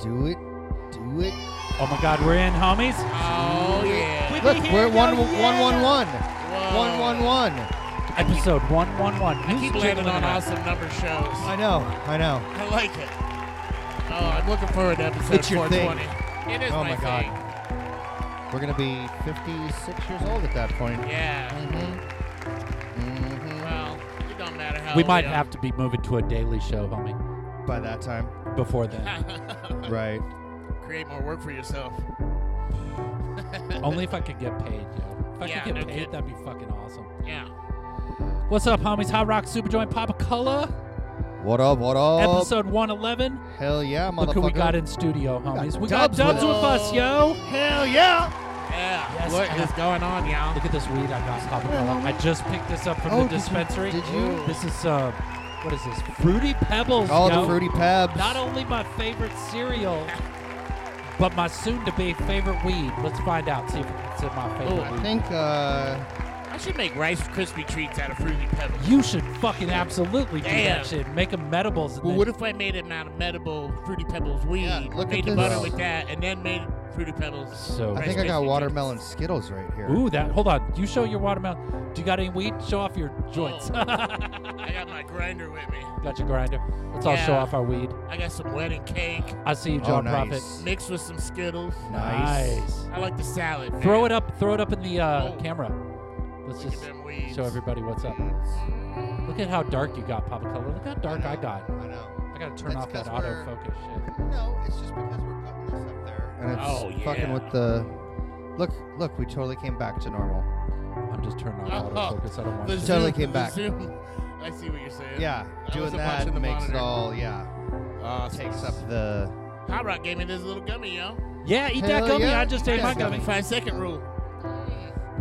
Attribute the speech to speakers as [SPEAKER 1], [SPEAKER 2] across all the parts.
[SPEAKER 1] Do it. Do it.
[SPEAKER 2] Oh my God, we're in, homies.
[SPEAKER 3] Oh yeah.
[SPEAKER 1] Look, we're at one,
[SPEAKER 2] Go,
[SPEAKER 1] one, one, one.
[SPEAKER 3] Whoa.
[SPEAKER 1] One, one, one.
[SPEAKER 2] Episode one one one.
[SPEAKER 3] I keep landing on awesome number shows.
[SPEAKER 1] I know. I know.
[SPEAKER 3] I like it. Oh, I'm looking forward to episode
[SPEAKER 1] It's your thing.
[SPEAKER 3] 420. It is
[SPEAKER 1] Oh
[SPEAKER 3] my,
[SPEAKER 1] my God.
[SPEAKER 3] thing.
[SPEAKER 1] We're going to be 56 years old at that point.
[SPEAKER 3] Yeah.
[SPEAKER 1] Mm-hmm. Mm-hmm.
[SPEAKER 3] Well, it don't matter how.
[SPEAKER 2] We
[SPEAKER 3] old
[SPEAKER 2] might
[SPEAKER 3] you
[SPEAKER 2] have to be moving to a daily show, homie.
[SPEAKER 1] By that time.
[SPEAKER 2] Before then,
[SPEAKER 3] are.
[SPEAKER 1] Right.
[SPEAKER 3] create more work for yourself.
[SPEAKER 2] only if I could get paid, yo. If I
[SPEAKER 3] Yeah,
[SPEAKER 2] could get
[SPEAKER 3] no
[SPEAKER 2] paid,
[SPEAKER 3] kidding.
[SPEAKER 2] that'd be fucking awesome.
[SPEAKER 3] Yeah.
[SPEAKER 2] What's up, homies? Hot Rock Super Joint Papa Cola,
[SPEAKER 1] What up? What up?
[SPEAKER 2] episode one eleven.
[SPEAKER 1] Oh, Hell yeah, motherfucker.
[SPEAKER 2] Look who we got in studio, homies. We got
[SPEAKER 1] Dubs with
[SPEAKER 2] Dubs with
[SPEAKER 3] us.
[SPEAKER 2] us, yo.
[SPEAKER 1] Hell yeah.
[SPEAKER 3] Yeah.
[SPEAKER 2] Yes,
[SPEAKER 3] what
[SPEAKER 2] and
[SPEAKER 3] is going on, y'all?
[SPEAKER 2] Look at this weed I got, Papa Cola. I just picked this up from
[SPEAKER 1] Oh,
[SPEAKER 2] the
[SPEAKER 1] did you-
[SPEAKER 2] dispensary.
[SPEAKER 1] did you?
[SPEAKER 2] This is uh, what is this? Fruity Pebbles.
[SPEAKER 1] All
[SPEAKER 2] yo.
[SPEAKER 1] the fruity pebs.
[SPEAKER 2] not only my favorite cereal, but my soon-to-be favorite weed. Let's find out. See if it's in my favorite
[SPEAKER 1] I
[SPEAKER 2] weed.
[SPEAKER 1] think, uh,
[SPEAKER 3] I should make Rice Krispie treats out of fruity pebbles.
[SPEAKER 2] You should fucking absolutely do
[SPEAKER 3] Damn.
[SPEAKER 2] that shit. Make them medibles. And
[SPEAKER 3] Well,
[SPEAKER 2] then-
[SPEAKER 3] what if I made them out of medible fruity pebbles weed,
[SPEAKER 1] Yeah, look at
[SPEAKER 3] made
[SPEAKER 1] this.
[SPEAKER 3] the butter with that, and then made fruity pebbles?
[SPEAKER 2] So-
[SPEAKER 1] I
[SPEAKER 3] Rice
[SPEAKER 1] think I
[SPEAKER 3] Krispie
[SPEAKER 1] got
[SPEAKER 3] treats?
[SPEAKER 1] watermelon Skittles right here.
[SPEAKER 2] Ooh, that. Hold on. You show your watermelon. Do you got any weed? Show off your joints.
[SPEAKER 3] Oh. I got my grinder with me.
[SPEAKER 2] got your grinder. Let's all show
[SPEAKER 3] Yeah.
[SPEAKER 2] off our weed.
[SPEAKER 3] I got some wedding cake
[SPEAKER 2] I see you,
[SPEAKER 1] Oh,
[SPEAKER 2] John Prophet.
[SPEAKER 1] nice.
[SPEAKER 3] mixed with some Skittles.
[SPEAKER 1] Nice.
[SPEAKER 2] Nice.
[SPEAKER 3] I like the salad. Man.
[SPEAKER 2] Throw it up. Throw it up in the uh,
[SPEAKER 3] Oh.
[SPEAKER 2] camera. Let's
[SPEAKER 3] Look at
[SPEAKER 2] just
[SPEAKER 3] them weeds.
[SPEAKER 2] show everybody what's up. Look at how dark you got, Papa Color. Look how dark I got.
[SPEAKER 1] I know.
[SPEAKER 2] I gotta turn
[SPEAKER 1] That's
[SPEAKER 2] off that
[SPEAKER 1] 'cause we're-
[SPEAKER 2] autofocus shit.
[SPEAKER 1] No, it's just because we're putting this up there. And it's
[SPEAKER 3] Oh, yeah.
[SPEAKER 1] fucking with the. Look, look, we totally came back to normal.
[SPEAKER 2] I'm just turning on
[SPEAKER 3] Oh,
[SPEAKER 2] autofocus. I don't want
[SPEAKER 3] The
[SPEAKER 2] to.
[SPEAKER 1] Just totally
[SPEAKER 3] zoom-
[SPEAKER 1] came
[SPEAKER 3] the
[SPEAKER 1] back.
[SPEAKER 3] zoom. I see what you're saying.
[SPEAKER 1] Yeah,
[SPEAKER 3] I
[SPEAKER 1] doing
[SPEAKER 3] wasn't
[SPEAKER 1] that
[SPEAKER 3] watching the
[SPEAKER 1] makes it
[SPEAKER 3] monitor.
[SPEAKER 1] all, yeah.
[SPEAKER 3] Awesome.
[SPEAKER 1] Takes up the.
[SPEAKER 3] Hot Rock gave me this little gummy, yo.
[SPEAKER 2] Yeah, eat that
[SPEAKER 1] Hell
[SPEAKER 2] gummy.
[SPEAKER 1] yeah.
[SPEAKER 2] I just ate
[SPEAKER 1] Yeah,
[SPEAKER 2] my
[SPEAKER 1] it's got
[SPEAKER 2] gummy.
[SPEAKER 3] Five second rule.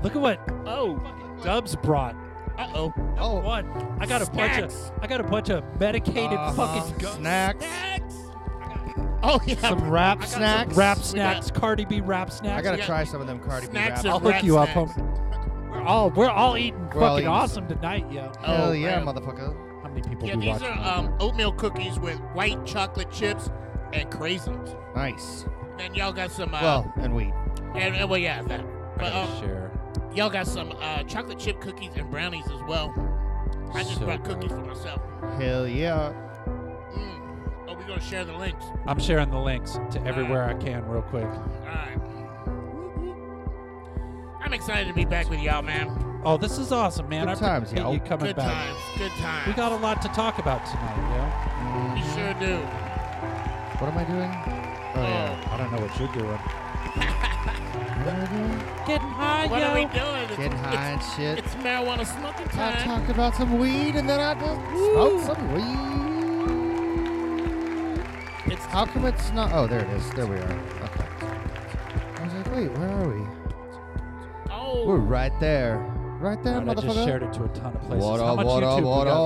[SPEAKER 2] Look at what
[SPEAKER 3] Oh.
[SPEAKER 2] Dubs brought.
[SPEAKER 3] Uh oh.
[SPEAKER 1] Oh,
[SPEAKER 2] What? I got a bunch
[SPEAKER 3] Snacks.
[SPEAKER 2] of I got a bunch of medicated
[SPEAKER 1] uh-huh.
[SPEAKER 2] fucking gum.
[SPEAKER 1] snacks.
[SPEAKER 3] Snacks. Oh yeah.
[SPEAKER 2] Some wrap
[SPEAKER 3] I got
[SPEAKER 1] snacks.
[SPEAKER 3] some-
[SPEAKER 2] Rap
[SPEAKER 3] we got
[SPEAKER 2] snacks, Cardi B rap snacks.
[SPEAKER 1] I gotta
[SPEAKER 3] Yeah.
[SPEAKER 1] try some of them Cardi B
[SPEAKER 3] Snacks
[SPEAKER 1] raps.
[SPEAKER 3] are-
[SPEAKER 2] I'll hook
[SPEAKER 3] rap
[SPEAKER 2] you up,
[SPEAKER 3] snacks.
[SPEAKER 2] homie. We're all we're all eating
[SPEAKER 1] We're
[SPEAKER 2] fucking
[SPEAKER 1] all eating.
[SPEAKER 2] awesome tonight, yo.
[SPEAKER 1] Hell
[SPEAKER 3] Oh,
[SPEAKER 1] yeah,
[SPEAKER 3] man.
[SPEAKER 1] motherfucker.
[SPEAKER 2] How many people
[SPEAKER 3] Yeah,
[SPEAKER 2] do
[SPEAKER 3] these
[SPEAKER 2] watch?
[SPEAKER 3] are um, oatmeal cookies with white chocolate chips and craisins.
[SPEAKER 1] Nice.
[SPEAKER 3] Then y'all got some. Uh,
[SPEAKER 1] well, and weed.
[SPEAKER 3] and, and, well, yeah, that.
[SPEAKER 2] I
[SPEAKER 3] But
[SPEAKER 2] gotta
[SPEAKER 3] um,
[SPEAKER 2] share.
[SPEAKER 3] y'all got some uh, chocolate chip cookies and brownies as well. I just
[SPEAKER 2] So
[SPEAKER 3] brought
[SPEAKER 2] good.
[SPEAKER 3] cookies for myself.
[SPEAKER 1] Hell yeah.
[SPEAKER 3] Mm. Oh, we're gonna share the links.
[SPEAKER 2] I'm sharing the links to everywhere I can, real quick.
[SPEAKER 3] All right. I'm excited to be back with y'all, man.
[SPEAKER 2] Oh, this is awesome, man.
[SPEAKER 1] Good
[SPEAKER 2] I
[SPEAKER 1] times,
[SPEAKER 2] appreciate
[SPEAKER 1] yo.
[SPEAKER 2] you coming
[SPEAKER 3] Good
[SPEAKER 2] back.
[SPEAKER 3] times. Good times.
[SPEAKER 2] We got a lot to talk about tonight,
[SPEAKER 3] We sure do.
[SPEAKER 1] Mm-hmm. What am I doing? Oh, yeah.
[SPEAKER 2] yo. I don't know what you're doing.
[SPEAKER 1] What am I doing?
[SPEAKER 2] Getting high,
[SPEAKER 3] What
[SPEAKER 2] yo.
[SPEAKER 3] are we doing? Oh, It's,
[SPEAKER 1] Getting high and shit.
[SPEAKER 3] It's, it's marijuana smoking
[SPEAKER 1] I
[SPEAKER 3] time.
[SPEAKER 1] talked about some weed and then I just smoked some weed.
[SPEAKER 3] It's
[SPEAKER 1] How come it's not? Oh, there it is. There we are. Okay. I was like, wait, where are we?
[SPEAKER 3] oh.
[SPEAKER 1] We're right there. Right there,
[SPEAKER 2] Alright, I
[SPEAKER 1] motherfucker.
[SPEAKER 2] just shared it to a ton of places.
[SPEAKER 1] What
[SPEAKER 2] How
[SPEAKER 1] up,
[SPEAKER 2] much
[SPEAKER 1] what
[SPEAKER 2] YouTube
[SPEAKER 1] up, what
[SPEAKER 2] we got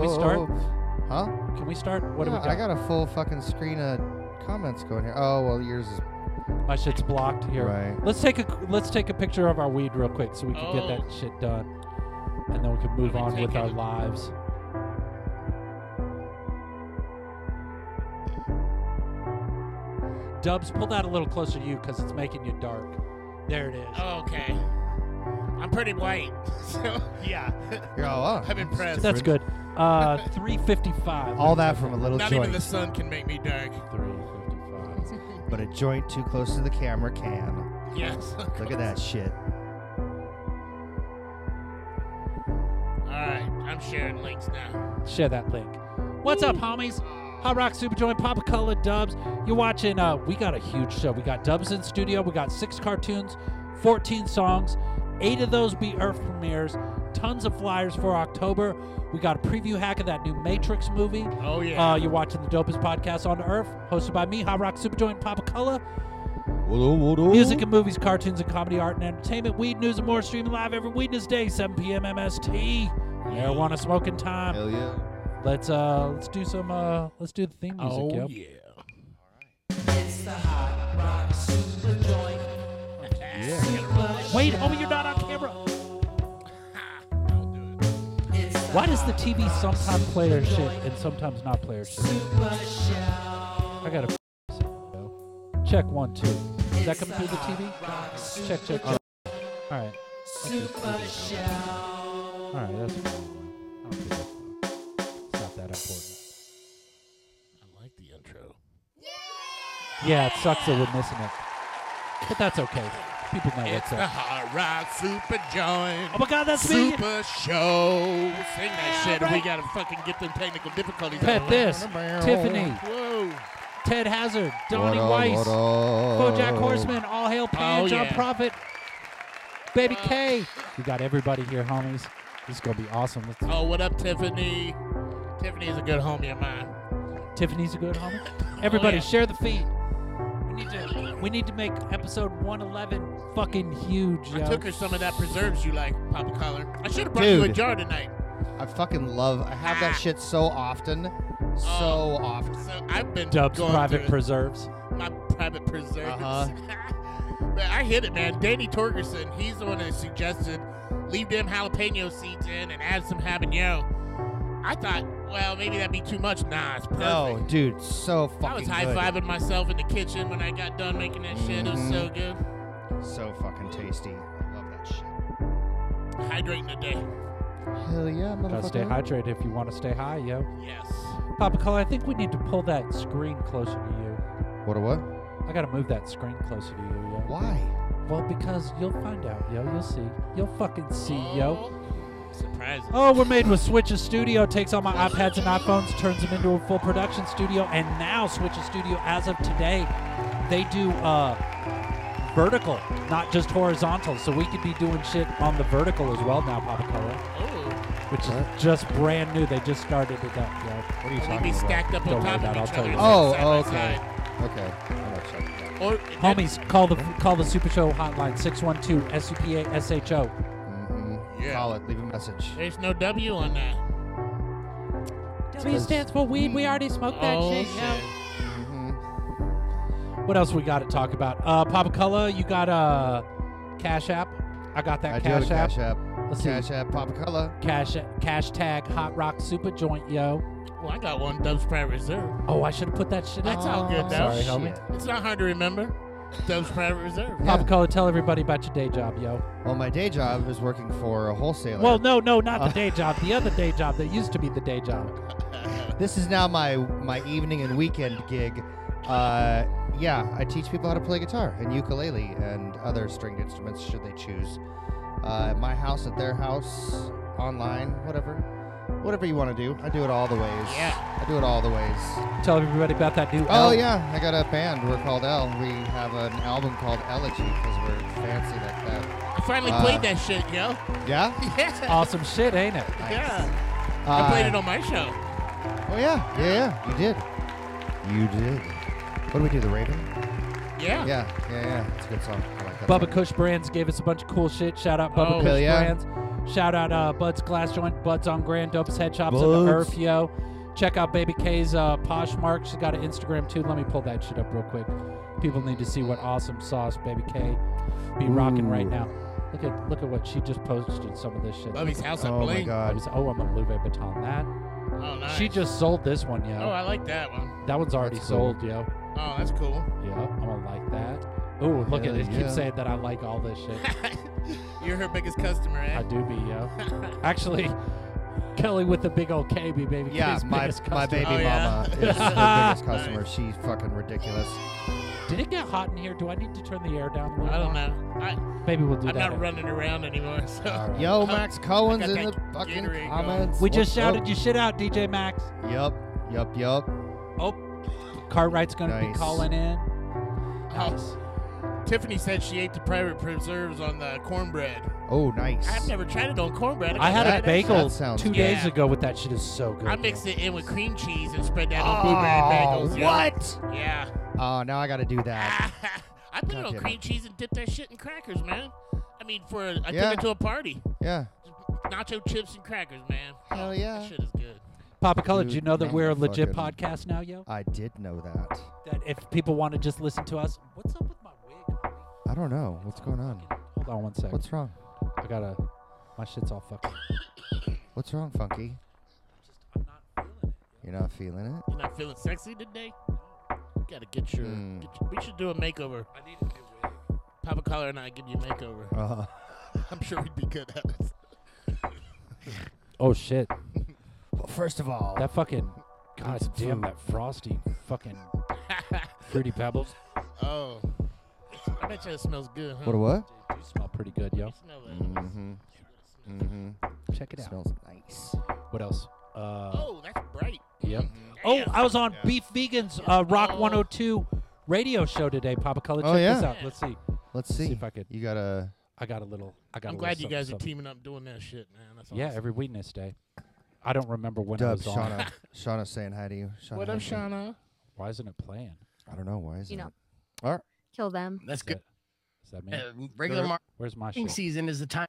[SPEAKER 2] viewing right now? Can we
[SPEAKER 1] up? Huh?
[SPEAKER 2] start? Can we start? What
[SPEAKER 1] yeah,
[SPEAKER 2] do we got?
[SPEAKER 1] I got a full fucking screen of comments going here. Oh, well, yours is
[SPEAKER 2] My shit's blocked here.
[SPEAKER 1] Right.
[SPEAKER 2] Let's take a let's take a picture of our weed real quick so we can get
[SPEAKER 3] Oh.
[SPEAKER 2] that shit done, and then we can move
[SPEAKER 3] Let me
[SPEAKER 2] on with
[SPEAKER 3] take
[SPEAKER 2] our
[SPEAKER 3] it.
[SPEAKER 2] lives. Dubs, pull that a little closer to you because it's making you dark. There it is.
[SPEAKER 3] Okay. I'm pretty white. So, yeah.
[SPEAKER 1] You're all up.
[SPEAKER 3] I'm impressed.
[SPEAKER 2] That's good. Uh, 355.
[SPEAKER 1] All that from a little
[SPEAKER 3] Not even
[SPEAKER 1] joint,
[SPEAKER 3] the sun can make me dark.
[SPEAKER 2] 355.
[SPEAKER 1] but a joint too close to the camera can.
[SPEAKER 3] Yes.
[SPEAKER 1] Look at that shit.
[SPEAKER 3] All right. I'm sharing links now.
[SPEAKER 2] Share that link. What's up, homies? Hot Rock Superjoint, Papa Color, Dubs. You're watching. Uh, we got a huge show. We got Dubs in studio. We got six cartoons, 14 songs. Eight of those be Earth premieres. Tons of flyers for October. We got a preview hack of that new Matrix movie.
[SPEAKER 3] Oh, yeah.
[SPEAKER 2] Uh, you're watching the dopest podcast on earth, hosted by me, Hot Rock Superjoint, Papa Color. Music and movies, cartoons and comedy, art and entertainment, weed news and more streaming live every Wednesday, 7 p.m. MST. Marijuana smoking time.
[SPEAKER 1] Hell yeah.
[SPEAKER 2] Let's uh let's do some uh let's do the theme music.
[SPEAKER 3] oh,
[SPEAKER 2] yo.
[SPEAKER 3] yeah.
[SPEAKER 2] Wait, homie, you're not on camera. Why does the TV sometimes play our shit and sometimes not play our shit? I gotta f- check one, two. Is that coming through the TV? Check, check, check. All right. Super All right, that's fine. I don't think that's it's not that important.
[SPEAKER 3] I like the intro.
[SPEAKER 2] Yeah, it sucks that we're missing it, but that's okay. People know
[SPEAKER 3] It's
[SPEAKER 2] what's
[SPEAKER 3] the
[SPEAKER 2] up.
[SPEAKER 3] Hot Rock Super Joint.
[SPEAKER 2] Oh my God, that's me.
[SPEAKER 3] Super Show. Sing that shit.
[SPEAKER 2] right.
[SPEAKER 3] We gotta fucking get them technical difficulties. out
[SPEAKER 2] Pet
[SPEAKER 3] of the way.
[SPEAKER 2] this. Tiffany,
[SPEAKER 3] Whoa.
[SPEAKER 2] Ted Hazard,
[SPEAKER 1] What
[SPEAKER 2] Donnie
[SPEAKER 1] up,
[SPEAKER 2] Weiss,
[SPEAKER 1] what up?
[SPEAKER 2] BoJack Horseman, All Hail Pan,
[SPEAKER 3] Oh,
[SPEAKER 2] John
[SPEAKER 3] yeah. Uh,
[SPEAKER 2] Prophet, Baby K. We got everybody here, homies. This is gonna be awesome. Let's-
[SPEAKER 3] Oh, what up, Tiffany? Tiffany is a good homie of mine. Oh,
[SPEAKER 2] Tiffany's a good homie. Everybody,
[SPEAKER 3] yeah.
[SPEAKER 2] share the feed. We need to. We need to make episode 111 fucking huge.
[SPEAKER 3] I
[SPEAKER 2] yo.
[SPEAKER 3] took her some of that preserves you like, Papa Collar. I should have brought you a
[SPEAKER 1] Dude.
[SPEAKER 3] jar tonight.
[SPEAKER 1] I fucking love. I have
[SPEAKER 2] Ah.
[SPEAKER 1] that shit so often, so
[SPEAKER 3] Oh.
[SPEAKER 1] often.
[SPEAKER 3] So I've been
[SPEAKER 2] Dubs
[SPEAKER 3] going
[SPEAKER 2] private
[SPEAKER 3] through
[SPEAKER 2] preserves.
[SPEAKER 3] my private preserves.
[SPEAKER 1] Uh-huh.
[SPEAKER 3] man, I hit it, man. Danny Torgerson, he's the one that suggested leave them jalapeno seeds in and add some habanero. I thought, well, maybe that'd be too much. Nah, it's perfect.
[SPEAKER 1] No, dude, so Oh, fucking.
[SPEAKER 3] I was high
[SPEAKER 1] good.
[SPEAKER 3] fiving myself in the kitchen when I got done making that shit. It was
[SPEAKER 1] Mm-hmm.
[SPEAKER 3] so good.
[SPEAKER 1] So fucking tasty. I love that shit.
[SPEAKER 3] Hydrating today.
[SPEAKER 1] Hell yeah,
[SPEAKER 2] Gotta stay
[SPEAKER 1] motherfucker.
[SPEAKER 2] hydrated if you want to stay high, yo.
[SPEAKER 3] Yes.
[SPEAKER 2] Papa Color, I think we need to pull that screen closer to you.
[SPEAKER 1] What a what?
[SPEAKER 2] I gotta move that screen closer to you, yo.
[SPEAKER 1] Why?
[SPEAKER 2] Well, because you'll find out, yo. You'll see. You'll fucking see, yo.
[SPEAKER 3] Oh, Surprising.
[SPEAKER 2] Oh, we're made with Switches Studio. Takes all my iPads and iPhones, turns them into a full production studio, and now Switches Studio, as of today, they do uh, vertical, not just horizontal. So we could be doing shit on the vertical as well now, Papa Color,
[SPEAKER 3] Oh.
[SPEAKER 2] which is
[SPEAKER 1] What?
[SPEAKER 2] just brand new. They just started it up, yo.
[SPEAKER 1] What are you
[SPEAKER 3] We'd be
[SPEAKER 1] talking about?
[SPEAKER 3] stacked up
[SPEAKER 2] Don't
[SPEAKER 3] on
[SPEAKER 2] worry
[SPEAKER 3] top
[SPEAKER 2] about it,
[SPEAKER 3] of
[SPEAKER 2] I'll
[SPEAKER 3] each
[SPEAKER 2] tell
[SPEAKER 3] other.
[SPEAKER 2] you
[SPEAKER 1] Oh,
[SPEAKER 3] side
[SPEAKER 1] oh,
[SPEAKER 3] by
[SPEAKER 1] okay.
[SPEAKER 3] side.
[SPEAKER 1] Okay. I'm not sure.
[SPEAKER 3] Or,
[SPEAKER 2] Homies, call the call the Super Show hotline 612 SUPA SHO.
[SPEAKER 1] Mm-hmm.
[SPEAKER 3] Yeah.
[SPEAKER 1] Call it. Leave a message.
[SPEAKER 3] There's no W on that.
[SPEAKER 2] W stands for weed. We already smoked that
[SPEAKER 3] Oh,
[SPEAKER 2] shit. yo.
[SPEAKER 3] shit.
[SPEAKER 1] Mm-hmm.
[SPEAKER 2] What else we got to talk about? Uh, Papa Color, you got uh, Cash App. I got that
[SPEAKER 1] I do have
[SPEAKER 2] Cash
[SPEAKER 1] a
[SPEAKER 2] App.
[SPEAKER 1] Cash App.
[SPEAKER 2] Let's see.
[SPEAKER 1] Cash App Papa Color.
[SPEAKER 2] Cash Cash Tag Hot Rock Super Joint, yo.
[SPEAKER 3] Well, I got one Dubs Private Reserve.
[SPEAKER 2] Oh, I should have put that shit.
[SPEAKER 3] That's
[SPEAKER 2] up. Oh,
[SPEAKER 3] all good, though.
[SPEAKER 2] Sorry,
[SPEAKER 1] shit.
[SPEAKER 2] homie.
[SPEAKER 3] It's not hard to remember. Dubs Private Reserve.
[SPEAKER 1] Yeah.
[SPEAKER 2] Papa Color, tell everybody about your day job, yo.
[SPEAKER 1] Well, my day job is working for a wholesaler.
[SPEAKER 2] Well, no, no, not the
[SPEAKER 1] Uh.
[SPEAKER 2] day job. The other day job that used to be the day job.
[SPEAKER 1] this is now my my evening and weekend gig. Uh, yeah, I teach people how to play guitar and ukulele and other stringed instruments should they choose. Uh, at my house, at their house, online, whatever, whatever you want to do. I do it all the ways.
[SPEAKER 3] Yeah.
[SPEAKER 1] I do it all the ways.
[SPEAKER 2] Tell everybody about that new.
[SPEAKER 1] Oh
[SPEAKER 2] album.
[SPEAKER 1] yeah, I got a band. We're called L. We have an album called Elegy because we're fancy like that.
[SPEAKER 3] I finally
[SPEAKER 1] Uh,
[SPEAKER 3] played that shit, yo.
[SPEAKER 1] Yeah.
[SPEAKER 3] Yeah.
[SPEAKER 2] Awesome shit, ain't it?
[SPEAKER 3] yeah.
[SPEAKER 1] Uh,
[SPEAKER 3] I played it on my show.
[SPEAKER 1] Oh yeah, yeah, yeah. You did. You did. What do we do? The Raven?
[SPEAKER 3] Yeah.
[SPEAKER 1] Yeah, yeah, yeah. It's a good song. I like that.
[SPEAKER 2] Bubba
[SPEAKER 1] song.
[SPEAKER 2] Kush Brands gave us a bunch of cool shit. Shout out Bubba
[SPEAKER 3] Oh,
[SPEAKER 2] Kush
[SPEAKER 1] hell yeah.
[SPEAKER 2] Brands. Shout out uh, Bud's Glass Joint, Bud's on Grand, Dopest Head Shops on
[SPEAKER 1] Bud's.
[SPEAKER 2] the Earth, yo. Check out Baby K's uh, Poshmark. She's got an Instagram too. Let me pull that shit up real quick. People need to see what awesome sauce Baby K be rocking right
[SPEAKER 1] Ooh.
[SPEAKER 2] now. Look at look at what she just posted. Some of this shit.
[SPEAKER 3] Bubby's house on
[SPEAKER 1] Oh my
[SPEAKER 3] Bling.
[SPEAKER 2] I
[SPEAKER 1] god.
[SPEAKER 2] was- oh, I'm a Louis Vuitton. That
[SPEAKER 3] Oh, nice.
[SPEAKER 2] she just sold this one, yo.
[SPEAKER 3] Oh, I like that one.
[SPEAKER 2] that one's already
[SPEAKER 1] That's cool.
[SPEAKER 2] sold, yo.
[SPEAKER 3] Oh, that's cool.
[SPEAKER 2] Yeah, I'm gonna like that. Ooh, look
[SPEAKER 1] Hell
[SPEAKER 2] at it. Keep
[SPEAKER 1] yeah.
[SPEAKER 2] saying that I like all this shit.
[SPEAKER 3] You're her biggest customer, eh?
[SPEAKER 2] I do be, yo. Actually, Kelly with the big old KB, baby.
[SPEAKER 1] Yeah,
[SPEAKER 2] Kelly's
[SPEAKER 1] my,
[SPEAKER 2] biggest
[SPEAKER 1] my
[SPEAKER 2] customer.
[SPEAKER 1] baby
[SPEAKER 3] Oh, yeah?
[SPEAKER 1] mama is the biggest customer. She's fucking ridiculous.
[SPEAKER 2] Did it get hot in here? Do I need to turn the air down a little?
[SPEAKER 3] I don't know. I,
[SPEAKER 2] Maybe we'll do
[SPEAKER 3] I'm
[SPEAKER 2] that.
[SPEAKER 3] not
[SPEAKER 2] later.
[SPEAKER 3] running around anymore, so.
[SPEAKER 2] All right.
[SPEAKER 1] Yo, Max Cohen's
[SPEAKER 3] I got
[SPEAKER 1] in the
[SPEAKER 3] that
[SPEAKER 1] fucking
[SPEAKER 3] Gatorade going.
[SPEAKER 1] comments.
[SPEAKER 2] We just
[SPEAKER 1] What's up?
[SPEAKER 2] shouted your shit out, DJ Max.
[SPEAKER 1] Yup, yup, yup.
[SPEAKER 2] Oh, Cartwright's gonna
[SPEAKER 1] Nice.
[SPEAKER 2] be calling in.
[SPEAKER 3] Oh.
[SPEAKER 2] Nice.
[SPEAKER 3] Tiffany said she ate the private preserves on the cornbread.
[SPEAKER 1] Oh, nice.
[SPEAKER 3] I've never tried it on cornbread.
[SPEAKER 2] I had
[SPEAKER 3] gotta
[SPEAKER 2] a
[SPEAKER 1] that-
[SPEAKER 3] try it.
[SPEAKER 2] bagel
[SPEAKER 1] that sounds
[SPEAKER 2] two
[SPEAKER 3] good.
[SPEAKER 2] days
[SPEAKER 3] Yeah.
[SPEAKER 2] ago with that shit. Is so good.
[SPEAKER 3] I
[SPEAKER 2] yo.
[SPEAKER 3] mixed it in with cream cheese and spread that on
[SPEAKER 1] Oh,
[SPEAKER 3] blueberry bagels. yo.
[SPEAKER 1] what?
[SPEAKER 3] Yeah.
[SPEAKER 1] Oh, now I got to do that.
[SPEAKER 3] I put it on
[SPEAKER 1] Okay.
[SPEAKER 3] cream cheese and dip that shit in crackers, man. I mean, for a, I
[SPEAKER 1] Yeah.
[SPEAKER 3] took it to a party.
[SPEAKER 1] Yeah.
[SPEAKER 3] Nacho chips and crackers, man.
[SPEAKER 1] Hell
[SPEAKER 3] Oh,
[SPEAKER 1] yeah.
[SPEAKER 3] That shit is good.
[SPEAKER 2] Papa Color,
[SPEAKER 1] Dude,
[SPEAKER 2] do you know that
[SPEAKER 1] man,
[SPEAKER 2] we're a legit
[SPEAKER 1] fucking-
[SPEAKER 2] podcast now, yo?
[SPEAKER 1] I did know that.
[SPEAKER 2] That if people want to just listen to us, what's up with my wig? homie?
[SPEAKER 1] I don't know. What's going on?
[SPEAKER 2] Hold on one sec.
[SPEAKER 1] What's wrong?
[SPEAKER 2] I gotta. My shit's all fucking.
[SPEAKER 1] What's wrong, Funky?
[SPEAKER 2] I'm not feeling it.
[SPEAKER 1] You're not feeling it?
[SPEAKER 3] You're not feeling sexy today? gotta get your,
[SPEAKER 1] Mm.
[SPEAKER 3] get your- We should do a makeover.
[SPEAKER 2] I need a new wig.
[SPEAKER 3] Papa Collar and I give you a makeover.
[SPEAKER 1] Uh,
[SPEAKER 3] I'm sure we'd be good at it.
[SPEAKER 2] Oh shit!
[SPEAKER 1] well, first of all,
[SPEAKER 2] That fucking
[SPEAKER 1] Need
[SPEAKER 2] god
[SPEAKER 1] some
[SPEAKER 2] damn
[SPEAKER 1] food.
[SPEAKER 2] that frosty fucking fruity pebbles.
[SPEAKER 3] oh, I bet you it smells good, huh?
[SPEAKER 1] what a what?
[SPEAKER 2] You smell pretty good, yo.
[SPEAKER 3] You smell that?
[SPEAKER 1] Mm-hmm. Mm-hmm.
[SPEAKER 2] Check it
[SPEAKER 1] It
[SPEAKER 2] out.
[SPEAKER 1] smells nice.
[SPEAKER 2] What else? Uh,
[SPEAKER 3] Oh, that's bright. Mm-hmm.
[SPEAKER 2] yep.
[SPEAKER 3] Yeah.
[SPEAKER 2] Oh, I was on
[SPEAKER 1] Yeah.
[SPEAKER 2] Beef Vegans uh, Rock
[SPEAKER 3] Oh.
[SPEAKER 2] 102 radio show today. Papa Color, check
[SPEAKER 1] Oh,
[SPEAKER 2] this
[SPEAKER 1] yeah.
[SPEAKER 2] out. Let's see.
[SPEAKER 1] Let's see.
[SPEAKER 2] See if I could-
[SPEAKER 1] You gotta.
[SPEAKER 2] I got a little. I got.
[SPEAKER 3] I'm
[SPEAKER 2] a little
[SPEAKER 3] glad you
[SPEAKER 2] something,
[SPEAKER 3] guys are
[SPEAKER 2] something.
[SPEAKER 3] teaming up doing that shit, man. That's awesome.
[SPEAKER 2] Yeah, every Weakness Day. I don't remember when I
[SPEAKER 1] Dub
[SPEAKER 2] was on. it.
[SPEAKER 1] Shauna. Shauna saying hi to you. Shauna,
[SPEAKER 3] what up,
[SPEAKER 1] Hanson.
[SPEAKER 3] Shauna?
[SPEAKER 2] Why isn't it playing?
[SPEAKER 1] I don't know why is
[SPEAKER 4] You
[SPEAKER 1] it?
[SPEAKER 4] know.
[SPEAKER 1] All right.
[SPEAKER 4] Kill them.
[SPEAKER 5] That's
[SPEAKER 2] Is that,
[SPEAKER 5] good.
[SPEAKER 2] is that me?
[SPEAKER 5] Uh, regular
[SPEAKER 3] Sure.
[SPEAKER 5] marketing
[SPEAKER 2] Where's my shit?
[SPEAKER 5] season is the time.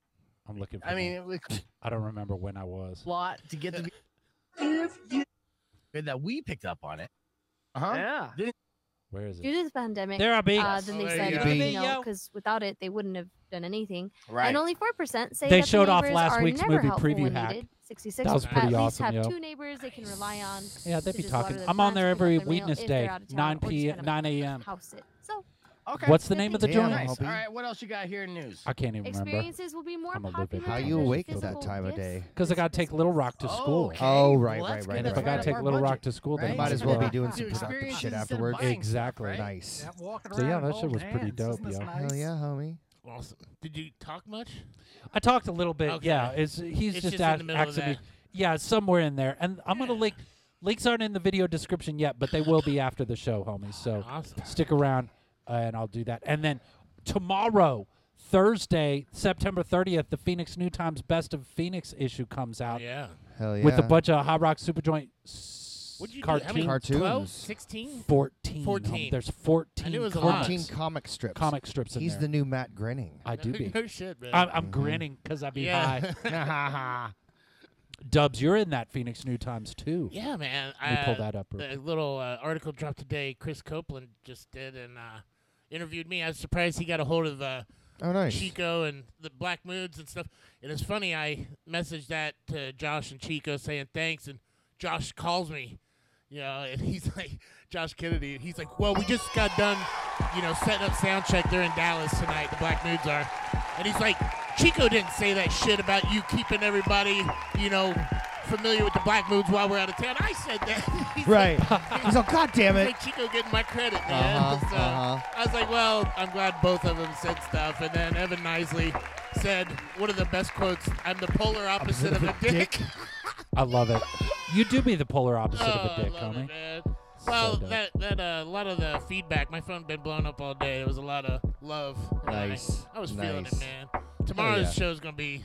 [SPEAKER 2] I'm looking for.
[SPEAKER 5] I
[SPEAKER 2] that.
[SPEAKER 5] mean, it was
[SPEAKER 2] I don't remember when I was.
[SPEAKER 5] a lot to get the that we picked up on it. Uh
[SPEAKER 1] Uh-huh.
[SPEAKER 5] huh.
[SPEAKER 6] Yeah.
[SPEAKER 2] Where is
[SPEAKER 4] Due
[SPEAKER 2] it?
[SPEAKER 4] to the pandemic,
[SPEAKER 2] There I be.
[SPEAKER 4] uh, then
[SPEAKER 3] Oh,
[SPEAKER 4] they
[SPEAKER 3] there
[SPEAKER 4] said,
[SPEAKER 3] you
[SPEAKER 4] you,
[SPEAKER 1] go.
[SPEAKER 4] know,
[SPEAKER 2] Yo.
[SPEAKER 4] because without it, they wouldn't have done anything.
[SPEAKER 5] Right.
[SPEAKER 4] And only 4% say
[SPEAKER 2] They
[SPEAKER 4] that
[SPEAKER 2] showed
[SPEAKER 4] the
[SPEAKER 2] off
[SPEAKER 4] neighbors
[SPEAKER 2] last
[SPEAKER 4] are
[SPEAKER 2] week's
[SPEAKER 4] never
[SPEAKER 2] movie
[SPEAKER 4] helpful
[SPEAKER 2] preview
[SPEAKER 4] when
[SPEAKER 2] hack.
[SPEAKER 4] needed. 66
[SPEAKER 2] That was
[SPEAKER 3] pretty
[SPEAKER 4] at
[SPEAKER 2] awesome,
[SPEAKER 4] least have
[SPEAKER 2] yo.
[SPEAKER 4] two neighbors they can rely on.
[SPEAKER 2] yeah, they'd
[SPEAKER 4] to
[SPEAKER 2] be
[SPEAKER 4] just water
[SPEAKER 2] talking.
[SPEAKER 4] their
[SPEAKER 2] I'm on
[SPEAKER 4] plants,
[SPEAKER 2] there
[SPEAKER 4] pick up
[SPEAKER 2] every
[SPEAKER 4] their mail
[SPEAKER 2] Weakness
[SPEAKER 4] if they're
[SPEAKER 2] Day,
[SPEAKER 4] out of town,
[SPEAKER 2] 9
[SPEAKER 4] or just
[SPEAKER 2] p.m.,
[SPEAKER 4] kinda
[SPEAKER 2] 9 a.m.
[SPEAKER 4] House it. So
[SPEAKER 5] Okay.
[SPEAKER 2] What's the name of the
[SPEAKER 1] Damn,
[SPEAKER 2] joint?
[SPEAKER 1] I'll
[SPEAKER 5] nice?
[SPEAKER 1] be-
[SPEAKER 5] All right. What else you got here in news?
[SPEAKER 2] I can't even remember.
[SPEAKER 4] experiences will be more
[SPEAKER 2] I'm a little bit
[SPEAKER 4] popular.
[SPEAKER 2] How
[SPEAKER 4] if
[SPEAKER 2] you
[SPEAKER 4] there's
[SPEAKER 1] awake at that
[SPEAKER 4] physical
[SPEAKER 1] time of
[SPEAKER 4] gifts
[SPEAKER 1] day?
[SPEAKER 2] Because I got to take Little Rock to school.
[SPEAKER 5] Okay,
[SPEAKER 1] Oh, right,
[SPEAKER 5] well,
[SPEAKER 1] right,
[SPEAKER 5] that's
[SPEAKER 1] right,
[SPEAKER 5] good.
[SPEAKER 2] And
[SPEAKER 1] right,
[SPEAKER 2] if I
[SPEAKER 1] right,
[SPEAKER 2] got to
[SPEAKER 1] right.
[SPEAKER 2] take
[SPEAKER 5] Our
[SPEAKER 2] Little Rock
[SPEAKER 5] budget.
[SPEAKER 2] to school,
[SPEAKER 5] Right.
[SPEAKER 2] then
[SPEAKER 1] Might as well be doing
[SPEAKER 4] Do
[SPEAKER 1] some productive
[SPEAKER 5] experiences
[SPEAKER 1] shit
[SPEAKER 5] and
[SPEAKER 1] afterwards.
[SPEAKER 5] buying.
[SPEAKER 2] Exactly.
[SPEAKER 5] Right.
[SPEAKER 1] Nice.
[SPEAKER 5] That walking
[SPEAKER 2] So, yeah,
[SPEAKER 5] around
[SPEAKER 2] that shit
[SPEAKER 5] holding
[SPEAKER 2] was pretty
[SPEAKER 5] hands,
[SPEAKER 2] dope,
[SPEAKER 5] isn't this
[SPEAKER 2] yo.
[SPEAKER 5] nice?
[SPEAKER 1] Hell yeah, homie.
[SPEAKER 3] Awesome. Did you talk much?
[SPEAKER 2] I talked a little bit.
[SPEAKER 3] Okay.
[SPEAKER 2] Yeah, it's he's
[SPEAKER 3] It's
[SPEAKER 2] just,
[SPEAKER 3] just in
[SPEAKER 2] act-
[SPEAKER 3] the middle of
[SPEAKER 2] accidentally-
[SPEAKER 3] that.
[SPEAKER 2] Yeah, it's somewhere in there, and I'm gonna
[SPEAKER 3] Yeah.
[SPEAKER 2] link. Links aren't in the video description yet, but they will be after the show, homies. So
[SPEAKER 3] Awesome.
[SPEAKER 2] stick around, uh, and I'll do that. And then tomorrow, Thursday, September 30th, the Phoenix New Times Best of Phoenix issue comes out
[SPEAKER 3] Yeah.
[SPEAKER 1] Hell yeah.
[SPEAKER 2] with a bunch of Hot Rock Superjoint s-
[SPEAKER 3] What'd you do?
[SPEAKER 2] cartoon
[SPEAKER 3] How many?
[SPEAKER 1] Cartoons.
[SPEAKER 3] 12? 16?
[SPEAKER 2] 14. homie.
[SPEAKER 3] 14.
[SPEAKER 2] There's 14.
[SPEAKER 3] I knew it was a lot.
[SPEAKER 2] comics-
[SPEAKER 1] Fourteen comic strips.
[SPEAKER 2] comic strips in
[SPEAKER 1] He's
[SPEAKER 2] there.
[SPEAKER 1] the new Matt Grinning.
[SPEAKER 2] I do be.
[SPEAKER 3] no shit, man.
[SPEAKER 2] I'm, I'm
[SPEAKER 1] Mhm.
[SPEAKER 2] grinning because I be
[SPEAKER 3] yeah.
[SPEAKER 2] high. Dubs, you're in that Phoenix New Times too.
[SPEAKER 3] yeah, man.
[SPEAKER 2] Let me pull
[SPEAKER 3] Uh,
[SPEAKER 2] that up. real
[SPEAKER 3] A little uh, article dropped today. Chris Copeland just did and uh, interviewed me. I was surprised he got a hold of uh,
[SPEAKER 1] Oh, nice.
[SPEAKER 3] Chico and the Black Moods and stuff. And it's funny. I messaged that to Josh and Chico saying thanks, and Josh calls me. You know, and he's like, Josh Kennedy, and he's like, well, we just got done, you know, setting up sound check. They're in Dallas tonight. The Black Moods are, and he's like, Chico didn't say that shit about you keeping everybody, you know, familiar with the Black Moods while we're out of town. I said that. He's like-
[SPEAKER 1] Right. He's like, God damn
[SPEAKER 3] He's
[SPEAKER 1] it.
[SPEAKER 3] like Chico getting my credit, man.
[SPEAKER 1] Uh-huh,
[SPEAKER 3] So
[SPEAKER 1] uh-huh.
[SPEAKER 3] I was like, well, I'm glad both of them said stuff. And then Evan Nisley said one of the best quotes I'm the polar opposite of a dick.
[SPEAKER 2] I love it. You do be the polar
[SPEAKER 3] Oh,
[SPEAKER 2] opposite of a
[SPEAKER 3] I
[SPEAKER 2] dick,
[SPEAKER 3] love
[SPEAKER 2] homie.
[SPEAKER 3] it, man.
[SPEAKER 2] So
[SPEAKER 3] Well,
[SPEAKER 2] dope.
[SPEAKER 3] that, that, uh, a lot of the feedback, my phone been blown up all day. There was a lot of love. and I-
[SPEAKER 1] Nice,
[SPEAKER 3] I, was feeling it,
[SPEAKER 1] nice.
[SPEAKER 3] man. Tomorrow's
[SPEAKER 1] yeah.
[SPEAKER 3] show's going to be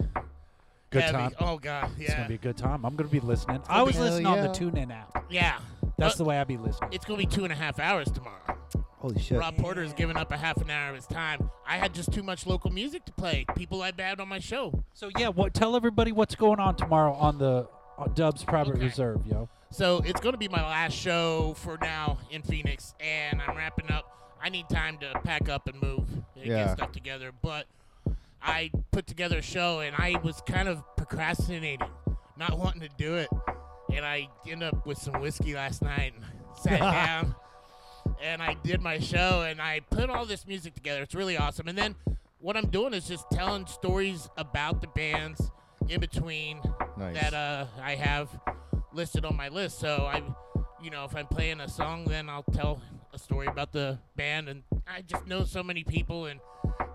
[SPEAKER 2] good
[SPEAKER 3] heavy.
[SPEAKER 2] time.
[SPEAKER 3] Oh, God.
[SPEAKER 2] It's gonna
[SPEAKER 3] Yeah.
[SPEAKER 2] be a good time. I'm gonna be listening. I always
[SPEAKER 1] Hell
[SPEAKER 2] listen on the
[SPEAKER 1] yeah.
[SPEAKER 2] TuneIn app.
[SPEAKER 3] yeah.
[SPEAKER 2] That's
[SPEAKER 3] Uh,
[SPEAKER 2] the way I be listening.
[SPEAKER 3] It's going to be two and a half hours tomorrow.
[SPEAKER 1] Holy shit.
[SPEAKER 3] Rob Porter's given up a half an hour of his time. I had just too much local music to play. People I bad on my show.
[SPEAKER 2] So yeah, what? Tell everybody what's going on tomorrow on the on Dubs Private
[SPEAKER 3] Okay.
[SPEAKER 2] Reserve, yo.
[SPEAKER 3] So it's going to be my last show for now in Phoenix, and I'm wrapping up. I need time to pack up and move and
[SPEAKER 1] Yeah.
[SPEAKER 3] get stuff together. But I put together a show, and I was kind of procrastinating, not wanting to do it. And I ended up with some whiskey last night and sat down. and I did my show and I put all this music together. It's really awesome. And then what I'm doing is just telling stories about the bands in between
[SPEAKER 1] Nice.
[SPEAKER 3] that uh, I have listed on my list. So I, you know, if I'm playing a song, then I'll tell a story about the band. And I just know so many people and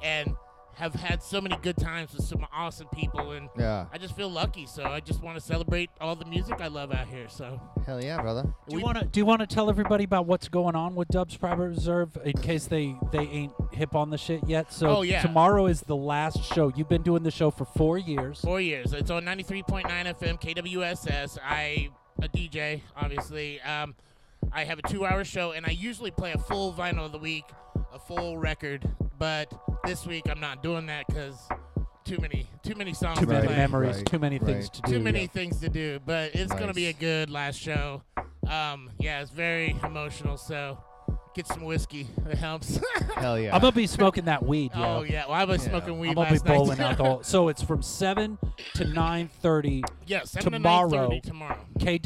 [SPEAKER 3] and have had so many good times with some awesome people. And
[SPEAKER 1] Yeah.
[SPEAKER 3] I just feel lucky. So I just want to celebrate all the music I love out here. So
[SPEAKER 1] Hell yeah, brother.
[SPEAKER 2] Do you
[SPEAKER 3] We-
[SPEAKER 2] want to do you want to tell everybody about what's going on with Dubs Private Reserve in case they they ain't hip on the shit yet? So
[SPEAKER 3] Oh, yeah.
[SPEAKER 2] tomorrow is the last show. You've been doing the show for four years.
[SPEAKER 3] Four years. It's on 93.9 FM, KWSS. I a DJ, obviously. Um, I have a two-hour show, and I usually play a full vinyl of the week, a full record. But this week I'm not doing that because too many, too many songs.
[SPEAKER 2] Too
[SPEAKER 3] to
[SPEAKER 2] many
[SPEAKER 3] play.
[SPEAKER 2] memories.
[SPEAKER 1] right,
[SPEAKER 2] too many things
[SPEAKER 1] right.
[SPEAKER 2] to do.
[SPEAKER 3] Too many
[SPEAKER 2] yo.
[SPEAKER 3] things to do. But it's gonna be a
[SPEAKER 1] Nice.
[SPEAKER 3] good last show. Um, yeah, it's very emotional. So Get some whiskey. It helps.
[SPEAKER 1] Hell yeah.
[SPEAKER 2] I'm gonna be smoking that weed, yo.
[SPEAKER 3] Oh yeah. Well, I was
[SPEAKER 1] Yeah.
[SPEAKER 3] smoking weed
[SPEAKER 2] I'm gonna be
[SPEAKER 3] last
[SPEAKER 2] bowling
[SPEAKER 3] night.
[SPEAKER 2] alcohol. So it's from seven to nine thirty.
[SPEAKER 3] yeah, seven to
[SPEAKER 2] tomorrow.
[SPEAKER 3] nine thirty tomorrow.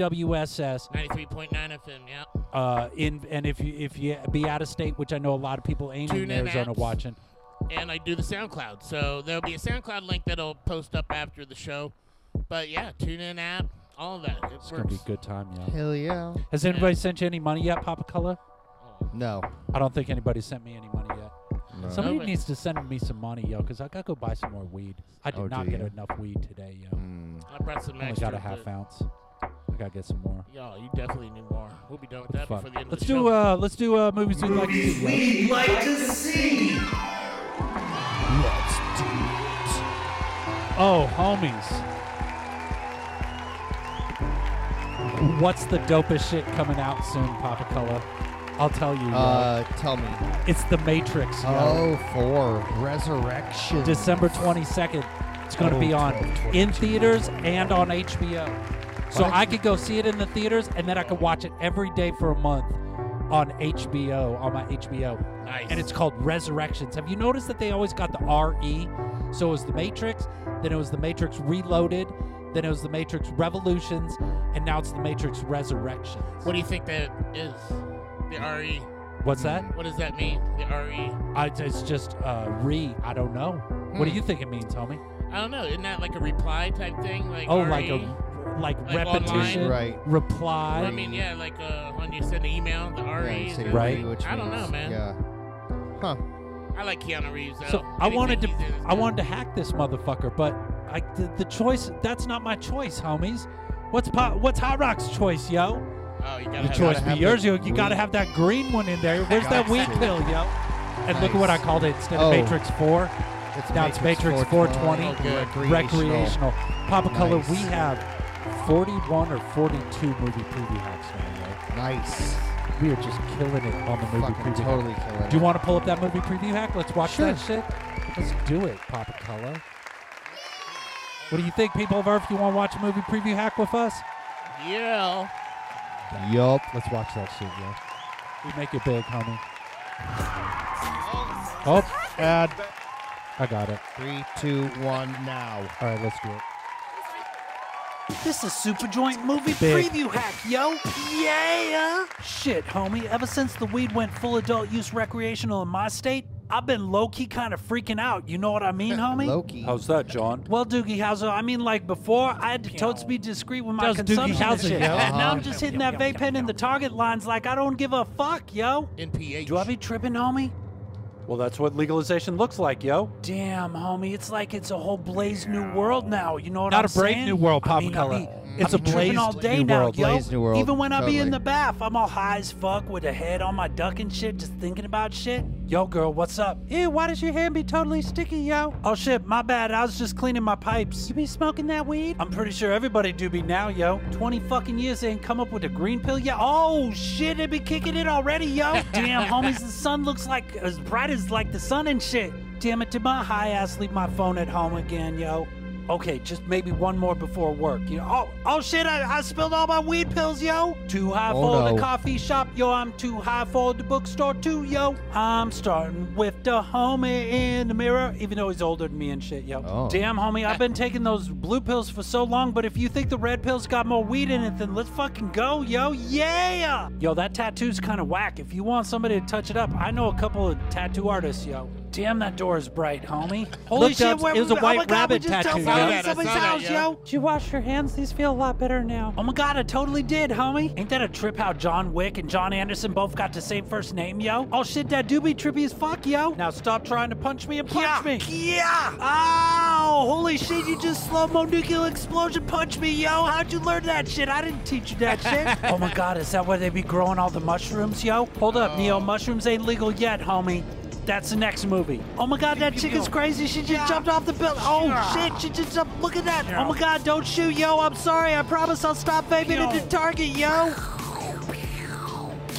[SPEAKER 2] KWSS.
[SPEAKER 3] Ninety-three point nine FM. Yeah.
[SPEAKER 2] Uh, in and if you if you be out of state, which I know a lot of people ain't in
[SPEAKER 3] Tune in
[SPEAKER 2] Arizona
[SPEAKER 3] apps.
[SPEAKER 2] watching.
[SPEAKER 3] and I do the SoundCloud. So there'll be a SoundCloud link that'll post up after the show. But yeah, tune in app, all of that. It works.
[SPEAKER 2] It's gonna be a good time, yo.
[SPEAKER 1] Hell yeah.
[SPEAKER 2] Has anybody sent you any money yet, Papa Color?
[SPEAKER 1] No.
[SPEAKER 2] I don't think anybody sent me any money yet.
[SPEAKER 1] No.
[SPEAKER 2] Somebody
[SPEAKER 3] Nobody.
[SPEAKER 2] needs to send me some money, yo, because I gotta go buy some more weed. I did
[SPEAKER 1] Oh,
[SPEAKER 2] not
[SPEAKER 1] do
[SPEAKER 2] get
[SPEAKER 1] you?
[SPEAKER 2] enough weed today, yo.
[SPEAKER 1] Mm.
[SPEAKER 3] I brought some
[SPEAKER 2] Only
[SPEAKER 3] extra.
[SPEAKER 2] got a half
[SPEAKER 3] but-
[SPEAKER 2] ounce. I gotta get some more.
[SPEAKER 3] Y'all, you definitely need more. We'll be done with that
[SPEAKER 2] Fuck.
[SPEAKER 3] before the end
[SPEAKER 2] Let's
[SPEAKER 3] of the show.
[SPEAKER 2] do uh, let's do uh, movies we like to see. yo.
[SPEAKER 1] Let's do it.
[SPEAKER 2] Oh, homies. What's the dopest shit coming out soon, Papa Color? I'll tell you. yo.
[SPEAKER 1] Uh, tell me.
[SPEAKER 2] it's The Matrix. yo.
[SPEAKER 1] Oh, for resurrection.
[SPEAKER 2] December 22nd. It's going to
[SPEAKER 3] Oh,
[SPEAKER 2] be on in theaters and on HBO. So
[SPEAKER 1] What?
[SPEAKER 2] I could go see it in the theaters and then I could watch it every day for a month on HBO, on my HBO.
[SPEAKER 3] Nice.
[SPEAKER 2] And it's called Resurrections. Have you noticed that they always got the RE? So it was The Matrix, then it was The Matrix Reloaded, then it was The Matrix Revolutions, and now it's The Matrix Resurrections.
[SPEAKER 3] What do you think that is? The RE.
[SPEAKER 2] What's that?
[SPEAKER 3] What does that mean? The E. RE.
[SPEAKER 2] I, it's just uh, re. I don't know. What
[SPEAKER 3] Hmm.
[SPEAKER 2] do you think it means, homie?
[SPEAKER 3] I don't know. Isn't that like a reply type thing? Like
[SPEAKER 2] Oh,
[SPEAKER 3] RE?
[SPEAKER 2] like a like,
[SPEAKER 3] Like online?
[SPEAKER 2] repetition,
[SPEAKER 1] Right.
[SPEAKER 2] reply.
[SPEAKER 3] I mean, yeah, like uh, when you send an email, the RE.
[SPEAKER 1] Yeah, you
[SPEAKER 3] is
[SPEAKER 1] say
[SPEAKER 3] the-
[SPEAKER 2] Right.
[SPEAKER 1] read, which
[SPEAKER 3] I don't
[SPEAKER 1] means-
[SPEAKER 3] know, man.
[SPEAKER 1] Yeah. Huh.
[SPEAKER 3] I like Keanu Reeves. Though.
[SPEAKER 2] so I
[SPEAKER 3] Anything
[SPEAKER 2] wanted to
[SPEAKER 3] he's in is
[SPEAKER 2] I
[SPEAKER 3] good.
[SPEAKER 2] wanted to hack this motherfucker, but I the, the choice that's not my choice, homies. What's pop, what's Hot Rock's choice, yo?
[SPEAKER 3] Oh, you gotta
[SPEAKER 2] The
[SPEAKER 3] have
[SPEAKER 2] choice
[SPEAKER 1] gotta
[SPEAKER 2] be
[SPEAKER 1] have
[SPEAKER 2] yours,
[SPEAKER 1] the
[SPEAKER 2] yo. You gotta
[SPEAKER 1] weed.
[SPEAKER 2] have that green one in there. Where's that
[SPEAKER 1] Gotcha.
[SPEAKER 2] weed pill, yo? And look at what I
[SPEAKER 1] Nice.
[SPEAKER 2] called it instead
[SPEAKER 1] Oh.
[SPEAKER 2] of Matrix Four.
[SPEAKER 1] It's
[SPEAKER 2] Now it's Matrix 420. Recreational. Papa Color, we
[SPEAKER 1] Oh, Nice.
[SPEAKER 2] have 41 or 42 movie preview hacks now,
[SPEAKER 1] Nice.
[SPEAKER 2] yo. We are just killing it on the movie
[SPEAKER 1] Fucking
[SPEAKER 2] preview hacks.
[SPEAKER 1] totally killing
[SPEAKER 2] Do you
[SPEAKER 1] it.
[SPEAKER 2] want to pull up that movie preview hack? Let's watch
[SPEAKER 1] Sure.
[SPEAKER 2] that shit. Let's do it, Papa Color. What do you think, people of Earth? You want to watch a movie preview hack with us?
[SPEAKER 3] Yeah.
[SPEAKER 1] Yup.
[SPEAKER 2] Let's watch that shit, yo. We make it big, homie. Oh, ad. I got it.
[SPEAKER 1] Three, two, one, now.
[SPEAKER 2] All right, let's do it.
[SPEAKER 6] This is Super Joint Movie
[SPEAKER 2] Big.
[SPEAKER 6] Preview Hack, yo! Yeah! Shit, homie, ever since the weed went full adult use recreational in my state, I've been low key kind of freaking out. You know what I mean, homie?
[SPEAKER 1] Loki.
[SPEAKER 2] that, John?
[SPEAKER 6] Well, Doogie Howser, I mean, like before, I had to totes be discreet with my
[SPEAKER 2] That was Doogie
[SPEAKER 6] consumption and
[SPEAKER 2] Howser,
[SPEAKER 6] shit.
[SPEAKER 2] yo. Uh-huh.
[SPEAKER 6] Now I'm just hitting that vape pen in the target lines like I don't give a fuck, yo.
[SPEAKER 3] NPH.
[SPEAKER 6] Do I be tripping, homie?
[SPEAKER 2] Well, that's what legalization looks like, yo.
[SPEAKER 6] Damn, homie, it's like it's a whole blaze new world now. You know what
[SPEAKER 2] Not
[SPEAKER 6] I'm
[SPEAKER 2] a brave
[SPEAKER 6] saying?
[SPEAKER 2] new world,
[SPEAKER 6] I
[SPEAKER 2] Papa
[SPEAKER 6] mean, I
[SPEAKER 2] Color.
[SPEAKER 6] mean,
[SPEAKER 2] It's
[SPEAKER 6] I'm
[SPEAKER 2] a
[SPEAKER 6] tripping
[SPEAKER 2] blaze
[SPEAKER 6] all day
[SPEAKER 1] new
[SPEAKER 6] now,
[SPEAKER 1] world,
[SPEAKER 6] yo.
[SPEAKER 1] blaze new world,
[SPEAKER 6] Even when I be in
[SPEAKER 1] totally.
[SPEAKER 6] the bath, I'm all high as fuck with a head on my duck and shit, just thinking about shit. Yo, girl, what's up? Ew, why does your hand be totally sticky, yo? Oh shit, my bad. I was just cleaning my pipes. You be smoking that weed? I'm pretty sure everybody do be now, yo. 20 fucking years they ain't come up with a green pill yet. Oh shit, they be kicking it already, yo. Damn, homies, the sun looks like as bright as like the sun and shit. Damn it, did my high ass leave my phone at home again, yo? Okay, just maybe one more before work. You know, oh, oh shit, I, I spilled all my weed pills, yo. Too high
[SPEAKER 1] Oh,
[SPEAKER 6] for
[SPEAKER 1] no.
[SPEAKER 6] the coffee shop, yo. I'm too high for the bookstore, too, yo. I'm starting with the homie in the mirror, even though he's older than me and shit, yo.
[SPEAKER 1] Oh.
[SPEAKER 6] Damn, homie, I've been taking those blue pills for so long, but if you think the red pill's got more weed in it, then let's fucking go, yo. Yeah! Yo, that tattoo's kind of whack. If you want somebody to touch it up, I know a couple of tattoo artists, yo. Damn, that door is bright, homie. Holy
[SPEAKER 2] Looked
[SPEAKER 6] shit,
[SPEAKER 2] up,
[SPEAKER 6] where
[SPEAKER 2] it was a
[SPEAKER 6] oh my
[SPEAKER 2] white
[SPEAKER 6] God, we
[SPEAKER 2] rabbid
[SPEAKER 6] just
[SPEAKER 2] tattoo,
[SPEAKER 6] telephoned
[SPEAKER 2] yo.
[SPEAKER 6] to
[SPEAKER 3] I saw
[SPEAKER 6] somebody's
[SPEAKER 3] that, I
[SPEAKER 6] house,
[SPEAKER 3] saw that,
[SPEAKER 6] yo. Did you wash your hands? These feel a lot better now. Oh my god, I totally did, homie. Ain't that a trip how John Wick and John Anderson both got the same first name, yo? Oh shit, that do be trippy as fuck, yo. Now stop trying to punch me and punch me. Yeah! Ow! Holy shit, you just slow-mo nuclear explosion punch me, yo. How'd you learn that shit? I didn't teach you that shit. oh my god, is that where they be growing all the mushrooms, yo? Hold up, Neo, mushrooms ain't legal yet, homie. That's the next movie. Oh my god, that chicken's crazy. She just jumped off the building. Oh shit, she just jumped. Look at that. Oh my god, don't shoot, yo. I'm sorry. I promise I'll stop vaping at the target, yo.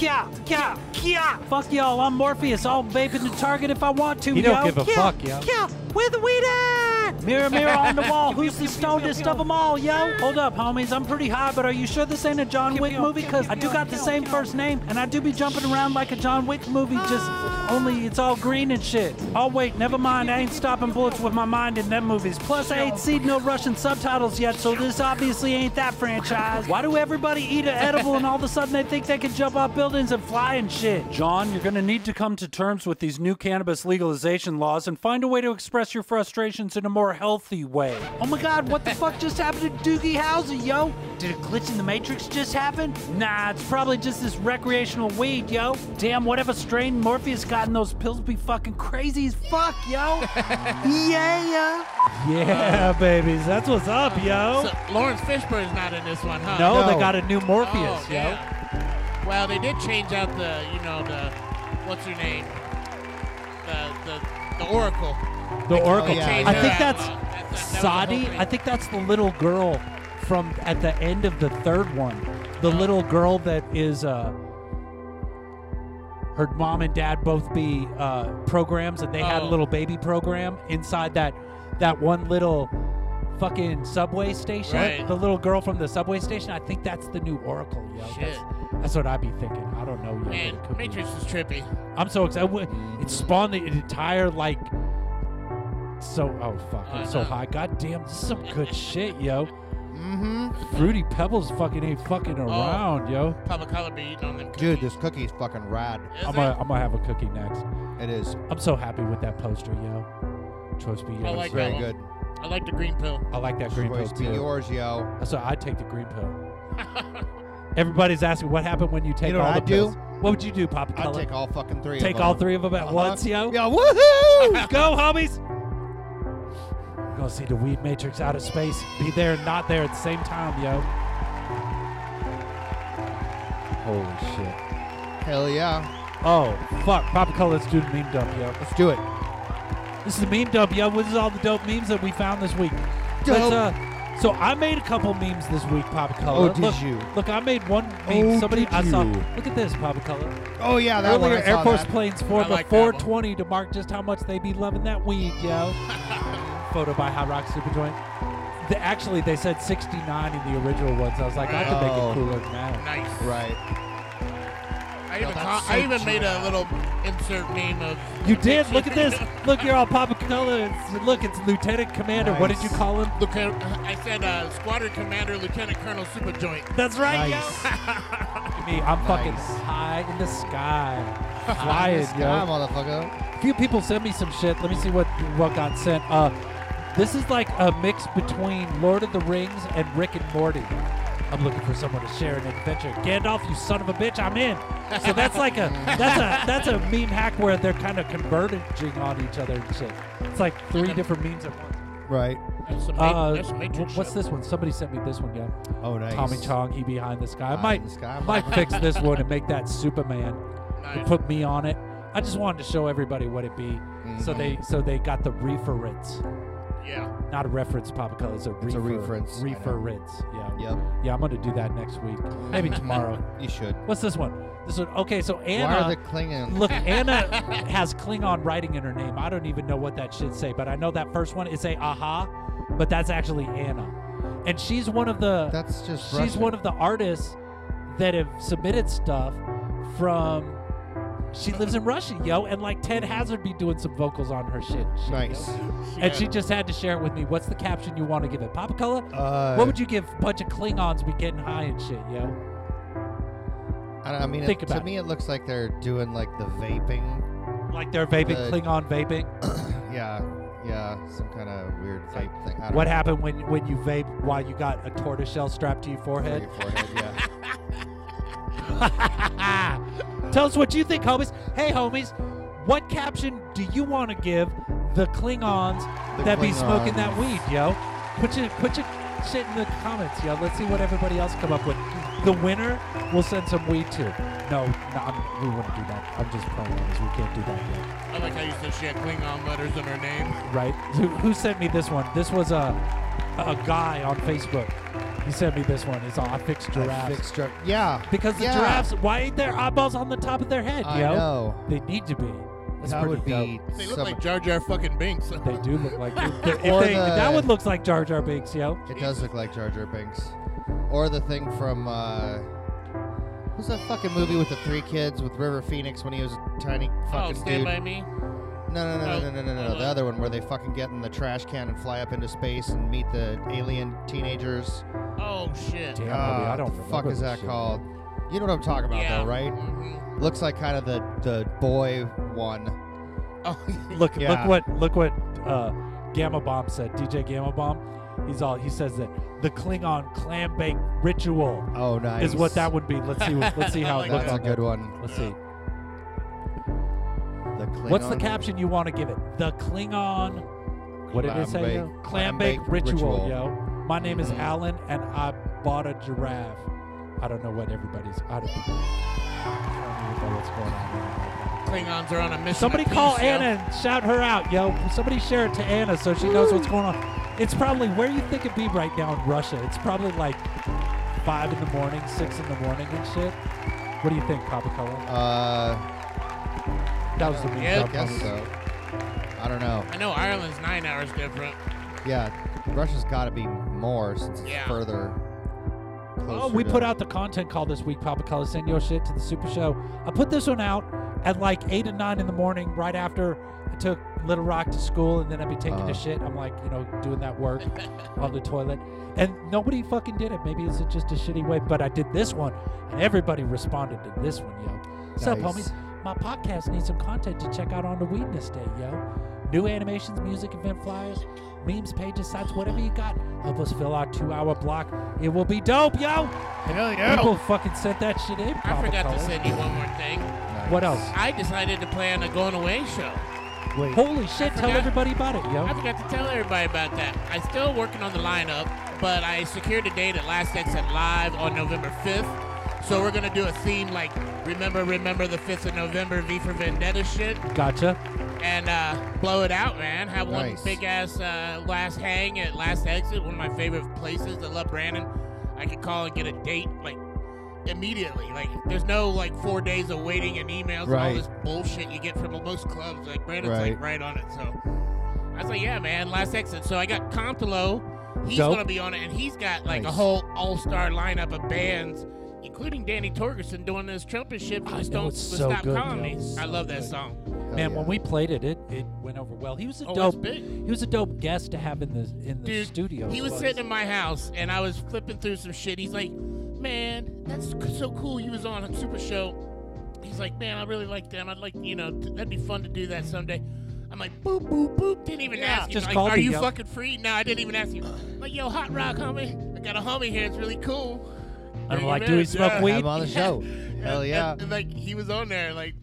[SPEAKER 6] Yeah, yeah, yeah. Fuck y'all, I'm Morpheus. I'll vape in the target if I want to,
[SPEAKER 2] He
[SPEAKER 6] yo.
[SPEAKER 2] don't give a
[SPEAKER 6] Yeah,
[SPEAKER 2] fuck, yo.
[SPEAKER 6] Yeah, where the weed at?
[SPEAKER 2] Mirror, mirror on the wall, who's the stonedest of them all, yo? Hold up, homies, I'm pretty high, but are you sure this ain't a John Wick movie? Because I do got the same first name, and I do be jumping around like a John Wick movie, just only it's all green and shit. Oh, wait, never mind, I ain't stopping bullets with my mind in them movies. Plus, I ain't seen no Russian subtitles yet, so this obviously ain't that franchise. Why do everybody eat an edible and all of a sudden they think they can jump off buildings and fly and shit? John, you're gonna need to come to terms with these new cannabis legalization laws and find a way to express your frustrations in a more healthy way. Oh my god, what the fuck just happened to Doogie Howser, yo? Did a glitch in the Matrix just happen? Nah, it's probably just this recreational weed, yo. Damn, whatever strain Morpheus got in those pills be fucking crazy as fuck, yo. yeah. Yeah, babies, that's what's up, yo.
[SPEAKER 3] So, Lawrence Fishburne is not in this one, huh?
[SPEAKER 2] no, they
[SPEAKER 1] No.
[SPEAKER 2] got a new Morpheus,
[SPEAKER 3] Oh,
[SPEAKER 2] yo.
[SPEAKER 3] yeah. Well, they did change out the, you know, the, what's her name? The, the, the Oracle.
[SPEAKER 2] The
[SPEAKER 3] They-
[SPEAKER 2] Oracle.
[SPEAKER 3] they
[SPEAKER 1] yeah.
[SPEAKER 3] changed
[SPEAKER 2] I
[SPEAKER 3] her
[SPEAKER 2] think
[SPEAKER 3] out.
[SPEAKER 2] that's
[SPEAKER 3] Uh, that- that was the whole
[SPEAKER 2] Sadi.
[SPEAKER 3] thing.
[SPEAKER 2] I think that's the little girl from at the end of the third one. The
[SPEAKER 3] Oh.
[SPEAKER 2] little girl that is uh her mom and dad both be uh programs and they had a
[SPEAKER 3] Oh.
[SPEAKER 2] little baby program inside that that one little fucking subway station.
[SPEAKER 3] Right.
[SPEAKER 2] The little girl from the subway station. I think that's the new Oracle, yo.
[SPEAKER 3] Shit.
[SPEAKER 2] That's, that's what I'd be thinking. I don't know, yo. but it
[SPEAKER 3] Man,
[SPEAKER 2] could be.
[SPEAKER 3] Matrix is trippy.
[SPEAKER 2] I'm so excited. Wha- It spawned the entire like. So oh fuck, I'm so
[SPEAKER 3] Uh-huh.
[SPEAKER 2] high. God damn, this is some good shit, yo.
[SPEAKER 1] Mm-hmm.
[SPEAKER 2] Fruity Pebbles fucking ain't fucking
[SPEAKER 3] Oh,
[SPEAKER 2] around, yo.
[SPEAKER 3] Papa Color be eating on them cookies.
[SPEAKER 1] Dude, this cookie's fucking rad.
[SPEAKER 3] Is
[SPEAKER 2] I'm
[SPEAKER 3] it?
[SPEAKER 2] gonna, I'm gonna have a cookie next.
[SPEAKER 1] It is
[SPEAKER 2] I'm so happy with that poster, yo. Choice be yours.
[SPEAKER 3] like
[SPEAKER 2] yo.
[SPEAKER 3] that
[SPEAKER 1] very
[SPEAKER 3] one.
[SPEAKER 1] good.
[SPEAKER 3] I like the green pill.
[SPEAKER 2] I like that green pill
[SPEAKER 1] Choice be
[SPEAKER 2] too.
[SPEAKER 1] yours, yo.
[SPEAKER 2] So I take the green pill. Everybody's asking what happened when you take
[SPEAKER 1] know what
[SPEAKER 2] all the
[SPEAKER 1] I'd do?
[SPEAKER 2] pills. What would you do, Papa?
[SPEAKER 1] I'd
[SPEAKER 2] Color?
[SPEAKER 1] take all fucking three.
[SPEAKER 2] Take
[SPEAKER 1] of
[SPEAKER 2] all
[SPEAKER 1] them.
[SPEAKER 2] three of them at
[SPEAKER 1] Uh-huh.
[SPEAKER 2] once, yo.
[SPEAKER 1] Yeah, woohoo!
[SPEAKER 2] Go, homies! We're gonna see the Weed Matrix out of space. Be there and not there at the same time, yo. Holy shit.
[SPEAKER 1] Hell yeah!
[SPEAKER 2] Oh, fuck. Papa Color, let's do the meme dump, yo.
[SPEAKER 1] Let's do it.
[SPEAKER 2] This is the meme dump, yo. This is all the dope memes that we found this week. Let's,
[SPEAKER 1] Dope.
[SPEAKER 2] uh, so I made a couple memes this week, Papa Color.
[SPEAKER 1] Oh, did
[SPEAKER 2] look,
[SPEAKER 1] you?
[SPEAKER 2] Look, I made one meme.
[SPEAKER 1] Oh,
[SPEAKER 2] Somebody
[SPEAKER 1] did
[SPEAKER 2] I saw.
[SPEAKER 1] you?
[SPEAKER 2] Look at this, Papa Color.
[SPEAKER 1] Oh yeah, that one.
[SPEAKER 2] Earlier,
[SPEAKER 1] I saw
[SPEAKER 2] Air Force
[SPEAKER 1] that.
[SPEAKER 2] planes formed
[SPEAKER 3] I like
[SPEAKER 2] a
[SPEAKER 3] that one.
[SPEAKER 2] 420 to mark just how much they be loving that weed, yo. Photo by Hot Rock Superjoint. The, actually, they said 69 in the original ones. I was like, I could make
[SPEAKER 1] Oh.
[SPEAKER 2] it cooler than that.
[SPEAKER 3] Nice.
[SPEAKER 1] Right.
[SPEAKER 3] I even,
[SPEAKER 1] that's
[SPEAKER 3] co-
[SPEAKER 1] so
[SPEAKER 3] I even made a little insert meme of.
[SPEAKER 2] You did. Look at this. Look, you're all Papa Color. It's, look, it's Lieutenant Commander. What did you
[SPEAKER 1] Nice.
[SPEAKER 2] call him?
[SPEAKER 3] Lieutenant, I said uh, Squadron Commander Lieutenant Colonel Superjoint.
[SPEAKER 2] That's right,
[SPEAKER 1] Nice.
[SPEAKER 2] yo. Me, I'm fucking
[SPEAKER 1] Nice.
[SPEAKER 2] high in the sky,
[SPEAKER 1] Flying
[SPEAKER 2] flying,
[SPEAKER 1] sky,
[SPEAKER 2] yo.
[SPEAKER 1] motherfucker.
[SPEAKER 2] A few people sent me some shit. Let me see what what got sent. Uh, this is like a mix between Lord of the Rings and Rick and Morty. I'm looking for someone to share an adventure. Gandalf, you son of a bitch, I'm in. So that's like a that's a that's a meme hack where they're kind of converging on each other and shit. It's like three different memes at once.
[SPEAKER 1] Right.
[SPEAKER 3] That's some,
[SPEAKER 2] Uh,
[SPEAKER 3] that's some Matrix
[SPEAKER 2] wh- what's
[SPEAKER 3] shit.
[SPEAKER 2] this one? Somebody sent me this one, yeah.
[SPEAKER 1] Oh nice.
[SPEAKER 2] Tommy Chong, he behind this guy. I
[SPEAKER 1] Behind
[SPEAKER 2] might
[SPEAKER 1] this guy,
[SPEAKER 2] might
[SPEAKER 1] motherfucker.
[SPEAKER 2] fix this one and make that Superman
[SPEAKER 3] Nice.
[SPEAKER 2] put me on it. I just wanted to show everybody what it be. So they
[SPEAKER 1] Mm-hmm.
[SPEAKER 2] so they got the reference.
[SPEAKER 3] Yeah.
[SPEAKER 2] Not a reference, Papa Color. It's a refer,
[SPEAKER 1] It's a reference, I know.
[SPEAKER 2] Reference. Yeah.
[SPEAKER 1] Yep.
[SPEAKER 2] Yeah, I'm gonna do that next week. Maybe tomorrow.
[SPEAKER 1] You should.
[SPEAKER 2] What's this one? This one okay, so
[SPEAKER 1] Why are
[SPEAKER 2] Anna
[SPEAKER 1] they clinging?
[SPEAKER 2] Look, Anna has Klingon writing in her name. I don't even know what that should say, but I know that first one is a aha, but that's actually Anna. And she's one of the
[SPEAKER 1] That's just.
[SPEAKER 2] she's
[SPEAKER 1] Russian.
[SPEAKER 2] one of the artists that have submitted stuff from she lives in Russia, yo, and like Ted Hazard be doing some vocals on her shit. shit, yo.
[SPEAKER 1] Nice.
[SPEAKER 2] And she just had to share it with me. What's the caption you want to give it? Papa Color?
[SPEAKER 1] Uh,
[SPEAKER 2] what would you give a bunch of Klingons be getting high and shit, yo?
[SPEAKER 1] I, I mean,
[SPEAKER 2] think
[SPEAKER 1] it, to
[SPEAKER 2] about
[SPEAKER 1] me, it looks like they're doing like the vaping.
[SPEAKER 2] Like they're vaping,
[SPEAKER 1] Uh,
[SPEAKER 2] Klingon vaping.
[SPEAKER 1] Yeah, yeah, some kind of weird vape thing. I don't
[SPEAKER 2] What
[SPEAKER 1] know.
[SPEAKER 2] happened when when you vape while you got a tortoiseshell strapped to your
[SPEAKER 1] Over
[SPEAKER 2] forehead?
[SPEAKER 1] your forehead, yeah.
[SPEAKER 2] Tell us what you think, homies. Hey, homies, what caption do you want to give the Klingons
[SPEAKER 1] The
[SPEAKER 2] that be smoking
[SPEAKER 1] Klingons.
[SPEAKER 2] that weed, yo? Put your put your shit in the comments, yo. Let's see what everybody else come up with. The winner will send some weed to. No, no, I'm, we wouldn't do that. I'm just playing. homies. We can't do that yet.
[SPEAKER 3] I like how you said she had Klingon letters in her name.
[SPEAKER 2] right? Who, who sent me this one? This was a a guy on Facebook. He sent me this one. It's on I fixed
[SPEAKER 1] I
[SPEAKER 2] giraffes
[SPEAKER 1] fixed gir- yeah.
[SPEAKER 2] because the
[SPEAKER 1] yeah,
[SPEAKER 2] giraffes. Why ain't their eyeballs on the top of their head,
[SPEAKER 1] I
[SPEAKER 2] yo?
[SPEAKER 1] know.
[SPEAKER 2] They need to be. That's
[SPEAKER 1] that
[SPEAKER 2] pretty
[SPEAKER 1] would be
[SPEAKER 3] They look
[SPEAKER 1] some,
[SPEAKER 3] like Jar Jar fucking Binks.
[SPEAKER 2] They do look like they,
[SPEAKER 1] Or
[SPEAKER 2] they-
[SPEAKER 1] the-
[SPEAKER 2] that one looks like Jar Jar Binks, yo.
[SPEAKER 1] It does look like Jar Jar Binks, or the thing from uh, what's that fucking movie with the three kids with River Phoenix when he was a tiny
[SPEAKER 3] oh,
[SPEAKER 1] fucking
[SPEAKER 3] stand
[SPEAKER 1] dude?
[SPEAKER 3] by me.
[SPEAKER 1] No, no, no,
[SPEAKER 3] Oh,
[SPEAKER 1] no, no, no, no, no.
[SPEAKER 3] uh,
[SPEAKER 1] The other one where they fucking get in the trash can and fly up into space and meet the alien teenagers.
[SPEAKER 3] Oh shit.
[SPEAKER 2] Damn, homie,
[SPEAKER 1] Ah,
[SPEAKER 2] I don't
[SPEAKER 1] the
[SPEAKER 2] remember
[SPEAKER 1] fuck is
[SPEAKER 2] this
[SPEAKER 1] that
[SPEAKER 2] shit.
[SPEAKER 1] called? You know what I'm talking about,
[SPEAKER 3] yeah.
[SPEAKER 1] though, right?
[SPEAKER 3] Mhm.
[SPEAKER 1] Looks like kind of the the boy one.
[SPEAKER 3] Oh,
[SPEAKER 2] Look,
[SPEAKER 1] Yeah.
[SPEAKER 2] look what look what uh, Gamma Bomb said. DJ Gamma Bomb. He's all he says that the Klingon clam bake ritual
[SPEAKER 1] Oh, nice.
[SPEAKER 2] is what that would be. Let's see. Let's see how
[SPEAKER 3] I
[SPEAKER 2] it
[SPEAKER 3] like
[SPEAKER 2] looks
[SPEAKER 1] That's a
[SPEAKER 2] on
[SPEAKER 1] good
[SPEAKER 2] there.
[SPEAKER 1] one.
[SPEAKER 2] Let's see.
[SPEAKER 1] The
[SPEAKER 2] What's the
[SPEAKER 1] Klingon
[SPEAKER 2] caption you want to give it? The Klingon. What did it
[SPEAKER 1] Clam
[SPEAKER 2] say?
[SPEAKER 1] bake-
[SPEAKER 2] yo? Clam
[SPEAKER 1] clam
[SPEAKER 2] bake
[SPEAKER 1] bake
[SPEAKER 2] ritual,
[SPEAKER 1] ritual.
[SPEAKER 2] yo. My name is
[SPEAKER 1] Mhm.
[SPEAKER 2] Alan, and I bought a giraffe. I don't know what everybody's. I don't, I don't even know what's going on. Right now.
[SPEAKER 3] Klingons are on a mission.
[SPEAKER 2] Somebody
[SPEAKER 3] of
[SPEAKER 2] call
[SPEAKER 3] peace, yo.
[SPEAKER 2] Anna and shout her out, yo. Somebody share it to Anna so she knows what's going on. It's probably where you think it'd be right now in Russia. It's probably like five in the morning, six in the morning and shit. What do you think, Papa Color?
[SPEAKER 1] Uh,
[SPEAKER 2] That was the mean
[SPEAKER 3] Yeah,
[SPEAKER 1] I
[SPEAKER 2] dumb
[SPEAKER 1] guess
[SPEAKER 2] homie.
[SPEAKER 1] so. I don't know.
[SPEAKER 3] I know Ireland's nine hours different.
[SPEAKER 1] Yeah, Russia's got to be more since it's
[SPEAKER 3] Yeah.
[SPEAKER 1] further.
[SPEAKER 2] Oh,
[SPEAKER 1] closer
[SPEAKER 2] we
[SPEAKER 1] to-
[SPEAKER 2] put out the content call this week, Papa Color. Send your shit to the Super Show. I put this one out at like eight and nine in the morning, right after I took Little Rock to school, and then I'd be taking
[SPEAKER 1] Uh-huh.
[SPEAKER 2] a shit. I'm like, you know, doing that work on the toilet, and nobody fucking did it. Maybe it's just a shitty way, but I did this one, and everybody responded to this one, yo. What's up,
[SPEAKER 1] Nice.
[SPEAKER 2] homies? My podcast needs some content to check out on the Weedness Day, yo. New animations, music, event flyers, memes, pages, sites, whatever you got. Help us fill our two-hour block. It will be dope, yo.
[SPEAKER 3] Hell
[SPEAKER 2] People fucking sent that shit in.
[SPEAKER 3] I
[SPEAKER 2] Papa
[SPEAKER 3] forgot to
[SPEAKER 2] Color.
[SPEAKER 3] send you one more thing.
[SPEAKER 1] Nice.
[SPEAKER 2] What else?
[SPEAKER 3] I decided to plan a going away show.
[SPEAKER 1] Wait,
[SPEAKER 2] Holy shit! Tell
[SPEAKER 3] forgot.
[SPEAKER 2] everybody about it, yo.
[SPEAKER 3] I forgot to tell everybody about that. I'm still working on the lineup, but I secured a date at Last Exit Live on November 5th. So we're gonna do a theme like "Remember, Remember the 5th of November" V for Vendetta shit,
[SPEAKER 2] Gotcha.
[SPEAKER 3] and uh, blow it out, man. Have
[SPEAKER 1] Nice.
[SPEAKER 3] one big ass uh, last hang at Last Exit, one of my favorite places. I love Brandon. I could call and get a date like immediately. Like there's no like four days of waiting and emails and all
[SPEAKER 1] Right.
[SPEAKER 3] this bullshit you get from most clubs. Like Brandon's
[SPEAKER 1] Right.
[SPEAKER 3] like right on it. So I was like, yeah, man, Last Exit. So I got Comptolo. He's
[SPEAKER 2] Dope.
[SPEAKER 3] gonna be on it, and he's got like a
[SPEAKER 1] Nice.
[SPEAKER 3] whole all-star lineup of bands. Including Danny Torgerson doing this trumpet shit
[SPEAKER 2] I
[SPEAKER 3] from
[SPEAKER 2] know,
[SPEAKER 3] Stone
[SPEAKER 2] it's so
[SPEAKER 3] Stop
[SPEAKER 2] good,
[SPEAKER 3] Comedy.
[SPEAKER 2] yo. It's
[SPEAKER 3] I
[SPEAKER 2] so
[SPEAKER 3] love that
[SPEAKER 2] good.
[SPEAKER 3] song.
[SPEAKER 1] hell
[SPEAKER 2] Man,
[SPEAKER 1] yeah.
[SPEAKER 2] when we played it, it it went over well. He was a
[SPEAKER 3] Oh, that's
[SPEAKER 2] dope.
[SPEAKER 3] big.
[SPEAKER 2] He was a dope guest to have in the in the
[SPEAKER 3] Dude,
[SPEAKER 2] studio.
[SPEAKER 3] He was
[SPEAKER 2] but-
[SPEAKER 3] sitting in my house, and I was flipping through some shit. He's like, "Man, that's c- so cool." He was on a super show. He's like, "Man, I really like them. I'd like, you know, t- that'd be fun to do that someday." I'm like, "Boop, boop, boop." Didn't even
[SPEAKER 2] Yeah,
[SPEAKER 3] ask. you.
[SPEAKER 2] just
[SPEAKER 3] like,
[SPEAKER 2] called
[SPEAKER 3] are
[SPEAKER 2] me,
[SPEAKER 3] you
[SPEAKER 2] yo.
[SPEAKER 3] fucking free? No, I didn't even ask you. I'm like, yo, hot rock, homie. I got a homie here. It's really cool.
[SPEAKER 2] And I'm
[SPEAKER 3] Yeah,
[SPEAKER 2] like,
[SPEAKER 3] you
[SPEAKER 2] do we
[SPEAKER 3] did,
[SPEAKER 2] smoke
[SPEAKER 3] yeah.
[SPEAKER 1] Have
[SPEAKER 2] weed?
[SPEAKER 1] him on the show. Hell
[SPEAKER 3] And-
[SPEAKER 1] yeah.
[SPEAKER 3] and- and, like he was on there like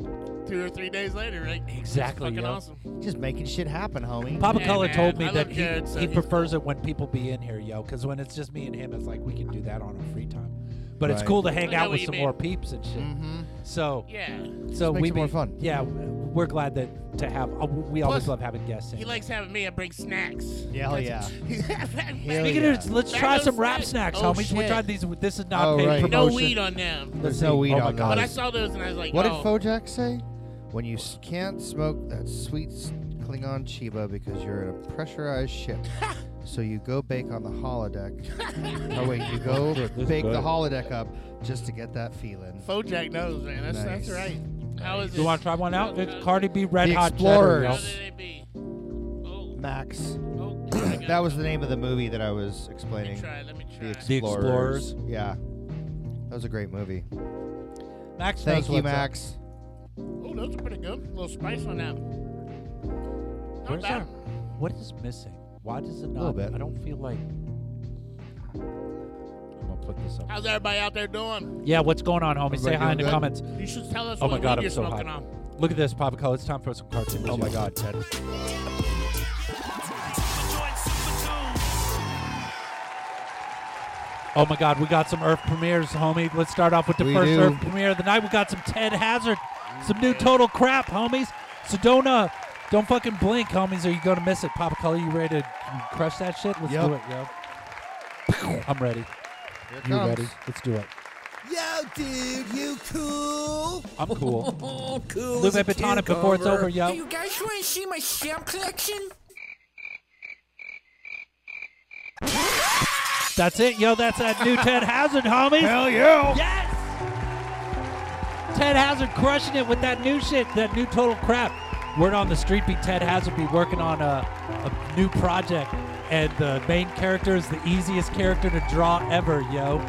[SPEAKER 3] two or three days later. Like it's
[SPEAKER 2] Exactly,
[SPEAKER 3] Fucking
[SPEAKER 2] yo.
[SPEAKER 3] awesome.
[SPEAKER 1] Just making shit happen, homie.
[SPEAKER 2] Papa
[SPEAKER 3] Hey,
[SPEAKER 2] Color
[SPEAKER 3] man,
[SPEAKER 2] told me
[SPEAKER 3] I
[SPEAKER 2] that
[SPEAKER 3] love
[SPEAKER 2] he,
[SPEAKER 3] Jared, so
[SPEAKER 2] he
[SPEAKER 3] he's
[SPEAKER 2] prefers it when people be in here, yo. Because when it's just me and him, it's like we can do that on our free time. But it's
[SPEAKER 1] Right.
[SPEAKER 2] cool to hang
[SPEAKER 3] I know
[SPEAKER 2] out
[SPEAKER 3] what
[SPEAKER 2] with
[SPEAKER 3] you
[SPEAKER 2] some
[SPEAKER 3] mean.
[SPEAKER 2] more peeps and shit.
[SPEAKER 1] Mm-hmm.
[SPEAKER 2] So,
[SPEAKER 3] Yeah.
[SPEAKER 2] so
[SPEAKER 1] makes
[SPEAKER 2] we
[SPEAKER 1] it more
[SPEAKER 2] be-
[SPEAKER 1] fun.
[SPEAKER 2] Yeah, we're glad that to have. Uh, we always
[SPEAKER 3] Plus,
[SPEAKER 2] love having guests. In.
[SPEAKER 3] He likes having me. I bring snacks.
[SPEAKER 1] Yeah, hell yeah. Hell
[SPEAKER 2] Speaking
[SPEAKER 1] yeah.
[SPEAKER 2] of, let's
[SPEAKER 3] Back
[SPEAKER 2] try
[SPEAKER 3] those
[SPEAKER 2] some rap
[SPEAKER 3] snacks.
[SPEAKER 2] snacks,
[SPEAKER 3] Oh,
[SPEAKER 2] homies. We
[SPEAKER 3] shit.
[SPEAKER 2] tried these. This is not
[SPEAKER 1] Oh,
[SPEAKER 2] paid
[SPEAKER 1] right.
[SPEAKER 3] No
[SPEAKER 2] promotion.
[SPEAKER 3] weed on them.
[SPEAKER 1] There's
[SPEAKER 2] see.
[SPEAKER 1] no weed
[SPEAKER 2] Oh
[SPEAKER 1] on
[SPEAKER 2] my
[SPEAKER 1] those.
[SPEAKER 2] God.
[SPEAKER 3] But I saw those and I was like,
[SPEAKER 1] What did
[SPEAKER 3] oh,
[SPEAKER 1] Bojack say? When you s- can't smoke that sweet s- Klingon Chiba because you're in a pressurized ship. so you go bake on the holodeck. oh, wait, you go
[SPEAKER 2] this is
[SPEAKER 1] bake the
[SPEAKER 2] better.
[SPEAKER 1] holodeck up just to get that feeling.
[SPEAKER 3] Bojack knows, man. That's, that's
[SPEAKER 1] Nice.
[SPEAKER 3] right. How is Uh,
[SPEAKER 2] You want to try one out? It's Cardi B Red
[SPEAKER 1] The
[SPEAKER 2] Hot Cheddar, yo.
[SPEAKER 3] How
[SPEAKER 1] Explorers.
[SPEAKER 3] did it be? Oh,
[SPEAKER 1] Max.
[SPEAKER 3] oh,
[SPEAKER 1] That was the name of the movie that I was explaining.
[SPEAKER 3] Let me try. Let me
[SPEAKER 1] The
[SPEAKER 3] try.
[SPEAKER 1] Explorers.
[SPEAKER 2] The Explorers.
[SPEAKER 1] Yeah. That was a great movie.
[SPEAKER 2] Max knows
[SPEAKER 1] Thank you,
[SPEAKER 2] what's up.
[SPEAKER 1] Max.
[SPEAKER 3] Oh, those are pretty good. A little spice on that. Not
[SPEAKER 2] Where's
[SPEAKER 3] bad.
[SPEAKER 2] our, what is missing? Why does it not?
[SPEAKER 1] Little bit.
[SPEAKER 2] I don't feel like. I'm gonna put this up.
[SPEAKER 3] How's everybody out there doing?
[SPEAKER 2] Yeah, what's going on, homie? Say
[SPEAKER 1] Everybody
[SPEAKER 2] hi in the
[SPEAKER 1] doing good?
[SPEAKER 2] comments.
[SPEAKER 3] You should tell us
[SPEAKER 2] Oh
[SPEAKER 3] what
[SPEAKER 2] my God,
[SPEAKER 3] weed
[SPEAKER 2] I'm
[SPEAKER 3] you're
[SPEAKER 2] so
[SPEAKER 3] smoking
[SPEAKER 2] hot.
[SPEAKER 3] on.
[SPEAKER 2] Look at this, Papa Cole. It's time for some cartoons.
[SPEAKER 1] Oh, my God, Ted.
[SPEAKER 2] Oh my God, we got some Earth premieres, homie. Let's start off with the
[SPEAKER 1] We
[SPEAKER 2] first
[SPEAKER 1] do.
[SPEAKER 2] Earth premiere of the night. We got some Ted Hazard, some new total crap, homies. So don't uh, don't fucking blink, homies, or you're gonna miss it. Papa Cole, you ready to crush that shit? Let's
[SPEAKER 1] Yep.
[SPEAKER 2] do it, yo. I'm ready.
[SPEAKER 1] Here it
[SPEAKER 2] You
[SPEAKER 1] comes.
[SPEAKER 2] ready? Let's do it.
[SPEAKER 7] Yo, dude, you cool?
[SPEAKER 2] I'm cool.
[SPEAKER 7] cool.
[SPEAKER 2] Lupe Batana before it's over, yo.
[SPEAKER 7] guys want to see my stamp collection?
[SPEAKER 2] That's it, yo. That's that new Ted Hazard, homies. Hell yeah. Yes. Ted Hazard crushing it with that new shit, that new total crap. Word on the street be Ted Hazard be working on a, a new project, and the main character is the easiest character to draw ever, yo.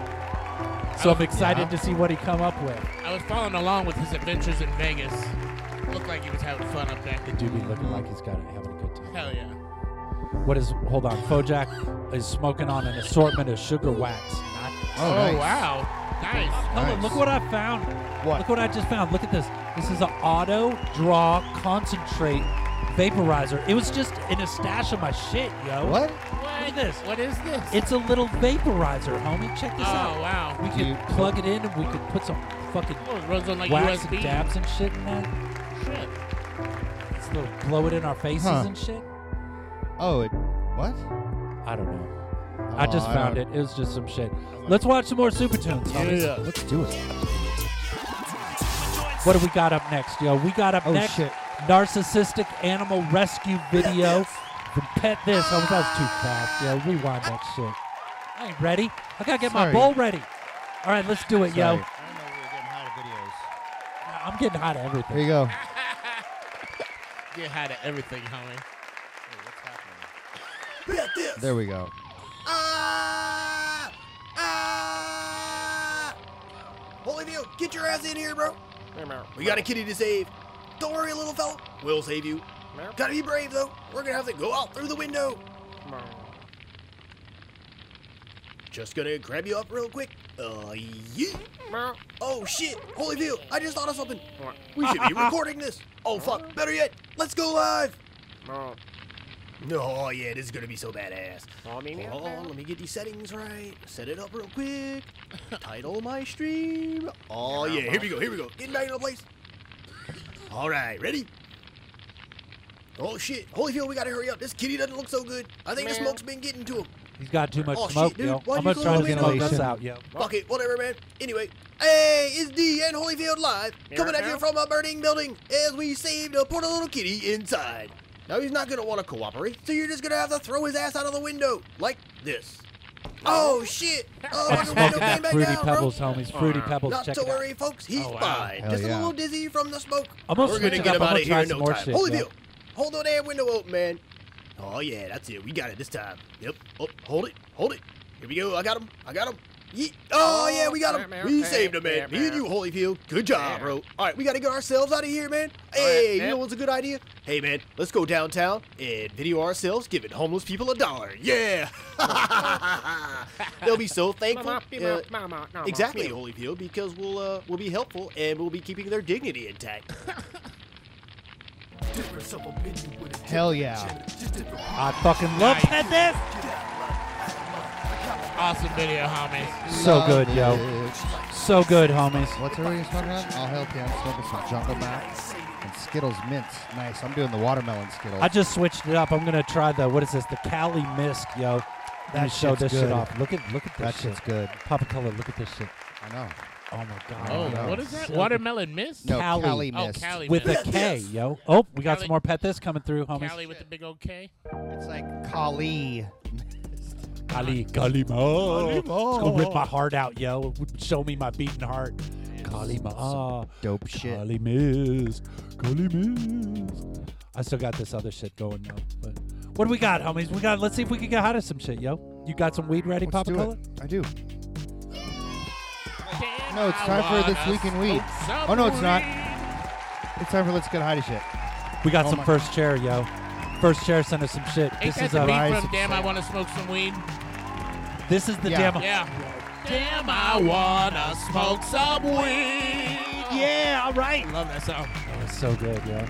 [SPEAKER 2] So I'm excited to see what he come up with.
[SPEAKER 3] I was following along with his adventures in Vegas. Looked like he was having fun up there.
[SPEAKER 2] It do be looking like he's got it, having a good time.
[SPEAKER 3] Hell yeah.
[SPEAKER 2] What is? Hold on, Kojak is smoking on an assortment of sugar wax.
[SPEAKER 1] Oh, nice.
[SPEAKER 3] wow. Nice.
[SPEAKER 2] Hold on,
[SPEAKER 1] Nice.
[SPEAKER 2] look what I found.
[SPEAKER 1] What?
[SPEAKER 2] Look what I just found. Look at this. This is an auto draw concentrate vaporizer. It was just in a stash of my shit, yo.
[SPEAKER 1] What?
[SPEAKER 2] Look at this.
[SPEAKER 3] What is this?
[SPEAKER 2] It's a little vaporizer, homie. Check
[SPEAKER 3] oh,
[SPEAKER 2] this out.
[SPEAKER 3] wow.
[SPEAKER 2] We could
[SPEAKER 1] You-
[SPEAKER 2] plug it in and we could put some fucking
[SPEAKER 3] Oh, it runs on like
[SPEAKER 2] wax
[SPEAKER 3] USB.
[SPEAKER 2] and dabs and shit in there.
[SPEAKER 3] Shit.
[SPEAKER 2] Just little blow it in our faces
[SPEAKER 1] Huh.
[SPEAKER 2] and shit.
[SPEAKER 1] Oh, it. What?
[SPEAKER 2] I don't know. I just
[SPEAKER 1] Oh,
[SPEAKER 2] found
[SPEAKER 1] don't-
[SPEAKER 2] it. It was just some shit. Let's watch some more Super Tunes, homies.
[SPEAKER 1] Let's do it.
[SPEAKER 2] What do we got up next, yo? We got up
[SPEAKER 1] Oh,
[SPEAKER 2] next
[SPEAKER 1] shit.
[SPEAKER 2] narcissistic animal rescue video from Pet This. Oh, that was too fast, yo. Rewind that shit. I ain't ready. I gotta get
[SPEAKER 1] Sorry.
[SPEAKER 2] my bowl ready. All right, let's do it, yo.
[SPEAKER 1] Sorry.
[SPEAKER 2] I'm getting hot of everything.
[SPEAKER 1] Here you go.
[SPEAKER 3] Get high to everything, homie.
[SPEAKER 1] There we go.
[SPEAKER 7] Ah! Ah! Holy View, get your ass in here, bro. We got a kitty to save. Don't worry, little fella. We'll save you. Gotta be brave, though. We're gonna have to go out through the window. Just gonna grab you up real quick. Uh, yeah. Oh, shit. Holy View, I just thought of something. We should be recording this. Oh, fuck. Better yet, let's go live. No, Oh, yeah, this is gonna be so badass. Hold on, let me get these settings right. Set it up real quick. Title my stream. Oh yeah, here we go, here we go. Getting back in the place. All right, ready? Oh shit, Holyfield, we gotta hurry up. This kitty doesn't look so good. I think the smoke's been getting to him.
[SPEAKER 2] He's got too much
[SPEAKER 7] Oh, shit,
[SPEAKER 2] smoke,
[SPEAKER 7] dude.
[SPEAKER 2] yo.
[SPEAKER 7] Why'd
[SPEAKER 2] I'm
[SPEAKER 7] you
[SPEAKER 2] gonna
[SPEAKER 7] go
[SPEAKER 2] try
[SPEAKER 7] all
[SPEAKER 2] to
[SPEAKER 7] the way
[SPEAKER 2] smoke
[SPEAKER 1] down?
[SPEAKER 2] us out, yo.
[SPEAKER 7] Fuck it, whatever, man. Anyway, hey, it's D and Holyfield live, coming at you from a burning building as we saved a poor little kitty inside. Now he's not gonna want to cooperate, so you're just gonna have to throw his ass out of the window like this. Oh shit! Oh,
[SPEAKER 2] I'm
[SPEAKER 7] the
[SPEAKER 2] smoking
[SPEAKER 7] window came
[SPEAKER 2] that
[SPEAKER 7] back
[SPEAKER 2] Fruity
[SPEAKER 7] down, bro.
[SPEAKER 2] Pebbles, homies. Fruity Pebbles,
[SPEAKER 7] Not
[SPEAKER 2] check
[SPEAKER 7] to
[SPEAKER 2] it out. Oh,
[SPEAKER 7] worry, folks. He's
[SPEAKER 3] wow.
[SPEAKER 7] fine.
[SPEAKER 1] Hell
[SPEAKER 7] Just a
[SPEAKER 1] yeah.
[SPEAKER 7] little dizzy from the smoke.
[SPEAKER 2] I'm gonna
[SPEAKER 7] We're
[SPEAKER 2] switch
[SPEAKER 7] gonna
[SPEAKER 2] it
[SPEAKER 7] get
[SPEAKER 2] up.
[SPEAKER 7] him out
[SPEAKER 2] I'm gonna
[SPEAKER 7] of
[SPEAKER 2] try
[SPEAKER 7] here in
[SPEAKER 2] some
[SPEAKER 7] no
[SPEAKER 2] more
[SPEAKER 7] time.
[SPEAKER 2] shit,
[SPEAKER 7] Holy
[SPEAKER 2] yo.
[SPEAKER 7] deal. Hold on that window open, man. Oh yeah, that's it. We got it this time. Yep. Oh, hold it. Hold it. Here we go. I got him. I got him. Ye- oh, yeah, we got him. We saved him, man. Me and you, Holyfield. Good job, bro. All right, we got to get ourselves out of here, man. Hey, you know what's a good idea? Hey, man, let's go downtown and video ourselves giving homeless people a dollar. Yeah. They'll be so thankful. uh, Exactly, Holyfield, because we'll uh, we'll be helpful and we'll be keeping their dignity intact.
[SPEAKER 1] Hell yeah.
[SPEAKER 2] I fucking love
[SPEAKER 3] Nice.
[SPEAKER 2] Pet This.
[SPEAKER 3] Awesome video, homie.
[SPEAKER 2] So good, yo.
[SPEAKER 1] Love it.
[SPEAKER 2] So good, homies.
[SPEAKER 1] What's everybody smoking on? I'll help you. I'm smoking some Jungle Max and Skittles mints. Nice. I'm doing the watermelon Skittles.
[SPEAKER 2] I just switched it up. I'm gonna try the what is this? The Cali Mist, yo. Let me
[SPEAKER 1] That
[SPEAKER 2] show
[SPEAKER 1] shit's
[SPEAKER 2] this shit
[SPEAKER 1] good.
[SPEAKER 2] off. Look at look at this
[SPEAKER 1] that
[SPEAKER 2] shit.
[SPEAKER 1] shit's good.
[SPEAKER 2] Papa Color, look at this shit.
[SPEAKER 1] I know.
[SPEAKER 2] Oh my god.
[SPEAKER 3] Oh,
[SPEAKER 1] no.
[SPEAKER 3] what is that?
[SPEAKER 2] So-
[SPEAKER 3] Watermelon mist?
[SPEAKER 1] No,
[SPEAKER 2] Cali.
[SPEAKER 1] Cali
[SPEAKER 3] Oh,
[SPEAKER 1] mist.
[SPEAKER 3] Cali
[SPEAKER 2] With a
[SPEAKER 3] mist.
[SPEAKER 2] K, yo. Oh, we got
[SPEAKER 3] Cali-
[SPEAKER 2] some more pet this coming through, homies.
[SPEAKER 3] Cali with the big old K.
[SPEAKER 1] It's like Kali.
[SPEAKER 2] Cali, Cali, Mo. It's gonna rip my heart out, yo. Show me my beating heart. Cali, Ma.
[SPEAKER 1] Dope shit.
[SPEAKER 2] Cali Mist. Cali Mist. I still got this other shit going, though. But what do we got, homies? We got. Let's see if we can get hot of some shit, yo. You got some weed ready,
[SPEAKER 1] Let's
[SPEAKER 2] Papa
[SPEAKER 1] do
[SPEAKER 2] Color?
[SPEAKER 1] it. I do. No, it's time for This Week in Weed. Oh, no, it's not. It's time for Let's Get High to Shit.
[SPEAKER 2] We got
[SPEAKER 1] Oh
[SPEAKER 2] some
[SPEAKER 1] my-
[SPEAKER 2] first chair, yo. First chair sent us some shit.
[SPEAKER 3] Ain't
[SPEAKER 2] this
[SPEAKER 3] that
[SPEAKER 2] is
[SPEAKER 3] the
[SPEAKER 2] a
[SPEAKER 3] beat
[SPEAKER 1] Rise
[SPEAKER 3] from
[SPEAKER 1] of
[SPEAKER 3] Damn I
[SPEAKER 1] Sam.
[SPEAKER 3] Wanna Smoke Some Weed?
[SPEAKER 2] this is the
[SPEAKER 1] Yeah.
[SPEAKER 2] demo.
[SPEAKER 3] Yeah. Damn I Wanna Smoke Some Weed.
[SPEAKER 2] Yeah, all right.
[SPEAKER 3] Love that song.
[SPEAKER 2] That was Oh, so good, yo.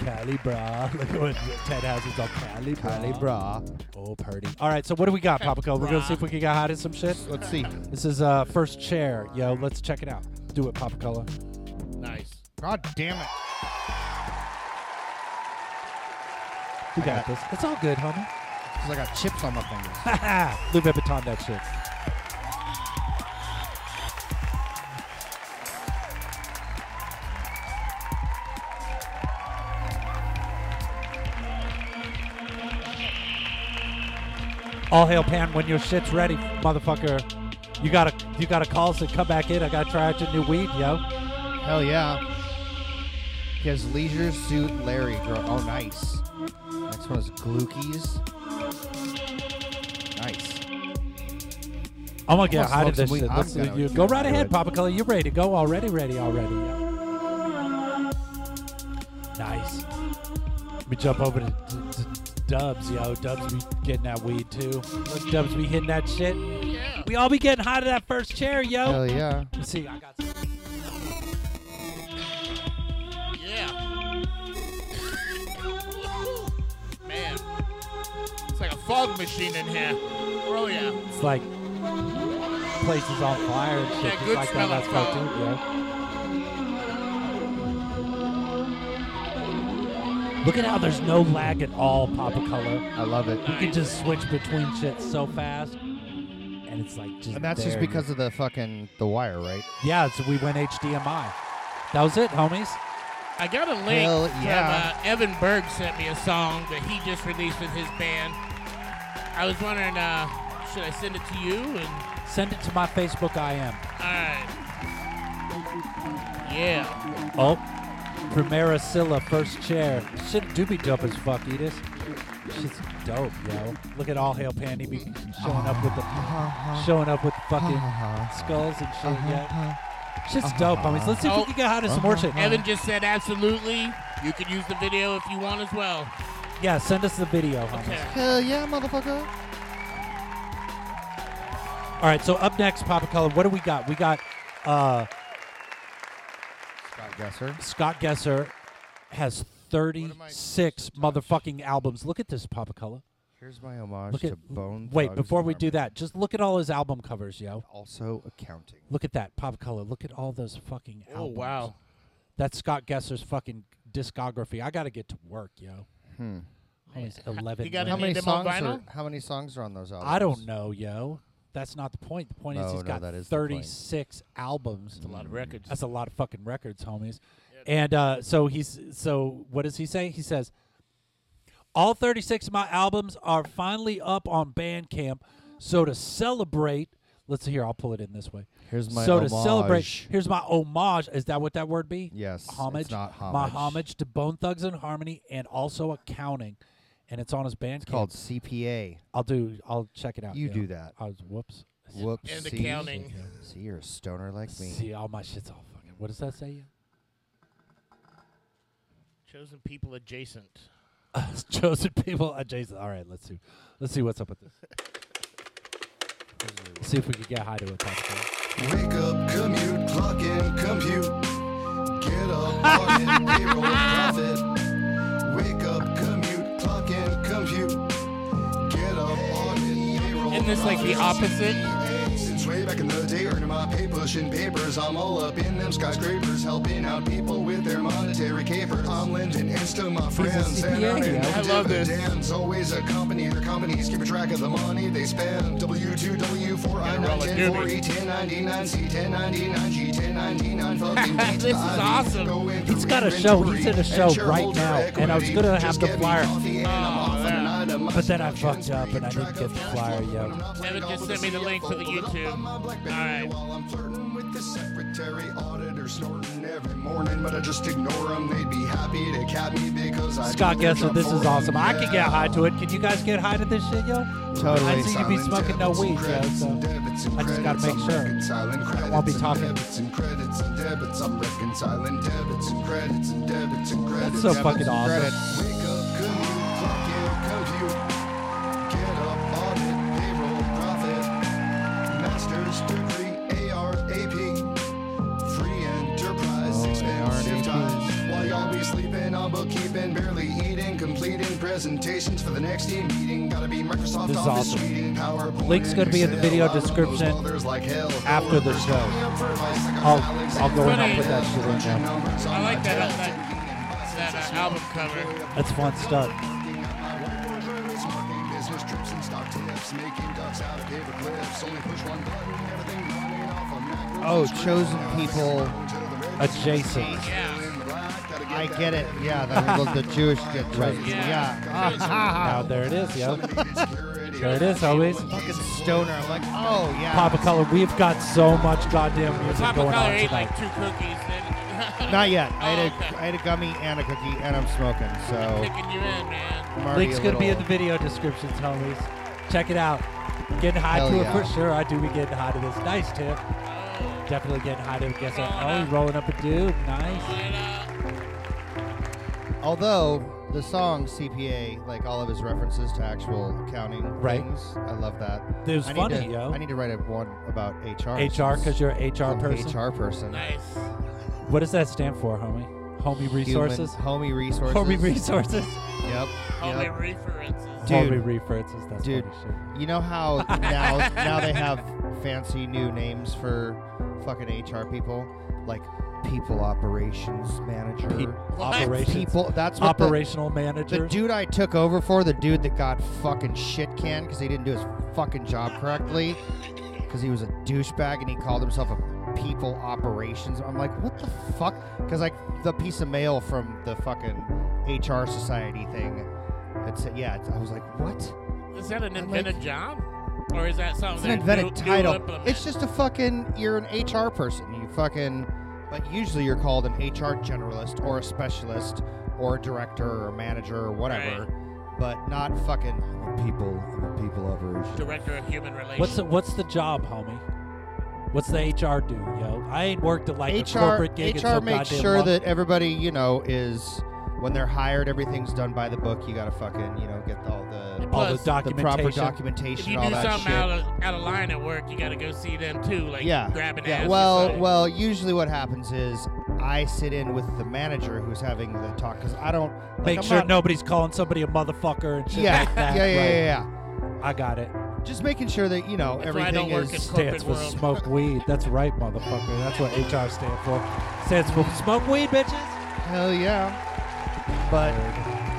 [SPEAKER 2] Cali bra. Look at what Ted has. It's all Cali bra.
[SPEAKER 1] Kali bra.
[SPEAKER 2] Oh, Purdy. All right, so what do we got, Papa Cole? We're going to
[SPEAKER 3] Bra.
[SPEAKER 2] see if we can get hot at some shit.
[SPEAKER 1] Let's see.
[SPEAKER 2] This is uh first chair, yo. Let's check it out. Do it, Papa Cola.
[SPEAKER 3] Nice.
[SPEAKER 1] God damn it.
[SPEAKER 2] We got this. It's all good, homie.
[SPEAKER 1] 'Cause I got chips on my fingers.
[SPEAKER 2] Lupe Baton that shit. All hail Pan when your shit's ready, motherfucker. You gotta you gotta call us and come back in. I gotta try out your new weed, yo.
[SPEAKER 1] Hell yeah. He has Leisure Suit Larry. Girl. Oh, nice. Next one is Glookies. Nice.
[SPEAKER 2] I'm gonna get
[SPEAKER 1] gonna
[SPEAKER 2] high
[SPEAKER 1] smoke some
[SPEAKER 2] to this
[SPEAKER 1] weed.
[SPEAKER 2] shit.
[SPEAKER 1] I'm
[SPEAKER 2] This is-
[SPEAKER 1] gonna
[SPEAKER 2] you-
[SPEAKER 1] get
[SPEAKER 2] go right
[SPEAKER 1] high.
[SPEAKER 2] ahead, Papa Color. You're ready to go already, ready, already. Yo. Nice. We jump over to, to, to Dubs, yo. Dubs be getting that weed too. Let Dubs be hitting that shit. We all be getting high to that first chair, yo.
[SPEAKER 1] Hell yeah.
[SPEAKER 2] Let's see, I got some.
[SPEAKER 3] Yeah. Man. It's like a fog machine in here. Oh, yeah.
[SPEAKER 2] It's like places on fire and shit,
[SPEAKER 3] Yeah,
[SPEAKER 2] just
[SPEAKER 3] good
[SPEAKER 2] like that
[SPEAKER 3] smell of
[SPEAKER 2] last cartoon, yo. Look at how there's no lag at all, Papa Color.
[SPEAKER 1] I love it.
[SPEAKER 2] You can just switch between shit so fast, and it's like just.
[SPEAKER 1] And that's just
[SPEAKER 2] there.
[SPEAKER 1] because of the fucking the wire, right?
[SPEAKER 2] Yeah, so we went HDMI. That was it, homies.
[SPEAKER 3] I got a link
[SPEAKER 1] Hell
[SPEAKER 3] from
[SPEAKER 1] yeah.
[SPEAKER 3] uh, Evan Berg sent me a song that he just released with his band. I was wondering, uh, should I send it to you? And
[SPEAKER 2] Send it to my Facebook. I am.
[SPEAKER 3] all right, yeah,
[SPEAKER 2] Oh, Primera Silla, first chair. Shit do be dope as fuck, Edis. Shit's dope, yo. Look at all hail Pandy be showing up with the showing up with the fucking skulls and shit. Yeah. Shit's dope, homies. Let's see if we
[SPEAKER 3] Oh. Uh-huh.
[SPEAKER 2] can get out of some more shit.
[SPEAKER 3] Evan just said absolutely. You could use the video if you want as well.
[SPEAKER 2] Yeah, send us the video, homies.
[SPEAKER 3] Okay.
[SPEAKER 1] Hell yeah, motherfucker.
[SPEAKER 2] All right, so up next, Papa Color, what do we got? We got uh
[SPEAKER 1] Scott Gesser.
[SPEAKER 2] Scott Gesser has 36 motherfucking albums. Look at this, Papa Color.
[SPEAKER 1] Here's my homage
[SPEAKER 2] Look
[SPEAKER 1] to
[SPEAKER 2] at.
[SPEAKER 1] Bone
[SPEAKER 2] Wait,
[SPEAKER 1] Thugs
[SPEAKER 2] before we do
[SPEAKER 1] Harmony.
[SPEAKER 2] that, just look at all his album covers, yo.
[SPEAKER 1] Also accounting.
[SPEAKER 2] Look at that, Pop Color. Look at all those fucking
[SPEAKER 3] Oh
[SPEAKER 2] albums.
[SPEAKER 3] wow,
[SPEAKER 2] That's Scott Gesser's fucking discography. I got to get to work, yo.
[SPEAKER 1] Hmm.
[SPEAKER 2] Homies, 11.
[SPEAKER 3] You gotta
[SPEAKER 1] How
[SPEAKER 3] need
[SPEAKER 2] records.
[SPEAKER 1] many
[SPEAKER 3] them on
[SPEAKER 1] songs are
[SPEAKER 3] vinyl?
[SPEAKER 1] how many songs are on those albums?
[SPEAKER 2] I don't know, yo. That's not the point. The point is
[SPEAKER 1] No,
[SPEAKER 2] he's
[SPEAKER 1] no,
[SPEAKER 2] got
[SPEAKER 1] that is the point. Mm.
[SPEAKER 2] 36 albums.
[SPEAKER 3] a lot of records.
[SPEAKER 2] That's a lot of fucking records, homies. And uh, so he's so what does he say? He says, "All 36 of my albums are finally up on Bandcamp. So to celebrate, let's hear. I'll pull it in this way.
[SPEAKER 1] Here's my
[SPEAKER 2] so to celebrate.
[SPEAKER 1] homage.
[SPEAKER 2] Here's my homage. Is that what that word be?
[SPEAKER 1] Yes, it's
[SPEAKER 2] homage.
[SPEAKER 1] not
[SPEAKER 2] My
[SPEAKER 1] homage.
[SPEAKER 2] homage to Bone Thugs and Harmony, and also accounting. And it's on his Bandcamp.
[SPEAKER 1] It's called CPA.
[SPEAKER 2] I'll do. I'll check it out.
[SPEAKER 1] You
[SPEAKER 2] yo.
[SPEAKER 1] do that.
[SPEAKER 2] I was whoops.
[SPEAKER 1] Whoops.
[SPEAKER 3] And
[SPEAKER 1] see?
[SPEAKER 3] accounting.
[SPEAKER 1] See, you're a stoner like me.
[SPEAKER 2] See, all my shit's all fucking. What does that say? yo?
[SPEAKER 3] Chosen people adjacent.
[SPEAKER 2] chosen people adjacent. All right, let's see. Let's see what's up with this. see if we can get high to it. Papa.
[SPEAKER 8] Wake up, commute, clock in, compute. Get up, log in, payroll, profit. Wake up, commute, clock in, compute. Get up, log in, payroll,
[SPEAKER 3] Isn't this like the
[SPEAKER 8] profit.
[SPEAKER 3] opposite?
[SPEAKER 8] Since way back in the day, earning my pay pushing papers. I'm all up in them skyscrapers, helping out people with their monetary capers. I'm lending insta to my friends. and
[SPEAKER 2] CPA,
[SPEAKER 8] earning
[SPEAKER 2] yo.
[SPEAKER 8] them
[SPEAKER 3] I love this.
[SPEAKER 8] dividends. Always accompany their companies, keeping track of the money they spend. W2, W4, I
[SPEAKER 3] roll
[SPEAKER 8] 9,
[SPEAKER 3] a
[SPEAKER 8] 10, 4,
[SPEAKER 3] doobie.
[SPEAKER 8] E, 1099, C, 1099, G, 1099, fucking D,
[SPEAKER 3] This is
[SPEAKER 8] I,
[SPEAKER 3] awesome.
[SPEAKER 8] go in
[SPEAKER 2] He's
[SPEAKER 8] through
[SPEAKER 2] got a show.
[SPEAKER 8] inventory
[SPEAKER 2] He's in a
[SPEAKER 8] and
[SPEAKER 2] show right
[SPEAKER 8] shareholder
[SPEAKER 2] now, and I was
[SPEAKER 8] equity.
[SPEAKER 2] gonna have
[SPEAKER 8] Just
[SPEAKER 2] the
[SPEAKER 8] get me
[SPEAKER 2] flyer.
[SPEAKER 8] coffee and I'm off on an item.
[SPEAKER 2] But then I fucked up and I didn't get the flyer yet.
[SPEAKER 3] Evan just sent me the link for the YouTube.
[SPEAKER 8] Alright. While I'm flirting with the secretary, auditor snorting every morning, but I just ignore them. They'd be happy to cap me because I
[SPEAKER 2] Scott
[SPEAKER 8] do their
[SPEAKER 2] Gessler,
[SPEAKER 8] job
[SPEAKER 2] this
[SPEAKER 8] for
[SPEAKER 2] is
[SPEAKER 8] 'em,
[SPEAKER 2] awesome. I can get
[SPEAKER 8] yeah.
[SPEAKER 2] high to it. Can you guys get high to this shit, yo?
[SPEAKER 1] Totally.
[SPEAKER 2] I see you be
[SPEAKER 8] Silent
[SPEAKER 2] smoking no
[SPEAKER 8] debits and
[SPEAKER 2] weed, yo.
[SPEAKER 8] credits
[SPEAKER 2] So
[SPEAKER 8] and debits and
[SPEAKER 2] I just gotta
[SPEAKER 8] credits,
[SPEAKER 2] make
[SPEAKER 8] I'm
[SPEAKER 2] sure.
[SPEAKER 8] reconciling
[SPEAKER 2] I won't be
[SPEAKER 8] credits and
[SPEAKER 2] talking.
[SPEAKER 8] Debits and credits and debits. I'm reconciling debits and credits and debits and
[SPEAKER 2] That's
[SPEAKER 8] credits.
[SPEAKER 2] so
[SPEAKER 8] debits
[SPEAKER 2] fucking
[SPEAKER 8] and
[SPEAKER 2] awesome.
[SPEAKER 8] credits. Wake up, commute, clock in, compute. Get up, audit, payroll, profit. Master's degree, AR, AP. Free enterprise,
[SPEAKER 1] Oh,
[SPEAKER 8] expensive
[SPEAKER 1] AR/AP.
[SPEAKER 8] ties. While y'all be sleeping, I'm bookkeeping, barely eating, completing presentations for the next team meeting. Gotta be Microsoft
[SPEAKER 2] This is
[SPEAKER 8] Office
[SPEAKER 2] awesome.
[SPEAKER 8] suite, PowerPoint,
[SPEAKER 2] Link's gonna be in the
[SPEAKER 8] Excel.
[SPEAKER 2] video
[SPEAKER 8] I run those
[SPEAKER 2] description
[SPEAKER 8] mothers like hell.
[SPEAKER 2] after the
[SPEAKER 8] Coworkers
[SPEAKER 2] show.
[SPEAKER 8] call me up for advice like a
[SPEAKER 2] I'll
[SPEAKER 8] Alex
[SPEAKER 2] I'll go in. I'll
[SPEAKER 3] Funny.
[SPEAKER 2] put that shit in now.
[SPEAKER 8] numbers on
[SPEAKER 3] I like
[SPEAKER 8] my
[SPEAKER 3] that
[SPEAKER 8] desk.
[SPEAKER 3] that, that uh, album cover.
[SPEAKER 2] That's fun stuff.
[SPEAKER 8] Looking at my whiteboard learners, marking business trips and stock tips, making ducks out of paper clips. Only push one button, everything running off a macro.
[SPEAKER 1] Oh, chosen people.
[SPEAKER 2] Adjacent.
[SPEAKER 3] Yeah,
[SPEAKER 1] I get it. Yeah, that was the Jewish get chosen.
[SPEAKER 3] Yeah.
[SPEAKER 1] Yeah. Ah, ha, ha.
[SPEAKER 2] Now there it is, yo. There it is, homies.
[SPEAKER 1] Fucking stoner. I'm like, oh yeah.
[SPEAKER 2] Papa Color, we've got so much goddamn music
[SPEAKER 3] Papa
[SPEAKER 2] going
[SPEAKER 3] Color
[SPEAKER 2] on
[SPEAKER 3] ate
[SPEAKER 2] tonight.
[SPEAKER 3] like two cookies. Then
[SPEAKER 1] Not yet. I
[SPEAKER 3] Oh,
[SPEAKER 1] had a,
[SPEAKER 3] okay.
[SPEAKER 1] I had a gummy and a cookie, and I'm smoking. So
[SPEAKER 3] kicking you in, man.
[SPEAKER 1] I'm already
[SPEAKER 2] Link's
[SPEAKER 1] a
[SPEAKER 2] gonna be in
[SPEAKER 1] little-
[SPEAKER 2] the video descriptions, homies. Check it out. Getting high
[SPEAKER 1] Hell
[SPEAKER 2] to
[SPEAKER 1] yeah.
[SPEAKER 2] it for sure. I do be getting high to this. Nice tip.
[SPEAKER 3] Oh,
[SPEAKER 2] Definitely getting high to it. Guess
[SPEAKER 3] Rolling
[SPEAKER 2] I'm
[SPEAKER 3] up.
[SPEAKER 2] oh, rolling up a dude. Nice.
[SPEAKER 3] light up.
[SPEAKER 1] Although the song CPA, like all of his references to actual accounting
[SPEAKER 2] Right.
[SPEAKER 1] things, I love that.
[SPEAKER 2] It was
[SPEAKER 1] I need
[SPEAKER 2] funny,
[SPEAKER 1] to-
[SPEAKER 2] yo.
[SPEAKER 1] I need to write a one about HR.
[SPEAKER 2] HR, because you're an HR
[SPEAKER 1] I'm an
[SPEAKER 2] person.
[SPEAKER 1] HR person.
[SPEAKER 3] Nice.
[SPEAKER 2] What does that stand for, homie? Homie
[SPEAKER 1] Human-
[SPEAKER 2] resources.
[SPEAKER 1] homie resources.
[SPEAKER 2] Homie resources.
[SPEAKER 1] Yep.
[SPEAKER 3] All
[SPEAKER 1] yep.
[SPEAKER 3] my references.
[SPEAKER 1] Dude.
[SPEAKER 2] Homie references. That's
[SPEAKER 1] Dude.
[SPEAKER 2] funny shit.
[SPEAKER 1] You know how now now they have fancy new names for fucking HR people, like people operations manager.
[SPEAKER 2] Pe-
[SPEAKER 3] What?
[SPEAKER 2] operations.
[SPEAKER 1] people. That's what the-
[SPEAKER 2] Operational
[SPEAKER 1] The,
[SPEAKER 2] manager.
[SPEAKER 1] dude I took over for, the dude that got fucking shit canned because he didn't do his fucking job correctly, because he was a douchebag and he called himself a people operations. I'm like, what the fuck? Because like the piece of mail from the fucking HR society thing. It's, yeah, it's- I was like, what?
[SPEAKER 3] Is that an
[SPEAKER 1] I like-
[SPEAKER 3] invented job? Or is that something
[SPEAKER 1] It's an
[SPEAKER 3] they're
[SPEAKER 1] invented
[SPEAKER 3] new- new
[SPEAKER 1] title.
[SPEAKER 3] implement?
[SPEAKER 1] It's just a fucking. You're an HR person. You fucking. But usually you're called an HR generalist or a specialist or a director or a manager or whatever. But not fucking. I'm a people. I'm a people operation.
[SPEAKER 3] Director of Human Relations.
[SPEAKER 2] What's the What's the job, homie? What's the HR do, yo? I ain't worked at like a
[SPEAKER 1] HR
[SPEAKER 2] corporate gig. in
[SPEAKER 1] HR
[SPEAKER 2] some
[SPEAKER 1] makes
[SPEAKER 2] goddamn
[SPEAKER 1] sure
[SPEAKER 2] long-
[SPEAKER 1] that everybody you know is when they're hired. Everything's done by the book. You gotta fucking you know get all the
[SPEAKER 2] all the
[SPEAKER 3] Plus,
[SPEAKER 1] the
[SPEAKER 2] documentation.
[SPEAKER 1] proper
[SPEAKER 3] if
[SPEAKER 1] documentation.
[SPEAKER 3] you
[SPEAKER 1] all
[SPEAKER 3] do
[SPEAKER 1] that
[SPEAKER 3] something
[SPEAKER 1] shit.
[SPEAKER 3] out of, out of line at work, you got to go see them too. Like
[SPEAKER 1] yeah.
[SPEAKER 3] grabbing
[SPEAKER 1] yeah.
[SPEAKER 3] ass. or
[SPEAKER 1] Well,
[SPEAKER 3] something.
[SPEAKER 1] well, usually what happens is I sit in with the manager who's having the talk because I don't like,
[SPEAKER 2] Make
[SPEAKER 1] I'm
[SPEAKER 2] sure
[SPEAKER 1] not-
[SPEAKER 2] nobody's calling somebody a motherfucker and shit
[SPEAKER 1] Yeah,
[SPEAKER 2] like that.
[SPEAKER 1] yeah, yeah,
[SPEAKER 2] right?
[SPEAKER 1] yeah,
[SPEAKER 2] I got it.
[SPEAKER 1] yeah. Just making sure that you know
[SPEAKER 3] That's why I
[SPEAKER 1] everything
[SPEAKER 3] don't work
[SPEAKER 1] is.
[SPEAKER 3] in- Corporate
[SPEAKER 2] Stands for
[SPEAKER 3] world.
[SPEAKER 2] smoke weed. That's right, motherfucker. That's what HR stands for. Stands for smoke weed, bitches.
[SPEAKER 1] Hell yeah. But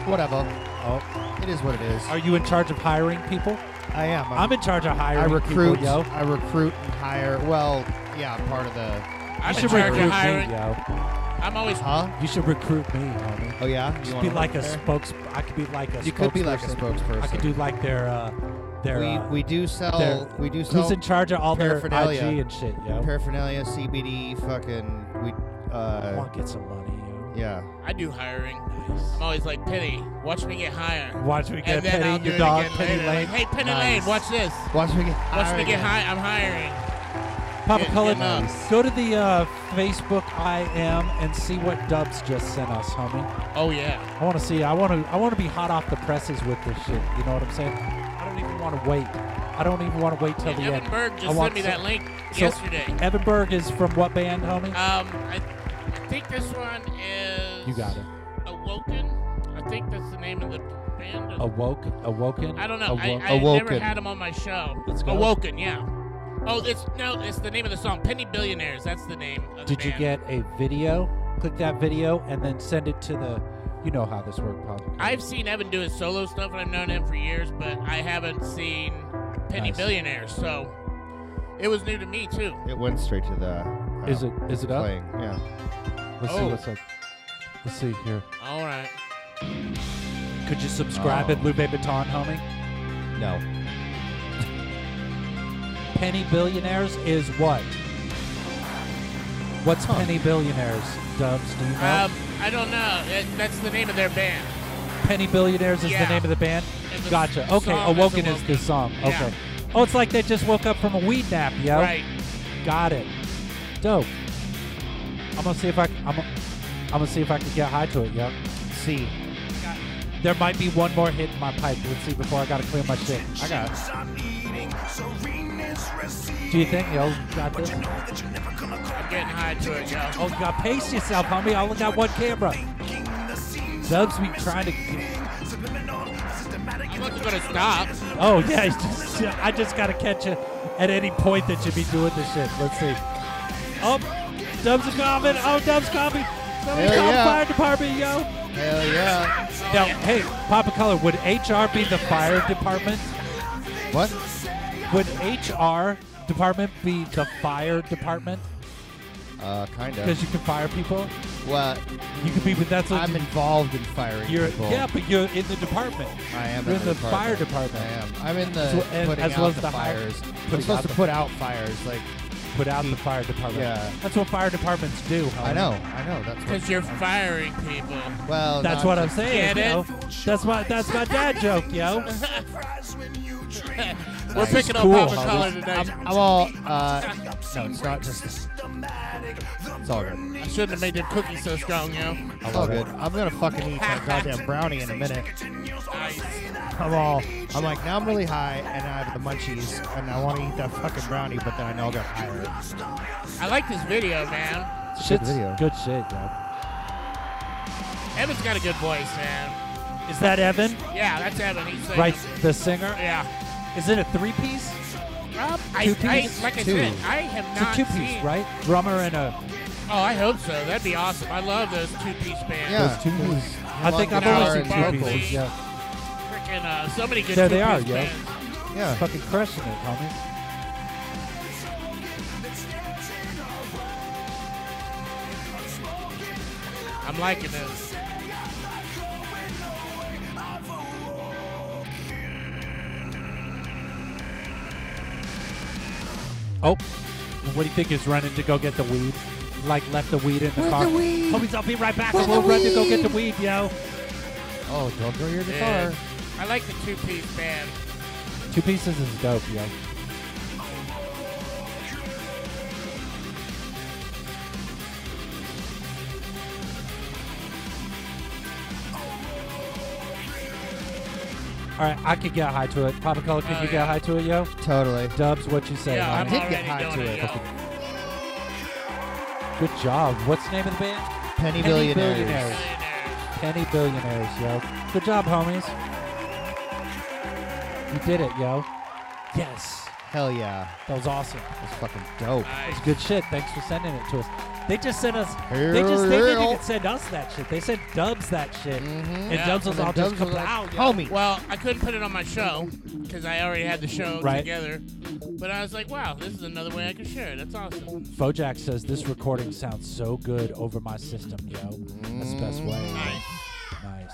[SPEAKER 1] whatever. Oh, it is what it is.
[SPEAKER 2] Are you in charge of hiring people?
[SPEAKER 1] I am.
[SPEAKER 2] I'm in charge of
[SPEAKER 1] I
[SPEAKER 2] hiring
[SPEAKER 1] recruit.
[SPEAKER 2] people, yo.
[SPEAKER 1] I recruit and hire. Well, yeah, I'm part of the.
[SPEAKER 2] You
[SPEAKER 3] I'm in
[SPEAKER 2] should
[SPEAKER 3] charge
[SPEAKER 2] recruit
[SPEAKER 3] of
[SPEAKER 2] me,
[SPEAKER 3] hiring.
[SPEAKER 2] yo.
[SPEAKER 3] I'm always
[SPEAKER 1] Huh?
[SPEAKER 2] You should recruit me, homie.
[SPEAKER 1] Oh yeah. You
[SPEAKER 2] Just
[SPEAKER 1] wanna
[SPEAKER 2] be
[SPEAKER 1] work
[SPEAKER 2] like a
[SPEAKER 1] there?
[SPEAKER 2] spokes. I could be like a.
[SPEAKER 1] You could be like a
[SPEAKER 2] spokesperson.
[SPEAKER 1] spokesperson.
[SPEAKER 2] I could do like their. Uh, their.
[SPEAKER 1] We
[SPEAKER 2] uh,
[SPEAKER 1] we do sell.
[SPEAKER 2] their-
[SPEAKER 1] We do sell.
[SPEAKER 2] who's in charge of all their IG
[SPEAKER 1] paraphernalia.
[SPEAKER 2] and shit, yo?
[SPEAKER 1] paraphernalia, CBD, fucking we.
[SPEAKER 2] I
[SPEAKER 1] Uh,
[SPEAKER 2] want to get some money, yo.
[SPEAKER 1] yeah.
[SPEAKER 3] I do hiring.
[SPEAKER 2] Nice.
[SPEAKER 3] I'm always like Penny, watch me get higher.
[SPEAKER 2] Watch me get
[SPEAKER 3] and then I'll
[SPEAKER 2] Penny,
[SPEAKER 3] do
[SPEAKER 2] your
[SPEAKER 3] it
[SPEAKER 2] dog,
[SPEAKER 3] again
[SPEAKER 2] Penny
[SPEAKER 3] later. Like,
[SPEAKER 2] Lane.
[SPEAKER 3] hey, Penny
[SPEAKER 1] Nice.
[SPEAKER 3] Lane, watch this.
[SPEAKER 1] Once we get
[SPEAKER 3] Watch me get
[SPEAKER 1] again.
[SPEAKER 3] high. I'm hiring.
[SPEAKER 2] Papa
[SPEAKER 3] Yeah,
[SPEAKER 2] Cullen,
[SPEAKER 3] yeah,
[SPEAKER 2] go to the uh, Facebook I am and see what Dubs just sent us, homie.
[SPEAKER 3] Oh yeah.
[SPEAKER 2] I want to see. I want to. I want to be hot off the presses with this shit. You know what I'm saying? I don't even want to wait. I don't even want to wait till
[SPEAKER 3] And
[SPEAKER 2] the
[SPEAKER 3] Evan
[SPEAKER 2] end.
[SPEAKER 3] Berg
[SPEAKER 2] I
[SPEAKER 3] just
[SPEAKER 2] want
[SPEAKER 3] sent me that
[SPEAKER 2] some-
[SPEAKER 3] link
[SPEAKER 2] so-
[SPEAKER 3] yesterday. Uh, Um,
[SPEAKER 2] Evan Berg is from what band, homie?
[SPEAKER 3] I, I think this one is.
[SPEAKER 2] you got it.
[SPEAKER 3] Awoken. I think that's the name of the band. or-
[SPEAKER 2] Awoken. Awoken.
[SPEAKER 3] I don't know. I,
[SPEAKER 2] Awo-
[SPEAKER 3] I never
[SPEAKER 1] Awoken.
[SPEAKER 3] had him on my show.
[SPEAKER 2] Let's go.
[SPEAKER 3] Awoken, yeah. Oh, it's no, it's the name of the song. Penny Billionaires. That's the name. Of the
[SPEAKER 2] Did you
[SPEAKER 3] band.
[SPEAKER 2] get a video? Click that video and then send it to the. You know how this works, Papa.
[SPEAKER 3] I've seen Evan do his solo stuff, and I've known him for years, but I haven't seen Penny
[SPEAKER 2] Nice.
[SPEAKER 3] Billionaires, so it was new to me too.
[SPEAKER 1] It went straight to the. uh,
[SPEAKER 2] Is it? Is it up?
[SPEAKER 1] playing? Yeah.
[SPEAKER 2] Let's see
[SPEAKER 3] Oh.
[SPEAKER 2] what's up. Let's see here.
[SPEAKER 3] All right.
[SPEAKER 2] Could you subscribe
[SPEAKER 1] Oh.
[SPEAKER 2] at Lupe Baton, homie?
[SPEAKER 1] No.
[SPEAKER 2] Penny Billionaires is what? What's Penny Billionaires, Dubs? Do you know?
[SPEAKER 3] Um, I don't know. It, that's the name of their band.
[SPEAKER 2] Penny Billionaires is
[SPEAKER 3] yeah.
[SPEAKER 2] the name of the band?
[SPEAKER 3] And the
[SPEAKER 2] Gotcha.
[SPEAKER 3] song
[SPEAKER 2] Okay,
[SPEAKER 3] is
[SPEAKER 2] Awoken is the
[SPEAKER 3] Awoken.
[SPEAKER 2] song.
[SPEAKER 3] Yeah.
[SPEAKER 2] Okay. Oh, it's like they just woke up from a weed nap, yo.
[SPEAKER 3] Right.
[SPEAKER 2] Got it. Dope. I'm gonna see if I I'm gonna, I'm gonna see if I can get high to it, yo. See. There might be one more hit in my pipe. Let's see before I gotta clear my shit.
[SPEAKER 3] Oh.
[SPEAKER 1] I got it.
[SPEAKER 2] Do you think, yo? Got this?
[SPEAKER 3] I'm getting high to it, yo.
[SPEAKER 2] Oh, you gotta pace yourself, homie. I only got one camera. Dubs be trying to.
[SPEAKER 3] I wasn't gonna stop.
[SPEAKER 2] Oh yeah, he's just, I just gotta catch you at any point that you be doing this shit. Let's see. Oh, Dubs is coming. Oh, Dubs coming. Somebody
[SPEAKER 1] Hell
[SPEAKER 2] call
[SPEAKER 1] yeah.
[SPEAKER 2] fire department, yo.
[SPEAKER 1] Hell yeah.
[SPEAKER 2] Now, hey, Papa Color, would HR be the fire department?
[SPEAKER 1] What?
[SPEAKER 2] Would HR department be the fire department?
[SPEAKER 1] Uh, Uh, kind of.
[SPEAKER 2] Because you can fire people.
[SPEAKER 1] Well,
[SPEAKER 2] You can be, but that's what
[SPEAKER 1] I'm involved in firing
[SPEAKER 2] you're.
[SPEAKER 1] people.
[SPEAKER 2] Yeah, but you're in the department.
[SPEAKER 1] I am
[SPEAKER 2] You're
[SPEAKER 1] in
[SPEAKER 2] in the fire department.
[SPEAKER 1] I am. I'm in the
[SPEAKER 2] So- and
[SPEAKER 1] putting
[SPEAKER 2] as
[SPEAKER 1] out
[SPEAKER 2] well as
[SPEAKER 1] the,
[SPEAKER 2] the hi-
[SPEAKER 1] fires. I'm
[SPEAKER 2] putting
[SPEAKER 1] supposed
[SPEAKER 2] out
[SPEAKER 1] to
[SPEAKER 2] the-
[SPEAKER 1] put out fires. Like
[SPEAKER 2] Put out the fire department.
[SPEAKER 1] Yeah.
[SPEAKER 2] That's what fire departments do. Huh?
[SPEAKER 1] I know, I know. That's what,
[SPEAKER 3] Because you're firing people.
[SPEAKER 1] well.
[SPEAKER 2] That's
[SPEAKER 1] not
[SPEAKER 2] what I'm
[SPEAKER 1] just-
[SPEAKER 2] saying.
[SPEAKER 3] Get it?
[SPEAKER 2] Yo. That's my that's my dad joke, yo.
[SPEAKER 3] We're
[SPEAKER 1] Nice.
[SPEAKER 3] picking
[SPEAKER 2] Cool,
[SPEAKER 3] up Papa
[SPEAKER 2] huh?
[SPEAKER 3] Collar tonight.
[SPEAKER 1] I'm all. Uh, no, it's not just. It's all good.
[SPEAKER 3] I shouldn't have made them cookies so strong, yo.
[SPEAKER 1] It's all good. I'm gonna fucking eat my goddamn brownie in a minute. I'm all. I'm like now I'm really high and I have the munchies and I want to eat that fucking brownie, but then I know I got higher.
[SPEAKER 3] I like this video, man.
[SPEAKER 2] Shit's
[SPEAKER 1] video.
[SPEAKER 2] good shit, yo.
[SPEAKER 3] Evan's got a good voice, man.
[SPEAKER 2] Is that Evan?
[SPEAKER 3] Yeah, that's Evan. He's singing.
[SPEAKER 2] Right, the singer.
[SPEAKER 3] Yeah.
[SPEAKER 2] Is it a three piece?
[SPEAKER 3] Rob, I,
[SPEAKER 2] Two
[SPEAKER 3] I,
[SPEAKER 2] piece?
[SPEAKER 3] like I
[SPEAKER 1] Two.
[SPEAKER 3] said, I have not
[SPEAKER 2] It's a two piece,
[SPEAKER 3] seen.
[SPEAKER 2] right? Drummer and a.
[SPEAKER 3] Oh, I hope so. That'd be awesome. I love those two-piece bands.
[SPEAKER 1] Yeah.
[SPEAKER 2] two
[SPEAKER 1] there's
[SPEAKER 2] pieces.
[SPEAKER 1] him
[SPEAKER 2] I
[SPEAKER 1] on
[SPEAKER 2] think I've
[SPEAKER 1] guitar
[SPEAKER 2] only
[SPEAKER 1] and
[SPEAKER 2] seen
[SPEAKER 3] Barkley.
[SPEAKER 2] two
[SPEAKER 1] vocals.
[SPEAKER 2] pieces. Yeah,
[SPEAKER 3] Freaking, uh, so many good
[SPEAKER 2] There they
[SPEAKER 3] two-piece
[SPEAKER 2] are, yo.
[SPEAKER 3] bands.
[SPEAKER 1] Yeah.
[SPEAKER 2] fucking crushing it, homie.
[SPEAKER 3] I'm liking this.
[SPEAKER 2] Oh, what do you think is running to go get the weed? Like left the weed in the car. Homies, I'll be right back, and we'll run to go get the weed, yo.
[SPEAKER 1] Oh, don't throw your
[SPEAKER 3] Yeah.
[SPEAKER 1] guitar.
[SPEAKER 3] I like the two-piece band.
[SPEAKER 2] Two pieces is dope, yo. All right, I could get high to it. Papa Color, could
[SPEAKER 3] Oh,
[SPEAKER 2] you get
[SPEAKER 3] yeah.
[SPEAKER 2] high to it, yo?
[SPEAKER 1] Totally.
[SPEAKER 2] Dubs, what you say?
[SPEAKER 3] yeah,
[SPEAKER 2] homie?
[SPEAKER 3] I'm
[SPEAKER 1] did
[SPEAKER 3] already
[SPEAKER 1] get high
[SPEAKER 3] doing
[SPEAKER 1] to
[SPEAKER 3] it.
[SPEAKER 1] it.
[SPEAKER 3] yo.
[SPEAKER 2] Good job. What's the name of the band?
[SPEAKER 1] Penny,
[SPEAKER 2] Penny
[SPEAKER 1] billionaires.
[SPEAKER 2] Billionaires.
[SPEAKER 3] Millionaires.
[SPEAKER 2] Penny Billionaires, yo. Good job, homies. You did it, yo. Yes.
[SPEAKER 1] Hell yeah.
[SPEAKER 2] That was awesome.
[SPEAKER 1] That's fucking dope.
[SPEAKER 2] That was
[SPEAKER 3] Nice.
[SPEAKER 2] good shit. Thanks for sending it to us. They just sent us.
[SPEAKER 1] Hell
[SPEAKER 2] They just they didn't
[SPEAKER 1] yeah.
[SPEAKER 2] even send us that shit. They sent Dubs that shit, and
[SPEAKER 3] Yeah.
[SPEAKER 2] Dubs was
[SPEAKER 1] And
[SPEAKER 2] all
[SPEAKER 1] then
[SPEAKER 2] just
[SPEAKER 1] Dubs was like,
[SPEAKER 2] kapow, yo.
[SPEAKER 1] Mm-hmm. Homie.
[SPEAKER 3] Well, I couldn't put it on my show because I already had the show
[SPEAKER 2] Right.
[SPEAKER 3] together. But I was like, wow, this is another way I can share it. That's awesome.
[SPEAKER 2] Bojack says this recording sounds so good over my system, yo. That's the best
[SPEAKER 1] Mm.
[SPEAKER 2] way.
[SPEAKER 3] Nice.
[SPEAKER 2] Nice.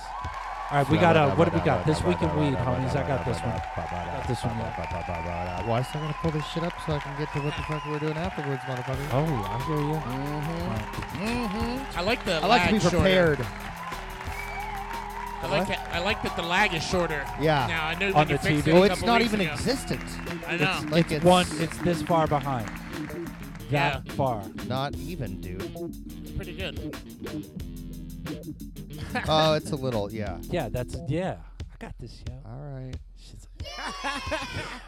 [SPEAKER 2] All right, we got uh, what do we got? This week in weed, homies. I got this one. I got this one. Yeah.
[SPEAKER 1] Uh, why is I gonna pull this shit up so I can get to what the fuck we're doing afterwards, motherfucker?
[SPEAKER 2] Oh, I hear you. Mm-hmm.
[SPEAKER 3] I like the
[SPEAKER 1] I like to be
[SPEAKER 3] lag Mm-hmm. shorter.
[SPEAKER 1] prepared.
[SPEAKER 3] I like, it- I like that the lag is shorter.
[SPEAKER 1] Yeah.
[SPEAKER 3] Now I know
[SPEAKER 2] On
[SPEAKER 3] when you
[SPEAKER 2] the
[SPEAKER 3] fixed
[SPEAKER 2] TV.
[SPEAKER 3] it a
[SPEAKER 1] Well, it's
[SPEAKER 3] couple
[SPEAKER 1] not
[SPEAKER 3] weeks
[SPEAKER 1] even
[SPEAKER 3] ago.
[SPEAKER 1] existent.
[SPEAKER 3] I know.
[SPEAKER 1] Like it's,
[SPEAKER 2] It's one. It's this far behind. That
[SPEAKER 3] Yeah.
[SPEAKER 2] far.
[SPEAKER 1] not even, dude.
[SPEAKER 3] It's pretty good.
[SPEAKER 1] Oh, it's a little, yeah.
[SPEAKER 2] Yeah, that's yeah. I got this, yo.
[SPEAKER 1] All right.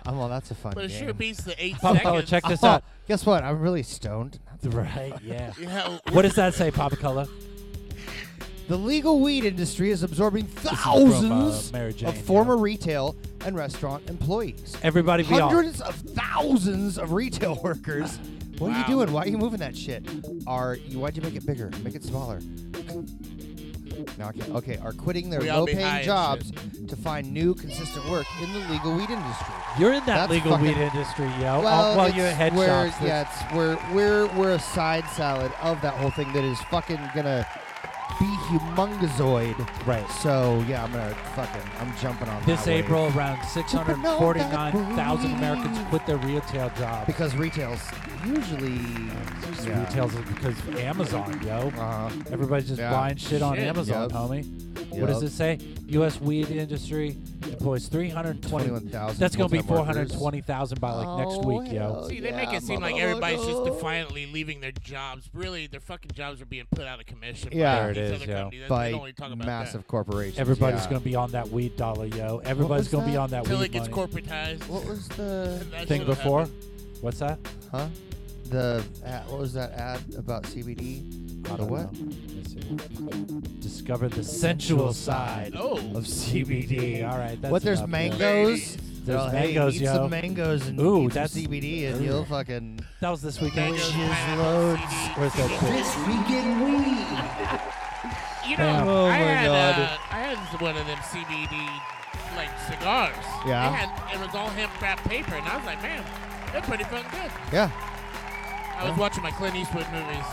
[SPEAKER 1] I'm all. Oh, That's a fun
[SPEAKER 3] But it
[SPEAKER 1] game.
[SPEAKER 3] sure beats the eight
[SPEAKER 2] Papa Color,
[SPEAKER 3] seconds.
[SPEAKER 2] check this
[SPEAKER 1] Oh,
[SPEAKER 2] out.
[SPEAKER 1] Guess what? I'm really stoned.
[SPEAKER 2] Right, yeah.
[SPEAKER 3] Yeah.
[SPEAKER 2] What does that say, Papa Color?
[SPEAKER 1] The legal weed industry is absorbing
[SPEAKER 2] from, uh,
[SPEAKER 1] thousands
[SPEAKER 2] Mary Jane,
[SPEAKER 1] of former retail and restaurant employees.
[SPEAKER 2] Everybody be off.
[SPEAKER 1] Hundreds of thousands of retail workers. What are you doing? Why are you moving that shit? Are you? Why'd you make it bigger? Make it smaller. No, I can't. Okay, are quitting their
[SPEAKER 3] We all be high
[SPEAKER 1] low-paying
[SPEAKER 3] and
[SPEAKER 1] jobs to find new consistent work in the legal weed industry.
[SPEAKER 2] You're in that
[SPEAKER 1] That's
[SPEAKER 2] legal weed
[SPEAKER 1] fucking-
[SPEAKER 2] industry, yo.
[SPEAKER 1] Well,
[SPEAKER 2] All- while you're
[SPEAKER 1] it's-
[SPEAKER 2] at head
[SPEAKER 1] we're,
[SPEAKER 2] shops.
[SPEAKER 1] yeah, it's, we're we're we're a side salad of that whole thing that is fucking gonna be humongousoid.
[SPEAKER 2] Right.
[SPEAKER 1] So yeah, I'm gonna fucking I'm jumping on
[SPEAKER 2] This
[SPEAKER 1] that wave.
[SPEAKER 2] April, around 649,000
[SPEAKER 1] wave.
[SPEAKER 2] Americans quit their retail jobs.
[SPEAKER 1] because retail's usually
[SPEAKER 2] Because
[SPEAKER 1] yeah.
[SPEAKER 2] retail's because of Amazon, yo.
[SPEAKER 1] Uh-huh.
[SPEAKER 2] Everybody's just
[SPEAKER 1] Yeah.
[SPEAKER 2] buying shit on
[SPEAKER 3] Shit,
[SPEAKER 2] Amazon,
[SPEAKER 1] yep.
[SPEAKER 2] homie. What does
[SPEAKER 1] Yep.
[SPEAKER 2] it say? U.S. weed industry employs 320.
[SPEAKER 1] 21,000
[SPEAKER 2] That's going to be
[SPEAKER 1] full-time workers.
[SPEAKER 2] 420,000 by like next
[SPEAKER 1] Oh,
[SPEAKER 2] week,
[SPEAKER 1] hell
[SPEAKER 2] yo.
[SPEAKER 3] See, they
[SPEAKER 1] Yeah,
[SPEAKER 3] make it seem like everybody's just
[SPEAKER 1] motherfucker.
[SPEAKER 3] defiantly leaving their jobs. Really, their fucking jobs are being put out of commission. by
[SPEAKER 1] Yeah. There
[SPEAKER 2] it
[SPEAKER 3] these
[SPEAKER 2] is,
[SPEAKER 3] other
[SPEAKER 2] yeah.
[SPEAKER 3] companies. They
[SPEAKER 1] by
[SPEAKER 3] don't really talk about
[SPEAKER 1] massive corporations.
[SPEAKER 2] Everybody's
[SPEAKER 1] yeah.
[SPEAKER 2] going to be on that weed dollar, yo. Everybody's
[SPEAKER 1] was
[SPEAKER 2] going to be
[SPEAKER 1] that?
[SPEAKER 2] on that
[SPEAKER 3] Until
[SPEAKER 2] weed
[SPEAKER 3] it gets
[SPEAKER 2] money.
[SPEAKER 3] corporatized.
[SPEAKER 1] What was the
[SPEAKER 3] That
[SPEAKER 2] thing
[SPEAKER 3] should've
[SPEAKER 2] before.
[SPEAKER 3] happened.
[SPEAKER 2] What's that?
[SPEAKER 1] huh? The ad, what was that ad about CBD?
[SPEAKER 2] I
[SPEAKER 1] the
[SPEAKER 2] don't
[SPEAKER 1] what?
[SPEAKER 2] know. Let's see. Discover the sensual side
[SPEAKER 3] Oh.
[SPEAKER 2] of CBD. All right, that's
[SPEAKER 1] what there's
[SPEAKER 2] enough, yo.
[SPEAKER 1] mangoes? They're
[SPEAKER 2] There's
[SPEAKER 1] all,
[SPEAKER 2] mangoes,
[SPEAKER 1] hey, eat
[SPEAKER 2] yo.
[SPEAKER 1] some mangoes and
[SPEAKER 2] Ooh,
[SPEAKER 1] eat some
[SPEAKER 2] that's-
[SPEAKER 1] CBD and
[SPEAKER 2] Ooh.
[SPEAKER 1] you'll fucking
[SPEAKER 2] That was this weekend.
[SPEAKER 3] Mangoes,
[SPEAKER 1] Bitches
[SPEAKER 3] pineapple,
[SPEAKER 1] loads.
[SPEAKER 3] CD.
[SPEAKER 2] Where's that shit?
[SPEAKER 3] You know,
[SPEAKER 2] Bam.
[SPEAKER 1] Oh
[SPEAKER 3] I,
[SPEAKER 1] my
[SPEAKER 3] had,
[SPEAKER 1] God.
[SPEAKER 3] uh, I had one of them CBD like cigars.
[SPEAKER 1] Yeah.
[SPEAKER 3] It, had, it was all hemp wrapped paper, and I was like, man, they're pretty fucking good.
[SPEAKER 1] yeah.
[SPEAKER 3] I I was watching my Clint Eastwood movies,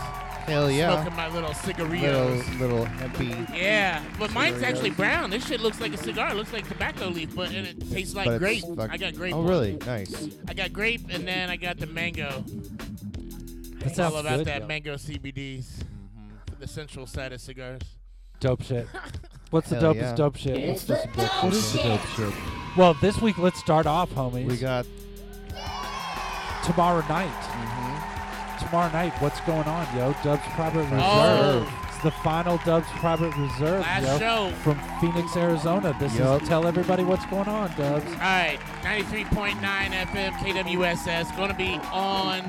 [SPEAKER 1] Hell yeah.
[SPEAKER 3] smoking my little
[SPEAKER 1] Little
[SPEAKER 3] cigarillos.
[SPEAKER 1] little hempy,
[SPEAKER 3] Yeah, but mine's actually brown. This shit looks like a cigar. It looks like tobacco leaf, but and it tastes like
[SPEAKER 1] but
[SPEAKER 3] grape.
[SPEAKER 1] it's fuck-
[SPEAKER 3] I got grape.
[SPEAKER 1] Oh
[SPEAKER 3] one.
[SPEAKER 1] really? Nice.
[SPEAKER 3] I got grape, and then I got the mango.
[SPEAKER 2] That
[SPEAKER 3] It's all
[SPEAKER 2] sounds
[SPEAKER 3] about
[SPEAKER 2] good.
[SPEAKER 3] that mango CBDs,
[SPEAKER 1] Mm-hmm.
[SPEAKER 3] the central side of cigars.
[SPEAKER 2] Dope shit. What's the
[SPEAKER 1] Hell
[SPEAKER 2] dopest
[SPEAKER 1] yeah.
[SPEAKER 2] dope shit?
[SPEAKER 1] It's just a bit- it's just a bit shit.
[SPEAKER 2] Well, this week let's start off, homies.
[SPEAKER 1] We got
[SPEAKER 2] tomorrow night.
[SPEAKER 1] Mm-hmm.
[SPEAKER 2] Tomorrow night, what's going on, yo? Dubs Private Reserve.
[SPEAKER 3] Oh.
[SPEAKER 2] It's the final Dubs Private Reserve,
[SPEAKER 3] Last
[SPEAKER 2] yo,
[SPEAKER 3] show.
[SPEAKER 2] from Phoenix, Arizona. This
[SPEAKER 1] Yup.
[SPEAKER 2] is tell everybody what's going on, Dubs.
[SPEAKER 3] All right, 93.9 FM KWSS. Going to be on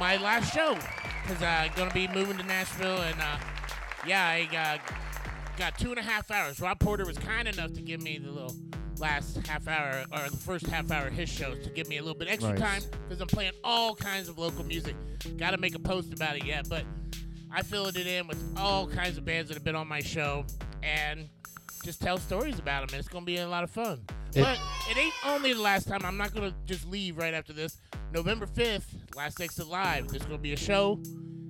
[SPEAKER 3] my last show because I'm going to be moving to Nashville. And uh, yeah, I uh, got two and a half hours. Rob Porter was kind enough to give me the little last half hour or the first half hour of his show to give me a little bit extra
[SPEAKER 1] Nice.
[SPEAKER 3] time because I'm playing all kinds of local music. Got to make a post about it yet, but I filled it in with all kinds of bands that have been on my show and just tell stories about them. And it's going to be a lot of fun.
[SPEAKER 2] It-
[SPEAKER 3] but it ain't only the last time. I'm not going to just leave right after this. November 5th, Last Exit Live. There's going to be a show,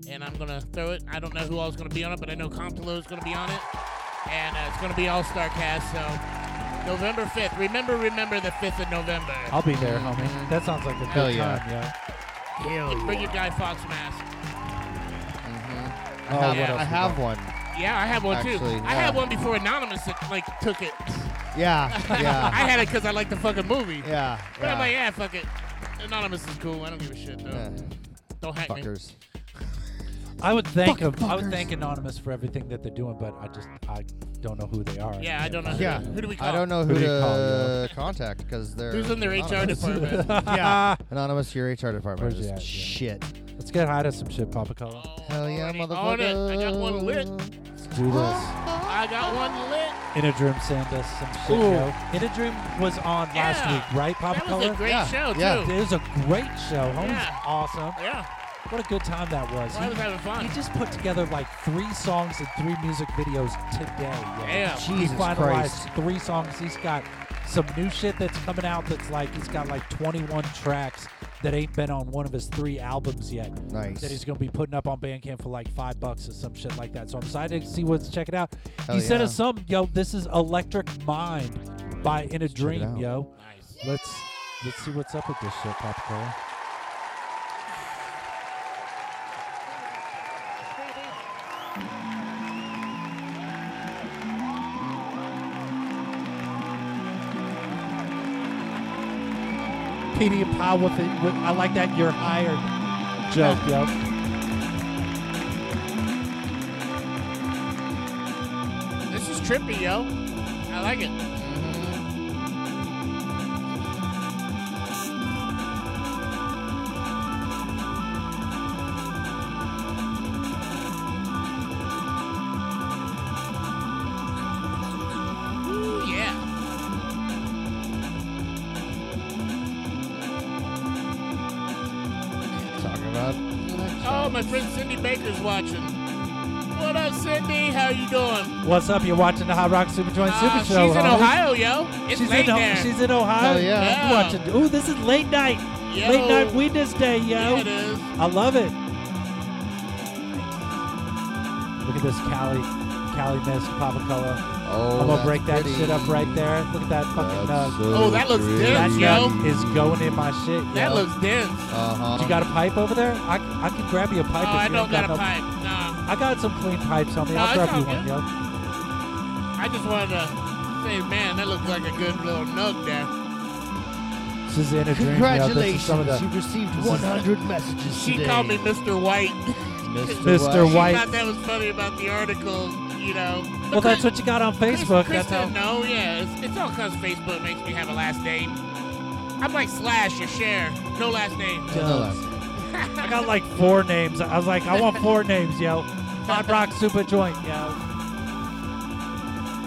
[SPEAKER 3] and I'm going to throw it. I don't know who all is going to be on it, but I know Comptolo is going to be on it. And uh, it's going to be all star cast. So November 5th. Remember, remember the 5th of November.
[SPEAKER 2] I'll be there, homie. That sounds like a
[SPEAKER 1] Hell
[SPEAKER 2] good
[SPEAKER 1] yeah.
[SPEAKER 2] time, yo.
[SPEAKER 3] Bring your Guy Fox mask.
[SPEAKER 1] Mm-hmm. I have,
[SPEAKER 3] what else
[SPEAKER 1] I
[SPEAKER 3] we
[SPEAKER 1] have one.
[SPEAKER 3] Yeah, I have one too.
[SPEAKER 1] Actually,
[SPEAKER 3] I
[SPEAKER 1] yeah.
[SPEAKER 3] had one before Anonymous that, like took it.
[SPEAKER 1] Yeah,
[SPEAKER 3] I
[SPEAKER 1] yeah,
[SPEAKER 3] had it because I like the fucking movie.
[SPEAKER 1] yeah.
[SPEAKER 3] But I'm like,
[SPEAKER 1] yeah.
[SPEAKER 3] yeah, fuck it. Anonymous is cool. I don't give a shit though.
[SPEAKER 1] Yeah.
[SPEAKER 3] Don't hack me.
[SPEAKER 1] Fuckers.
[SPEAKER 2] I would thank them. I would thank Anonymous for everything that they're doing, but I just I don't know who they are.
[SPEAKER 3] Yeah, I don't know. Who,
[SPEAKER 1] Yeah.
[SPEAKER 3] Who do we call?
[SPEAKER 1] I don't know who,
[SPEAKER 2] Who do you call,
[SPEAKER 1] to contact because they're
[SPEAKER 3] Who's in their HR
[SPEAKER 1] anonymous.
[SPEAKER 3] department?
[SPEAKER 1] yeah, anonymous. Your HR department
[SPEAKER 2] Where's
[SPEAKER 1] is
[SPEAKER 2] the at, yeah.
[SPEAKER 1] shit.
[SPEAKER 2] Let's get high to some shit, Papa Cola.
[SPEAKER 1] Hell yeah,
[SPEAKER 3] Already
[SPEAKER 1] motherfucker!
[SPEAKER 3] On it. Oh, I got one lit.
[SPEAKER 2] Let's do this.
[SPEAKER 3] I got one lit.
[SPEAKER 2] In a Dream sent us some shit,
[SPEAKER 1] Ooh.
[SPEAKER 2] yo. In a Dream was on last
[SPEAKER 3] Yeah.
[SPEAKER 2] week, right, Papa
[SPEAKER 3] That was a
[SPEAKER 2] Cola?
[SPEAKER 3] great
[SPEAKER 1] Yeah,
[SPEAKER 3] show too.
[SPEAKER 1] yeah.
[SPEAKER 2] It was a great show. Homie's
[SPEAKER 3] Yeah.
[SPEAKER 2] awesome.
[SPEAKER 3] Yeah.
[SPEAKER 2] What a good time that was.
[SPEAKER 3] Well, I was having
[SPEAKER 2] he,
[SPEAKER 3] fun.
[SPEAKER 2] he just put together like three songs and three music videos today. Yo.
[SPEAKER 3] Yeah.
[SPEAKER 2] he
[SPEAKER 1] Jesus
[SPEAKER 2] finalized
[SPEAKER 1] Christ.
[SPEAKER 2] three songs. He's got some new shit that's coming out that's like he's got like 21 tracks that ain't been on one of his three albums yet
[SPEAKER 1] Nice.
[SPEAKER 2] that he's going to be putting up on Bandcamp for like five bucks or some shit like that. So I'm excited to see what's check it out.
[SPEAKER 1] Hell
[SPEAKER 2] he sent
[SPEAKER 1] yeah.
[SPEAKER 2] us some, yo. This is Electric Mind by In a Dream,
[SPEAKER 1] out.
[SPEAKER 2] yo.
[SPEAKER 3] Nice.
[SPEAKER 2] Let's let's see what's up with this shit, Pop Cola. Petey and Powell with it. With, I like that you're hired joke, yo.
[SPEAKER 3] This is trippy, yo. I like it. Ooh, yeah.
[SPEAKER 1] talking about.
[SPEAKER 3] Oh, my friend Cindy Baker's watching. What up, Cindy? How you doing?
[SPEAKER 2] What's up? You're watching the Hot Rock Super Joint
[SPEAKER 3] Uh,
[SPEAKER 2] Super Show.
[SPEAKER 3] she's in
[SPEAKER 2] homie.
[SPEAKER 3] Ohio, yo. It's
[SPEAKER 2] She's
[SPEAKER 3] late
[SPEAKER 2] in, O-
[SPEAKER 3] there.
[SPEAKER 2] she's in Ohio.
[SPEAKER 1] Hell yeah.
[SPEAKER 2] You watching- Ooh, this is late night.
[SPEAKER 3] Yo.
[SPEAKER 2] Late night Wednesday, yo.
[SPEAKER 3] yeah, it is.
[SPEAKER 2] I love it. Look at this Cali, Cali mist, Papa Cola.
[SPEAKER 1] Oh,
[SPEAKER 2] I'm gonna
[SPEAKER 1] that's
[SPEAKER 2] break that
[SPEAKER 1] pretty.
[SPEAKER 2] shit up right there. Look at that fucking. Uh,
[SPEAKER 1] That's
[SPEAKER 3] Oh, that looks
[SPEAKER 2] that
[SPEAKER 3] dense, yo.
[SPEAKER 2] nut is going in my shit. Yo.
[SPEAKER 3] That looks dense.
[SPEAKER 1] Uh
[SPEAKER 2] You
[SPEAKER 1] huh.
[SPEAKER 2] got a pipe over there? I, c- I can grab you a pipe.
[SPEAKER 3] oh,
[SPEAKER 2] if
[SPEAKER 3] I
[SPEAKER 2] you
[SPEAKER 3] don't
[SPEAKER 2] ain't
[SPEAKER 3] got a
[SPEAKER 2] no-
[SPEAKER 3] pipe. Nah.
[SPEAKER 2] I got some clean pipes on me.
[SPEAKER 3] No,
[SPEAKER 2] I'll
[SPEAKER 3] it's
[SPEAKER 2] grab
[SPEAKER 3] all
[SPEAKER 2] you one,
[SPEAKER 3] good.
[SPEAKER 2] yo.
[SPEAKER 3] I just wanted to say, man, that looks like a good little nug there.
[SPEAKER 2] This is in a dream. Yo. This is
[SPEAKER 1] Congratulations,
[SPEAKER 2] some of the
[SPEAKER 1] you've received 100 messages
[SPEAKER 3] She
[SPEAKER 1] today.
[SPEAKER 3] called me Mr. White.
[SPEAKER 2] Mr.
[SPEAKER 1] White.
[SPEAKER 2] White.
[SPEAKER 3] I thought that was funny about the article, you know.
[SPEAKER 2] Well, that's what you got on Facebook.
[SPEAKER 3] Chris
[SPEAKER 2] That's how.
[SPEAKER 3] didn't know, yeah. It's, it's all because Facebook makes me have a last name. I'm like Slash or Share. No last name.
[SPEAKER 1] No, no, that's-
[SPEAKER 2] I got like four names. I was like, I want four names, yo. Hot Rock Super Joint, yo. I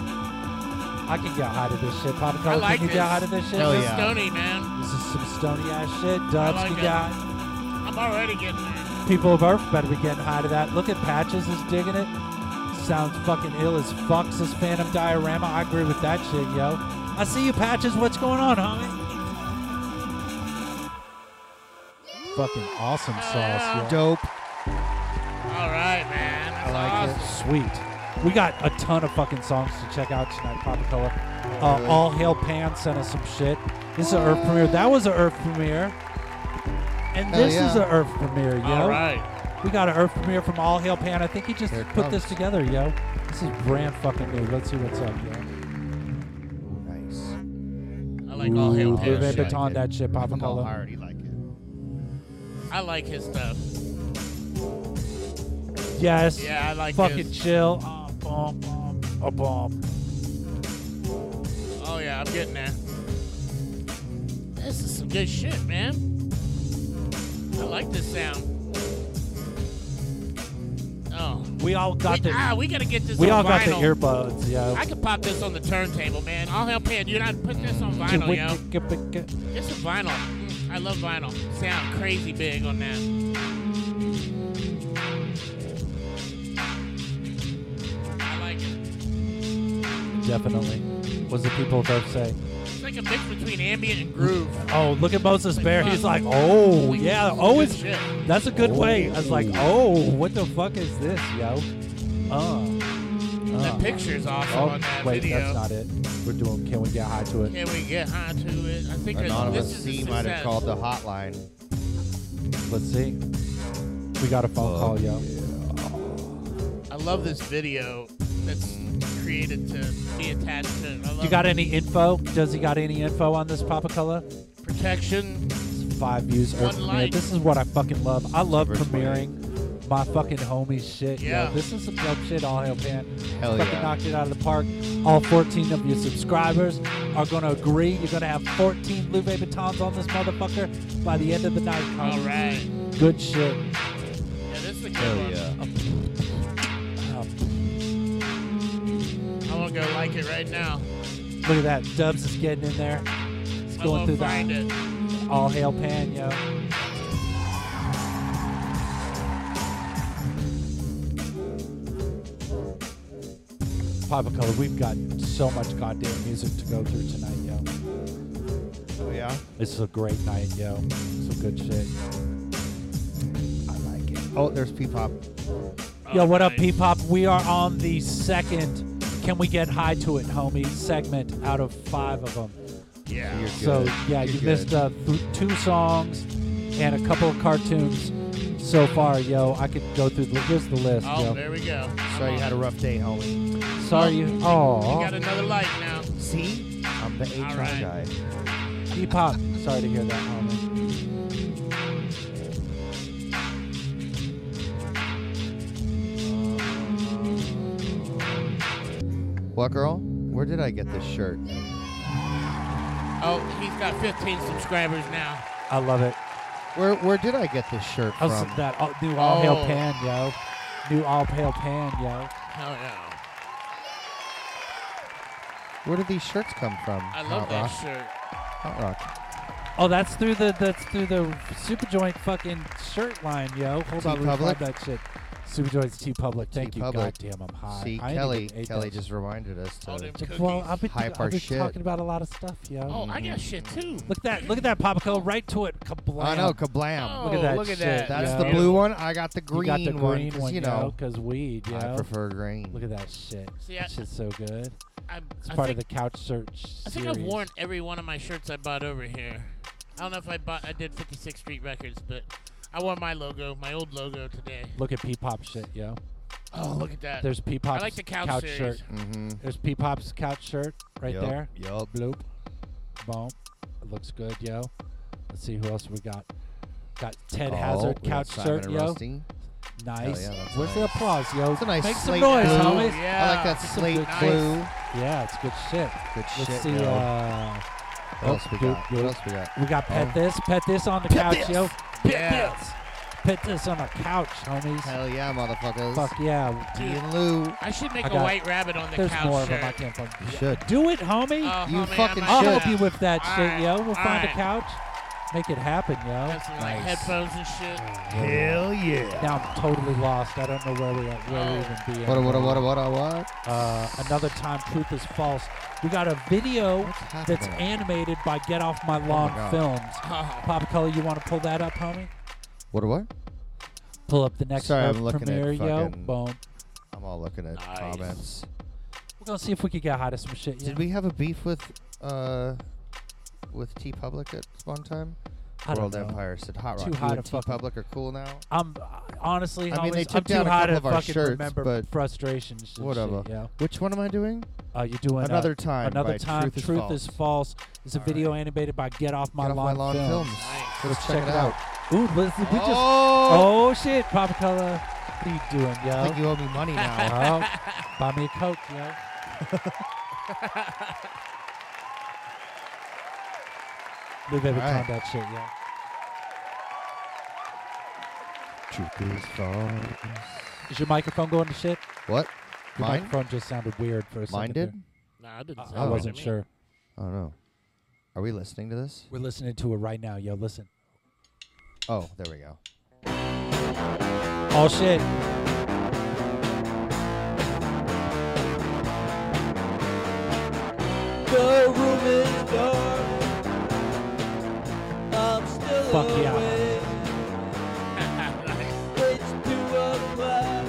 [SPEAKER 2] can get high to this shit. Papa Cola,
[SPEAKER 3] like
[SPEAKER 2] can you
[SPEAKER 3] this.
[SPEAKER 2] get high to this shit?
[SPEAKER 1] Hell
[SPEAKER 3] This is
[SPEAKER 1] yeah.
[SPEAKER 3] Stony, man.
[SPEAKER 2] This is some stony ass Oh, shit. Dubs
[SPEAKER 3] like
[SPEAKER 2] can
[SPEAKER 3] it.
[SPEAKER 2] get high.
[SPEAKER 3] I'm already getting there.
[SPEAKER 2] People of Earth better be getting high to that. Look at Patches is digging it. Sounds fucking ill as fuck, this Phantom Diorama. I agree with that shit, yo. I see you, Patches. What's going on, homie? fucking awesome sauce.
[SPEAKER 3] yeah.
[SPEAKER 2] yo.
[SPEAKER 1] Dope.
[SPEAKER 3] All right, man. That's
[SPEAKER 1] I like
[SPEAKER 3] awesome.
[SPEAKER 2] Ah, Sweet. We got a ton of fucking songs to check out tonight, Papa Color. Uh, All Hail Pan sent us some shit. This is an Earth premiere. That was an Earth premiere. And
[SPEAKER 1] Hell
[SPEAKER 2] this
[SPEAKER 1] yeah.
[SPEAKER 2] is an Earth premiere, yo.
[SPEAKER 3] All right.
[SPEAKER 2] We got an Earth premiere from All Hail Pan. I think he just
[SPEAKER 1] Here it
[SPEAKER 2] put this
[SPEAKER 1] comes.
[SPEAKER 2] together, yo. This is brand fucking new. Let's see what's up, yo.
[SPEAKER 1] Ooh, nice.
[SPEAKER 3] I like all him.
[SPEAKER 2] Ooh, Louis
[SPEAKER 1] shit.
[SPEAKER 2] Vuitton, that shit, Papa
[SPEAKER 1] I'm all
[SPEAKER 2] Color.
[SPEAKER 1] already like it.
[SPEAKER 3] I like his stuff.
[SPEAKER 2] Yes.
[SPEAKER 3] Yeah, I like Um,
[SPEAKER 2] Fucking
[SPEAKER 3] his.
[SPEAKER 2] chill. Ah, bum, bum, ah, bum.
[SPEAKER 3] Oh yeah, I'm getting there. This is some good shit, man. I like this sound. Oh.
[SPEAKER 2] We all got
[SPEAKER 3] we,
[SPEAKER 2] the
[SPEAKER 3] ah, we gotta get this
[SPEAKER 2] we
[SPEAKER 3] on
[SPEAKER 2] all got the
[SPEAKER 3] vinyl.
[SPEAKER 2] earbuds, yo.
[SPEAKER 3] I could pop this on the turntable, man. I'll help you. You're not putting this on vinyl, yo.
[SPEAKER 2] Chiwick-a-bick-a-
[SPEAKER 3] This is vinyl. Mm, I love vinyl. Sound crazy big on that. I like it.
[SPEAKER 2] Definitely. What's the people that say?
[SPEAKER 3] It's like a mix between ambient and groove.
[SPEAKER 2] Oh, look at Moses
[SPEAKER 3] Like,
[SPEAKER 2] Bear.
[SPEAKER 3] fuck.
[SPEAKER 2] He's like, oh
[SPEAKER 3] Like,
[SPEAKER 2] yeah.
[SPEAKER 3] this is
[SPEAKER 2] Oh,
[SPEAKER 3] good
[SPEAKER 2] it's
[SPEAKER 3] shit.
[SPEAKER 2] that's a good way. I was like, oh, what the fuck is this, yo? Uh,
[SPEAKER 3] The
[SPEAKER 2] uh.
[SPEAKER 3] picture's awesome
[SPEAKER 2] Oh,
[SPEAKER 3] on that
[SPEAKER 2] wait,
[SPEAKER 3] video.
[SPEAKER 2] that's not it. We're doing. Can we get high to it?
[SPEAKER 3] Can we get high to it? I think it's- this
[SPEAKER 1] Anonymous
[SPEAKER 3] is a
[SPEAKER 1] C might have
[SPEAKER 3] success.
[SPEAKER 1] called the hotline.
[SPEAKER 2] Let's see. We got a phone call, yo.
[SPEAKER 3] I love this video that's created to be attached to. it. I love
[SPEAKER 2] You got any info? Does he got any info on this Papa Color?
[SPEAKER 3] protection?
[SPEAKER 2] Five views. Earth
[SPEAKER 3] One
[SPEAKER 2] Premiere.
[SPEAKER 3] like.
[SPEAKER 2] This is what I fucking love. I love
[SPEAKER 1] Earth
[SPEAKER 2] premiering my fucking homies shit. yo.
[SPEAKER 3] Yeah.
[SPEAKER 2] This is some dope shit. All hail pan.
[SPEAKER 1] Hell
[SPEAKER 2] fucking
[SPEAKER 1] yeah.
[SPEAKER 2] knocked it out of the park. All 14 of your subscribers are going to agree. You're going to have 14 Louis Vuittons on this motherfucker by the end of the night.
[SPEAKER 3] All
[SPEAKER 2] homies.
[SPEAKER 3] right.
[SPEAKER 2] Good shit.
[SPEAKER 3] Yeah, this is a good
[SPEAKER 1] Hell
[SPEAKER 5] Oh,
[SPEAKER 3] one.
[SPEAKER 1] yeah.
[SPEAKER 2] Um,
[SPEAKER 3] I want to go like it right now.
[SPEAKER 2] look at that. Dubs is getting in there. It's
[SPEAKER 3] I
[SPEAKER 2] going
[SPEAKER 3] won't
[SPEAKER 2] through that.
[SPEAKER 3] find it.
[SPEAKER 2] All hail pan, yo. Papa Color, we've got so much goddamn music to go through tonight, yo.
[SPEAKER 1] Oh yeah.
[SPEAKER 2] This is a great night, yo. Some good shit. I like it.
[SPEAKER 1] Oh, there's P-pop.
[SPEAKER 2] Yo, what up,
[SPEAKER 3] Alright.
[SPEAKER 2] P-Pop? We are on the second Can We Get High to It, homie, segment out of five of them.
[SPEAKER 3] Yeah.
[SPEAKER 1] You're
[SPEAKER 2] So
[SPEAKER 1] good.
[SPEAKER 2] yeah,
[SPEAKER 1] You're
[SPEAKER 2] you
[SPEAKER 1] good.
[SPEAKER 2] missed uh, th- two songs and a couple of cartoons so far, yo. I could go through. The, here's the list,
[SPEAKER 3] Oh,
[SPEAKER 2] yo.
[SPEAKER 3] there we go. I'm
[SPEAKER 1] Sorry you
[SPEAKER 3] on
[SPEAKER 1] had a
[SPEAKER 3] it.
[SPEAKER 1] rough day, homie.
[SPEAKER 2] Sorry, you.
[SPEAKER 3] We
[SPEAKER 2] Oh,
[SPEAKER 3] got another light now.
[SPEAKER 1] See? I'm the HR
[SPEAKER 3] right.
[SPEAKER 1] guy.
[SPEAKER 2] P-pop. Sorry to hear that, homie.
[SPEAKER 1] What girl? Where did I get this shirt?
[SPEAKER 3] Oh, he's got 15 subscribers now.
[SPEAKER 2] I love it.
[SPEAKER 1] Where Where did I get this shirt
[SPEAKER 2] How's
[SPEAKER 1] from?
[SPEAKER 2] that all, new all hail
[SPEAKER 3] Oh.
[SPEAKER 2] pan, yo? New all hail pan, yo.
[SPEAKER 3] Hell yeah.
[SPEAKER 1] Where did these shirts come from?
[SPEAKER 3] I love
[SPEAKER 1] Hot
[SPEAKER 3] that
[SPEAKER 1] Rock.
[SPEAKER 3] shirt.
[SPEAKER 1] Hot Rock.
[SPEAKER 2] Oh, that's through the that's through the super joint fucking shirt line, yo. Hold on, we
[SPEAKER 1] T-Public?
[SPEAKER 2] find that shit. Super joints T Public. Thank
[SPEAKER 1] T-Public.
[SPEAKER 2] you. Goddamn, I'm high.
[SPEAKER 1] See,
[SPEAKER 2] I ain't
[SPEAKER 1] Kelly.
[SPEAKER 2] even ate
[SPEAKER 1] Kelly
[SPEAKER 2] that
[SPEAKER 1] just reminded us
[SPEAKER 3] All
[SPEAKER 1] to.
[SPEAKER 3] them
[SPEAKER 2] Th-
[SPEAKER 3] cookies.
[SPEAKER 2] Well, I've been,
[SPEAKER 1] Hype our
[SPEAKER 2] I've been
[SPEAKER 1] shit.
[SPEAKER 2] talking about a lot of stuff, yo.
[SPEAKER 3] oh, I got shit too.
[SPEAKER 2] Look at that! Look at that, Papa Cole, right to it. Kablam.
[SPEAKER 1] I know, kablam.
[SPEAKER 3] Oh,
[SPEAKER 2] look at that
[SPEAKER 3] look at
[SPEAKER 2] shit.
[SPEAKER 3] that.
[SPEAKER 1] That's
[SPEAKER 2] yo.
[SPEAKER 1] the blue one. I got the green,
[SPEAKER 2] you got the green
[SPEAKER 1] one. 'cause, you
[SPEAKER 2] yo,
[SPEAKER 1] know,
[SPEAKER 2] 'cause weed, yo.
[SPEAKER 1] I prefer green.
[SPEAKER 2] look at that shit.
[SPEAKER 3] See, I-
[SPEAKER 2] that shit's so good.
[SPEAKER 3] I,
[SPEAKER 2] It's
[SPEAKER 3] I
[SPEAKER 2] part
[SPEAKER 3] think,
[SPEAKER 2] of the couch search.
[SPEAKER 3] I think I've
[SPEAKER 2] series.
[SPEAKER 3] worn every one of my shirts I bought over here. I don't know if I bought. I did 56th Street Records, but I wore my logo, my old logo today.
[SPEAKER 2] Look at P Pop shit, yo.
[SPEAKER 3] Oh, look at that.
[SPEAKER 2] There's P Pop's
[SPEAKER 3] like the couch series.
[SPEAKER 2] shirt.
[SPEAKER 1] Mm-hmm.
[SPEAKER 2] There's P Pop's couch shirt right there.
[SPEAKER 1] Yup. Bloop.
[SPEAKER 2] Boom. It looks good, yo. Let's see who else we got. Got Ted
[SPEAKER 1] Oh,
[SPEAKER 2] Hazard
[SPEAKER 1] we got
[SPEAKER 2] couch
[SPEAKER 1] Simon
[SPEAKER 2] shirt,
[SPEAKER 1] and
[SPEAKER 2] yo.
[SPEAKER 1] Rusty.
[SPEAKER 2] Nice.
[SPEAKER 1] yeah, that's
[SPEAKER 2] Where's the
[SPEAKER 1] nice.
[SPEAKER 2] applause, yo?
[SPEAKER 1] It's a nice
[SPEAKER 2] Make some
[SPEAKER 1] slate
[SPEAKER 2] noise,
[SPEAKER 1] blue.
[SPEAKER 2] homies.
[SPEAKER 3] yeah.
[SPEAKER 1] I like that
[SPEAKER 2] Some
[SPEAKER 1] slate
[SPEAKER 2] good
[SPEAKER 1] blue.
[SPEAKER 2] Yeah, it's good shit.
[SPEAKER 1] Good
[SPEAKER 2] Let's
[SPEAKER 1] shit.
[SPEAKER 2] see.
[SPEAKER 1] yo.
[SPEAKER 2] Uh,
[SPEAKER 1] what else we
[SPEAKER 2] do-
[SPEAKER 1] got?
[SPEAKER 2] do-
[SPEAKER 1] What else we got?
[SPEAKER 2] we got pet
[SPEAKER 1] Oh.
[SPEAKER 2] this, pet this on the couch, yo. Pet
[SPEAKER 3] Yeah.
[SPEAKER 2] this, pet this on the couch, homies.
[SPEAKER 1] Hell yeah, motherfuckers.
[SPEAKER 2] Fuck yeah.
[SPEAKER 1] D and Lou.
[SPEAKER 3] I should make
[SPEAKER 2] I
[SPEAKER 3] a
[SPEAKER 2] got-
[SPEAKER 3] white rabbit on the
[SPEAKER 2] There's
[SPEAKER 3] couch
[SPEAKER 2] more of
[SPEAKER 3] shirt.
[SPEAKER 2] them. I can't find.
[SPEAKER 1] You should.
[SPEAKER 2] Do it, homie.
[SPEAKER 3] Oh,
[SPEAKER 1] You
[SPEAKER 3] homie, I
[SPEAKER 1] fucking
[SPEAKER 3] might
[SPEAKER 2] I'll
[SPEAKER 1] should.
[SPEAKER 3] do
[SPEAKER 2] help you with that shit,
[SPEAKER 3] Alright,
[SPEAKER 2] yo. We'll find a
[SPEAKER 3] alright.
[SPEAKER 2] couch, make it happen, yo.
[SPEAKER 3] Got some like headphones and shit.
[SPEAKER 1] Hell yeah.
[SPEAKER 2] Now I'm totally lost. I don't know where we are, where we even be.
[SPEAKER 1] What a,
[SPEAKER 2] at.
[SPEAKER 1] what a, what a, what a, what?
[SPEAKER 2] Uh, another time, truth is false. We got a video
[SPEAKER 1] What's happening?
[SPEAKER 2] that's animated by Get Off My Lawn
[SPEAKER 1] God.
[SPEAKER 2] Films.
[SPEAKER 3] Oh,
[SPEAKER 2] Papa Color, you want to pull that up, homie?
[SPEAKER 1] What do what?
[SPEAKER 2] Pull up the next
[SPEAKER 1] Sorry,
[SPEAKER 2] month
[SPEAKER 1] I'm looking at
[SPEAKER 2] premiere, yo.
[SPEAKER 1] fucking-
[SPEAKER 2] Boom.
[SPEAKER 1] I'm all looking at
[SPEAKER 3] Nice.
[SPEAKER 1] comments.
[SPEAKER 2] We're gonna see if we could get high to some shit. Yeah.
[SPEAKER 1] Did we have a beef with uh with T Public at one time?
[SPEAKER 2] I don't
[SPEAKER 1] World
[SPEAKER 2] know.
[SPEAKER 1] Empire said Hot Rock.
[SPEAKER 2] Too
[SPEAKER 1] you
[SPEAKER 2] high
[SPEAKER 1] and T
[SPEAKER 2] to fucking-
[SPEAKER 1] Public are cool now.
[SPEAKER 2] I'm honestly,
[SPEAKER 1] I mean, they
[SPEAKER 2] always-
[SPEAKER 1] took
[SPEAKER 2] I'm too
[SPEAKER 1] down a
[SPEAKER 2] high
[SPEAKER 1] couple
[SPEAKER 2] to
[SPEAKER 1] of our
[SPEAKER 2] fucking
[SPEAKER 1] shirts,
[SPEAKER 2] remember
[SPEAKER 1] but
[SPEAKER 2] frustrations. And
[SPEAKER 1] Whatever.
[SPEAKER 2] Shit, yo.
[SPEAKER 1] Which one am I doing?
[SPEAKER 2] Uh, you're doing uh,
[SPEAKER 1] Another time.
[SPEAKER 2] Another
[SPEAKER 1] by
[SPEAKER 2] time.
[SPEAKER 1] Truth,
[SPEAKER 2] is false. It's a
[SPEAKER 1] All
[SPEAKER 2] video animated by Get Off My
[SPEAKER 1] Get off
[SPEAKER 2] Lawn,
[SPEAKER 1] my lawn
[SPEAKER 2] Films.
[SPEAKER 1] films. Go check, it out.
[SPEAKER 2] Ooh, but we just. Oh,
[SPEAKER 1] oh,
[SPEAKER 2] shit, Papa Color. What are you doing,
[SPEAKER 1] I think
[SPEAKER 2] yo?
[SPEAKER 1] you owe me money now.
[SPEAKER 2] Oh, buy me a coke, yo. Lou
[SPEAKER 1] All
[SPEAKER 2] Baby, calm
[SPEAKER 1] right.
[SPEAKER 2] that shit, yo.
[SPEAKER 1] Truth is false.
[SPEAKER 2] Is your microphone going to shit?
[SPEAKER 1] What?
[SPEAKER 2] Your
[SPEAKER 1] Mine?
[SPEAKER 2] microphone just sounded weird for a
[SPEAKER 1] Mine
[SPEAKER 2] second. there.
[SPEAKER 1] did?
[SPEAKER 3] Nah, I didn't.
[SPEAKER 2] I-
[SPEAKER 3] say
[SPEAKER 2] I
[SPEAKER 3] that
[SPEAKER 2] wasn't
[SPEAKER 3] to me.
[SPEAKER 2] sure.
[SPEAKER 1] Oh no. Are we listening to this?
[SPEAKER 2] We're listening to it right now, yo. Listen.
[SPEAKER 1] Oh, there we go.
[SPEAKER 2] Oh shit.
[SPEAKER 5] The room is dark. I'm still
[SPEAKER 2] Fuck yeah.
[SPEAKER 5] awake. It's two o'clock.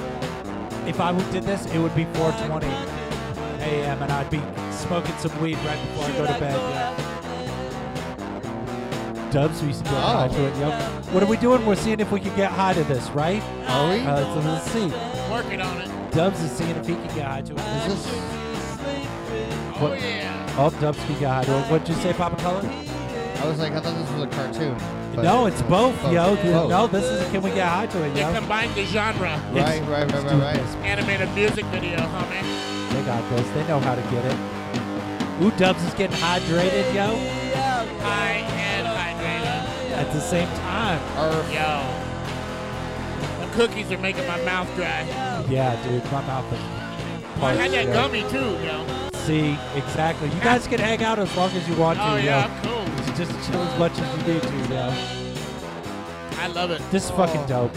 [SPEAKER 2] If I did this, it would be
[SPEAKER 5] I
[SPEAKER 2] 4:20
[SPEAKER 5] wonder
[SPEAKER 2] a.m. and I'd be smoking some weed right before I
[SPEAKER 5] should
[SPEAKER 2] go to
[SPEAKER 5] I
[SPEAKER 2] bed.
[SPEAKER 5] go
[SPEAKER 2] yo.
[SPEAKER 5] out there?
[SPEAKER 2] Dubs, we used to get
[SPEAKER 1] Oh.
[SPEAKER 2] high to it. Yo. What are we doing? We're seeing if we can get high to this, right?
[SPEAKER 1] Are we?
[SPEAKER 2] Uh, so let's see.
[SPEAKER 3] Working on it.
[SPEAKER 2] Dubs is seeing if he can get high to it.
[SPEAKER 1] Is this?
[SPEAKER 3] Oh
[SPEAKER 2] What-
[SPEAKER 3] yeah.
[SPEAKER 2] Oh, Dubs can get high to it. What'd you say, Papa Color?
[SPEAKER 1] I was like, I thought this was a cartoon. but-
[SPEAKER 2] No, it's both, yo.
[SPEAKER 1] Both.
[SPEAKER 2] No, this is. Can we get high to it,
[SPEAKER 3] They
[SPEAKER 2] yo?
[SPEAKER 3] combined the genre.
[SPEAKER 1] Right, right, right, right, right.
[SPEAKER 3] Animated music video, homie.
[SPEAKER 2] They got this. They know how to get it. Ooh, Dubs is getting hydrated, yo.
[SPEAKER 3] High and hydrated.
[SPEAKER 2] At the same time.
[SPEAKER 1] Or
[SPEAKER 3] Yo. The cookies are making my mouth dry.
[SPEAKER 2] Yeah, dude, my mouth is.
[SPEAKER 3] I had that
[SPEAKER 2] parched, yo.
[SPEAKER 3] gummy too, yo.
[SPEAKER 2] See, exactly. You guys can hang out as long as you want to.
[SPEAKER 3] Oh
[SPEAKER 2] yo.
[SPEAKER 3] yeah, I'm cool.
[SPEAKER 2] Just chill as much as you need to, yo.
[SPEAKER 3] I love it.
[SPEAKER 2] This is
[SPEAKER 1] oh.
[SPEAKER 2] fucking dope.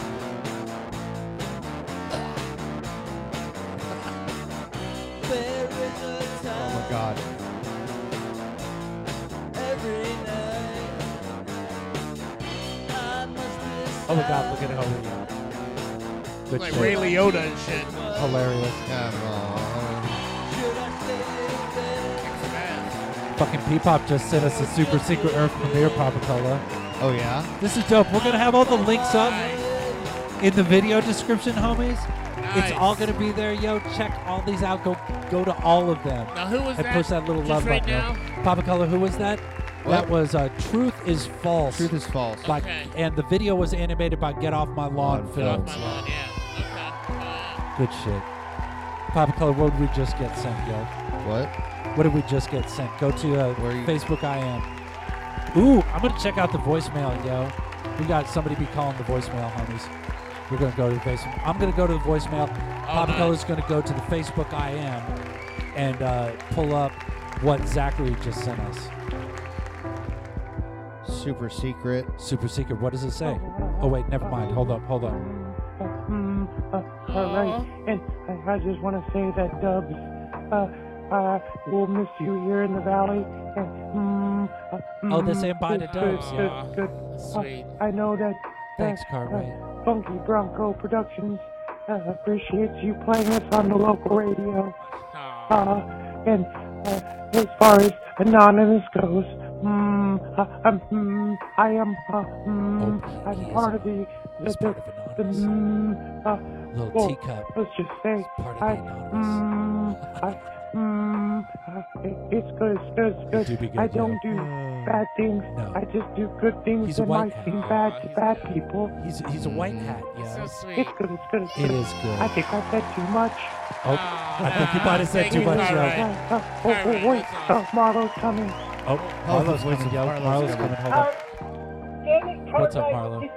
[SPEAKER 5] There is a
[SPEAKER 1] oh
[SPEAKER 5] time
[SPEAKER 1] my god.
[SPEAKER 5] every night. I must
[SPEAKER 2] Oh my god, look at Homer, yo. Good
[SPEAKER 3] Like
[SPEAKER 2] shit.
[SPEAKER 3] Ray Liotta and shit.
[SPEAKER 1] Hilarious. Yeah,
[SPEAKER 2] Fucking Peepop just sent us a super secret Earth premiere, Papa Cola.
[SPEAKER 1] no. Oh yeah.
[SPEAKER 2] This is dope. We're gonna have all the links up in the video description, homies. It's
[SPEAKER 3] Nice.
[SPEAKER 2] all gonna be there, yo. Check all these out. Go, go to all of them.
[SPEAKER 3] Now who was
[SPEAKER 2] and
[SPEAKER 3] that?
[SPEAKER 2] push that little
[SPEAKER 3] just
[SPEAKER 2] love
[SPEAKER 3] right
[SPEAKER 2] button. yo.
[SPEAKER 3] now.
[SPEAKER 2] Papa Color, who was that?
[SPEAKER 1] What?
[SPEAKER 2] That was uh, Truth is False.
[SPEAKER 1] Truth is false.
[SPEAKER 2] by,
[SPEAKER 3] Okay.
[SPEAKER 2] And the video was animated by Get Off My Lawn
[SPEAKER 1] Lawn
[SPEAKER 3] Off my
[SPEAKER 2] Films.
[SPEAKER 3] lawn, yeah.
[SPEAKER 2] Good shit. Papa Color, what did we just get sent, yo?
[SPEAKER 1] What?
[SPEAKER 2] What did we just get sent? Go to uh,
[SPEAKER 1] Where you-
[SPEAKER 2] Facebook I am. Ooh, I'm going to check out the voicemail, yo. We got somebody be calling the voicemail, homies. We're going to go to the Facebook. I'm going to go to the voicemail.
[SPEAKER 3] Oh,
[SPEAKER 2] Papa
[SPEAKER 3] nice.
[SPEAKER 2] Color's going to go to the Facebook I am and uh, pull up what Zachary just sent us.
[SPEAKER 1] Super secret.
[SPEAKER 2] Super secret. What does it say? Oh wait, never mind. Hold up, hold up. Oh,
[SPEAKER 9] Mm, uh, all right. And I, I just want to say that Dubs, uh, uh, we'll miss you here in the valley. And, mm, uh,
[SPEAKER 2] Oh, they're
[SPEAKER 9] mm,
[SPEAKER 2] saying bye to
[SPEAKER 9] good,
[SPEAKER 2] Dubs,
[SPEAKER 9] good,
[SPEAKER 3] yeah.
[SPEAKER 9] good,
[SPEAKER 3] Okay.
[SPEAKER 9] good.
[SPEAKER 3] Sweet.
[SPEAKER 9] Uh, I know that. uh,
[SPEAKER 2] Thanks, Cartwright.
[SPEAKER 9] Uh, Funky Bronco Productions uh, appreciates you playing us on the local radio.
[SPEAKER 3] Aw.
[SPEAKER 9] Uh, and uh, as far as anonymous goes, mm, uh, um, mm, I am uh, mm,
[SPEAKER 2] Oh, he-
[SPEAKER 9] I'm
[SPEAKER 2] he is
[SPEAKER 9] part
[SPEAKER 2] a-
[SPEAKER 9] of the the,
[SPEAKER 2] he's
[SPEAKER 9] the,
[SPEAKER 2] part of
[SPEAKER 9] the
[SPEAKER 2] Anonymous.
[SPEAKER 9] mm, uh,
[SPEAKER 2] Little
[SPEAKER 9] well,
[SPEAKER 2] teacup.
[SPEAKER 9] Let's just say
[SPEAKER 2] It's part of the
[SPEAKER 9] I,
[SPEAKER 2] anonymous.
[SPEAKER 9] mm, I, mm, I- it- it's good, it's good, it's
[SPEAKER 2] You
[SPEAKER 9] good.
[SPEAKER 2] do be
[SPEAKER 9] I
[SPEAKER 2] good, yeah.
[SPEAKER 9] don't do bad things.
[SPEAKER 2] Oh, No.
[SPEAKER 9] I just do good things
[SPEAKER 2] He's a
[SPEAKER 9] that
[SPEAKER 2] white
[SPEAKER 9] might
[SPEAKER 2] hat.
[SPEAKER 9] seem
[SPEAKER 3] Aw,
[SPEAKER 9] bad to
[SPEAKER 3] he's
[SPEAKER 9] bad
[SPEAKER 3] good.
[SPEAKER 9] people.
[SPEAKER 2] He's he's a white hat,
[SPEAKER 3] Mm. So
[SPEAKER 2] yeah.
[SPEAKER 3] sweet.
[SPEAKER 9] It's good, it's good, it's
[SPEAKER 2] It
[SPEAKER 9] good.
[SPEAKER 2] is good.
[SPEAKER 9] I think I said too much.
[SPEAKER 2] Oh, I think you might have said
[SPEAKER 3] Ah, Thank
[SPEAKER 2] too
[SPEAKER 3] you,
[SPEAKER 2] much.
[SPEAKER 3] Cartwright.
[SPEAKER 2] Yo.
[SPEAKER 9] Uh, uh, oh,
[SPEAKER 3] Alright,
[SPEAKER 9] oh, wait,
[SPEAKER 3] that's
[SPEAKER 9] uh, Marlo's coming.
[SPEAKER 2] Oh, Marlo's
[SPEAKER 1] Marlo's
[SPEAKER 2] coming,
[SPEAKER 1] coming.
[SPEAKER 2] yo.
[SPEAKER 1] Marlo's
[SPEAKER 2] Marlo's
[SPEAKER 1] coming.
[SPEAKER 2] coming. Hold
[SPEAKER 9] Oh,
[SPEAKER 2] up. What's up, Marlo?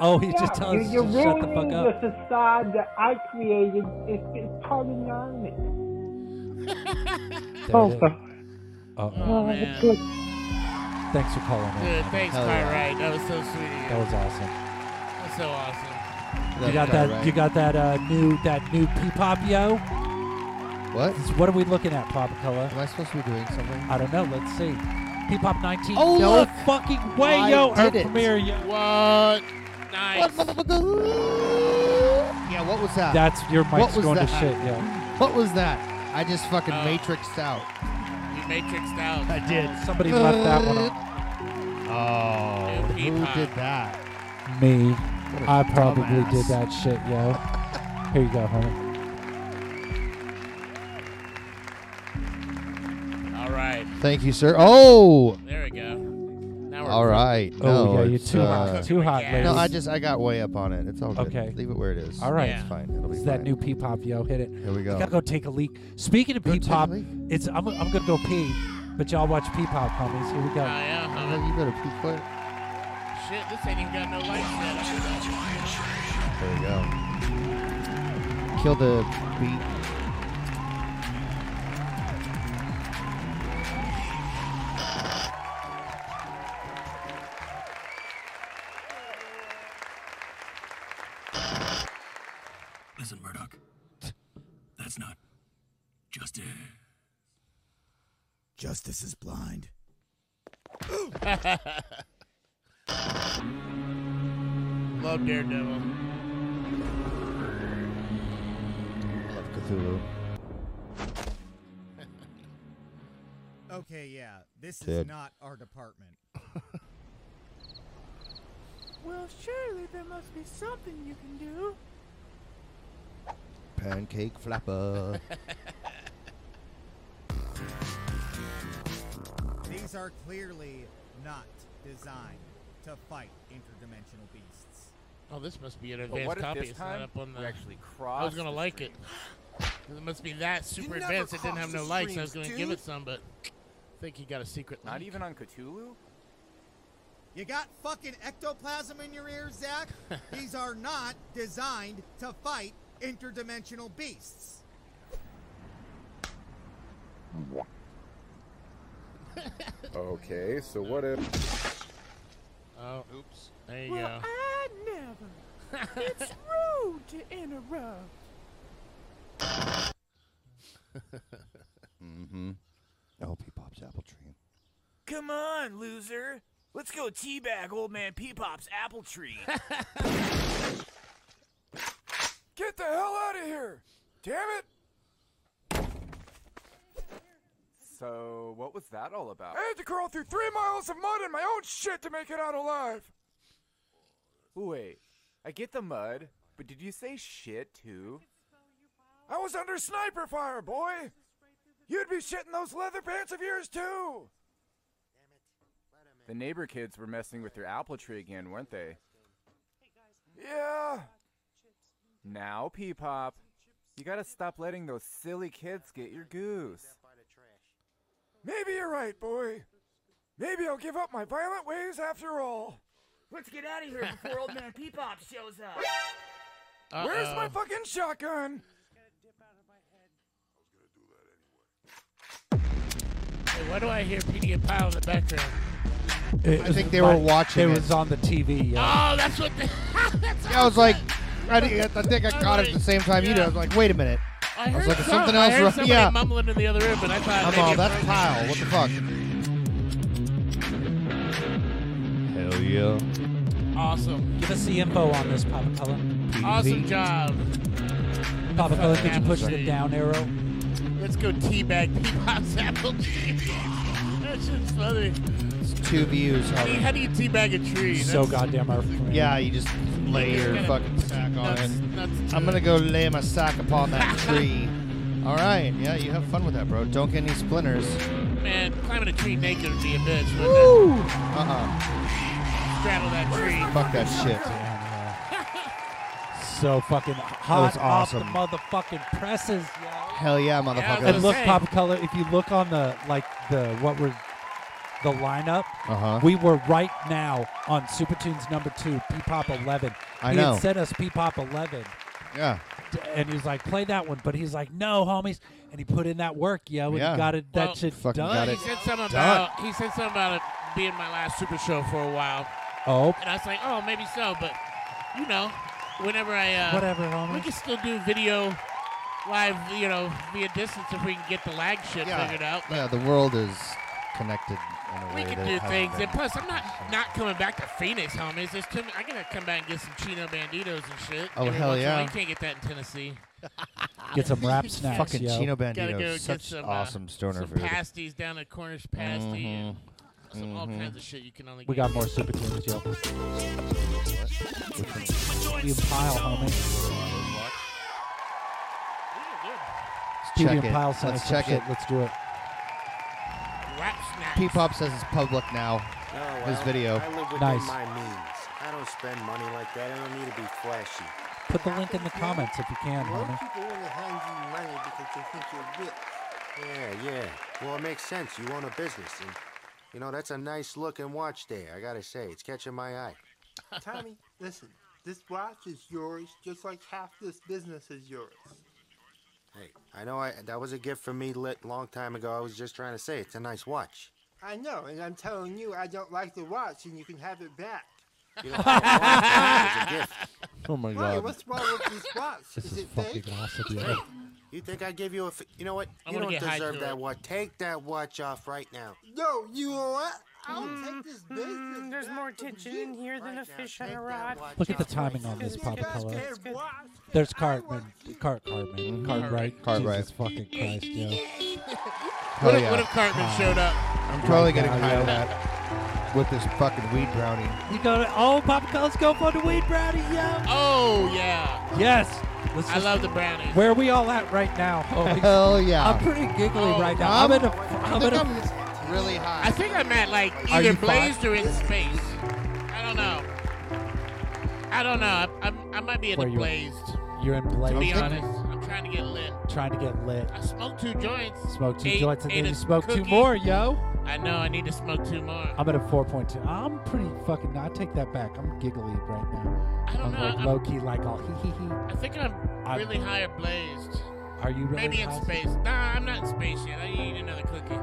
[SPEAKER 2] Oh, he's just telling us to shut the fuck up.
[SPEAKER 9] the facade that I created. It's, it's part anonymous.
[SPEAKER 2] There it
[SPEAKER 9] Oh,
[SPEAKER 2] is.
[SPEAKER 9] uh,
[SPEAKER 2] Uh-oh.
[SPEAKER 9] oh,
[SPEAKER 3] man.
[SPEAKER 9] it's good.
[SPEAKER 2] Thanks for calling in.
[SPEAKER 3] Dude, thanks,
[SPEAKER 1] Hell yeah.
[SPEAKER 3] Cartwright. That was so sweet of
[SPEAKER 2] That
[SPEAKER 3] you.
[SPEAKER 2] was awesome.
[SPEAKER 3] That was so awesome.
[SPEAKER 2] You got that? You got that uh, new that new P-pop, yo.
[SPEAKER 1] What?
[SPEAKER 2] It's- What are we looking at, Papa Color?
[SPEAKER 1] Am I supposed to be doing something?
[SPEAKER 2] I don't know. Let's see. Hip Hop 19.
[SPEAKER 1] Oh,
[SPEAKER 2] no
[SPEAKER 1] look!
[SPEAKER 2] fucking way,
[SPEAKER 1] I
[SPEAKER 2] yo.
[SPEAKER 1] did
[SPEAKER 2] Earth
[SPEAKER 1] it.
[SPEAKER 2] premiere, yo.
[SPEAKER 3] What? Nice.
[SPEAKER 1] Yeah, what was that?
[SPEAKER 10] That's your
[SPEAKER 1] What
[SPEAKER 10] mic's
[SPEAKER 1] was
[SPEAKER 10] going to
[SPEAKER 1] that?
[SPEAKER 10] shit. Yeah.
[SPEAKER 1] What was that? I just fucking
[SPEAKER 3] Oh.
[SPEAKER 1] matrixed out.
[SPEAKER 3] You matrixed out.
[SPEAKER 1] I did.
[SPEAKER 10] Somebody left that one up.
[SPEAKER 1] Oh,
[SPEAKER 3] Dude,
[SPEAKER 1] who
[SPEAKER 3] Peacock.
[SPEAKER 1] did that?
[SPEAKER 10] Me.
[SPEAKER 1] What a
[SPEAKER 10] I probably did
[SPEAKER 1] dumbass.
[SPEAKER 10] that shit, yo. Here you go, homie.
[SPEAKER 3] All right.
[SPEAKER 1] Thank you, sir. Oh,
[SPEAKER 3] There we go. Now we're
[SPEAKER 1] all right.
[SPEAKER 10] oh,
[SPEAKER 1] No,
[SPEAKER 10] yeah, you're
[SPEAKER 1] it's,
[SPEAKER 10] too
[SPEAKER 1] uh,
[SPEAKER 10] hot. Too hot,
[SPEAKER 3] Yeah.
[SPEAKER 10] ladies.
[SPEAKER 1] No, I just I got way up on it. It's all good.
[SPEAKER 10] Okay.
[SPEAKER 1] Leave it where it is.
[SPEAKER 10] All right.
[SPEAKER 1] it's fine. It'll be
[SPEAKER 10] It's
[SPEAKER 1] fine.
[SPEAKER 10] that new pee pop, yo. Hit it.
[SPEAKER 1] Here we
[SPEAKER 10] I
[SPEAKER 1] go.
[SPEAKER 10] gotta go take a leak. Speaking of
[SPEAKER 1] Go
[SPEAKER 10] pee
[SPEAKER 1] take a
[SPEAKER 10] pop,
[SPEAKER 1] leak.
[SPEAKER 10] it's I'm, I'm gonna go pee, but y'all watch pee pop, homies. Here we go.
[SPEAKER 3] Oh, yeah,
[SPEAKER 1] Oh,
[SPEAKER 3] huh?
[SPEAKER 1] you better pee quick.
[SPEAKER 3] Shit, this ain't even got no lights yet.
[SPEAKER 1] There we go. Kill the beat.
[SPEAKER 9] Listen, Murdoch. That's not justice.
[SPEAKER 11] Justice is blind.
[SPEAKER 3] Love Daredevil.
[SPEAKER 1] I love Cthulhu.
[SPEAKER 12] Okay, yeah. This
[SPEAKER 1] Ted.
[SPEAKER 12] is not our department.
[SPEAKER 13] Well, surely there must be something you can do.
[SPEAKER 1] Pancake flapper.
[SPEAKER 12] These are clearly not designed to fight interdimensional beasts.
[SPEAKER 3] Oh, this must be an
[SPEAKER 5] But
[SPEAKER 3] advanced
[SPEAKER 5] what if
[SPEAKER 3] copy.
[SPEAKER 5] this
[SPEAKER 3] It's not
[SPEAKER 5] time
[SPEAKER 3] up on the.
[SPEAKER 5] we actually cross?
[SPEAKER 3] I was gonna like it. It must be that super
[SPEAKER 5] never
[SPEAKER 3] advanced. It didn't
[SPEAKER 5] cross
[SPEAKER 3] have
[SPEAKER 5] the
[SPEAKER 3] no lights. I was gonna
[SPEAKER 5] streams,
[SPEAKER 3] give
[SPEAKER 5] dude.
[SPEAKER 3] it some, but I think he got a secret.
[SPEAKER 5] Not
[SPEAKER 3] link.
[SPEAKER 5] even on Cthulhu.
[SPEAKER 12] You got fucking ectoplasm in your ears, Zach? These are not designed to fight interdimensional beasts.
[SPEAKER 14] Okay, so what if
[SPEAKER 3] Oh, oops. There you
[SPEAKER 13] Well,
[SPEAKER 3] go.
[SPEAKER 13] I never. It's rude to interrupt.
[SPEAKER 1] mm-hmm. I hope he pops apple tree.
[SPEAKER 13] Come on, loser. Let's go teabag old man Peepop's apple tree.
[SPEAKER 5] Get the hell out of here! Damn it! So what was that all about?
[SPEAKER 9] I had to crawl through three miles of mud and my own shit to make it out alive.
[SPEAKER 5] Wait, I get the mud, but did you say shit too?
[SPEAKER 9] I was under sniper fire, boy. You'd be shitting those leather pants of yours too.
[SPEAKER 5] The neighbor kids were messing with your apple tree again, weren't they?
[SPEAKER 9] Yeah.
[SPEAKER 5] Now, Peepop, you gotta stop letting those silly kids get your goose.
[SPEAKER 9] Maybe you're right, boy. Maybe I'll give up my violent ways after all.
[SPEAKER 13] Let's get out of here before old man Peepop shows up.
[SPEAKER 9] Where's my
[SPEAKER 3] Uh-oh.
[SPEAKER 9] fucking shotgun?
[SPEAKER 3] Hey, why do I hear PD Pile in the background?
[SPEAKER 1] I think they were watching
[SPEAKER 10] It
[SPEAKER 1] it.
[SPEAKER 10] was on the TV. Yeah.
[SPEAKER 3] Oh, that's what. The, that's
[SPEAKER 1] Yeah, I was like, I, didn't- I think I caught it at the same time you did. I was like, wait a minute.
[SPEAKER 3] I
[SPEAKER 1] was
[SPEAKER 3] heard
[SPEAKER 1] like, is
[SPEAKER 3] some-
[SPEAKER 1] something
[SPEAKER 3] I
[SPEAKER 1] else
[SPEAKER 3] heard
[SPEAKER 1] ru-
[SPEAKER 3] somebody
[SPEAKER 1] yeah.
[SPEAKER 3] mumbling in the other room, but I thought
[SPEAKER 1] I'm
[SPEAKER 3] maybe
[SPEAKER 1] all,
[SPEAKER 3] it
[SPEAKER 1] that's
[SPEAKER 3] broke.
[SPEAKER 1] Kyle. What the fuck? Hell yeah.
[SPEAKER 3] Awesome,
[SPEAKER 2] Give us the info on this, Papa Color.
[SPEAKER 3] awesome job.
[SPEAKER 2] Papa Color, could you
[SPEAKER 3] Apple
[SPEAKER 2] push
[SPEAKER 3] tree.
[SPEAKER 2] the down arrow?
[SPEAKER 3] Let's go teabag Peepop's apple tree. That's just funny.
[SPEAKER 1] It's two views.
[SPEAKER 3] How do you,
[SPEAKER 1] Harvey.
[SPEAKER 3] how do you teabag a tree?
[SPEAKER 2] So
[SPEAKER 3] That's-
[SPEAKER 2] goddamn our friend.
[SPEAKER 1] Yeah, you just lay your
[SPEAKER 3] gotta-
[SPEAKER 1] fucking sack on
[SPEAKER 3] nuts-
[SPEAKER 1] it.
[SPEAKER 3] nuts to
[SPEAKER 1] I'm
[SPEAKER 3] it.
[SPEAKER 1] gonna go lay my sack upon that tree. All right, yeah, you have fun with that, bro. Don't get any splinters.
[SPEAKER 3] Man, climbing a tree naked would be a bitch, wouldn't it?
[SPEAKER 1] Uh-uh.
[SPEAKER 3] Straddle that tree.
[SPEAKER 1] Fuck that shit.
[SPEAKER 2] So fucking hot
[SPEAKER 1] was awesome.
[SPEAKER 2] off the motherfucking presses.
[SPEAKER 1] Hell yeah,
[SPEAKER 3] Yeah,
[SPEAKER 2] And
[SPEAKER 1] motherfucker.
[SPEAKER 2] look,
[SPEAKER 3] Hey.
[SPEAKER 2] Papa Color, if you look on the like the what were the lineup,
[SPEAKER 1] Uh-huh.
[SPEAKER 2] we were right now on Super Tunes number two, P Pop eleven.
[SPEAKER 1] I
[SPEAKER 2] he
[SPEAKER 1] know.
[SPEAKER 2] had sent us P Pop eleven.
[SPEAKER 1] Yeah.
[SPEAKER 2] t- And he was like, play that one. But he's like, no, homies. And he put in that work, yo, and
[SPEAKER 1] Yeah.
[SPEAKER 2] he got it, that
[SPEAKER 3] Well,
[SPEAKER 2] shit
[SPEAKER 1] fucking
[SPEAKER 2] done.
[SPEAKER 1] got
[SPEAKER 3] He
[SPEAKER 1] it.
[SPEAKER 3] said something about he said something about it being my last super show for a while,
[SPEAKER 2] Oh,
[SPEAKER 3] and I was like, oh, maybe so, but you know, whenever I uh,
[SPEAKER 2] whatever,
[SPEAKER 3] we
[SPEAKER 2] homies.
[SPEAKER 3] can still do video live, you know, via distance if we can get the lag shit
[SPEAKER 1] Yeah.
[SPEAKER 3] figured out.
[SPEAKER 1] Yeah, the world is connected in a
[SPEAKER 3] We
[SPEAKER 1] way
[SPEAKER 3] can
[SPEAKER 1] that
[SPEAKER 3] do
[SPEAKER 1] has
[SPEAKER 3] things,
[SPEAKER 1] been.
[SPEAKER 3] and plus, I'm not not coming back to Phoenix, homies. There's too many, I gotta come back and get some Chino Banditos and shit.
[SPEAKER 1] Oh,
[SPEAKER 3] Every
[SPEAKER 1] hell
[SPEAKER 3] once in a while.
[SPEAKER 1] yeah.
[SPEAKER 3] You can't get that in Tennessee.
[SPEAKER 2] Get some wrap snacks,
[SPEAKER 1] Fucking
[SPEAKER 2] yo.
[SPEAKER 1] Chino
[SPEAKER 2] Gotta
[SPEAKER 1] Bandito,
[SPEAKER 3] Gotta go get
[SPEAKER 1] such
[SPEAKER 3] some uh,
[SPEAKER 1] awesome stoner
[SPEAKER 3] some
[SPEAKER 1] food.
[SPEAKER 3] pasties down at Cornish pasty, and some all
[SPEAKER 1] Mhm.
[SPEAKER 3] kinds of shit you can only.
[SPEAKER 2] We
[SPEAKER 3] get.
[SPEAKER 2] got more super tunes, yo. Stadium pile, homie. Stadium
[SPEAKER 1] check it.
[SPEAKER 2] pile sent
[SPEAKER 1] Let's
[SPEAKER 2] us some
[SPEAKER 1] check
[SPEAKER 2] shit.
[SPEAKER 1] it.
[SPEAKER 2] Let's do it.
[SPEAKER 3] Wrap snacks.
[SPEAKER 1] P-Pop says it's public now.
[SPEAKER 15] Oh,
[SPEAKER 1] This
[SPEAKER 15] well,
[SPEAKER 1] video.
[SPEAKER 15] I live within
[SPEAKER 2] Nice.
[SPEAKER 15] my means. I don't spend money like that. I don't need to be flashy.
[SPEAKER 2] Put the link in the comments if you can,
[SPEAKER 15] Well,
[SPEAKER 2] homie.
[SPEAKER 15] people only hand you money because they think you're rich. Yeah, yeah. Well, it makes sense. You own a business, and you know that's a nice looking watch there. I gotta say, it's catching my eye.
[SPEAKER 16] Tommy, listen. This watch is yours, just like half this business is yours.
[SPEAKER 15] Hey, I know I that was a gift from me lit long time ago. I was just trying to say it's a nice watch.
[SPEAKER 16] I know, and I'm telling you, I don't like the watch, and you can have it back.
[SPEAKER 15] You don't have a watch, that was a gift.
[SPEAKER 1] Oh my
[SPEAKER 16] Why?
[SPEAKER 1] god.
[SPEAKER 16] What's wrong with this watch?
[SPEAKER 1] This
[SPEAKER 16] is,
[SPEAKER 1] is
[SPEAKER 16] it
[SPEAKER 1] fucking
[SPEAKER 16] fake?
[SPEAKER 1] awesome, yo.
[SPEAKER 15] Hey, you think I give you a? F- you know what?
[SPEAKER 16] I
[SPEAKER 15] You
[SPEAKER 16] wanna
[SPEAKER 15] don't
[SPEAKER 16] get high
[SPEAKER 15] deserve
[SPEAKER 16] to
[SPEAKER 15] that
[SPEAKER 16] it.
[SPEAKER 15] watch. Take that watch off right now.
[SPEAKER 16] No, you know what? I'll take this business.
[SPEAKER 17] Mm-hmm. There's more tension in here than a fish on a rod.
[SPEAKER 2] Look at the timing on this Papa Color.
[SPEAKER 17] It's good.
[SPEAKER 2] There's Cartman. Cart
[SPEAKER 3] Mm-hmm.
[SPEAKER 2] Cartman. Cartwright.
[SPEAKER 1] Cartwright.
[SPEAKER 2] Jesus fucking Christ, yo.
[SPEAKER 1] Hell
[SPEAKER 3] What if-
[SPEAKER 1] yeah.
[SPEAKER 3] what if Cartman showed up?
[SPEAKER 1] I'm probably getting
[SPEAKER 2] Yeah,
[SPEAKER 1] high on
[SPEAKER 2] yeah.
[SPEAKER 1] that with this fucking weed brownie.
[SPEAKER 2] You go to, oh, Papa Color's go for the weed brownie, yo.
[SPEAKER 3] Oh yeah.
[SPEAKER 2] Yes. Let's
[SPEAKER 3] I
[SPEAKER 2] just-
[SPEAKER 3] love the brownies.
[SPEAKER 2] Where are we all at right now, homie?
[SPEAKER 1] Hell yeah.
[SPEAKER 2] I'm pretty giggly right now. I'm, in a. I'm in a.
[SPEAKER 1] really high.
[SPEAKER 3] I think I'm at like
[SPEAKER 2] Are
[SPEAKER 3] either
[SPEAKER 2] you fine?
[SPEAKER 3] blazed or in space. I don't know. I don't know. I, I'm, I might be in
[SPEAKER 2] Where
[SPEAKER 3] the
[SPEAKER 2] you at?
[SPEAKER 3] blazed.
[SPEAKER 2] You're in
[SPEAKER 3] To be
[SPEAKER 2] blazed?
[SPEAKER 3] honest, I'm trying to get lit.
[SPEAKER 2] Trying to get lit.
[SPEAKER 3] I smoked two joints.
[SPEAKER 2] Smoke two
[SPEAKER 3] Ate-
[SPEAKER 2] joints and
[SPEAKER 3] ate
[SPEAKER 2] then
[SPEAKER 3] a
[SPEAKER 2] you smoke two
[SPEAKER 3] cookie.
[SPEAKER 2] more, yo.
[SPEAKER 3] I know. I need to smoke two more.
[SPEAKER 2] I'm at a 4.2. I'm pretty fucking. I take that back. I'm giggly right now.
[SPEAKER 3] I don't
[SPEAKER 2] am
[SPEAKER 3] know,
[SPEAKER 2] Like
[SPEAKER 3] I'm-
[SPEAKER 2] low key, like all hee hee hee.
[SPEAKER 3] I think I'm
[SPEAKER 2] I'm-
[SPEAKER 3] really high or blazed.
[SPEAKER 2] Are you really
[SPEAKER 3] Maybe
[SPEAKER 2] high?
[SPEAKER 3] in space. Nah, I'm not in space yet. I need another cookie.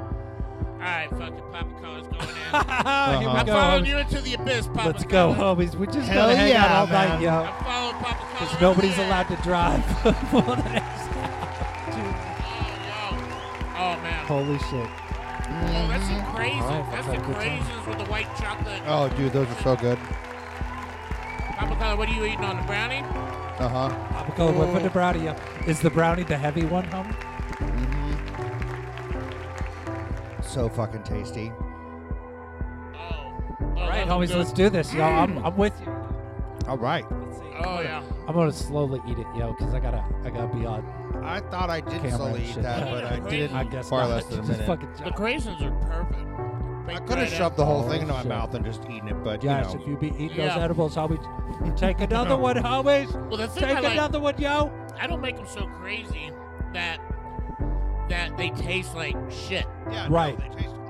[SPEAKER 3] All right, fucking Papa Collar's going in.
[SPEAKER 2] Here we
[SPEAKER 3] I'm
[SPEAKER 2] go,
[SPEAKER 3] following
[SPEAKER 2] homies.
[SPEAKER 3] you into the abyss, Papa
[SPEAKER 2] Let's go,
[SPEAKER 3] Collar.
[SPEAKER 2] homies. We're just
[SPEAKER 1] Hell
[SPEAKER 2] gonna hang out
[SPEAKER 1] yeah,
[SPEAKER 2] all
[SPEAKER 1] man.
[SPEAKER 2] night, yo.
[SPEAKER 1] I'm
[SPEAKER 3] following Papa Collar
[SPEAKER 2] Because nobody's allowed to drive for the next
[SPEAKER 3] Oh man.
[SPEAKER 2] Holy shit.
[SPEAKER 1] Mm.
[SPEAKER 3] Oh, that's the crazies.
[SPEAKER 1] All right,
[SPEAKER 3] that's
[SPEAKER 1] let's
[SPEAKER 3] the
[SPEAKER 1] have a good time.
[SPEAKER 3] crazies with the white chocolate.
[SPEAKER 1] Oh, dude, those are so good.
[SPEAKER 3] Papa Collar, what are you eating on the brownie?
[SPEAKER 1] Uh huh.
[SPEAKER 2] Papa Color, what put the brownie up? Is the brownie the heavy one, homie?
[SPEAKER 1] Mm-hmm. So fucking tasty.
[SPEAKER 2] All right, homies, let's do this, yo. I'm, I'm with you.
[SPEAKER 1] All right.
[SPEAKER 3] Oh yeah.
[SPEAKER 2] I'm gonna slowly eat it, yo, because I gotta, I gotta be on.
[SPEAKER 1] I thought I did
[SPEAKER 2] camera
[SPEAKER 1] slowly
[SPEAKER 2] and
[SPEAKER 1] eat
[SPEAKER 2] shit.
[SPEAKER 1] that, but I did it
[SPEAKER 2] I
[SPEAKER 1] in
[SPEAKER 2] guess
[SPEAKER 1] far
[SPEAKER 2] not.
[SPEAKER 1] less than a
[SPEAKER 2] Just
[SPEAKER 1] minute.
[SPEAKER 2] fucking-
[SPEAKER 3] The craisins are perfect.
[SPEAKER 1] I could have shoved the whole thing into my mouth and just eaten it, but you
[SPEAKER 2] Yes,
[SPEAKER 1] know.
[SPEAKER 2] uh, if you be eating those
[SPEAKER 3] Yeah.
[SPEAKER 2] edibles, homie, take another one, homies.
[SPEAKER 3] Well, the thing
[SPEAKER 2] take
[SPEAKER 3] I like-
[SPEAKER 2] another one, yo.
[SPEAKER 3] I don't make them so crazy that that they taste like shit.
[SPEAKER 1] Yeah,
[SPEAKER 2] Right.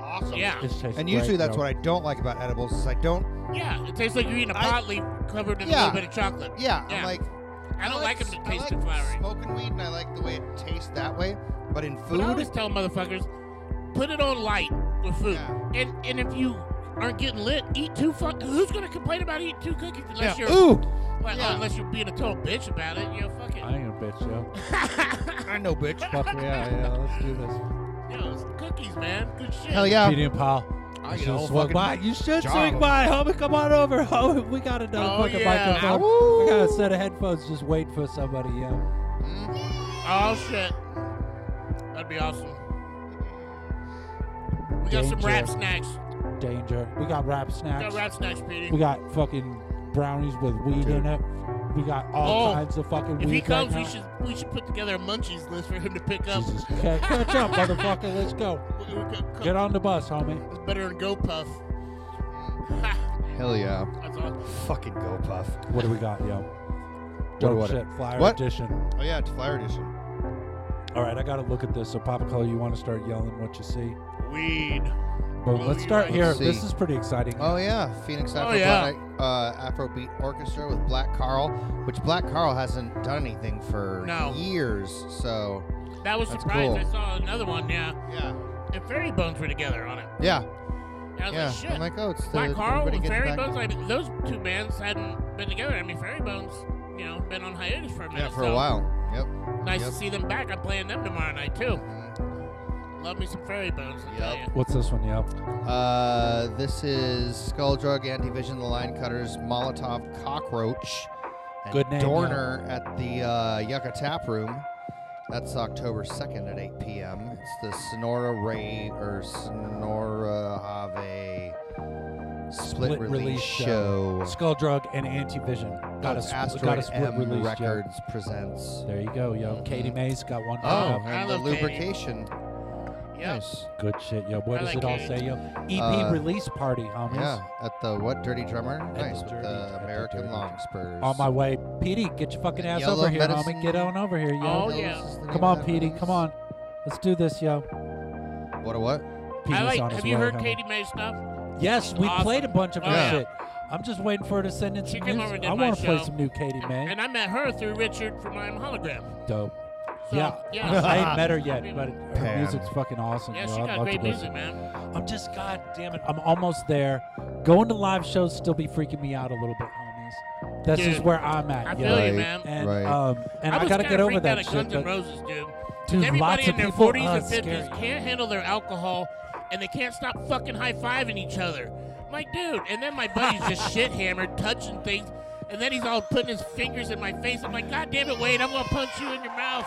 [SPEAKER 3] awesome. Yeah.
[SPEAKER 1] And usually that's what I don't like about edibles is I don't.
[SPEAKER 3] Yeah, it tastes like you're eating a pot leaf covered in a
[SPEAKER 1] Yeah.
[SPEAKER 3] little bit of chocolate.
[SPEAKER 1] Yeah, I'm like-
[SPEAKER 3] I don't like, them to
[SPEAKER 1] I
[SPEAKER 3] taste
[SPEAKER 1] like
[SPEAKER 3] too flowery.
[SPEAKER 1] smoking weed and I like the way it tastes that way, but in
[SPEAKER 3] But I
[SPEAKER 1] food,
[SPEAKER 3] always tell motherfuckers, put it on light with food. And and if you aren't getting lit, eat two fuck. Who's gonna complain about eating two cookies unless
[SPEAKER 2] Yeah.
[SPEAKER 3] you're
[SPEAKER 2] Ooh.
[SPEAKER 3] Well, unless you're being a total bitch about it? You know, fuck it.
[SPEAKER 2] I ain't a bitch, yo.
[SPEAKER 1] I know, bitch.
[SPEAKER 2] Fuck yeah, yeah. Let's do this.
[SPEAKER 3] You know, it's cookies, man. Good shit.
[SPEAKER 2] Hell yeah. Medium pile.
[SPEAKER 1] I
[SPEAKER 2] You
[SPEAKER 1] get
[SPEAKER 2] should
[SPEAKER 1] a whole
[SPEAKER 2] swing
[SPEAKER 1] fucking
[SPEAKER 2] by. You should
[SPEAKER 1] jar
[SPEAKER 2] swing
[SPEAKER 1] of
[SPEAKER 2] by, homie. Come on over, homie. We got another
[SPEAKER 3] Oh,
[SPEAKER 2] fucking
[SPEAKER 3] yeah.
[SPEAKER 2] microphone. I got a set of headphones just waiting for somebody, yo.
[SPEAKER 3] Oh shit. That'd be awesome. We got some
[SPEAKER 2] Danger.
[SPEAKER 3] wrap snacks.
[SPEAKER 2] Danger. We got wrap
[SPEAKER 3] We
[SPEAKER 2] snacks.
[SPEAKER 3] got wrap snacks, Petey.
[SPEAKER 2] We got fucking brownies with weed in it. We got all
[SPEAKER 3] Oh,
[SPEAKER 2] kinds of fucking weed
[SPEAKER 3] If he comes,
[SPEAKER 2] right
[SPEAKER 3] we
[SPEAKER 2] now.
[SPEAKER 3] should we should put together a munchies list for him to pick up.
[SPEAKER 2] Okay, catch up, motherfucker. Let's go. Get on the bus, homie.
[SPEAKER 3] It's better than GoPuff.
[SPEAKER 1] hell yeah.
[SPEAKER 3] That's awesome.
[SPEAKER 1] Fucking go puff.
[SPEAKER 2] What do we got, yo?
[SPEAKER 1] What,
[SPEAKER 2] Dope
[SPEAKER 1] what?
[SPEAKER 2] shit. Flyer
[SPEAKER 1] What?
[SPEAKER 2] edition.
[SPEAKER 1] Oh yeah, it's flyer edition.
[SPEAKER 2] All right, I gotta look at this. So, Papa Color, you want to start yelling what you see?
[SPEAKER 3] Weed.
[SPEAKER 2] Boom. Let's start here.
[SPEAKER 1] Let's
[SPEAKER 2] This
[SPEAKER 1] see.
[SPEAKER 2] is pretty exciting.
[SPEAKER 1] Oh yeah, Phoenix Afro
[SPEAKER 2] yeah.
[SPEAKER 1] Black, uh, Afrobeat Orchestra with Black Carl, which Black Carl hasn't done anything for
[SPEAKER 3] No.
[SPEAKER 1] years. So
[SPEAKER 3] That was
[SPEAKER 1] that's
[SPEAKER 3] surprised.
[SPEAKER 1] cool.
[SPEAKER 3] I saw another one. Yeah. Yeah. And Fairy Bones were together on it.
[SPEAKER 1] Yeah.
[SPEAKER 3] And I was
[SPEAKER 1] Yeah,
[SPEAKER 3] like, shit.
[SPEAKER 1] I'm like, oh, it's the-
[SPEAKER 3] Black Carl
[SPEAKER 1] everybody
[SPEAKER 3] and
[SPEAKER 1] gets
[SPEAKER 3] Fairy
[SPEAKER 1] back-
[SPEAKER 3] Bones. Like those two bands hadn't been together. I mean, Fairy Bones, you know, been on hiatus for a minute.
[SPEAKER 1] yeah, for
[SPEAKER 3] so
[SPEAKER 1] a while. Yep.
[SPEAKER 3] Nice
[SPEAKER 1] Yep.
[SPEAKER 3] to see them back. I'm playing them tomorrow night too.
[SPEAKER 1] Mm-hmm.
[SPEAKER 3] Love me some fairy bones. I tell ya.
[SPEAKER 2] What's this one? Yeah.
[SPEAKER 1] Uh, this is Skull Drug, Anti-Vision, The Line Cutters, Molotov, Cockroach, and
[SPEAKER 2] Good name,
[SPEAKER 1] Dorner at the uh, Yucca Tap Room. That's October 2nd at 8 p.m. It's the Sonora Ray or Sonora Ave Split, Release Show.
[SPEAKER 2] Skull Drug and Anti Vision. Got a,
[SPEAKER 1] Of
[SPEAKER 2] sp- got a
[SPEAKER 1] Asteroid
[SPEAKER 2] split
[SPEAKER 1] M
[SPEAKER 2] release. yeah.
[SPEAKER 1] Records presents. Mm-hmm.
[SPEAKER 2] There you go, yo. Katie Mays got one.
[SPEAKER 1] Oh,
[SPEAKER 2] coming up.
[SPEAKER 1] and the lubrication. Nice.
[SPEAKER 2] Good shit, yo. What
[SPEAKER 1] I
[SPEAKER 2] does
[SPEAKER 1] like
[SPEAKER 2] it all
[SPEAKER 1] Katie.
[SPEAKER 2] say, yo? EP
[SPEAKER 1] Uh,
[SPEAKER 2] release party, homies.
[SPEAKER 1] Yeah, at the what Dirty Drummer?
[SPEAKER 2] the
[SPEAKER 1] Nice with
[SPEAKER 2] Dirty-
[SPEAKER 1] the American Long Spurs.
[SPEAKER 2] On my way, Petey, get your fucking ass
[SPEAKER 1] Yellow
[SPEAKER 2] over here,
[SPEAKER 1] medicine.
[SPEAKER 2] homie. Get on over here, yo.
[SPEAKER 1] Oh, yeah.
[SPEAKER 2] Come on, Petey. Come on. Let's do this, yo.
[SPEAKER 1] What a what?
[SPEAKER 2] Petey's
[SPEAKER 3] I like.
[SPEAKER 2] on his
[SPEAKER 3] Have you
[SPEAKER 2] way,
[SPEAKER 3] heard
[SPEAKER 2] homie.
[SPEAKER 3] Katie May stuff?
[SPEAKER 2] Yes, we
[SPEAKER 3] Awesome.
[SPEAKER 2] played a bunch of
[SPEAKER 3] Oh,
[SPEAKER 2] her
[SPEAKER 3] yeah.
[SPEAKER 2] shit. I'm just waiting for her to send in some
[SPEAKER 3] came
[SPEAKER 2] new.
[SPEAKER 3] over and did
[SPEAKER 2] I
[SPEAKER 3] my
[SPEAKER 2] want to play
[SPEAKER 3] show.
[SPEAKER 2] some new Katie May.
[SPEAKER 3] And I met her through Richard from I Am Hologram.
[SPEAKER 2] Dope.
[SPEAKER 3] So,
[SPEAKER 2] yeah.
[SPEAKER 3] yeah.
[SPEAKER 2] I ain't met her yet,
[SPEAKER 3] Pan.
[SPEAKER 2] but her music's fucking awesome.
[SPEAKER 3] Yeah,
[SPEAKER 2] yo.
[SPEAKER 3] she
[SPEAKER 2] I'd
[SPEAKER 3] got
[SPEAKER 2] love to
[SPEAKER 3] great
[SPEAKER 2] go see
[SPEAKER 3] music,
[SPEAKER 2] her.
[SPEAKER 3] man.
[SPEAKER 2] I'm just, god damn it, I'm almost there. Going to live shows still be freaking me out a little bit, homies. This is
[SPEAKER 3] Dude,
[SPEAKER 2] where I'm at.
[SPEAKER 3] I
[SPEAKER 2] yo.
[SPEAKER 3] feel you, man.
[SPEAKER 2] And,
[SPEAKER 3] Right.
[SPEAKER 2] um, and
[SPEAKER 3] I
[SPEAKER 2] I,
[SPEAKER 3] was
[SPEAKER 2] gotta
[SPEAKER 3] kinda
[SPEAKER 2] get over
[SPEAKER 3] freaked
[SPEAKER 2] that
[SPEAKER 3] out at
[SPEAKER 2] shit.
[SPEAKER 3] Guns N'
[SPEAKER 2] but-
[SPEAKER 3] Roses, dude. 'Cause
[SPEAKER 2] Dude,
[SPEAKER 3] everybody
[SPEAKER 2] lots
[SPEAKER 3] in
[SPEAKER 2] of
[SPEAKER 3] their
[SPEAKER 2] people.
[SPEAKER 3] 40s
[SPEAKER 2] uh,
[SPEAKER 3] and
[SPEAKER 2] it's
[SPEAKER 3] 50s
[SPEAKER 2] scary.
[SPEAKER 3] can't handle their alcohol, and they can't stop fucking high fiving each other. I'm like, dude, and then my buddy's just shit hammered, touching things, and then he's all putting his fingers in my face. I'm like, God damn it, Wade, I'm gonna punch you in your mouth.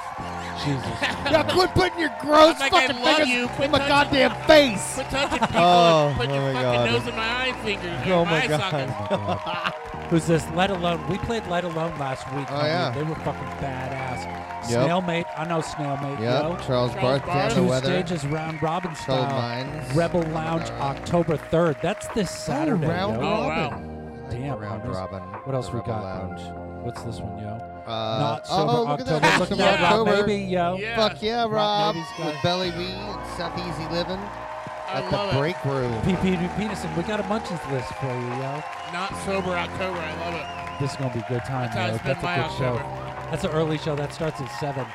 [SPEAKER 2] Jesus.
[SPEAKER 1] yeah, quit putting your gross
[SPEAKER 3] I'm like,
[SPEAKER 1] fucking
[SPEAKER 3] I love
[SPEAKER 1] fingers
[SPEAKER 3] you. Quit
[SPEAKER 1] in my
[SPEAKER 3] touching-
[SPEAKER 1] goddamn face.
[SPEAKER 3] Quit touching people.
[SPEAKER 1] Oh,
[SPEAKER 3] and put
[SPEAKER 1] oh
[SPEAKER 3] your
[SPEAKER 1] my
[SPEAKER 3] fucking
[SPEAKER 1] God.
[SPEAKER 3] nose in my eye fingers.
[SPEAKER 1] Oh
[SPEAKER 3] or
[SPEAKER 1] my
[SPEAKER 3] my eye
[SPEAKER 1] God.
[SPEAKER 3] sockets.
[SPEAKER 1] Oh my God.
[SPEAKER 2] Who's this? Let Alone. We played Let Alone last week.
[SPEAKER 1] Oh,
[SPEAKER 2] homie.
[SPEAKER 1] yeah.
[SPEAKER 2] They were fucking badass.
[SPEAKER 1] Yep.
[SPEAKER 2] Snail Mate. I know Snail
[SPEAKER 1] Yep,
[SPEAKER 2] Mate. yo.
[SPEAKER 1] Charles Charles Barth, Barth.
[SPEAKER 2] Two
[SPEAKER 1] Weather.
[SPEAKER 2] stages, round robin
[SPEAKER 1] Troubled
[SPEAKER 2] style.
[SPEAKER 1] Minds.
[SPEAKER 2] Rebel Lounge, October 3rd. That's this Saturday.
[SPEAKER 1] round
[SPEAKER 2] yo.
[SPEAKER 3] Oh,
[SPEAKER 1] robin. I like
[SPEAKER 2] Damn,
[SPEAKER 1] round
[SPEAKER 2] homies.
[SPEAKER 1] robin.
[SPEAKER 2] What else
[SPEAKER 1] The
[SPEAKER 2] we
[SPEAKER 1] Rebel
[SPEAKER 2] got?
[SPEAKER 1] Lounge.
[SPEAKER 2] What's this one, yo?
[SPEAKER 1] Uh,
[SPEAKER 2] Not
[SPEAKER 1] oh,
[SPEAKER 2] sober
[SPEAKER 1] look at
[SPEAKER 2] October.
[SPEAKER 1] that.
[SPEAKER 2] Look at
[SPEAKER 1] Sober
[SPEAKER 2] that, Rob
[SPEAKER 1] October.
[SPEAKER 2] Baby, yo.
[SPEAKER 1] Fuck yeah,
[SPEAKER 2] Rob
[SPEAKER 1] Rob.
[SPEAKER 2] Baby's got
[SPEAKER 1] With
[SPEAKER 2] it.
[SPEAKER 1] Belly Wee and Seth Easy Living
[SPEAKER 3] love
[SPEAKER 1] at the
[SPEAKER 3] it.
[SPEAKER 1] Break Room.
[SPEAKER 2] PP New Peterson, we got a munchins list for you, yo.
[SPEAKER 3] Not sober October. I love it.
[SPEAKER 2] This is gonna be a good time,
[SPEAKER 3] That's how I
[SPEAKER 2] yo.
[SPEAKER 3] spend
[SPEAKER 2] That's
[SPEAKER 3] my
[SPEAKER 2] a good show.
[SPEAKER 3] October.
[SPEAKER 2] That's an early show. That starts at seven.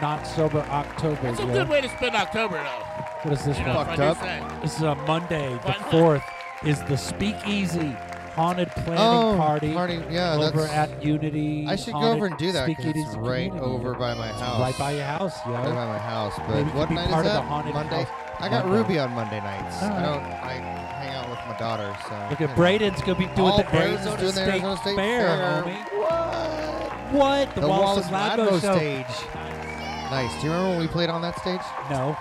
[SPEAKER 2] Not sober October.
[SPEAKER 3] It's a
[SPEAKER 2] yo.
[SPEAKER 3] good way to spend October, though.
[SPEAKER 2] What is this
[SPEAKER 3] You
[SPEAKER 2] one?
[SPEAKER 3] know, if I do say.
[SPEAKER 2] This is a Monday. The fourth is the Speakeasy Haunted Planning
[SPEAKER 1] Oh,
[SPEAKER 2] Party.
[SPEAKER 1] party, yeah,
[SPEAKER 2] over
[SPEAKER 1] that's-
[SPEAKER 2] at Unity.
[SPEAKER 1] I should go
[SPEAKER 2] Haunted
[SPEAKER 1] over and do that 'cause
[SPEAKER 2] Speakeasy
[SPEAKER 1] it's right
[SPEAKER 2] Community.
[SPEAKER 1] over by my
[SPEAKER 2] It's
[SPEAKER 1] house.
[SPEAKER 2] Right by your house, yo.
[SPEAKER 1] Right by my house. But
[SPEAKER 2] Maybe you could
[SPEAKER 1] what
[SPEAKER 2] be
[SPEAKER 1] night
[SPEAKER 2] part
[SPEAKER 1] is
[SPEAKER 2] of the
[SPEAKER 1] that?
[SPEAKER 2] haunted
[SPEAKER 1] Monday.
[SPEAKER 2] house
[SPEAKER 1] I got
[SPEAKER 2] Monday.
[SPEAKER 1] Ruby on Monday nights.
[SPEAKER 2] All
[SPEAKER 1] I
[SPEAKER 2] right.
[SPEAKER 1] don't. I hang out with my daughter, so.
[SPEAKER 2] Look
[SPEAKER 1] you
[SPEAKER 2] at
[SPEAKER 1] know.
[SPEAKER 2] Braden's gonna be doing
[SPEAKER 1] All
[SPEAKER 2] the
[SPEAKER 1] Braden's
[SPEAKER 2] Arizona,
[SPEAKER 1] doing the
[SPEAKER 2] State
[SPEAKER 1] Arizona State
[SPEAKER 2] Fair,
[SPEAKER 1] Fair.
[SPEAKER 2] homie. What? The,
[SPEAKER 1] The
[SPEAKER 2] Wallace,
[SPEAKER 1] Wallace
[SPEAKER 2] and Ladbo
[SPEAKER 1] Ladbo
[SPEAKER 2] show.
[SPEAKER 1] stage. Nice. Do you remember when we played on that stage?
[SPEAKER 2] No.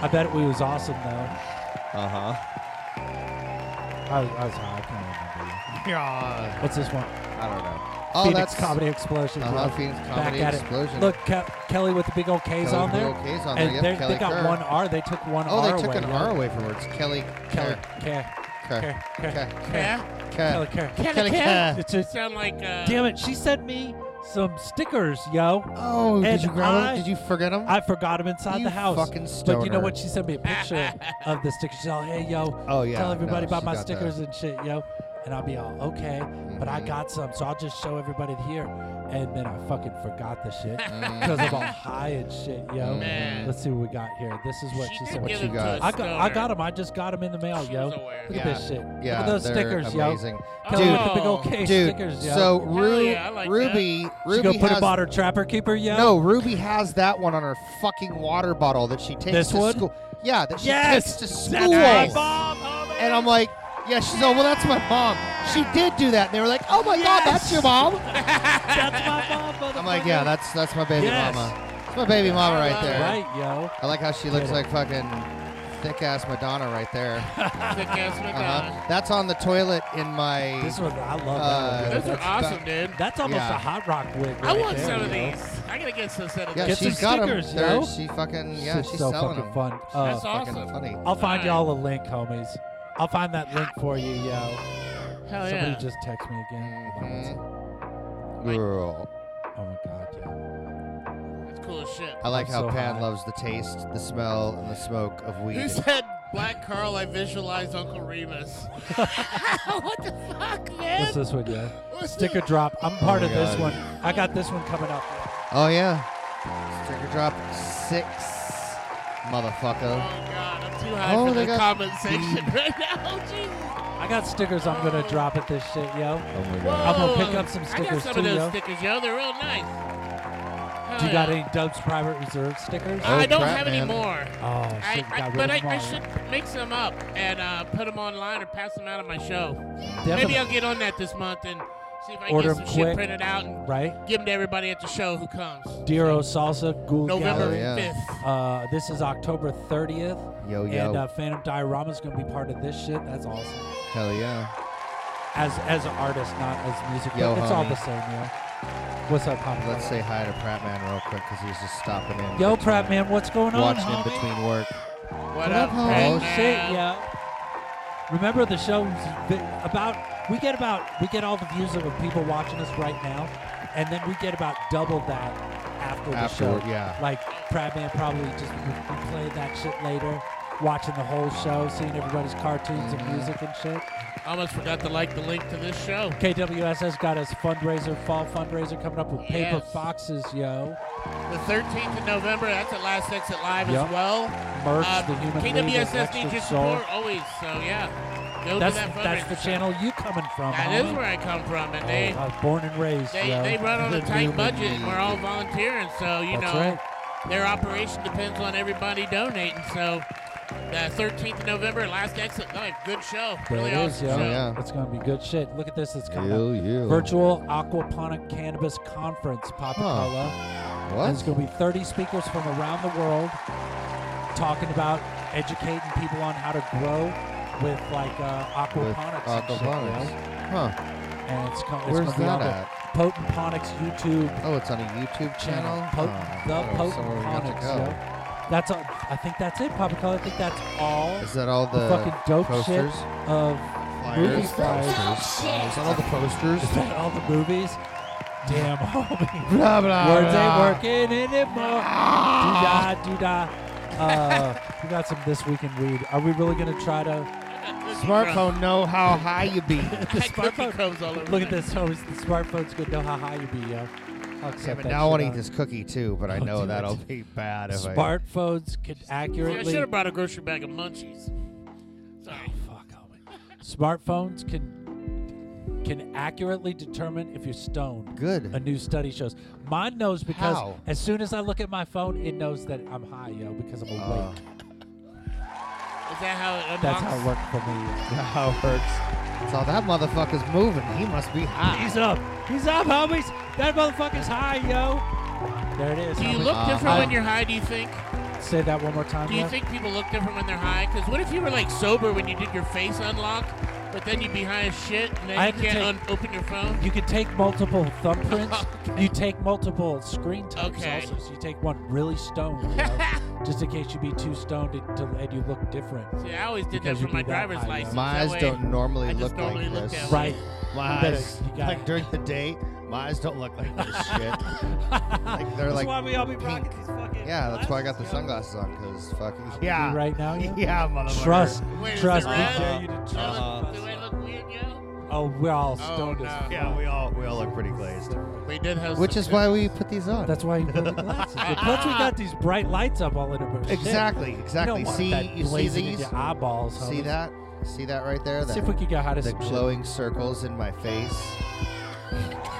[SPEAKER 2] I bet it was awesome though.
[SPEAKER 1] Uh huh.
[SPEAKER 2] I was, I was high. I can't remember.
[SPEAKER 1] Yeah.
[SPEAKER 2] What's this one?
[SPEAKER 1] I don't know. Oh,
[SPEAKER 2] Phoenix
[SPEAKER 1] that's
[SPEAKER 2] Comedy Explosion.
[SPEAKER 1] Uh-huh,
[SPEAKER 2] bro.
[SPEAKER 1] Phoenix
[SPEAKER 2] Back
[SPEAKER 1] Comedy
[SPEAKER 2] at
[SPEAKER 1] Explosion.
[SPEAKER 2] It. Look, Ke- Kelly with the big old K's
[SPEAKER 1] Kelly
[SPEAKER 2] on
[SPEAKER 1] with
[SPEAKER 2] there.
[SPEAKER 1] the big old Ks on
[SPEAKER 2] and
[SPEAKER 1] there, yep,
[SPEAKER 2] they're-
[SPEAKER 1] Kelly
[SPEAKER 2] they got
[SPEAKER 1] Kerr.
[SPEAKER 2] one R. They took one
[SPEAKER 1] Oh,
[SPEAKER 2] R
[SPEAKER 1] they took
[SPEAKER 2] away.
[SPEAKER 1] an
[SPEAKER 2] yeah.
[SPEAKER 1] R away from her. It's Kelly
[SPEAKER 2] Kelly Kerr.
[SPEAKER 1] Kerr.
[SPEAKER 2] Kerr.
[SPEAKER 1] Kerr.
[SPEAKER 2] Kelly
[SPEAKER 1] Kelly
[SPEAKER 2] Kerr.
[SPEAKER 1] Kerr. Kelly Kerr.
[SPEAKER 2] It's just-
[SPEAKER 3] Sound like, uh,
[SPEAKER 2] Damn it! She sent me some stickers, yo.
[SPEAKER 1] Oh, did
[SPEAKER 2] And
[SPEAKER 1] you grab 'em?
[SPEAKER 2] I-
[SPEAKER 1] Did you forget 'em?
[SPEAKER 2] I forgot them inside
[SPEAKER 1] You
[SPEAKER 2] the house.
[SPEAKER 1] fucking
[SPEAKER 2] But you know
[SPEAKER 1] stoner.
[SPEAKER 2] what? She sent me a picture of the stickers. She's all, "Hey, yo,
[SPEAKER 1] Oh, yeah,
[SPEAKER 2] tell everybody
[SPEAKER 1] no,
[SPEAKER 2] about
[SPEAKER 1] she
[SPEAKER 2] my
[SPEAKER 1] got that.
[SPEAKER 2] stickers and shit, yo." And I'll be all, "Okay," but I got some, so I'll just show everybody here. And then I fucking forgot the shit
[SPEAKER 1] Mm.
[SPEAKER 2] because I'm all high and shit, yo.
[SPEAKER 1] Man.
[SPEAKER 2] Let's see what we got here. This is what she,
[SPEAKER 1] did
[SPEAKER 2] sent.
[SPEAKER 1] give What you it to got? a
[SPEAKER 2] I got, I
[SPEAKER 1] stoner.
[SPEAKER 2] got them. I just got them in the mail, yo. Look at this shit.
[SPEAKER 1] Yeah,
[SPEAKER 2] Look at those
[SPEAKER 1] they're
[SPEAKER 2] stickers,
[SPEAKER 1] amazing.
[SPEAKER 2] yo. Kelly with
[SPEAKER 3] Oh.
[SPEAKER 2] the big old K
[SPEAKER 1] dude,
[SPEAKER 2] stickers, yo.
[SPEAKER 1] So Ru- Ruby, Ruby
[SPEAKER 2] she gonna put
[SPEAKER 1] has,
[SPEAKER 2] a bottle trapper keeper, yo.
[SPEAKER 1] No, Ruby has that one on her fucking water bottle that she takes
[SPEAKER 2] This
[SPEAKER 1] to
[SPEAKER 2] one?
[SPEAKER 1] school. Yeah, that she
[SPEAKER 2] Yes!
[SPEAKER 1] takes to
[SPEAKER 2] That's
[SPEAKER 1] school.
[SPEAKER 2] my
[SPEAKER 1] and I'm like, yeah, she's all, well, that's my mom. She did do that. And they were like, oh my god, that's your mom.
[SPEAKER 2] that's my mom, motherfucker.
[SPEAKER 1] I'm like, yeah, that's that's my baby
[SPEAKER 2] Yes.
[SPEAKER 1] mama. That's my baby mama right there.
[SPEAKER 2] Right, yo.
[SPEAKER 1] I like how she looks
[SPEAKER 2] Get
[SPEAKER 1] like fucking thick ass Madonna right there.
[SPEAKER 3] Thick-ass Madonna.
[SPEAKER 1] Uh-huh. That's on the toilet in my.
[SPEAKER 2] This one, I
[SPEAKER 1] uh,
[SPEAKER 2] love that. one, yo.
[SPEAKER 3] Those are
[SPEAKER 2] That's-
[SPEAKER 3] awesome, dude.
[SPEAKER 2] That's almost
[SPEAKER 1] Yeah.
[SPEAKER 2] a hot rock wig.
[SPEAKER 3] I
[SPEAKER 2] right
[SPEAKER 3] want
[SPEAKER 2] there,
[SPEAKER 3] some of
[SPEAKER 2] yo.
[SPEAKER 3] these. I gotta get some set of
[SPEAKER 1] Yeah,
[SPEAKER 3] these.
[SPEAKER 1] she's got 'em.
[SPEAKER 2] stickers,
[SPEAKER 1] They're-
[SPEAKER 2] yo.
[SPEAKER 1] She fucking yeah,
[SPEAKER 2] Shit's
[SPEAKER 1] she's
[SPEAKER 2] so
[SPEAKER 1] selling
[SPEAKER 2] fucking
[SPEAKER 1] them.
[SPEAKER 2] fun. Uh,
[SPEAKER 1] That's fucking
[SPEAKER 3] awesome.
[SPEAKER 1] funny.
[SPEAKER 2] I'll find y'all a link, homies. I'll find that link for you, yo.
[SPEAKER 3] Hell
[SPEAKER 2] Somebody
[SPEAKER 3] yeah.
[SPEAKER 2] just text me again. Hold on one
[SPEAKER 1] Mm-hmm.
[SPEAKER 2] second.
[SPEAKER 1] Girl.
[SPEAKER 2] Oh my god, yeah.
[SPEAKER 3] That's cool as shit.
[SPEAKER 1] I like
[SPEAKER 2] I'm
[SPEAKER 1] how
[SPEAKER 2] so
[SPEAKER 1] Pan
[SPEAKER 2] high.
[SPEAKER 1] loves the taste, the smell, and the smoke of weed.
[SPEAKER 3] Who said Black Carl? I visualized Uncle Remus. what the fuck, man?
[SPEAKER 2] What's this one, yo?
[SPEAKER 3] What's
[SPEAKER 2] Sticker
[SPEAKER 3] this?
[SPEAKER 2] drop. I'm part
[SPEAKER 1] Oh my
[SPEAKER 2] of this
[SPEAKER 1] God.
[SPEAKER 2] one. I got this one coming up.
[SPEAKER 1] Oh yeah. Sticker drop six, motherfucker.
[SPEAKER 3] Oh god, I'm too high
[SPEAKER 1] Oh,
[SPEAKER 3] for
[SPEAKER 1] they
[SPEAKER 3] the
[SPEAKER 1] got-
[SPEAKER 3] comment section right now. Oh, Jesus.
[SPEAKER 2] I got stickers I'm gonna drop at this shit, yo.
[SPEAKER 1] Oh my
[SPEAKER 2] I'm gonna pick
[SPEAKER 3] Whoa.
[SPEAKER 2] up some
[SPEAKER 3] I got
[SPEAKER 2] stickers
[SPEAKER 3] some
[SPEAKER 2] too,
[SPEAKER 3] of those
[SPEAKER 2] yo.
[SPEAKER 3] stickers, yo. They're real nice.
[SPEAKER 2] Do you got any Dubs Private Reserve stickers?
[SPEAKER 1] Oh,
[SPEAKER 3] I don't have any more.
[SPEAKER 2] Oh,
[SPEAKER 3] I,
[SPEAKER 2] shit, you
[SPEAKER 3] I,
[SPEAKER 2] got rid
[SPEAKER 3] but
[SPEAKER 2] of
[SPEAKER 3] I,
[SPEAKER 2] them
[SPEAKER 3] I
[SPEAKER 2] all.
[SPEAKER 3] should mix them up and uh, put them online or pass them out on my show.
[SPEAKER 2] Definitely.
[SPEAKER 3] Maybe I'll get on that this month and see if I can
[SPEAKER 2] Order
[SPEAKER 3] get some
[SPEAKER 2] 'em
[SPEAKER 3] shit
[SPEAKER 2] quick,
[SPEAKER 3] printed out and
[SPEAKER 2] right?
[SPEAKER 3] give them to everybody at the show who comes.
[SPEAKER 2] Dero Salsa, Ghoul
[SPEAKER 3] November
[SPEAKER 2] Gallery.
[SPEAKER 3] Oh, yeah.
[SPEAKER 2] Uh, this is October 30th.
[SPEAKER 1] Yo, yo.
[SPEAKER 2] And uh, Phantom Diorama is going to be part of this shit. That's awesome.
[SPEAKER 1] Oh. Hell yeah.
[SPEAKER 2] As as an artist, not as music.
[SPEAKER 1] Yo,
[SPEAKER 2] but it's all
[SPEAKER 1] homie.
[SPEAKER 2] the same, yeah. What's up, Pop?
[SPEAKER 1] Let's say hi to Pratt Man real quick because he's just stopping in. between-
[SPEAKER 2] Yo, Pratt Man, what's going on,
[SPEAKER 1] Watching in
[SPEAKER 2] homie?
[SPEAKER 1] between work.
[SPEAKER 3] What up,
[SPEAKER 2] homie?
[SPEAKER 3] Pratt
[SPEAKER 2] Oh
[SPEAKER 3] Man?
[SPEAKER 2] shit, yeah. Remember the show's vi- about we get about we get all the views of the people watching us right now, and then we get about double that after the
[SPEAKER 1] Afterward,
[SPEAKER 2] show.
[SPEAKER 1] yeah.
[SPEAKER 2] Like Pratt Man probably just we we play that shit later, watching the whole show, seeing everybody's cartoons
[SPEAKER 1] Mm-hmm.
[SPEAKER 2] and music and shit.
[SPEAKER 3] Almost forgot to like the link to this show.
[SPEAKER 2] KWSS got us fundraiser fall fundraiser coming up with paper
[SPEAKER 3] Yes.
[SPEAKER 2] foxes, yo.
[SPEAKER 3] The 13th of November, that's at Last Exit Live
[SPEAKER 2] Yep.
[SPEAKER 3] as well. Uh,
[SPEAKER 2] Merch, the Human League, and
[SPEAKER 3] KWSS needs
[SPEAKER 2] Extra
[SPEAKER 3] your
[SPEAKER 2] Soul.
[SPEAKER 3] support always, so yeah. Go
[SPEAKER 2] that's
[SPEAKER 3] to that
[SPEAKER 2] that's
[SPEAKER 3] fundraiser.
[SPEAKER 2] the channel you coming from.
[SPEAKER 3] That is
[SPEAKER 2] homie.
[SPEAKER 3] where I come from, and
[SPEAKER 2] Oh,
[SPEAKER 3] they
[SPEAKER 2] I was born and raised.
[SPEAKER 3] They,
[SPEAKER 2] yo.
[SPEAKER 3] they run on a tight budget, and we're all volunteering, so you
[SPEAKER 2] That's
[SPEAKER 3] know
[SPEAKER 2] right.
[SPEAKER 3] their operation depends on everybody donating. So, the 13th of November, last exit night, good show,
[SPEAKER 2] There
[SPEAKER 3] really
[SPEAKER 2] it
[SPEAKER 3] awesome
[SPEAKER 2] is, yo.
[SPEAKER 3] show.
[SPEAKER 2] It's gonna be good shit. Look at this. It's coming
[SPEAKER 1] Ew,
[SPEAKER 2] up.
[SPEAKER 1] ew.
[SPEAKER 2] Virtual aquaponic cannabis conference, Papa
[SPEAKER 1] Huh.
[SPEAKER 2] Cola.
[SPEAKER 1] What?
[SPEAKER 2] And it's gonna be 30 speakers from around the world talking about educating people on how to grow with like uh, aquaponics. and shit,
[SPEAKER 1] aquaponics.
[SPEAKER 2] yo.
[SPEAKER 1] Huh.
[SPEAKER 2] And it's coming.
[SPEAKER 1] Where's
[SPEAKER 2] gonna be on
[SPEAKER 1] that
[SPEAKER 2] the
[SPEAKER 1] at?
[SPEAKER 2] Potent Ponics YouTube.
[SPEAKER 1] Oh, it's on a YouTube channel.
[SPEAKER 2] Potent,
[SPEAKER 1] Oh,
[SPEAKER 2] the
[SPEAKER 1] I thought it was
[SPEAKER 2] Potent
[SPEAKER 1] somewhere we got to
[SPEAKER 2] Ponics.
[SPEAKER 1] go.
[SPEAKER 2] yo. That's all. I think that's it, Papa Cola. I think that's all.
[SPEAKER 1] Is that all the
[SPEAKER 2] fucking dope
[SPEAKER 1] posters?
[SPEAKER 2] shit of movie
[SPEAKER 1] Flyers,
[SPEAKER 2] flyers?
[SPEAKER 1] posters. Oh, is that all the posters?
[SPEAKER 2] Is that all the movies? Damn, homie.
[SPEAKER 1] Blah, blah,
[SPEAKER 2] Words
[SPEAKER 1] blah. Ah.
[SPEAKER 2] ain't working anymore. do da do da. Uh, we got some this week in weed. Are we really gonna try to?
[SPEAKER 1] Smartphone know how high you be.
[SPEAKER 2] The smartphone.
[SPEAKER 3] crumbs all over me.
[SPEAKER 2] Look at this, homies. The smartphone's good. Know how high you be, yo. I'll
[SPEAKER 1] Yeah,
[SPEAKER 2] accept
[SPEAKER 1] but
[SPEAKER 2] that
[SPEAKER 1] now I want to
[SPEAKER 2] shit
[SPEAKER 1] eat this cookie too, but I
[SPEAKER 2] on.
[SPEAKER 1] know
[SPEAKER 2] Oh, Dude,
[SPEAKER 1] that'll
[SPEAKER 2] it's-
[SPEAKER 1] be bad if I.
[SPEAKER 2] Smartphones could
[SPEAKER 3] Yeah, I
[SPEAKER 2] accurately.
[SPEAKER 3] should have brought a grocery bag of munchies. Sorry.
[SPEAKER 2] Smartphones can can accurately determine if you're stoned.
[SPEAKER 1] Good.
[SPEAKER 2] A new study shows. Mine knows because
[SPEAKER 1] How?
[SPEAKER 2] as soon as I look at my phone, it knows that I'm high, yo, because I'm
[SPEAKER 1] Oh.
[SPEAKER 2] awake.
[SPEAKER 3] Is that how it unlocks?
[SPEAKER 2] That's how it worked for me.
[SPEAKER 1] That's how it works. So that motherfucker's moving. He must be high.
[SPEAKER 2] He's up. He's up, homies. That motherfucker's high, yo. There it is.
[SPEAKER 3] Do you
[SPEAKER 2] homies.
[SPEAKER 3] look different
[SPEAKER 2] I-
[SPEAKER 3] when you're high? Do you think?
[SPEAKER 2] Say that one more time.
[SPEAKER 3] Do you
[SPEAKER 2] yo.
[SPEAKER 3] think people look different when they're high? Because what if you were like sober when you did your face unlock, but then you'd be high as shit and then
[SPEAKER 2] I
[SPEAKER 3] you
[SPEAKER 2] had to
[SPEAKER 3] can't un-
[SPEAKER 2] take-
[SPEAKER 3] open your phone?
[SPEAKER 2] You can take multiple thumbprints. You take multiple screen types
[SPEAKER 3] Okay.
[SPEAKER 2] also. So you take one really stoned, you know, just in case you be too stoned and, to, and you look different.
[SPEAKER 3] See, I always did that
[SPEAKER 2] Because
[SPEAKER 3] for
[SPEAKER 2] you'd
[SPEAKER 3] my
[SPEAKER 2] be that
[SPEAKER 3] driver's
[SPEAKER 2] high,
[SPEAKER 3] license.
[SPEAKER 1] My
[SPEAKER 3] That
[SPEAKER 1] eyes
[SPEAKER 3] way-
[SPEAKER 1] don't normally
[SPEAKER 3] I just
[SPEAKER 1] look
[SPEAKER 3] normally
[SPEAKER 1] like
[SPEAKER 3] look
[SPEAKER 1] this.
[SPEAKER 3] that way.
[SPEAKER 2] Right.
[SPEAKER 1] My
[SPEAKER 2] You better-
[SPEAKER 1] eyes,
[SPEAKER 2] you gotta-
[SPEAKER 1] like during the day, my eyes don't look like this shit. like they're
[SPEAKER 2] That's
[SPEAKER 1] like.
[SPEAKER 2] why we all be rocking
[SPEAKER 1] pink.
[SPEAKER 2] these fucking
[SPEAKER 1] Yeah, that's why I got the sunglasses on because fucking
[SPEAKER 2] You
[SPEAKER 1] yeah.
[SPEAKER 2] right now, yo?
[SPEAKER 1] Yeah, motherfucker.
[SPEAKER 2] Trust,
[SPEAKER 1] Wait, is it
[SPEAKER 2] trust. We
[SPEAKER 1] red?
[SPEAKER 2] dare you to
[SPEAKER 1] Uh,
[SPEAKER 2] trust.
[SPEAKER 1] uh,
[SPEAKER 3] Do I look weird, yo?
[SPEAKER 2] oh, we're all
[SPEAKER 3] Oh,
[SPEAKER 2] stoned as
[SPEAKER 3] no.
[SPEAKER 2] fuck.
[SPEAKER 1] Yeah, we all we all look pretty glazed.
[SPEAKER 3] We did have
[SPEAKER 1] Which
[SPEAKER 3] some
[SPEAKER 1] is
[SPEAKER 3] good-
[SPEAKER 1] why we put these on.
[SPEAKER 2] That's why you put the glasses. on. Plus, we got these bright lights up all in our shit.
[SPEAKER 1] Exactly,
[SPEAKER 2] You don't
[SPEAKER 1] exactly.
[SPEAKER 2] want
[SPEAKER 1] See,
[SPEAKER 2] that
[SPEAKER 1] you see
[SPEAKER 2] blazing in
[SPEAKER 1] these
[SPEAKER 2] your eyeballs.
[SPEAKER 1] See
[SPEAKER 2] homies.
[SPEAKER 1] that? See that right there?
[SPEAKER 2] Let's see
[SPEAKER 1] That-
[SPEAKER 2] if we can get high to
[SPEAKER 1] the
[SPEAKER 2] some shit.
[SPEAKER 1] glowing circles in my face.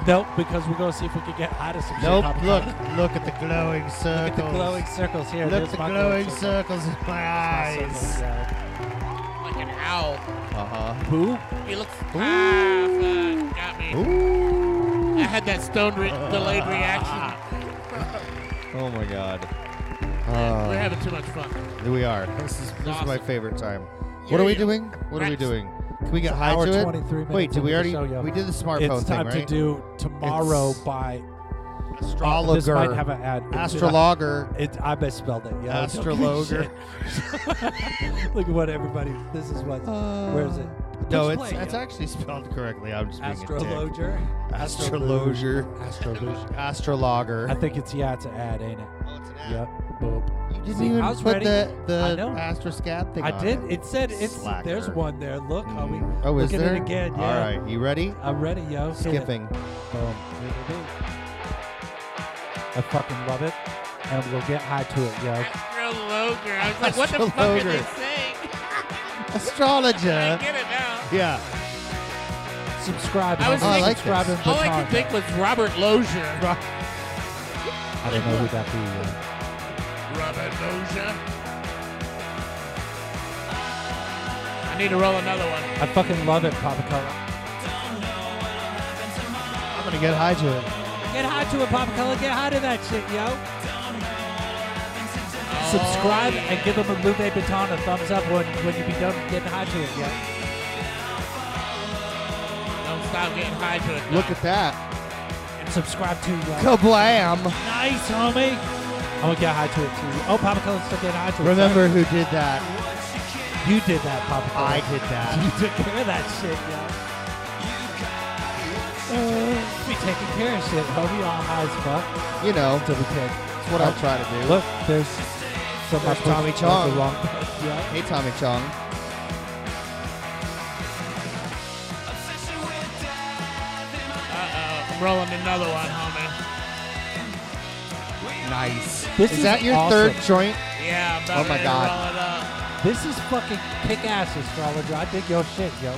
[SPEAKER 2] Nope, because we're gonna see if we can get out of some shit,
[SPEAKER 1] Nope.
[SPEAKER 2] Papa
[SPEAKER 1] Look,
[SPEAKER 2] Cola.
[SPEAKER 1] look at the glowing circles.
[SPEAKER 2] Look at the glowing circles here.
[SPEAKER 1] Look
[SPEAKER 2] There's
[SPEAKER 1] at the
[SPEAKER 2] my
[SPEAKER 1] glowing circles in my
[SPEAKER 2] That's my
[SPEAKER 1] eyes.
[SPEAKER 2] circles, yeah.
[SPEAKER 3] Like an owl.
[SPEAKER 1] Uh huh.
[SPEAKER 2] Who?
[SPEAKER 3] He looks. Ah, fuck, got me. I had that stone re- delayed reaction.
[SPEAKER 1] Oh my god.
[SPEAKER 3] We're
[SPEAKER 1] Uh,
[SPEAKER 3] having too much fun.
[SPEAKER 1] we are. This is this is my
[SPEAKER 3] Awesome.
[SPEAKER 1] favorite time.
[SPEAKER 3] Yeah,
[SPEAKER 1] What are we
[SPEAKER 3] yeah.
[SPEAKER 1] doing? What are we
[SPEAKER 3] Next.
[SPEAKER 1] doing? Can we get
[SPEAKER 2] It's an
[SPEAKER 1] high
[SPEAKER 2] hour
[SPEAKER 1] to it?
[SPEAKER 2] 23
[SPEAKER 1] Wait,
[SPEAKER 2] minutes
[SPEAKER 1] did we
[SPEAKER 2] into
[SPEAKER 1] already?
[SPEAKER 2] the show, yo.
[SPEAKER 1] we did the smartphone
[SPEAKER 2] It's time
[SPEAKER 1] thing, right?
[SPEAKER 2] to do tomorrow
[SPEAKER 1] It's
[SPEAKER 2] by
[SPEAKER 1] astrologer.
[SPEAKER 2] Oh, this might have an ad. Did I-
[SPEAKER 1] Astrologer.
[SPEAKER 2] It, I misspelled it. Yeah,
[SPEAKER 1] Astrologer.
[SPEAKER 2] Look at what everybody. This is what. where is it?
[SPEAKER 1] Uh, No,
[SPEAKER 2] Which
[SPEAKER 1] it's
[SPEAKER 2] play?
[SPEAKER 1] it's actually spelled correctly. I'm just being
[SPEAKER 2] Astrologer?
[SPEAKER 1] A dick. Astrologer.
[SPEAKER 2] Astrologer.
[SPEAKER 1] Astrologer.
[SPEAKER 2] I think it's yeah, it's an ad, ain't it? Oh, it's an ad. Yep. Boop.
[SPEAKER 1] You didn't
[SPEAKER 2] See,
[SPEAKER 1] even
[SPEAKER 2] I was
[SPEAKER 1] put
[SPEAKER 2] ready.
[SPEAKER 1] the
[SPEAKER 2] I
[SPEAKER 1] the
[SPEAKER 2] know.
[SPEAKER 1] astroscab thing.
[SPEAKER 2] I
[SPEAKER 1] on
[SPEAKER 2] did.
[SPEAKER 1] It.
[SPEAKER 2] It, said it's there's
[SPEAKER 1] Slacker.
[SPEAKER 2] one there. Look, homie.
[SPEAKER 1] Oh,
[SPEAKER 2] Look
[SPEAKER 1] is
[SPEAKER 2] at
[SPEAKER 1] there?
[SPEAKER 2] it again.
[SPEAKER 1] All
[SPEAKER 2] yeah.
[SPEAKER 1] right, you ready?
[SPEAKER 2] I'm ready, yo. Hit it.
[SPEAKER 1] Skipping.
[SPEAKER 2] Boom. I fucking love it, and we'll get high to it, yo.
[SPEAKER 3] Astrologer. I was like, what the fuck are they
[SPEAKER 1] Astrologer.
[SPEAKER 3] saying?
[SPEAKER 1] Astrologer.
[SPEAKER 3] I get it now.
[SPEAKER 1] Yeah.
[SPEAKER 2] Subscribe.
[SPEAKER 3] I was
[SPEAKER 2] homie.
[SPEAKER 1] Oh,
[SPEAKER 3] thinking,
[SPEAKER 2] subscribe and
[SPEAKER 3] all
[SPEAKER 2] put
[SPEAKER 3] I
[SPEAKER 2] on.
[SPEAKER 3] could think was Robert Lozier.
[SPEAKER 2] I don't know who that be. uh,
[SPEAKER 3] Robert Lozier. I need to roll another one.
[SPEAKER 2] I fucking love it, Papa Color.
[SPEAKER 1] I'm gonna get high to it.
[SPEAKER 2] Get high to it, Papa Color. Get high to that shit, yo. Subscribe and give them a Louis Vuitton a thumbs up when, when you be done getting high to it, yo.
[SPEAKER 3] Don't stop getting high to it.
[SPEAKER 1] Look at that.
[SPEAKER 2] And subscribe to uh,
[SPEAKER 1] Kablam.
[SPEAKER 2] Nice, homie. I'm gonna get high to it too. Oh, Papa Color's still getting high to it.
[SPEAKER 1] Remember
[SPEAKER 2] Sorry.
[SPEAKER 1] who did that?
[SPEAKER 2] You did that, Papa Color.
[SPEAKER 1] I did that.
[SPEAKER 2] You took care of that shit, yo. Uh, we taking care of shit, homie. All high as fuck.
[SPEAKER 1] You know,
[SPEAKER 2] double kick.
[SPEAKER 1] That's what I'm trying to do.
[SPEAKER 2] Look, there's so
[SPEAKER 1] There's
[SPEAKER 2] much
[SPEAKER 1] Tommy
[SPEAKER 2] was- was
[SPEAKER 1] Chong.
[SPEAKER 2] the wrong-
[SPEAKER 1] Hey, Tommy Chong.
[SPEAKER 3] Uh-oh. I'm rolling another one, homie.
[SPEAKER 1] Nice.
[SPEAKER 2] This
[SPEAKER 1] is,
[SPEAKER 2] is
[SPEAKER 1] that your
[SPEAKER 2] awesome.
[SPEAKER 1] third joint?
[SPEAKER 3] Yeah, I'm
[SPEAKER 1] Oh
[SPEAKER 3] about
[SPEAKER 1] my
[SPEAKER 3] ready to roll
[SPEAKER 1] god.
[SPEAKER 3] it up.
[SPEAKER 2] This is fucking kick ass, astrologer. I dig your shit, yo.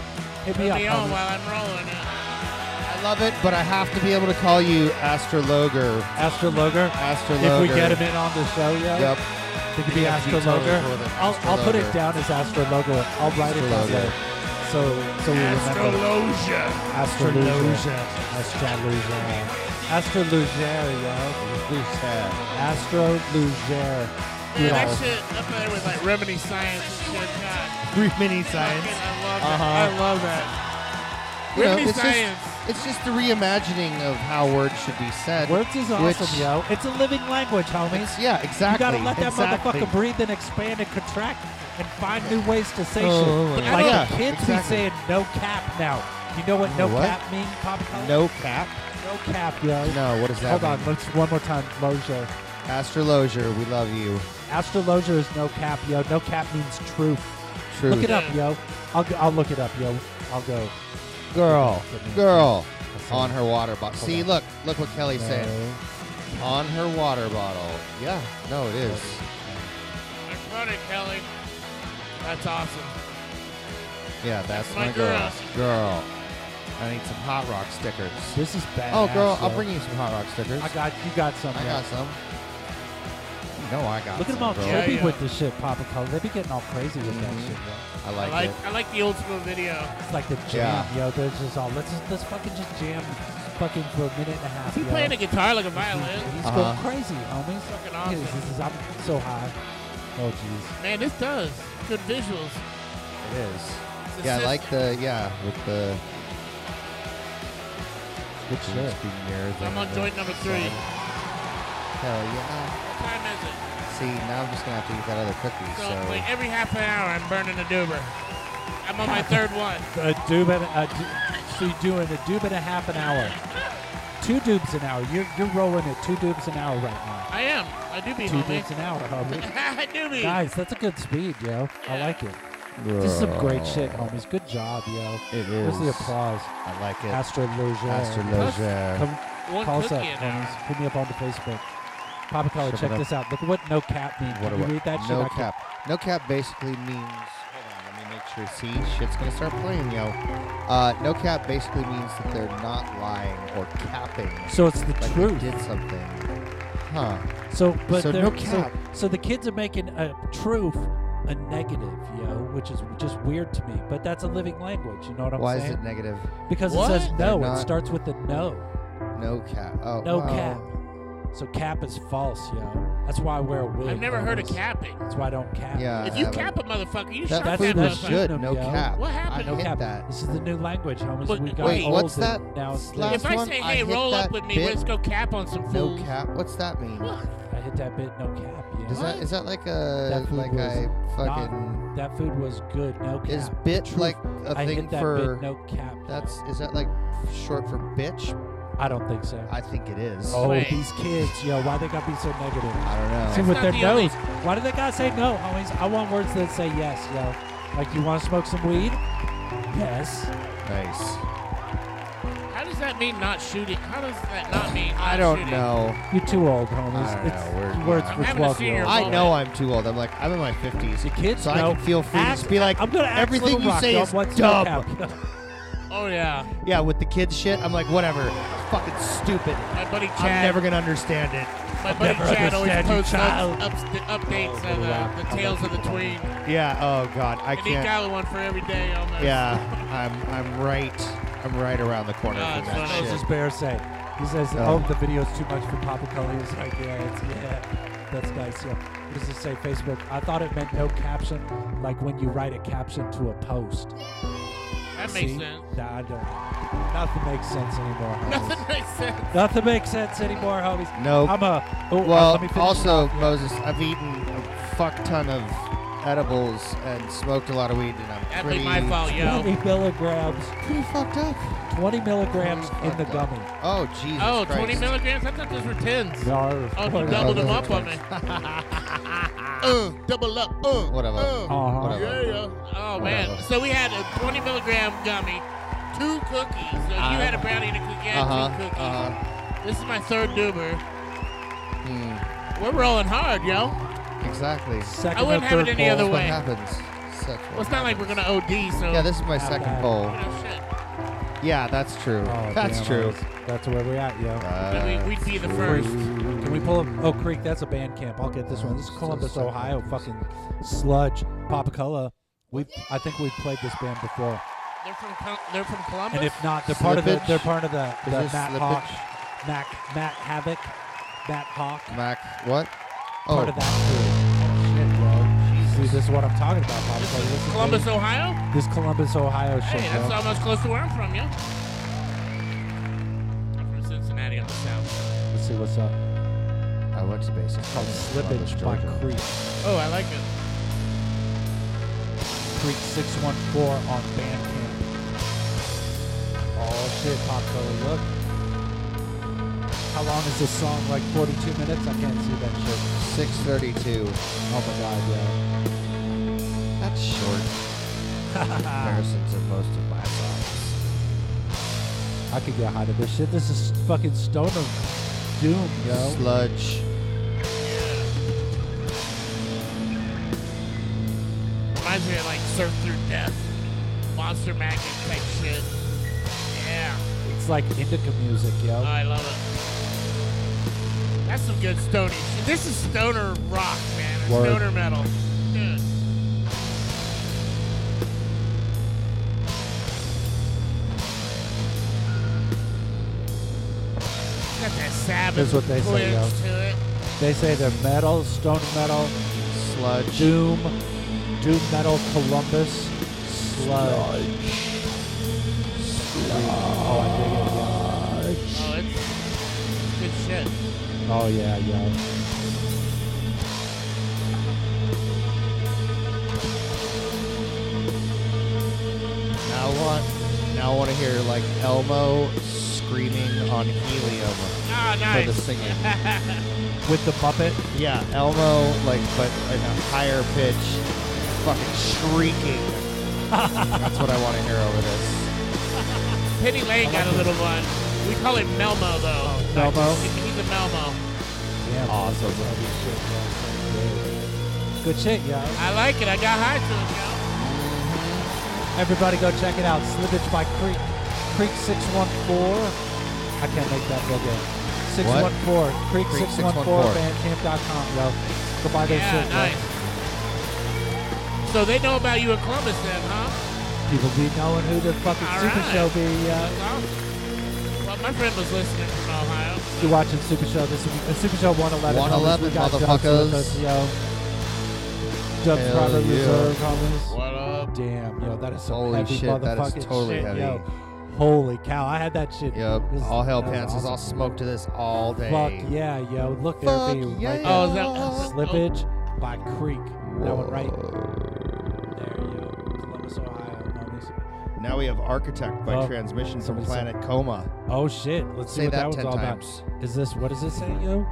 [SPEAKER 2] Hit me
[SPEAKER 3] Put
[SPEAKER 2] up.
[SPEAKER 3] me
[SPEAKER 2] homie.
[SPEAKER 3] on while I'm rolling it.
[SPEAKER 1] I love it, but I have to be able to call you Astrologer.
[SPEAKER 2] Astrologer?
[SPEAKER 1] Astrologer.
[SPEAKER 2] If we get him in on the show, yeah.
[SPEAKER 1] Yep.
[SPEAKER 2] It could
[SPEAKER 1] You
[SPEAKER 2] be
[SPEAKER 1] have to be totally
[SPEAKER 2] Astrologer.
[SPEAKER 1] cool with it.
[SPEAKER 2] I'll, I'll put it
[SPEAKER 1] Astrologer.
[SPEAKER 2] down as Astrologer. I'll write it that
[SPEAKER 1] Astrologer.
[SPEAKER 2] way. So, so we remember.
[SPEAKER 3] Astrologia.
[SPEAKER 2] Astrologia. Astrologia. Astrologia, yo. Astrologia.
[SPEAKER 3] Man, that shit up there with like remedy science and shit. God,
[SPEAKER 1] mini science.
[SPEAKER 3] I love
[SPEAKER 1] Uh-huh.
[SPEAKER 3] that. I love that.
[SPEAKER 1] You know,
[SPEAKER 3] Remedy
[SPEAKER 1] it's, just,
[SPEAKER 3] science.
[SPEAKER 1] it's just the reimagining of how words should be said.
[SPEAKER 2] Words is awesome,
[SPEAKER 1] which-
[SPEAKER 2] yo. It's a living language, homies.
[SPEAKER 1] Yeah, exactly.
[SPEAKER 2] You gotta let that
[SPEAKER 1] exactly.
[SPEAKER 2] motherfucker breathe and expand and contract and find new ways to say
[SPEAKER 1] Oh,
[SPEAKER 2] shit.
[SPEAKER 1] yeah.
[SPEAKER 2] like
[SPEAKER 1] Yeah,
[SPEAKER 2] the kids be
[SPEAKER 1] exactly.
[SPEAKER 2] saying no cap now. You know what no
[SPEAKER 1] What?
[SPEAKER 2] cap means, Papa? Color?
[SPEAKER 1] No cap.
[SPEAKER 2] No cap, yo.
[SPEAKER 1] No, what does that
[SPEAKER 2] Hold
[SPEAKER 1] mean?
[SPEAKER 2] on, let's one more time. Mojo.
[SPEAKER 1] Astrologer, we love you.
[SPEAKER 2] Astrologer is no cap, yo. No cap means truth.
[SPEAKER 1] Truth.
[SPEAKER 2] Look it up, yo. I'll, go- I'll look it up, yo. I'll go.
[SPEAKER 1] Girl, girl,
[SPEAKER 2] That's
[SPEAKER 1] on
[SPEAKER 2] it.
[SPEAKER 1] her water bottle.
[SPEAKER 2] Hold
[SPEAKER 1] See,
[SPEAKER 2] on. Uh,
[SPEAKER 1] look, look what Kelly's
[SPEAKER 2] No.
[SPEAKER 1] saying. On her water bottle. Yeah, no, it is.
[SPEAKER 3] That's funny, Kelly. That's awesome.
[SPEAKER 1] Yeah, that's,
[SPEAKER 3] my
[SPEAKER 1] my,
[SPEAKER 3] girl.
[SPEAKER 1] girl. Girl, I need some Hot Rock stickers.
[SPEAKER 2] This is bad.
[SPEAKER 1] Oh, girl, I'll bring you some Hot Rock stickers.
[SPEAKER 2] I got you. Got some.
[SPEAKER 1] I
[SPEAKER 2] yo.
[SPEAKER 1] got some. No, I got.
[SPEAKER 2] Look
[SPEAKER 1] some,
[SPEAKER 2] at them all
[SPEAKER 1] girl.
[SPEAKER 2] trippy with this shit, Papa Color. They be getting all crazy with that shit, yo.
[SPEAKER 1] Mm-hmm. I
[SPEAKER 3] I
[SPEAKER 1] like,
[SPEAKER 3] like
[SPEAKER 1] it.
[SPEAKER 3] I like the old school video.
[SPEAKER 2] It's like the jam, yo. They're just all let's just, let's fucking just jam, fucking for a minute and a half.
[SPEAKER 3] Is he
[SPEAKER 2] yo.
[SPEAKER 3] playing a guitar like a violin?
[SPEAKER 2] He's
[SPEAKER 1] Uh-huh.
[SPEAKER 2] going crazy, homies.
[SPEAKER 3] Fucking
[SPEAKER 2] Look at this,
[SPEAKER 3] awesome.
[SPEAKER 2] This is I'm so high. Oh jeez,
[SPEAKER 3] Man, this does good visuals.
[SPEAKER 1] It is.
[SPEAKER 3] It's
[SPEAKER 1] Yeah, I
[SPEAKER 3] just-
[SPEAKER 1] like the yeah with the. Good
[SPEAKER 2] shit.
[SPEAKER 3] So I'm on joint number three.
[SPEAKER 1] Hell yeah!
[SPEAKER 3] What time is it?
[SPEAKER 1] See, now I'm just gonna have to eat that other cookie.
[SPEAKER 3] So,
[SPEAKER 1] So,
[SPEAKER 3] like every half an hour, I'm burning a doober. I'm on my third one.
[SPEAKER 2] a doob and a, d- so you're doing a doob and a half an hour, two doobs an hour. You're you're rolling at two doobs an hour right now.
[SPEAKER 3] I am. I do be
[SPEAKER 2] two
[SPEAKER 3] homie.
[SPEAKER 2] doobs an hour, homie.
[SPEAKER 3] I do be.
[SPEAKER 2] Nice, that's a good speed, yo. I like it. This is some great shit, homies. Good job, yo.
[SPEAKER 1] It
[SPEAKER 2] Where's the
[SPEAKER 1] is.
[SPEAKER 2] applause?
[SPEAKER 1] I like it.
[SPEAKER 2] Astrologia.
[SPEAKER 1] Astrologia.
[SPEAKER 2] Come
[SPEAKER 3] One
[SPEAKER 2] call us up,
[SPEAKER 3] cookie an hour.
[SPEAKER 2] homies. Hit me up on the Facebook. Papa Color,
[SPEAKER 1] Shove it
[SPEAKER 2] check
[SPEAKER 1] up.
[SPEAKER 2] this out. Look at what no cap means.
[SPEAKER 1] What
[SPEAKER 2] Can
[SPEAKER 1] do
[SPEAKER 2] you
[SPEAKER 1] I-
[SPEAKER 2] read that shit?
[SPEAKER 1] No
[SPEAKER 2] I can-
[SPEAKER 1] cap. No cap basically means. Hold on, let me make sure. See, shit's gonna start playing, yo. Uh, no cap basically means that they're not lying or capping.
[SPEAKER 2] So it's the
[SPEAKER 1] like they
[SPEAKER 2] truth.
[SPEAKER 1] did something, huh?
[SPEAKER 2] So, but
[SPEAKER 1] So
[SPEAKER 2] they're-
[SPEAKER 1] no cap.
[SPEAKER 2] So, so the kids are making a truth a negative, yo, which is just weird to me. But that's a living language. You know what I'm
[SPEAKER 1] Why
[SPEAKER 2] saying?
[SPEAKER 1] is it negative?
[SPEAKER 2] Because
[SPEAKER 3] What?
[SPEAKER 2] it says no.
[SPEAKER 1] They're
[SPEAKER 2] It
[SPEAKER 1] not-
[SPEAKER 2] starts with the no.
[SPEAKER 1] No cap. Oh,
[SPEAKER 2] No
[SPEAKER 1] well,
[SPEAKER 2] cap. So cap is false, yo. That's why I wear a wig.
[SPEAKER 3] I've never heard of
[SPEAKER 2] homies.
[SPEAKER 3] capping.
[SPEAKER 2] That's why I don't cap.
[SPEAKER 1] Yeah.
[SPEAKER 3] If you
[SPEAKER 1] I
[SPEAKER 3] cap a motherfucker, you
[SPEAKER 1] That-
[SPEAKER 3] shot
[SPEAKER 1] that's
[SPEAKER 3] that
[SPEAKER 1] what they
[SPEAKER 3] motherfucker.
[SPEAKER 1] should. no cap.
[SPEAKER 3] What happened?
[SPEAKER 1] I
[SPEAKER 2] no
[SPEAKER 1] hit
[SPEAKER 2] cap.
[SPEAKER 1] that.
[SPEAKER 2] This is the new language, homies.
[SPEAKER 3] But-
[SPEAKER 2] we got
[SPEAKER 1] wait,
[SPEAKER 2] old
[SPEAKER 1] what's
[SPEAKER 2] and
[SPEAKER 1] that
[SPEAKER 2] Now it's this.
[SPEAKER 1] last
[SPEAKER 3] If I
[SPEAKER 1] one,
[SPEAKER 3] say,
[SPEAKER 1] I
[SPEAKER 3] hey,
[SPEAKER 1] hit
[SPEAKER 3] roll
[SPEAKER 1] that
[SPEAKER 3] up with me,
[SPEAKER 1] bit.
[SPEAKER 3] let's go cap on some
[SPEAKER 1] No
[SPEAKER 3] fools.
[SPEAKER 1] cap. What's that mean?
[SPEAKER 2] I hit that bit, no cap. Yeah.
[SPEAKER 1] Is that is that like a
[SPEAKER 2] That food
[SPEAKER 1] like
[SPEAKER 2] was
[SPEAKER 1] I
[SPEAKER 2] not-
[SPEAKER 1] fucking
[SPEAKER 2] that food was good, no cap.
[SPEAKER 1] is bit
[SPEAKER 2] Truth.
[SPEAKER 1] like a
[SPEAKER 2] I
[SPEAKER 1] thing
[SPEAKER 2] hit that
[SPEAKER 1] for
[SPEAKER 2] bit, no cap. yo.
[SPEAKER 1] that's is that like short for bitch?
[SPEAKER 2] I don't think so.
[SPEAKER 1] I think it is.
[SPEAKER 2] Oh,
[SPEAKER 3] Wait.
[SPEAKER 2] these kids, yo, why they gotta be so negative?
[SPEAKER 1] I don't know.
[SPEAKER 2] See with
[SPEAKER 3] not
[SPEAKER 2] their
[SPEAKER 3] the
[SPEAKER 2] nose. Why do they gotta say no, homies? I want words that say yes, yo. Like, you wanna smoke some weed? Yes.
[SPEAKER 1] Nice.
[SPEAKER 3] How does that mean not shooting? How does that not mean? Not
[SPEAKER 1] I don't
[SPEAKER 3] shooting?
[SPEAKER 1] know.
[SPEAKER 2] You're too old, homies.
[SPEAKER 1] I don't
[SPEAKER 2] it's
[SPEAKER 1] know, we're-
[SPEAKER 2] words
[SPEAKER 1] yeah.
[SPEAKER 2] for
[SPEAKER 3] Having a
[SPEAKER 2] 12
[SPEAKER 3] senior
[SPEAKER 2] year olds.
[SPEAKER 1] I know I'm too old. I'm like I'm in my fifties.
[SPEAKER 2] The kids
[SPEAKER 1] so
[SPEAKER 2] know.
[SPEAKER 1] I can feel free to
[SPEAKER 2] Ask-
[SPEAKER 1] just be like
[SPEAKER 2] I'm gonna ask
[SPEAKER 1] everything
[SPEAKER 2] Little
[SPEAKER 1] you
[SPEAKER 2] Rock,
[SPEAKER 1] say
[SPEAKER 2] yo,
[SPEAKER 1] is
[SPEAKER 2] what's no
[SPEAKER 1] dumb.
[SPEAKER 2] cap?
[SPEAKER 3] Oh yeah,
[SPEAKER 1] Yeah, with the kids shit, I'm like whatever. It's fucking stupid.
[SPEAKER 3] my buddy Chad.
[SPEAKER 1] I'm never gonna understand it.
[SPEAKER 3] My buddy
[SPEAKER 2] Never
[SPEAKER 3] Chad always
[SPEAKER 2] understand you,
[SPEAKER 3] posts
[SPEAKER 2] child. Oh,
[SPEAKER 3] ups, ups, updates on uh, the tales of the tween.
[SPEAKER 1] Yeah. Oh God, I
[SPEAKER 3] and he
[SPEAKER 1] can't.
[SPEAKER 3] got one for every day almost.
[SPEAKER 1] Yeah, I'm I'm right I'm right around the corner
[SPEAKER 3] Ah,
[SPEAKER 1] from
[SPEAKER 3] it's
[SPEAKER 1] that
[SPEAKER 3] funny.
[SPEAKER 1] shit.
[SPEAKER 2] What does Bear say? He says,
[SPEAKER 1] Oh.
[SPEAKER 2] "Oh, the video's too much for Papa Cully." It's like, yeah, it's, yeah, that's nice. Yeah. What does it say? Facebook. I thought it meant no caption, like when you write a caption to a post.
[SPEAKER 3] That
[SPEAKER 2] See?
[SPEAKER 3] makes sense.
[SPEAKER 2] Nah, I don't. Nothing makes sense anymore. homies.
[SPEAKER 3] Nothing makes sense.
[SPEAKER 2] Nothing makes sense anymore, homies.
[SPEAKER 1] Nope.
[SPEAKER 2] I'm a. Oh, uh,
[SPEAKER 1] well,
[SPEAKER 2] let me finish
[SPEAKER 1] also Moses, I've eaten a fuck ton of edibles and smoked a lot of weed, and I'm
[SPEAKER 3] That'd
[SPEAKER 1] pretty.
[SPEAKER 3] be my fault, yo.
[SPEAKER 2] 20 milligrams.
[SPEAKER 1] Pretty fucked up.
[SPEAKER 2] 20 milligrams in the
[SPEAKER 1] Mm, fucked up.
[SPEAKER 2] gummy.
[SPEAKER 1] Oh Jesus
[SPEAKER 3] Oh, 20
[SPEAKER 1] Christ.
[SPEAKER 3] milligrams? I thought those were 10s.
[SPEAKER 2] No.
[SPEAKER 3] Oh,
[SPEAKER 1] No,
[SPEAKER 3] you doubled
[SPEAKER 1] those
[SPEAKER 3] them
[SPEAKER 1] are
[SPEAKER 3] up on me. uh, double up. Uh,
[SPEAKER 1] Whatever.
[SPEAKER 3] Uh,
[SPEAKER 1] Uh-huh.
[SPEAKER 3] Yeah,
[SPEAKER 1] Whatever.
[SPEAKER 3] yeah. Oh, man.
[SPEAKER 1] Whatever.
[SPEAKER 3] So we had a 20 milligram gummy, two cookies. So you had a brownie and a cookie. I had
[SPEAKER 1] uh-huh,
[SPEAKER 3] two cookies.
[SPEAKER 1] uh-huh.
[SPEAKER 3] This is my third doober.
[SPEAKER 1] Hmm,
[SPEAKER 3] We're rolling hard, yo.
[SPEAKER 1] exactly.
[SPEAKER 3] I wouldn't have it any other way.
[SPEAKER 1] That's what happens. Such
[SPEAKER 3] Well, it's not like we're going to OD, so.
[SPEAKER 1] yeah, this is my second bowl.
[SPEAKER 3] Oh, shit.
[SPEAKER 1] Yeah, that's true. that's
[SPEAKER 2] Oh, damn,
[SPEAKER 1] true.
[SPEAKER 2] That's where we're at, yo.
[SPEAKER 3] Then we- we'd be the first.
[SPEAKER 2] Can we pull up Oak Creek? That's a band camp. I'll get this one. This is Columbus, Ohio. Fucking sludge, Papacola. We, I think we've played this band before,
[SPEAKER 3] They're from, Col- they're from Columbus?
[SPEAKER 2] and if not, Uh, they're part of the.
[SPEAKER 1] Slippage?
[SPEAKER 2] They're part of the.
[SPEAKER 1] Is
[SPEAKER 2] the
[SPEAKER 1] this
[SPEAKER 2] Matt
[SPEAKER 1] Slippage?
[SPEAKER 2] Hawk, Mac, Matt Havoc, Matt Hawk.
[SPEAKER 1] Mac, what? Oh,
[SPEAKER 2] Part of that Oh, crew. See, this is what I'm talking about, Papacola. This is
[SPEAKER 3] Columbus, Ohio?
[SPEAKER 2] This Columbus, Ohio shit.
[SPEAKER 3] Hey,
[SPEAKER 2] yo.
[SPEAKER 3] that's almost close to where I'm from, yo. I'm from Cincinnati up the south.
[SPEAKER 2] Let's see what's up.
[SPEAKER 1] I went to basic. It's
[SPEAKER 2] called Slippage by Creek.
[SPEAKER 3] Oh, I like it.
[SPEAKER 2] Creek 614 on Bandcamp. Oh shit, Popco, look. How long is this song? Like 42 minutes? I can't see that shit.
[SPEAKER 1] 632.
[SPEAKER 2] Oh my god, yeah.
[SPEAKER 1] That's short. in comparison to most of my songs.
[SPEAKER 2] I could get high to this shit. This is fucking Stone of Doom, yo.
[SPEAKER 1] Sludge.
[SPEAKER 3] Reminds me of like Surf Through Death, Monster Magnet type shit. Yeah,
[SPEAKER 2] It's like indica music, yo.
[SPEAKER 3] I love it. That's some good stony shit. This is stoner rock, man. It's
[SPEAKER 2] Word.
[SPEAKER 3] Stoner metal. Dude. Got that Sabbath
[SPEAKER 2] That's what they
[SPEAKER 3] twist
[SPEAKER 2] say, yo.
[SPEAKER 3] to it.
[SPEAKER 2] They say they're metal, stone metal,
[SPEAKER 1] sludge,
[SPEAKER 2] doom, doom metal, Columbus, sludge. Oh, I
[SPEAKER 3] Oh,
[SPEAKER 2] dig it. yeah.
[SPEAKER 3] it's good shit.
[SPEAKER 2] Oh yeah, yeah.
[SPEAKER 1] Now I want, now I want to hear like Elmo screaming on helium
[SPEAKER 3] Ah,
[SPEAKER 1] for the
[SPEAKER 3] nice.
[SPEAKER 1] singing.
[SPEAKER 2] With the puppet.
[SPEAKER 1] Yeah, Elmo, like, but in a higher pitch, fucking shrieking. That's what I want to hear over this.
[SPEAKER 3] Penny Lane got a little one. We call him Melmo though.
[SPEAKER 1] Oh, Melmo?
[SPEAKER 3] He's, he's a Melmo.
[SPEAKER 2] Yeah.
[SPEAKER 5] Ah.
[SPEAKER 1] Awesome.
[SPEAKER 2] Good shit, yo.
[SPEAKER 3] I like it. I got high to
[SPEAKER 2] Everybody go check it out. Slippage by Creek. Creek 614. I can't make that look good. 614. Creek,
[SPEAKER 1] Creek
[SPEAKER 2] 614.
[SPEAKER 1] 614.
[SPEAKER 2] Bandcamp.com, yo. Go buy
[SPEAKER 3] it, yo.
[SPEAKER 2] their
[SPEAKER 3] Yeah,
[SPEAKER 2] shit, yo.
[SPEAKER 3] nice. So they know about you in Columbus then, huh?
[SPEAKER 2] People be knowing who the fucking
[SPEAKER 3] All
[SPEAKER 2] Super
[SPEAKER 3] right.
[SPEAKER 2] Show be, uh, yo.
[SPEAKER 3] That's awesome. Well, my friend was listening from Ohio.
[SPEAKER 2] You're watching Super Show. This is uh, Super Show 111.
[SPEAKER 1] 111,
[SPEAKER 2] homies. We got Dubs
[SPEAKER 1] motherfuckers.
[SPEAKER 2] with us, yo. Dubs
[SPEAKER 1] Hell
[SPEAKER 2] Private
[SPEAKER 1] yeah.
[SPEAKER 2] Reserve, homies.
[SPEAKER 3] What up?
[SPEAKER 2] Damn, yo, that is some
[SPEAKER 1] Holy
[SPEAKER 2] heavy
[SPEAKER 1] shit, that is
[SPEAKER 2] motherfucking
[SPEAKER 1] totally
[SPEAKER 2] shit,
[SPEAKER 1] heavy.
[SPEAKER 2] yo. Holy cow, I had that shit.
[SPEAKER 1] Yep,
[SPEAKER 2] This is-
[SPEAKER 1] all hell
[SPEAKER 2] that was
[SPEAKER 1] pants is all
[SPEAKER 2] awesome.
[SPEAKER 1] smoke to this all day.
[SPEAKER 2] Fuck yeah, yo. Look there,
[SPEAKER 1] Fuck
[SPEAKER 2] be
[SPEAKER 1] yeah.
[SPEAKER 2] right there.
[SPEAKER 3] Oh, is that- Oh.
[SPEAKER 2] Slippage by Creek. That one right
[SPEAKER 1] Whoa.
[SPEAKER 2] there, yo. Columbus, Ohio, homies.
[SPEAKER 1] Now we have Architect by
[SPEAKER 2] Oh,
[SPEAKER 1] Transmission from
[SPEAKER 2] somebody said-
[SPEAKER 1] Planet Coma.
[SPEAKER 2] Oh shit, let's see
[SPEAKER 1] Say
[SPEAKER 2] what
[SPEAKER 1] that
[SPEAKER 2] that, one's
[SPEAKER 1] 10
[SPEAKER 2] all
[SPEAKER 1] times.
[SPEAKER 2] about. Is this what does it say, yo?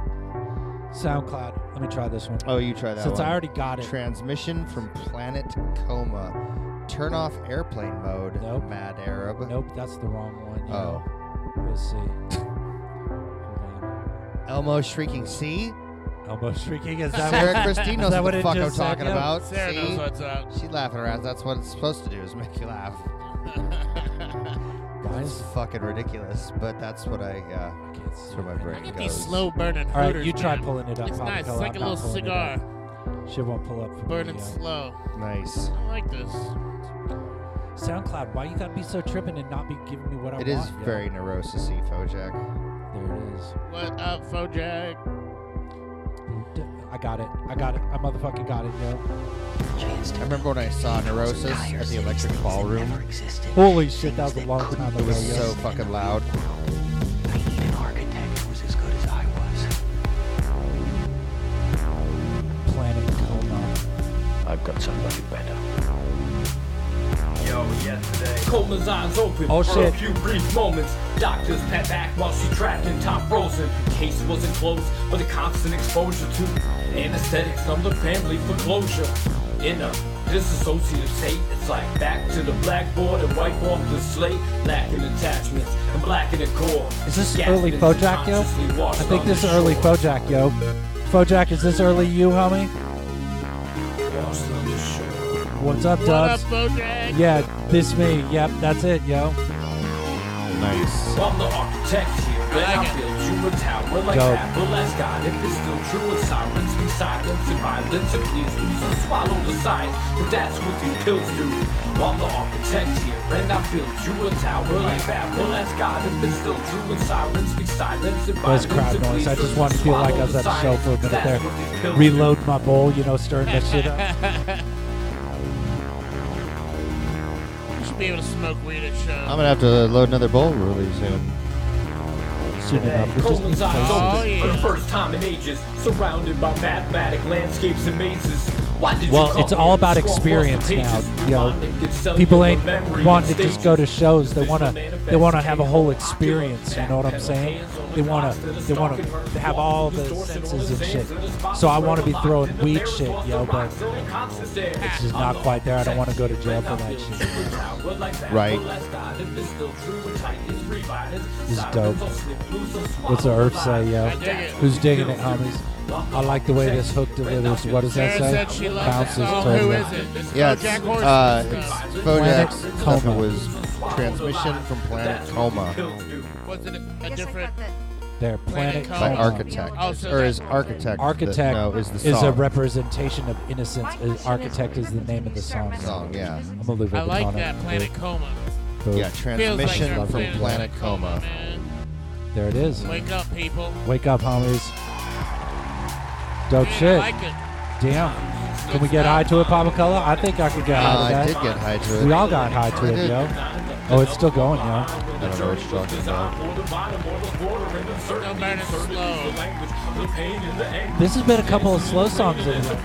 [SPEAKER 2] SoundCloud. Let me try this one.
[SPEAKER 1] Oh, you try that
[SPEAKER 2] Since
[SPEAKER 1] one.
[SPEAKER 2] I already got it.
[SPEAKER 1] Transmission from Planet Coma. Turn off airplane mode,
[SPEAKER 2] Nope.
[SPEAKER 1] Mad Arab.
[SPEAKER 2] Nope, that's the wrong one.
[SPEAKER 1] Oh.
[SPEAKER 2] Yo. Let's see. Hold on.
[SPEAKER 1] Elmo shrieking, see?
[SPEAKER 2] Elmo shrieking. Is that
[SPEAKER 1] Sarah
[SPEAKER 2] what-
[SPEAKER 1] Christine
[SPEAKER 2] is
[SPEAKER 1] knows
[SPEAKER 2] that
[SPEAKER 1] what the
[SPEAKER 2] it
[SPEAKER 1] fuck I'm
[SPEAKER 2] just said,
[SPEAKER 1] talking
[SPEAKER 2] yo?
[SPEAKER 1] about.
[SPEAKER 3] Sarah
[SPEAKER 1] see?
[SPEAKER 3] knows what's up.
[SPEAKER 1] She's laughing her ass. That's what it's supposed to do is make you laugh. That's fucking ridiculous, but that's what I, uh, that's where my brain
[SPEAKER 3] Look at
[SPEAKER 1] goes.
[SPEAKER 3] these slow burning
[SPEAKER 2] All right,
[SPEAKER 3] hooters,
[SPEAKER 2] you try
[SPEAKER 3] man.
[SPEAKER 2] pulling it up.
[SPEAKER 3] It's
[SPEAKER 2] Papa
[SPEAKER 3] nice,
[SPEAKER 2] Cola.
[SPEAKER 3] like a
[SPEAKER 2] I'm not
[SPEAKER 3] little
[SPEAKER 2] pulling it up. She won't pull up. For
[SPEAKER 3] Burning
[SPEAKER 2] me, yo.
[SPEAKER 3] slow.
[SPEAKER 1] Nice.
[SPEAKER 3] I like this.
[SPEAKER 2] SoundCloud, why you gotta be so tripping and not be giving me what I
[SPEAKER 1] It
[SPEAKER 2] want?
[SPEAKER 1] is
[SPEAKER 2] yo?
[SPEAKER 1] very neurosis y, Jack.
[SPEAKER 2] There it is.
[SPEAKER 3] What up, Fojack?
[SPEAKER 2] I got it. I got it. I motherfucking got it, yo.
[SPEAKER 1] I remember when I saw Neurosis at the Electric Ballroom.
[SPEAKER 2] Holy shit, that was a long time ago.
[SPEAKER 1] It was
[SPEAKER 2] yo.
[SPEAKER 1] so fucking loud.
[SPEAKER 2] Planet Coma.
[SPEAKER 18] I've got somebody better.
[SPEAKER 5] Yo, yesterday. Coma's eyes open.
[SPEAKER 18] Oh,
[SPEAKER 5] For a
[SPEAKER 18] shit.
[SPEAKER 5] few brief moments. Doctors pat back while she's trapped in top frozen. Case wasn't closed, but the constant exposure to anesthetics from the family for closure. In a disassociative state, it's like back to the blackboard and wipe off the slate. Lacking attachments and blacking the core.
[SPEAKER 2] Is this early Bojack, yo? I think this is early Bojack, yo. Bojack, is this early you, homie? What's up,
[SPEAKER 3] What
[SPEAKER 2] Dubs?
[SPEAKER 3] up, Bojack?
[SPEAKER 2] Yeah, this me. Yep, that's it, yo. Oh,
[SPEAKER 1] Nice.
[SPEAKER 5] I'm the architect here, and I build you a tower like
[SPEAKER 2] Dope.
[SPEAKER 5] Apple as God. If it's still true, it's sirens be silence and violence. And please do so swallow the science, but that's what these pills do. I'm the architect here, and I build you a tower like Apple as God. If it's still true, it's sirens be silence and
[SPEAKER 2] That
[SPEAKER 5] violence.
[SPEAKER 2] was crowd
[SPEAKER 5] and
[SPEAKER 2] noise. I
[SPEAKER 5] please
[SPEAKER 2] just
[SPEAKER 5] do
[SPEAKER 2] wanted to feel like I was at
[SPEAKER 5] swallow
[SPEAKER 2] a show for a
[SPEAKER 5] the
[SPEAKER 2] minute
[SPEAKER 5] science. That's what these
[SPEAKER 2] there.
[SPEAKER 5] pills
[SPEAKER 2] Reload my bowl, you know, stirring that shit up.
[SPEAKER 3] You should be able to smoke weed at shows.
[SPEAKER 1] I'm gonna have to load another bowl really soon.
[SPEAKER 2] Soon enough. We just
[SPEAKER 5] Coleman's
[SPEAKER 2] need to
[SPEAKER 5] eyes
[SPEAKER 2] play
[SPEAKER 5] open for the first time in ages, surrounded by mathematic landscapes and mazes. Why did you
[SPEAKER 2] Well,
[SPEAKER 5] come
[SPEAKER 2] it's all
[SPEAKER 5] here?
[SPEAKER 2] about
[SPEAKER 5] Scroll across the
[SPEAKER 2] experience now,
[SPEAKER 5] pages.
[SPEAKER 2] yo. People ain't wanting to just go to shows. They wanna, they wanna have a whole experience. You know what I'm saying? They wanna, they wanna have all the senses and shit. So I wanna be throwing weed shit, yo, but it's just not quite there. I don't wanna go to jail for that shit.
[SPEAKER 1] Right.
[SPEAKER 2] This is dope. What's the earth say, yo?
[SPEAKER 3] I dig it.
[SPEAKER 2] Who's digging it, homies? I like the way this hook delivers. What does that
[SPEAKER 3] Sarah
[SPEAKER 2] say?
[SPEAKER 3] said she loves
[SPEAKER 2] Bounces,
[SPEAKER 3] that song.
[SPEAKER 2] turns
[SPEAKER 3] Who
[SPEAKER 2] up.
[SPEAKER 3] is it? It's
[SPEAKER 1] Yeah, it's,
[SPEAKER 3] Bojack Horseman
[SPEAKER 1] uh,
[SPEAKER 3] stuff.
[SPEAKER 1] it's
[SPEAKER 2] Planet
[SPEAKER 1] Bojack's stuff. It
[SPEAKER 2] Coma.
[SPEAKER 1] was Transmission from Planet Coma
[SPEAKER 3] Was it a- a different?
[SPEAKER 2] There, Planet
[SPEAKER 1] by
[SPEAKER 2] Coma.
[SPEAKER 1] Architect, or is Oh, Architect? the-
[SPEAKER 2] Architect
[SPEAKER 1] no, is the
[SPEAKER 2] is a
[SPEAKER 1] song.
[SPEAKER 2] representation of innocence. Is Architect is the name of the song.
[SPEAKER 1] Song, yeah.
[SPEAKER 2] I'm gonna leave it
[SPEAKER 3] I
[SPEAKER 2] with
[SPEAKER 3] like
[SPEAKER 2] Donna.
[SPEAKER 3] that Planet Coma.
[SPEAKER 2] Boom.
[SPEAKER 1] Yeah, Transmission
[SPEAKER 3] they're
[SPEAKER 1] from
[SPEAKER 3] playing
[SPEAKER 1] Planet Coma.
[SPEAKER 2] There it is.
[SPEAKER 3] Wake up, people.
[SPEAKER 2] Wake up, homies. Dope
[SPEAKER 3] Man, I
[SPEAKER 2] shit.
[SPEAKER 3] like it.
[SPEAKER 2] Damn. Can we get high to it, Papa Cola? I think I could get
[SPEAKER 1] Uh,
[SPEAKER 2] high to
[SPEAKER 1] I
[SPEAKER 2] that.
[SPEAKER 1] did get high to it.
[SPEAKER 2] We all got high to
[SPEAKER 1] I
[SPEAKER 2] it,
[SPEAKER 1] did.
[SPEAKER 2] yo. Oh, it's still going, yo.
[SPEAKER 1] I don't know what you're talking about.
[SPEAKER 3] Don't burn it slow.
[SPEAKER 2] This has been a couple of slow songs in here.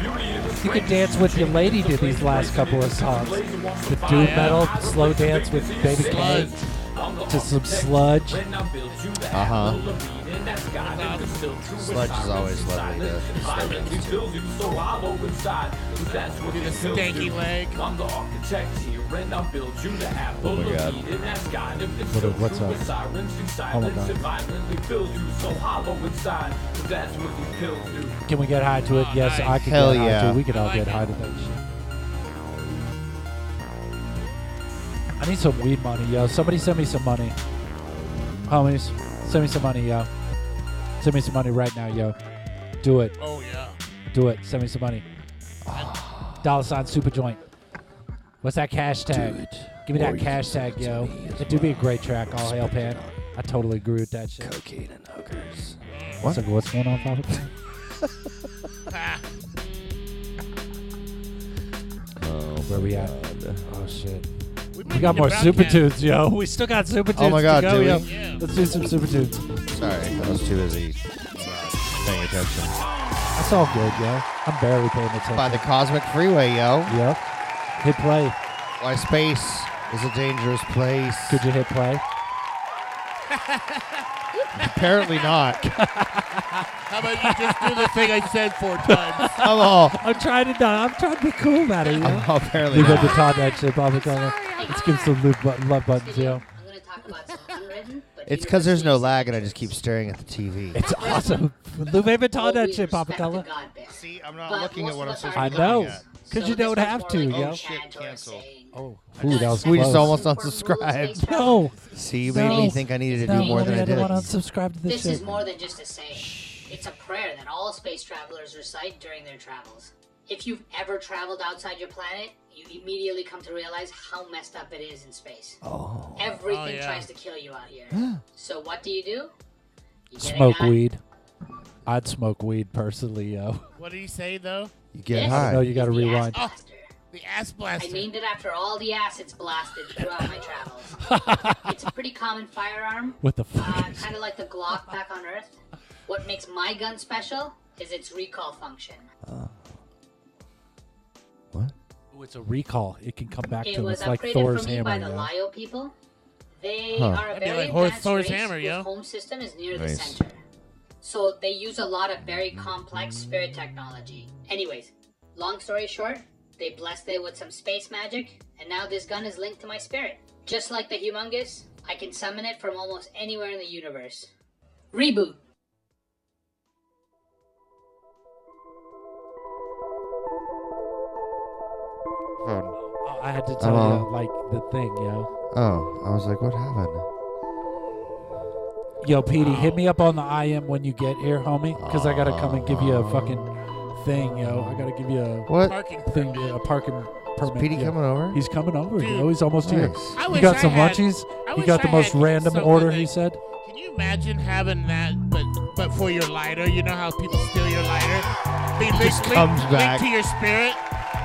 [SPEAKER 2] You could dance with your lady to these last couple of songs. The
[SPEAKER 3] Oh,
[SPEAKER 2] doom metal slow dance with Baby K to some sludge.
[SPEAKER 1] Uh huh. Sludge is always lovely to slow dance to.
[SPEAKER 5] Do the stanky leg. I'm the architect here, and I build you the apple.
[SPEAKER 2] Oh my God.
[SPEAKER 5] of Eden. Ask God if it's
[SPEAKER 2] What a-
[SPEAKER 5] still
[SPEAKER 2] what's
[SPEAKER 5] true
[SPEAKER 2] up?
[SPEAKER 5] with sirens and
[SPEAKER 2] Oh my
[SPEAKER 5] silence
[SPEAKER 2] God.
[SPEAKER 5] and violently fills you so hollow inside. But that's what these pills do.
[SPEAKER 2] Can we get high to it?
[SPEAKER 5] Oh,
[SPEAKER 3] Oh,
[SPEAKER 2] Yes, I could
[SPEAKER 1] Hell
[SPEAKER 2] get high to
[SPEAKER 1] yeah.
[SPEAKER 2] it. We could all get high to that shit. I need some weed money, yo. Somebody send me some money. Homies, send me some money, yo. Send me some money right now, yo. Do it.
[SPEAKER 3] Oh yeah.
[SPEAKER 2] Do it. Send me some money. Dollar sign super joint. What's that cash tag? Give me
[SPEAKER 18] Or
[SPEAKER 2] that
[SPEAKER 18] you
[SPEAKER 2] cash tag, yo. It do be a great track. All hail pan. I totally agree with that shit. Cocaine and hookers. What's, what's going on, Papa? Where we at? Oh shit. We, got more super tunes, yo. We still got super tunes
[SPEAKER 1] Oh my god,
[SPEAKER 2] to go,
[SPEAKER 1] do we?
[SPEAKER 2] yo. Let's do some super tunes.
[SPEAKER 1] Sorry, I was too busy paying attention.
[SPEAKER 2] That's all good, yo. I'm barely paying attention.
[SPEAKER 1] By the Cosmic Freeway, yo.
[SPEAKER 2] Yep. Hit play.
[SPEAKER 1] Why space is a dangerous place.
[SPEAKER 2] Could you hit play?
[SPEAKER 1] Apparently not.
[SPEAKER 3] How about you just do the thing I said four times?
[SPEAKER 1] I'm all.
[SPEAKER 2] I'm trying to not. I'm trying to be cool about it. You know?
[SPEAKER 1] Oh, apparently
[SPEAKER 2] Leave up
[SPEAKER 1] not.
[SPEAKER 2] the top that shit, Papa Cola. Let's give some love, button, love buttons, yo.
[SPEAKER 1] It's because there's no lag and I just keep staring at the TV.
[SPEAKER 2] It's awesome. Lube Vuitton that shit, Papa Cola.
[SPEAKER 1] See, I'm not looking at what I'm supposed to
[SPEAKER 2] I
[SPEAKER 1] be looking
[SPEAKER 2] know.
[SPEAKER 1] at.
[SPEAKER 2] Because you don't have to, yo.
[SPEAKER 1] Oh, shit, cancel.
[SPEAKER 2] Oh,
[SPEAKER 1] Ooh, that was we just almost unsubscribed.
[SPEAKER 2] No.
[SPEAKER 1] See, you made me
[SPEAKER 2] No.
[SPEAKER 1] think I needed to
[SPEAKER 2] No,
[SPEAKER 1] do more than I
[SPEAKER 2] don't
[SPEAKER 1] did.
[SPEAKER 2] wanna unsubscribe to this
[SPEAKER 19] This
[SPEAKER 2] shit.
[SPEAKER 19] is more than just a saying. It's a prayer that all space travelers recite during their travels. If you've ever traveled outside your planet, you immediately come to realize how messed up it is in space.
[SPEAKER 2] Oh.
[SPEAKER 19] Everything
[SPEAKER 2] Oh, yeah.
[SPEAKER 19] tries to kill you out here.
[SPEAKER 2] Yeah.
[SPEAKER 19] so what do you do? You get a
[SPEAKER 2] Smoke
[SPEAKER 19] guy-
[SPEAKER 2] weed. I'd smoke weed personally, yo.
[SPEAKER 3] What did he say though?
[SPEAKER 2] You get Yes. high. No, you gotta
[SPEAKER 19] It's the ass
[SPEAKER 2] rewind.
[SPEAKER 19] blaster.
[SPEAKER 3] oh, The ass blaster.
[SPEAKER 19] I named it after all the acids blasted throughout my travels. it's a pretty common firearm.
[SPEAKER 2] What the fuck
[SPEAKER 19] Uh, kind of like the Glock back on Earth. What makes my gun special is its recall function.
[SPEAKER 1] Uh,
[SPEAKER 2] Ooh, it's a recall. It can come back
[SPEAKER 19] it
[SPEAKER 2] to him.
[SPEAKER 19] was
[SPEAKER 2] It's like
[SPEAKER 19] upgraded
[SPEAKER 2] Thor's
[SPEAKER 19] for me by
[SPEAKER 2] hammer,
[SPEAKER 19] the
[SPEAKER 2] yo.
[SPEAKER 19] Lyo people. They
[SPEAKER 2] Huh.
[SPEAKER 19] are a
[SPEAKER 2] That'd be
[SPEAKER 19] very
[SPEAKER 2] like Horse-
[SPEAKER 19] advanced
[SPEAKER 2] Thor's
[SPEAKER 19] race
[SPEAKER 2] hammer,
[SPEAKER 19] whose
[SPEAKER 2] yo.
[SPEAKER 19] home system is near the
[SPEAKER 2] Nice.
[SPEAKER 19] center. So they use a lot of very complex spirit technology. Anyways, long story short, they blessed it with some space magic, and now this gun is linked to my spirit. Just like the humongous, I can summon it from almost anywhere in the universe. Reboot.
[SPEAKER 2] Oh, I had to tell
[SPEAKER 1] Hello?
[SPEAKER 2] you, like, the thing, yo.
[SPEAKER 1] Oh, I was like, what happened?
[SPEAKER 2] Yo, Petey, hit me up on the IM when you get here, homie. Because I got to come and give you a fucking thing, yo. I got to give you a
[SPEAKER 1] What?
[SPEAKER 2] parking thing, a parking permit.
[SPEAKER 1] Petey
[SPEAKER 2] yo.
[SPEAKER 1] coming over?
[SPEAKER 2] He's coming over, yo. He's almost here.
[SPEAKER 1] Nice.
[SPEAKER 3] I
[SPEAKER 2] He
[SPEAKER 3] wish
[SPEAKER 2] got
[SPEAKER 3] I
[SPEAKER 2] some
[SPEAKER 3] had-
[SPEAKER 2] lunchies.
[SPEAKER 3] I
[SPEAKER 2] He
[SPEAKER 3] wish
[SPEAKER 2] got the
[SPEAKER 3] I
[SPEAKER 2] most
[SPEAKER 3] had
[SPEAKER 2] random
[SPEAKER 3] someone
[SPEAKER 2] order,
[SPEAKER 3] that-
[SPEAKER 2] he said.
[SPEAKER 3] Can you imagine having that, but but for your lighter? You know how people steal your lighter? They linked,
[SPEAKER 1] just comes
[SPEAKER 3] linked
[SPEAKER 1] back.
[SPEAKER 3] to your spirit.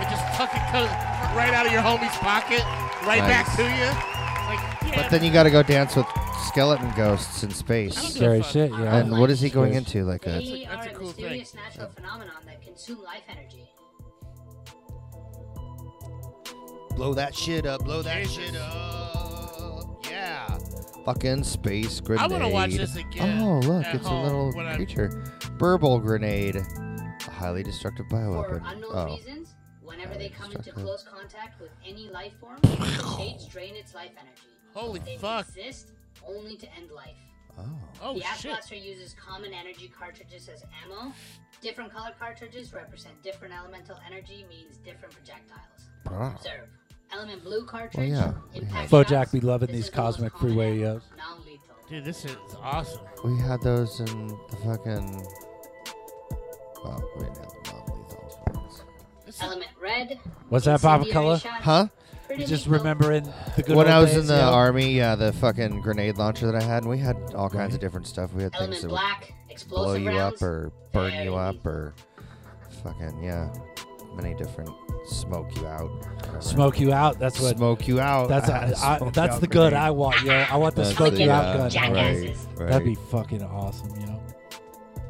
[SPEAKER 3] It just fucking comes right out of your homie's pocket, right back
[SPEAKER 1] Nice.
[SPEAKER 3] to you. Like, yeah,
[SPEAKER 1] But then you got to go dance with skeleton ghosts in space.
[SPEAKER 2] Scary shit, yeah.
[SPEAKER 1] And what is he going
[SPEAKER 2] Scary
[SPEAKER 1] into? Like a
[SPEAKER 19] They are a mysterious natural phenomenon that consume life energy.
[SPEAKER 1] blow that shit up, blow that shit up. Yeah. fucking space grenade.
[SPEAKER 3] I wanna watch this again
[SPEAKER 1] Oh, look,
[SPEAKER 3] at
[SPEAKER 1] it's a
[SPEAKER 3] home
[SPEAKER 1] little
[SPEAKER 3] when I'm-
[SPEAKER 1] creature. Burble grenade, a highly destructive
[SPEAKER 19] For
[SPEAKER 1] bioweapon.
[SPEAKER 19] unknown
[SPEAKER 1] Oh.
[SPEAKER 19] reasons, whenever they come into
[SPEAKER 1] destructive.
[SPEAKER 19] close contact with any life form, the shades drain its life energy.
[SPEAKER 3] Holy
[SPEAKER 19] they
[SPEAKER 3] fuck.
[SPEAKER 19] exist only to end life.
[SPEAKER 1] Oh.
[SPEAKER 3] Oh,
[SPEAKER 19] the Ash
[SPEAKER 3] shit.
[SPEAKER 19] Blaster uses common energy cartridges as ammo. Different color cartridges represent different elemental energy, means different projectiles.
[SPEAKER 2] Bruh.
[SPEAKER 19] Observe. Element blue cartridge.
[SPEAKER 2] yeah.
[SPEAKER 19] Impact
[SPEAKER 2] Bojack
[SPEAKER 19] shots,
[SPEAKER 2] be loving these cosmic freeway, uh, yo.
[SPEAKER 3] dude, this is awesome.
[SPEAKER 1] We had those in the fucking. Well, we didn't have them on.
[SPEAKER 19] Element red.
[SPEAKER 2] What's that, Papa
[SPEAKER 19] incendiary
[SPEAKER 2] Color?
[SPEAKER 19] shots,
[SPEAKER 1] Huh?
[SPEAKER 19] pretty
[SPEAKER 2] You just
[SPEAKER 19] lethal.
[SPEAKER 2] remembering the good
[SPEAKER 1] when
[SPEAKER 2] old
[SPEAKER 1] I was
[SPEAKER 2] days,
[SPEAKER 1] in the
[SPEAKER 2] yo?
[SPEAKER 1] army, yeah, the fucking grenade launcher that I had, we had all kinds of
[SPEAKER 2] Mm-hmm.
[SPEAKER 1] different stuff. We had
[SPEAKER 19] Element
[SPEAKER 1] things that
[SPEAKER 19] black,
[SPEAKER 1] would blow
[SPEAKER 19] explosive
[SPEAKER 1] you
[SPEAKER 19] rounds.
[SPEAKER 1] up or burn you up or fucking yeah, many different smoke you out. whatever.
[SPEAKER 2] Smoke you out. That's what.
[SPEAKER 1] Smoke you out.
[SPEAKER 2] That's
[SPEAKER 1] I had a
[SPEAKER 2] I-
[SPEAKER 1] smoke
[SPEAKER 2] that's
[SPEAKER 1] out
[SPEAKER 2] the good
[SPEAKER 1] grenade.
[SPEAKER 2] I want, yo. I want the
[SPEAKER 1] That's
[SPEAKER 2] smoke
[SPEAKER 1] the-
[SPEAKER 2] you
[SPEAKER 1] yeah,
[SPEAKER 2] out gun.
[SPEAKER 1] right,
[SPEAKER 2] That'd be
[SPEAKER 1] right.
[SPEAKER 2] fucking awesome, yo.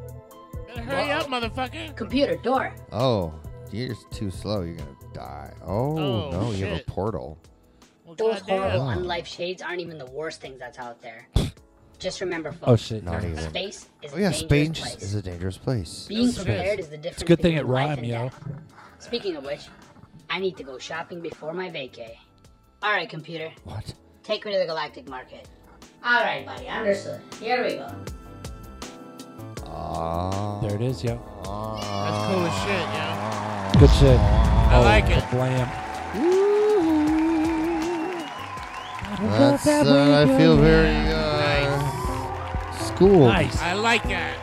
[SPEAKER 3] Hurry up, motherfucker.
[SPEAKER 19] Computer door.
[SPEAKER 1] Oh, you're just too slow. You're gonna die. Oh,
[SPEAKER 19] Oh,
[SPEAKER 1] no, you have a
[SPEAKER 19] shit.
[SPEAKER 1] portal.
[SPEAKER 19] Those horrible
[SPEAKER 1] Wow.
[SPEAKER 19] unlife shades aren't even the worst things that's out there. Just remember, folks.
[SPEAKER 1] Oh, shit, Not even.
[SPEAKER 19] Space is
[SPEAKER 1] Oh yeah,
[SPEAKER 19] a dangerous
[SPEAKER 1] space
[SPEAKER 19] place.
[SPEAKER 1] is a dangerous place.
[SPEAKER 19] Being prepared is the difference.
[SPEAKER 2] It's a good thing it
[SPEAKER 19] between life
[SPEAKER 2] rhymed,
[SPEAKER 19] and
[SPEAKER 2] yo.
[SPEAKER 19] death. Speaking of which, I need to go shopping before my vacay. All right, computer.
[SPEAKER 1] What?
[SPEAKER 19] Take me to the galactic market. All right, buddy. Understood. Here we go.
[SPEAKER 1] Ah.
[SPEAKER 2] There it is, yo.
[SPEAKER 3] That's cool as shit, yo.
[SPEAKER 2] Good shit. Oh,
[SPEAKER 3] I like it.
[SPEAKER 2] Blam.
[SPEAKER 20] Oh.
[SPEAKER 1] That's uh, I feel very uh, school.
[SPEAKER 3] I like that.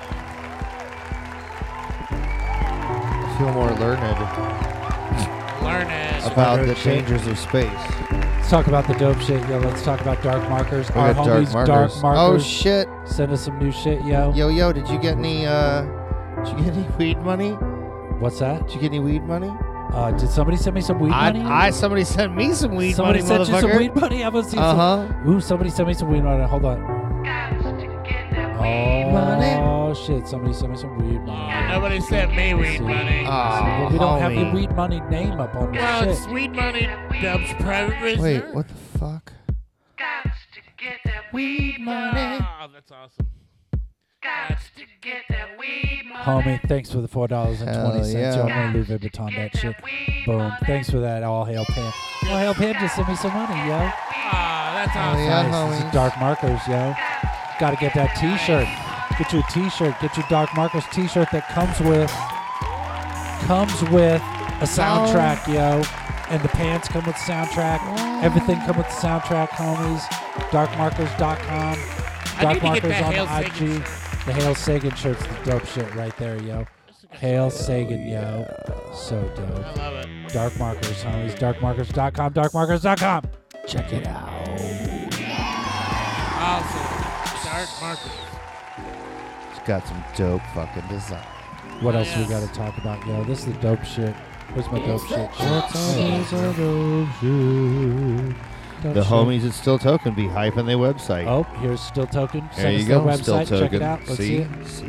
[SPEAKER 1] I feel more learned
[SPEAKER 3] Learned.
[SPEAKER 1] about the
[SPEAKER 2] Learned shit.
[SPEAKER 1] dangers of space.
[SPEAKER 2] Let's talk about the dope shit, yo. Let's talk about dark markers.
[SPEAKER 1] We
[SPEAKER 2] Our
[SPEAKER 1] got dark
[SPEAKER 2] homies, dark
[SPEAKER 1] markers.
[SPEAKER 2] markers.
[SPEAKER 1] Oh, shit.
[SPEAKER 2] Send us some new shit, yo.
[SPEAKER 1] Yo, yo, did you get any? Uh, did you get any weed money?
[SPEAKER 2] What's that?
[SPEAKER 1] Did you get any weed money?
[SPEAKER 2] Uh, did somebody send me some weed
[SPEAKER 1] I,
[SPEAKER 2] money?
[SPEAKER 1] I somebody sent me some weed
[SPEAKER 2] somebody
[SPEAKER 1] money.
[SPEAKER 2] sent you some
[SPEAKER 1] motherfucker.
[SPEAKER 2] weed money. I haven't seen
[SPEAKER 1] Uh huh.
[SPEAKER 2] some. Ooh, somebody sent me some weed money. Hold on. Oh shit! Somebody sent me some weed money.
[SPEAKER 3] Nobody sent me weed money.
[SPEAKER 2] But we don't have the
[SPEAKER 1] Ah, homie.
[SPEAKER 2] weed money name up on this
[SPEAKER 3] Well,
[SPEAKER 2] shit.
[SPEAKER 3] it's weed money. Dubs private prisoner.
[SPEAKER 1] Wait, what the fuck?
[SPEAKER 3] Weed money. Oh, that's awesome.
[SPEAKER 2] Homie, thanks for the four dollars and twenty cents.
[SPEAKER 1] Hell yeah.
[SPEAKER 2] Y'all gonna Louis Vuitton that shit. Boom. Thanks for that. All hail Pam. All hail Pam just sent me some money, yo.
[SPEAKER 3] Ah, that's
[SPEAKER 2] Oh,
[SPEAKER 3] awesome.
[SPEAKER 2] nice. This is dark markers, yo. Got to get that T-shirt. Get you a T-shirt. Get your dark markers T-shirt that comes with comes with a soundtrack, yo. And the pants come with soundtrack. Everything come with the soundtrack, homies. Darkmarkers.com.
[SPEAKER 3] I need to
[SPEAKER 2] Dark
[SPEAKER 3] get
[SPEAKER 2] Markers
[SPEAKER 3] that
[SPEAKER 2] on
[SPEAKER 3] Hail
[SPEAKER 2] the IG.
[SPEAKER 3] Sagan
[SPEAKER 2] The Hail Sagan shirt's the dope shit right there, yo. Hail Sagan, yo. So dope.
[SPEAKER 3] I love it.
[SPEAKER 2] Dark Markers, homies. Darkmarkers.com. Darkmarkers.com. Check it out.
[SPEAKER 3] Awesome. Dark markers.
[SPEAKER 1] It's got some dope fucking design.
[SPEAKER 2] What else we got to talk about, yo? This is the dope shit. Where's my dope shit?
[SPEAKER 1] What's all this
[SPEAKER 2] shit?
[SPEAKER 1] The homies at Still Token be hyping their website.
[SPEAKER 2] Oh, here's Still Token.
[SPEAKER 1] There
[SPEAKER 2] Send
[SPEAKER 1] you
[SPEAKER 2] us
[SPEAKER 1] go.
[SPEAKER 2] their website.
[SPEAKER 1] Still Token.
[SPEAKER 2] Check it out. Let's see,
[SPEAKER 1] see,
[SPEAKER 2] it.
[SPEAKER 1] see,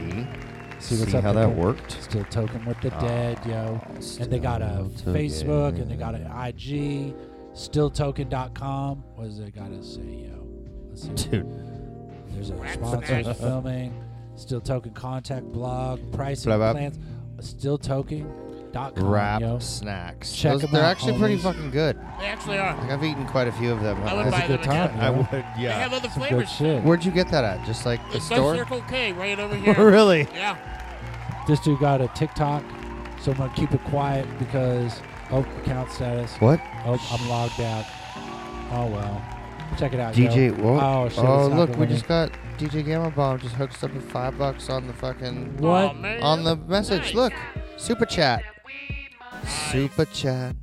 [SPEAKER 2] See what's
[SPEAKER 1] see
[SPEAKER 2] up
[SPEAKER 1] how
[SPEAKER 2] with
[SPEAKER 1] that
[SPEAKER 2] it.
[SPEAKER 1] worked.
[SPEAKER 2] Still Token with the
[SPEAKER 1] Ah,
[SPEAKER 2] Dead, yo. And they got a
[SPEAKER 1] Still
[SPEAKER 2] Facebook
[SPEAKER 1] Token.
[SPEAKER 2] and they got an IG. Stilltoken.com. What does it got to say, yo? Let's see.
[SPEAKER 1] Dude.
[SPEAKER 2] There's a
[SPEAKER 1] Rat
[SPEAKER 2] sponsor
[SPEAKER 1] snacks.
[SPEAKER 2] filming. Still Token contact blog pricing
[SPEAKER 1] Blah, blah.
[SPEAKER 2] plans. Stilltoken.com.
[SPEAKER 1] Wrap
[SPEAKER 2] yo.
[SPEAKER 1] snacks.
[SPEAKER 2] Check
[SPEAKER 1] Those-
[SPEAKER 2] 'em
[SPEAKER 1] they're
[SPEAKER 2] out,
[SPEAKER 1] actually pretty
[SPEAKER 2] homies.
[SPEAKER 1] fucking good.
[SPEAKER 3] They actually are.
[SPEAKER 1] Like I've eaten quite a few of them.
[SPEAKER 3] I would
[SPEAKER 1] That's
[SPEAKER 3] buy
[SPEAKER 1] a
[SPEAKER 3] them
[SPEAKER 1] good time.
[SPEAKER 3] again.
[SPEAKER 1] I would. Yeah.
[SPEAKER 3] They have other
[SPEAKER 1] Some
[SPEAKER 3] flavors.
[SPEAKER 2] shit.
[SPEAKER 1] Where'd you get that at? Just like the
[SPEAKER 3] It's by
[SPEAKER 1] store.
[SPEAKER 3] Circle K right over here.
[SPEAKER 1] Really?
[SPEAKER 3] Yeah.
[SPEAKER 2] This dude got a TikTok, so I'm gonna keep it quiet because oh account status.
[SPEAKER 1] What?
[SPEAKER 2] Oh, I'm logged out. Oh well. Check it out.
[SPEAKER 1] DJ.
[SPEAKER 2] yo.
[SPEAKER 1] Whoa.
[SPEAKER 2] Oh, shit,
[SPEAKER 1] oh
[SPEAKER 2] it's not
[SPEAKER 1] look, we
[SPEAKER 2] going
[SPEAKER 1] just got DJ Gamma Bomb just hooked us up with five bucks on the fucking
[SPEAKER 2] What? Aw, man.
[SPEAKER 1] on the message. Look, super chat. Super chat.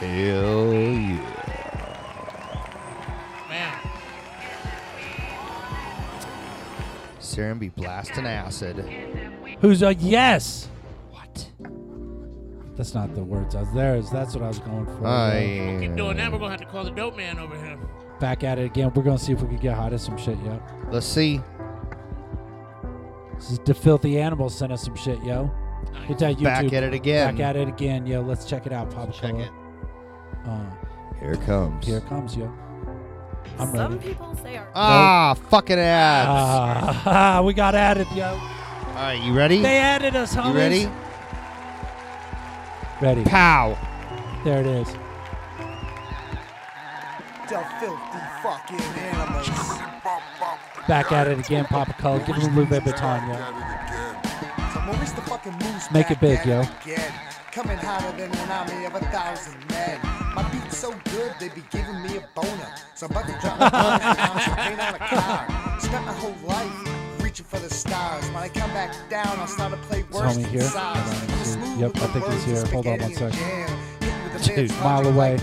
[SPEAKER 1] Hell yeah.
[SPEAKER 3] Man.
[SPEAKER 1] Serum be blasting acid.
[SPEAKER 2] in. Who's a yes? What? That's not the words. I was there. Is that's what I was going for.
[SPEAKER 1] I-
[SPEAKER 2] yo.
[SPEAKER 1] We'll
[SPEAKER 3] Keep doing that. We're gonna have to call the dope man over here.
[SPEAKER 2] Back at it again. We're gonna see if we can get hot as some shit, yo.
[SPEAKER 1] Let's see.
[SPEAKER 2] This is the filthy animal sent us some shit, yo. Hit that YouTube.
[SPEAKER 1] Back at it again.
[SPEAKER 2] Back at it again, yo. Let's check it out, Papa Check it.
[SPEAKER 1] Here it comes.
[SPEAKER 2] Here it comes, yo. I'm ready.
[SPEAKER 21] Some people say our
[SPEAKER 20] Uh,
[SPEAKER 1] Ah, fucking ads.
[SPEAKER 2] Ah, we got added, yo. All
[SPEAKER 1] right, you ready?
[SPEAKER 2] They added us, homies.
[SPEAKER 1] You ready?
[SPEAKER 2] Ready.
[SPEAKER 1] Pow.
[SPEAKER 2] There it is.
[SPEAKER 20] The filthy fucking animals.
[SPEAKER 2] Back at it again, Papa Color. Give him a little bit of time, yo.
[SPEAKER 20] Maurice the fucking moose
[SPEAKER 2] Make
[SPEAKER 20] back
[SPEAKER 2] it big,
[SPEAKER 20] at
[SPEAKER 2] yo.
[SPEAKER 20] Again. Coming hotter than an army of a thousand men. My beat's so good, they be giving me a boner. So I'm about to drop a hundred pounds of paint on a car. Spent my whole life reaching for the stars. When I come back down, I'll start to play
[SPEAKER 2] This
[SPEAKER 20] worse
[SPEAKER 2] homie
[SPEAKER 20] than
[SPEAKER 2] here.
[SPEAKER 20] size.
[SPEAKER 2] Hold on, let's see. Yep, I think he's here. Hold on one second.
[SPEAKER 20] Dude.
[SPEAKER 2] Mile away.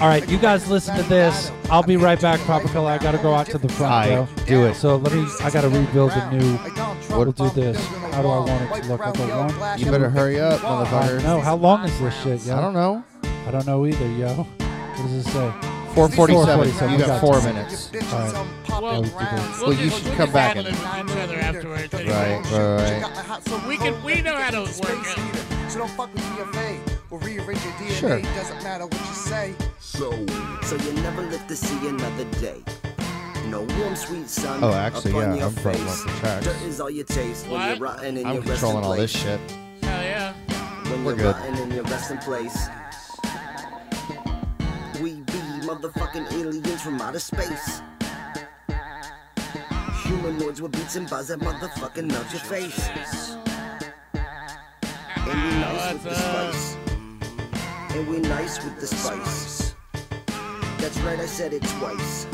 [SPEAKER 2] All right, you guys listen to this. I'll be right back, Papa Color. I gotta go out to the front, yo. Do it. So let me. I gotta rebuild the new. We'll do this. How do I want it to look? I got one.
[SPEAKER 1] You better hurry up, motherfucker.
[SPEAKER 2] No, how long is this shit, yo?
[SPEAKER 1] I don't know.
[SPEAKER 2] I don't know either, yo. What does it say?
[SPEAKER 1] 447.
[SPEAKER 2] 447.
[SPEAKER 1] You
[SPEAKER 2] We
[SPEAKER 1] got four
[SPEAKER 2] time.
[SPEAKER 1] minutes.
[SPEAKER 2] All right.
[SPEAKER 3] Well,
[SPEAKER 2] Let's do this.
[SPEAKER 1] Well, you should come back and.
[SPEAKER 3] Each other afterwards.
[SPEAKER 1] Right, right, right.
[SPEAKER 20] We can. We know how to work it. So don't fuck with DFA. We'll rearrange your DNA.
[SPEAKER 1] Sure.
[SPEAKER 20] Doesn't matter what you say.
[SPEAKER 22] So, so you never live to see another day. No warm, sweet sun.
[SPEAKER 1] Oh, actually,
[SPEAKER 22] upon
[SPEAKER 1] yeah,
[SPEAKER 22] your
[SPEAKER 1] I'm from
[SPEAKER 22] face.
[SPEAKER 1] Lucky Tracks.
[SPEAKER 22] Dirt is all you taste when you're rotten in
[SPEAKER 1] I'm
[SPEAKER 22] your
[SPEAKER 1] controlling
[SPEAKER 22] resting
[SPEAKER 1] all this
[SPEAKER 22] place.
[SPEAKER 1] shit.
[SPEAKER 22] Hell yeah. When
[SPEAKER 1] We're
[SPEAKER 22] you're
[SPEAKER 1] good.
[SPEAKER 22] rotten in your resting place. We be motherfucking aliens from outer space. Humanoids with beats and buzz that motherfucking melt your face. And we nice with the spice. And we nice with the spice. That's right, I said it twice.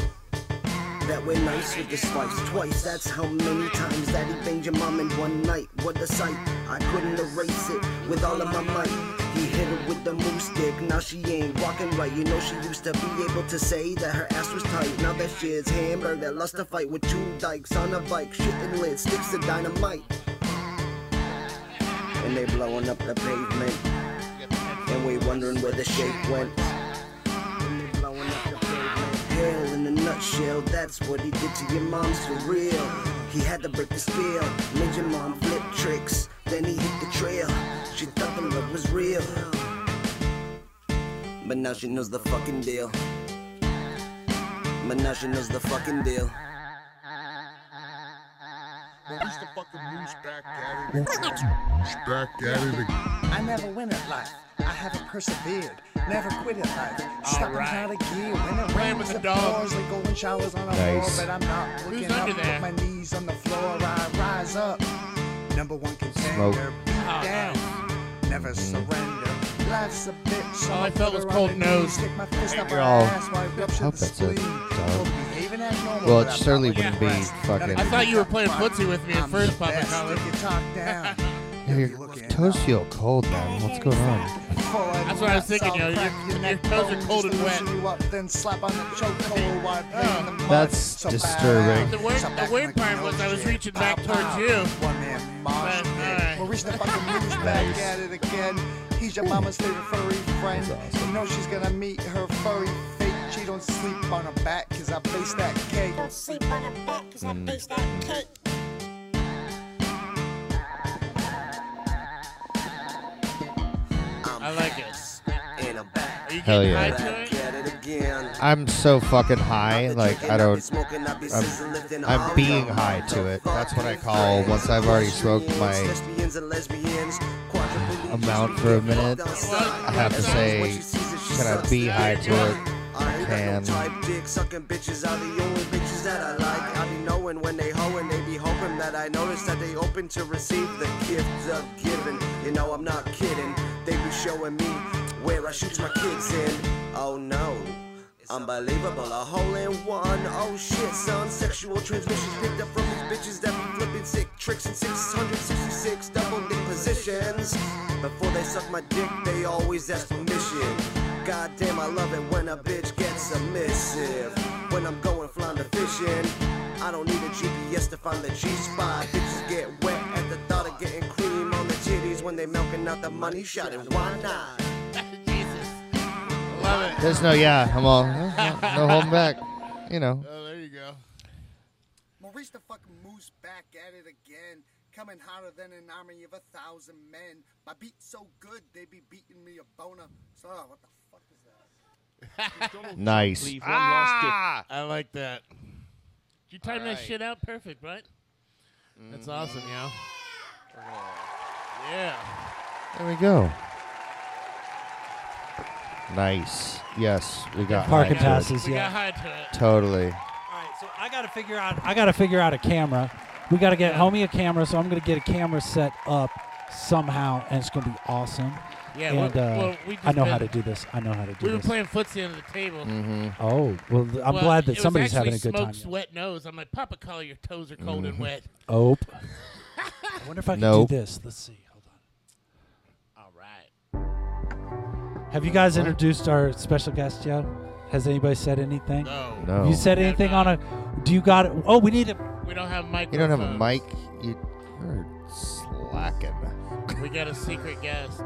[SPEAKER 22] That we're nice with the spice twice. That's how many times that he banged your mom in one night. What a sight. I couldn't erase it with all of my might. He hit her with the moose stick. Now she ain't walking right. You know she used to be able to say that her ass was tight. Now that she is hammered, that lost a fight with two dykes on a bike. Shitting lit, sticks of dynamite. And they blowing up the pavement. And we wondering where the shape went. Hell in a nutshell, that's what he did to your mom's for real. He had to break the spell, made your mom flip tricks. Then he hit the trail. She thought the love was real. But now she knows the fucking deal. But now she knows the fucking deal.
[SPEAKER 20] Maurice the fucking moose back at
[SPEAKER 22] it.
[SPEAKER 20] I never win at life. I haven't persevered.
[SPEAKER 8] Never quit it life. Stop
[SPEAKER 3] right.
[SPEAKER 8] out of gear when it
[SPEAKER 3] Playing
[SPEAKER 8] rains.
[SPEAKER 3] with
[SPEAKER 8] The
[SPEAKER 3] the dog.
[SPEAKER 8] floors they go in showers on the
[SPEAKER 3] Nice.
[SPEAKER 8] floor, but I'm not
[SPEAKER 3] Who's
[SPEAKER 8] looking
[SPEAKER 3] under
[SPEAKER 8] up.
[SPEAKER 3] there?
[SPEAKER 8] Put my knees on the floor, I rise up. Number one contender,
[SPEAKER 1] Smoke. Mm.
[SPEAKER 8] beat down. Never surrender. Life's a bitch. So
[SPEAKER 3] All I
[SPEAKER 8] put
[SPEAKER 3] felt was
[SPEAKER 8] her on
[SPEAKER 3] cold
[SPEAKER 8] her knees,
[SPEAKER 3] nose.
[SPEAKER 8] Stick my fist up her
[SPEAKER 1] You're all.
[SPEAKER 8] ass while I
[SPEAKER 1] I
[SPEAKER 8] rupture
[SPEAKER 1] hope
[SPEAKER 8] the
[SPEAKER 1] that's a
[SPEAKER 8] spleen.
[SPEAKER 1] dog.
[SPEAKER 8] Behaving as normal,
[SPEAKER 1] Well,
[SPEAKER 8] but
[SPEAKER 1] it
[SPEAKER 8] I'm
[SPEAKER 1] certainly
[SPEAKER 8] not.
[SPEAKER 1] wouldn't be fucking.
[SPEAKER 3] I thought you were playing footsie with me at first, Papa Colin.
[SPEAKER 1] Your toes feel cold, man. What's going on?
[SPEAKER 3] That's what I was thinking, yo. Your, your toes are cold and wet.
[SPEAKER 8] You up, then slap on the chokehold while playing the mud.
[SPEAKER 1] That's
[SPEAKER 8] So
[SPEAKER 1] disturbing.
[SPEAKER 3] The weird, the weird part was I was reaching back towards you. But, alright.
[SPEAKER 8] We're reaching the fucking movies back at it again. He's your mama's favorite furry friend. You know she's gonna meet her furry fate. She don't sleep on her back, cause I base that cake. Don't sleep on her back, cause
[SPEAKER 1] Mm.
[SPEAKER 8] I base that cake.
[SPEAKER 3] I like it.
[SPEAKER 20] And I'm back.
[SPEAKER 3] Are you
[SPEAKER 1] Hell
[SPEAKER 3] getting
[SPEAKER 1] yeah.
[SPEAKER 3] high to it?
[SPEAKER 20] At it again.
[SPEAKER 1] I'm so fucking high. Like I don't. I'm, I'm being high to it. That's what I call once I've already smoked my amount for a minute. I have to say, can I be high to it? I can.
[SPEAKER 20] Dick sucking bitches are the only bitches that I like. I be knowing when they hoeing, they be hoping that I notice that they open to receive the gift of giving. You know I'm not kidding. They be showing me where I shoot my kids in. Oh no. Unbelievable, a hole in one. Oh shit, son. Sexual transmissions picked up from these bitches that be flipping sick tricks in 666 double dick positions. Before they suck my dick, they always ask permission. God damn, I love it when a bitch gets submissive. When I'm going flounder fishing, I don't need a GPS to find the G spot. Bitches get wet at the thought of getting cream on the titties when they milking out the money shot. And why not?
[SPEAKER 1] There's no yeah. I'm all no, no- no holding back. You know.
[SPEAKER 3] Oh, there you go.
[SPEAKER 8] Maurice the fucking moose back at it again. Coming hotter than an army of a thousand men. My beat's so good, they be beating me a boner. So, what the fuck is that?
[SPEAKER 1] Nice.
[SPEAKER 3] Ah! I like that. Did you time that
[SPEAKER 1] Alright.
[SPEAKER 3] shit out perfect, right? That's awesome, yo. Yeah.
[SPEAKER 1] There we go. Nice. Yes, we got
[SPEAKER 2] Parking
[SPEAKER 1] high to it.
[SPEAKER 2] passes, We got yeah. high
[SPEAKER 3] to it.
[SPEAKER 1] Totally.
[SPEAKER 2] So I gotta figure out. I gotta figure out a camera. We gotta get homie a camera, so I'm gonna get a camera set up somehow, and it's gonna be awesome.
[SPEAKER 3] Yeah,
[SPEAKER 2] and
[SPEAKER 3] well-
[SPEAKER 2] uh,
[SPEAKER 3] well, we
[SPEAKER 2] I
[SPEAKER 3] just
[SPEAKER 2] know
[SPEAKER 3] been-
[SPEAKER 2] how to do this. I know how to do
[SPEAKER 3] We were
[SPEAKER 2] this.
[SPEAKER 3] playing footsie under the table.
[SPEAKER 1] Mm-hmm.
[SPEAKER 2] Oh well, th- I'm
[SPEAKER 3] Well,
[SPEAKER 2] glad
[SPEAKER 3] it
[SPEAKER 2] that
[SPEAKER 3] was
[SPEAKER 2] somebody's having a
[SPEAKER 3] actually
[SPEAKER 2] good time.
[SPEAKER 3] Smoke's wet nose. I'm like, Papa, color your toes are cold and wet.
[SPEAKER 2] Oh. I wonder if I can
[SPEAKER 1] Nope.
[SPEAKER 2] do this. Let's see.
[SPEAKER 3] All right.
[SPEAKER 2] Have you guys introduced our special guest yet? Has anybody said anything?
[SPEAKER 3] No.
[SPEAKER 1] No.
[SPEAKER 2] You said
[SPEAKER 3] We have
[SPEAKER 2] anything on a? Do you got it? Oh, we need a.
[SPEAKER 3] We don't have microphones.
[SPEAKER 1] You don't have a mic. You are slacking.
[SPEAKER 3] We got a secret guest.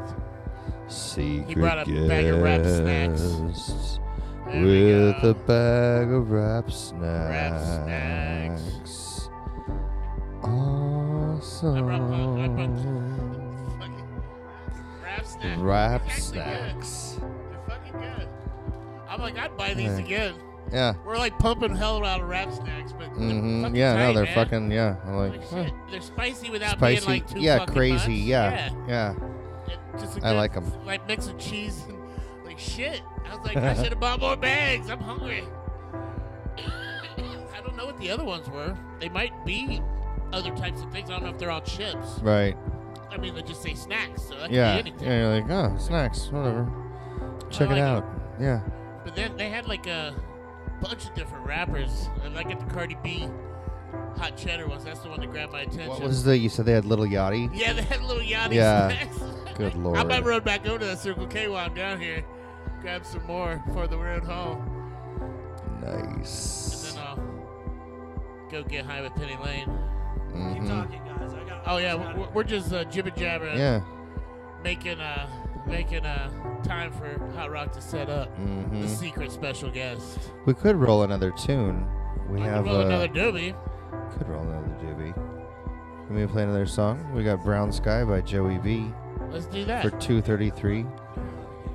[SPEAKER 1] Secret
[SPEAKER 3] brought a bag of wrap snacks.
[SPEAKER 1] guest
[SPEAKER 3] There we
[SPEAKER 1] with
[SPEAKER 3] go.
[SPEAKER 1] a bag of wrap snacks. Awesome.
[SPEAKER 3] Wrap snacks.
[SPEAKER 1] Wrap
[SPEAKER 3] They're actually
[SPEAKER 1] snacks.
[SPEAKER 3] good. They're fucking good. I'm like, I'd buy these
[SPEAKER 1] Yeah.
[SPEAKER 3] again.
[SPEAKER 1] Yeah.
[SPEAKER 3] We're like pumping hell out of wrap snacks, but they're
[SPEAKER 1] Mm-hmm.
[SPEAKER 3] fucking
[SPEAKER 1] Yeah,
[SPEAKER 3] tight,
[SPEAKER 1] no, they're
[SPEAKER 3] man.
[SPEAKER 1] fucking yeah. I'm like, huh.
[SPEAKER 3] Shit, They're spicy without
[SPEAKER 1] spicy.
[SPEAKER 3] being like too
[SPEAKER 1] yeah,
[SPEAKER 3] fucking
[SPEAKER 1] crazy.
[SPEAKER 3] much.
[SPEAKER 1] Yeah, yeah.
[SPEAKER 3] It- Just a
[SPEAKER 1] I
[SPEAKER 3] good-
[SPEAKER 1] like 'em.
[SPEAKER 3] Like mix of cheese and like shit. I was like, I should have bought more bags. I'm hungry. I don't know what the other ones were. They might be other types of things. I don't know if they're all chips.
[SPEAKER 1] Right.
[SPEAKER 3] I mean, they just say snacks, so that
[SPEAKER 1] Yeah.
[SPEAKER 3] could be anything.
[SPEAKER 1] Yeah. You're like, oh, snacks, whatever. Check
[SPEAKER 3] like
[SPEAKER 1] it
[SPEAKER 3] it.
[SPEAKER 1] out. Yeah.
[SPEAKER 3] But then they had like a bunch of different rappers. And I got the Cardi B hot cheddar ones. That's the one that grabbed my attention.
[SPEAKER 1] What was the? You said they had little yachty.
[SPEAKER 3] Yeah, they had little Yanni
[SPEAKER 1] Yeah.
[SPEAKER 3] snacks.
[SPEAKER 1] Good
[SPEAKER 3] I
[SPEAKER 1] lord.
[SPEAKER 3] might run back over to that Circle K while I'm down here. Grab some more for the road home.
[SPEAKER 1] Nice.
[SPEAKER 3] And then I'll go get high with Penny Lane.
[SPEAKER 1] Mhm.
[SPEAKER 3] talking, guys. I got, oh, yeah. We're, we're just uh, jibber jabbering.
[SPEAKER 1] Yeah.
[SPEAKER 3] Making, uh, making uh, time for Hot Rock to set up
[SPEAKER 1] Mhm.
[SPEAKER 3] the secret special guest.
[SPEAKER 1] We could roll another tune. We have
[SPEAKER 3] roll
[SPEAKER 1] uh,
[SPEAKER 3] another doobie.
[SPEAKER 1] Could roll another doobie. Can we play another song? We got Brown Sky by Joey B.
[SPEAKER 3] Let's do that.
[SPEAKER 1] for two thirty-three.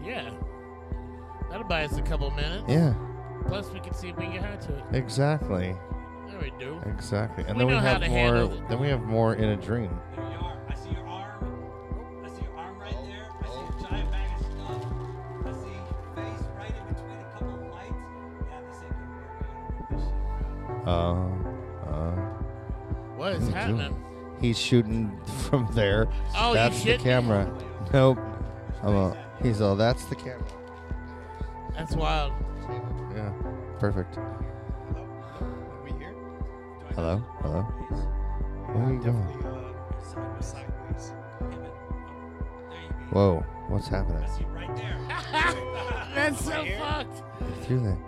[SPEAKER 3] Yeah. That'll buy us a couple minutes.
[SPEAKER 1] Yeah.
[SPEAKER 3] Plus, we can see if we can get high to it.
[SPEAKER 1] Exactly.
[SPEAKER 3] There we do.
[SPEAKER 1] Exactly. And
[SPEAKER 3] We
[SPEAKER 1] then we
[SPEAKER 3] know how
[SPEAKER 1] have
[SPEAKER 3] to
[SPEAKER 1] more.
[SPEAKER 3] handle it.
[SPEAKER 1] Then we have more in a dream.
[SPEAKER 23] I see your arm right there. I see a giant bag of stuff. I see
[SPEAKER 1] Oh. oh.
[SPEAKER 3] What is
[SPEAKER 1] Ooh,
[SPEAKER 3] happening?
[SPEAKER 1] dude. He's shooting from there.
[SPEAKER 3] Oh, you
[SPEAKER 1] that's the
[SPEAKER 3] shitting me?
[SPEAKER 1] camera. Nope. I'm all, he's all. That's the camera.
[SPEAKER 3] That's wild.
[SPEAKER 1] Yeah. Perfect. Hello. Hello. Where are you going? Whoa. What's happening?
[SPEAKER 3] That's so fucked.
[SPEAKER 1] Through there.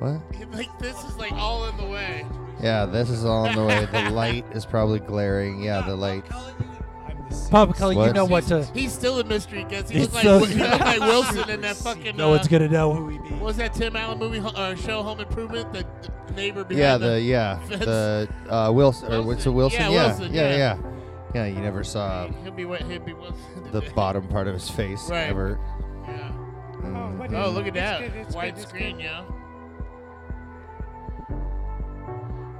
[SPEAKER 1] What?
[SPEAKER 3] Like this is like all in the way.
[SPEAKER 1] Yeah, this is all on the way. The light is probably glaring. Yeah, the light.
[SPEAKER 2] Papa Cully, you
[SPEAKER 1] What?
[SPEAKER 2] know what to.
[SPEAKER 3] He's still a mystery because he
[SPEAKER 2] He's
[SPEAKER 3] looked like,
[SPEAKER 2] so-
[SPEAKER 3] he looked like Wilson in that fucking.
[SPEAKER 2] No one's
[SPEAKER 3] uh,
[SPEAKER 2] gonna know who he
[SPEAKER 3] What was that Tim Allen movie Ho- uh, show Home Improvement? The, the neighbor behind
[SPEAKER 1] Yeah,
[SPEAKER 3] the,
[SPEAKER 1] the yeah
[SPEAKER 3] fence?
[SPEAKER 1] the uh, Wilson or what's it Wilson?
[SPEAKER 3] Yeah,
[SPEAKER 1] Yeah,
[SPEAKER 3] Wilson,
[SPEAKER 1] yeah,
[SPEAKER 3] yeah.
[SPEAKER 1] yeah, yeah. You never saw
[SPEAKER 3] He'll be what he'll be Wilson.
[SPEAKER 1] the bottom part of his face
[SPEAKER 3] Right.
[SPEAKER 1] ever.
[SPEAKER 3] Oh,
[SPEAKER 1] Mm.
[SPEAKER 3] look at
[SPEAKER 17] It's
[SPEAKER 3] that
[SPEAKER 17] good, it's
[SPEAKER 3] white
[SPEAKER 17] good, it's
[SPEAKER 3] screen, yeah.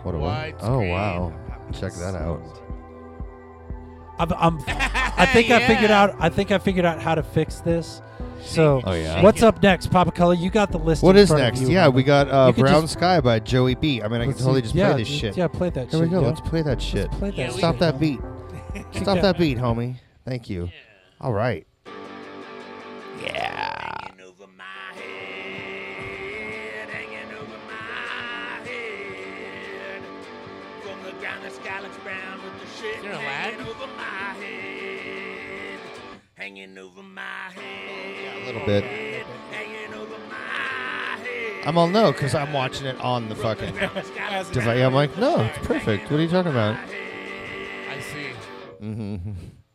[SPEAKER 1] What a win- Oh wow! Check that out.
[SPEAKER 2] I'm, I'm, I think I figured out. I think I figured out how to fix this. So,
[SPEAKER 1] Oh, yeah.
[SPEAKER 2] what's up next, Papa Cully? You got the list.
[SPEAKER 1] What
[SPEAKER 2] in
[SPEAKER 1] is
[SPEAKER 2] front of
[SPEAKER 1] next?
[SPEAKER 2] you.
[SPEAKER 1] Yeah, we got uh,
[SPEAKER 2] You could
[SPEAKER 1] Brown
[SPEAKER 2] just-
[SPEAKER 1] Sky by Joey B. I mean, I can
[SPEAKER 2] Let's
[SPEAKER 1] totally
[SPEAKER 2] see.
[SPEAKER 1] just
[SPEAKER 2] Yeah,
[SPEAKER 1] play this
[SPEAKER 2] dude,
[SPEAKER 1] shit.
[SPEAKER 2] yeah, play that
[SPEAKER 1] Here we
[SPEAKER 2] shit,
[SPEAKER 1] go.
[SPEAKER 2] yo.
[SPEAKER 1] Let's play that
[SPEAKER 2] Let's
[SPEAKER 1] shit.
[SPEAKER 2] play that
[SPEAKER 1] Stop
[SPEAKER 2] shit,
[SPEAKER 1] that
[SPEAKER 2] yo.
[SPEAKER 1] beat.
[SPEAKER 2] Kick
[SPEAKER 1] Stop
[SPEAKER 2] that
[SPEAKER 1] that beat, homie. Thank you. All right.
[SPEAKER 24] Yeah. From the ground, the sky looks brown with the shit
[SPEAKER 3] You're a
[SPEAKER 24] hanging
[SPEAKER 3] lad?
[SPEAKER 24] over my head. Hanging over my head.
[SPEAKER 1] A little bit. I'm all no because I'm watching it on the fucking device. I'm like, no, it's perfect. What are you talking about?
[SPEAKER 3] I see.
[SPEAKER 1] hmm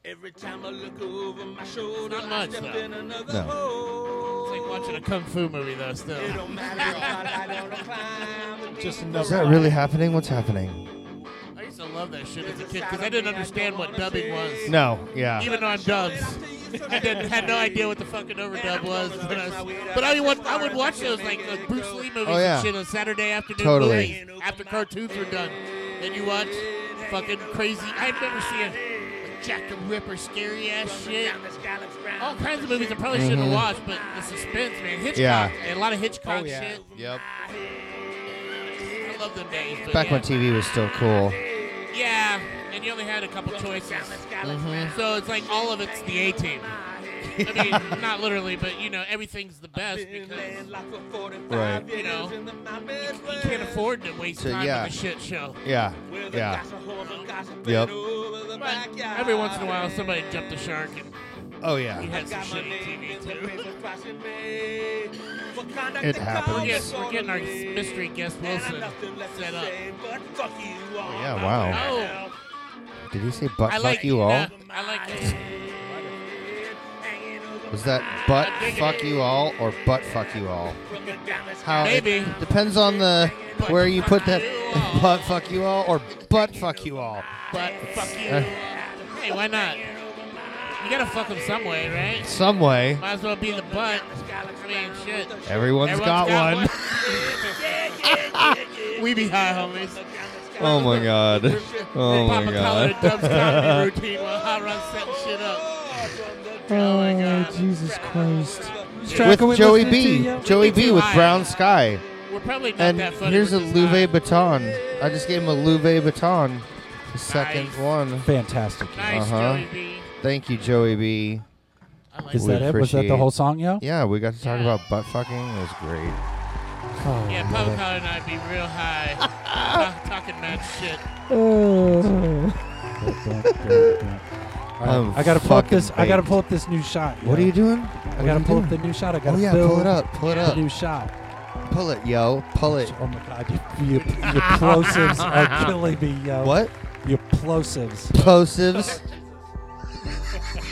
[SPEAKER 24] Every time I look over my shoulder,
[SPEAKER 3] Not much,
[SPEAKER 24] I step
[SPEAKER 3] though.
[SPEAKER 24] in another
[SPEAKER 1] No.
[SPEAKER 24] hole.
[SPEAKER 3] It's like watching a kung fu movie though. Still.
[SPEAKER 24] It don't matter if I lie down or climb.
[SPEAKER 2] Just
[SPEAKER 1] Is that really happening? What's happening?
[SPEAKER 3] I used to love that shit as a kid because I didn't understand what dubbing was.
[SPEAKER 1] No, yeah.
[SPEAKER 3] Even though I'm dubs, I didn't, had no idea what the fucking overdub was. But I, was- but I mean, what, I would watch those like those Bruce Lee movies
[SPEAKER 1] Oh, yeah.
[SPEAKER 3] and shit on Saturday afternoon
[SPEAKER 1] Totally.
[SPEAKER 3] movies after cartoons were done. Then you watch fucking crazy. I'd never seen a Jack the Ripper scary ass shit. All kinds of movies I probably shouldn't have
[SPEAKER 1] Mhm.
[SPEAKER 3] watched, but the suspense, man. Hitchcock,
[SPEAKER 1] Yeah.
[SPEAKER 3] and a lot of Hitchcock
[SPEAKER 1] Oh, yeah.
[SPEAKER 3] shit.
[SPEAKER 1] Yep.
[SPEAKER 3] I love them days. but
[SPEAKER 1] Back
[SPEAKER 3] yeah.
[SPEAKER 1] when TV was still cool.
[SPEAKER 3] Yeah, and you only had a couple choices.
[SPEAKER 1] Mhm.
[SPEAKER 3] So it's like all of it's the A team. I mean, not literally, but you know, everything's the best because
[SPEAKER 1] Right.
[SPEAKER 3] you know you, you can't afford to waste
[SPEAKER 1] So,
[SPEAKER 3] time
[SPEAKER 1] yeah.
[SPEAKER 3] on a shit show.
[SPEAKER 1] Yeah. Yeah. Yep.
[SPEAKER 3] But every once in a while, somebody jumped the shark and
[SPEAKER 1] Oh, yeah.
[SPEAKER 3] you had some shitty TV too.
[SPEAKER 1] It happens.
[SPEAKER 3] We're getting, we're getting our mystery guest Wilson set up.
[SPEAKER 1] Oh, yeah, wow.
[SPEAKER 3] Oh.
[SPEAKER 1] Did he say butt
[SPEAKER 3] I
[SPEAKER 1] fuck
[SPEAKER 3] like
[SPEAKER 1] you all?
[SPEAKER 3] uh, I like
[SPEAKER 9] Ah,
[SPEAKER 3] it.
[SPEAKER 1] Was that butt fuck you all or butt fuck you all? How it
[SPEAKER 3] Maybe.
[SPEAKER 1] depends on the where you put that butt fuck you all or butt fuck you all.
[SPEAKER 3] But fuck you.
[SPEAKER 1] Uh.
[SPEAKER 3] hey, why not? You gotta fuck him some way, right?
[SPEAKER 1] Some way.
[SPEAKER 3] Might as well be the butt. I mean, shit.
[SPEAKER 1] Everyone's got one.
[SPEAKER 3] we be high, homies.
[SPEAKER 1] Oh my god. Oh my
[SPEAKER 3] Papa Collar
[SPEAKER 1] god.
[SPEAKER 3] and Dub's
[SPEAKER 1] Uh,
[SPEAKER 3] comedy routine while Hot Rod's setting shit up.
[SPEAKER 1] Oh, Jesus Christ.
[SPEAKER 3] track are we
[SPEAKER 1] With Joey
[SPEAKER 3] listening to,
[SPEAKER 1] B.
[SPEAKER 3] yo?
[SPEAKER 1] Joey
[SPEAKER 3] We're too
[SPEAKER 1] B with
[SPEAKER 3] high.
[SPEAKER 1] Brown Sky.
[SPEAKER 3] We're probably not
[SPEAKER 1] And
[SPEAKER 3] that funny.
[SPEAKER 1] here's a
[SPEAKER 3] we're just
[SPEAKER 1] Louvet Baton. I just gave him a Louvet Baton. The second one.
[SPEAKER 2] Fantastic.
[SPEAKER 3] Nice,
[SPEAKER 1] Uh-huh.
[SPEAKER 3] Joey B.
[SPEAKER 1] Thank you, Joey B.
[SPEAKER 3] like
[SPEAKER 2] Is that it? Was that the whole song, yo?
[SPEAKER 1] Yeah, we got to talk about butt fucking. It was great.
[SPEAKER 2] Oh,
[SPEAKER 3] Yeah,
[SPEAKER 2] love
[SPEAKER 3] Papa
[SPEAKER 2] it.
[SPEAKER 3] Collar and I be real high. ta- talking mad shit.
[SPEAKER 2] All right,
[SPEAKER 1] I'm
[SPEAKER 2] I gotta pull up
[SPEAKER 1] fucking
[SPEAKER 2] this. I gotta
[SPEAKER 1] baked.
[SPEAKER 2] pull up this new shot.
[SPEAKER 1] What are
[SPEAKER 2] yo.
[SPEAKER 1] you doing?
[SPEAKER 2] I
[SPEAKER 1] What are
[SPEAKER 2] gotta
[SPEAKER 1] you
[SPEAKER 2] pull up the
[SPEAKER 1] doing?
[SPEAKER 2] new shot. I gotta
[SPEAKER 1] Oh, yeah,
[SPEAKER 2] build
[SPEAKER 1] pull it up. Pull it
[SPEAKER 2] the
[SPEAKER 1] up.
[SPEAKER 2] new shot.
[SPEAKER 1] Pull it, yo. Pull it.
[SPEAKER 2] Oh my god, you, you, your plosives are killing me, yo.
[SPEAKER 1] What?
[SPEAKER 2] Your plosives.
[SPEAKER 1] Plosives?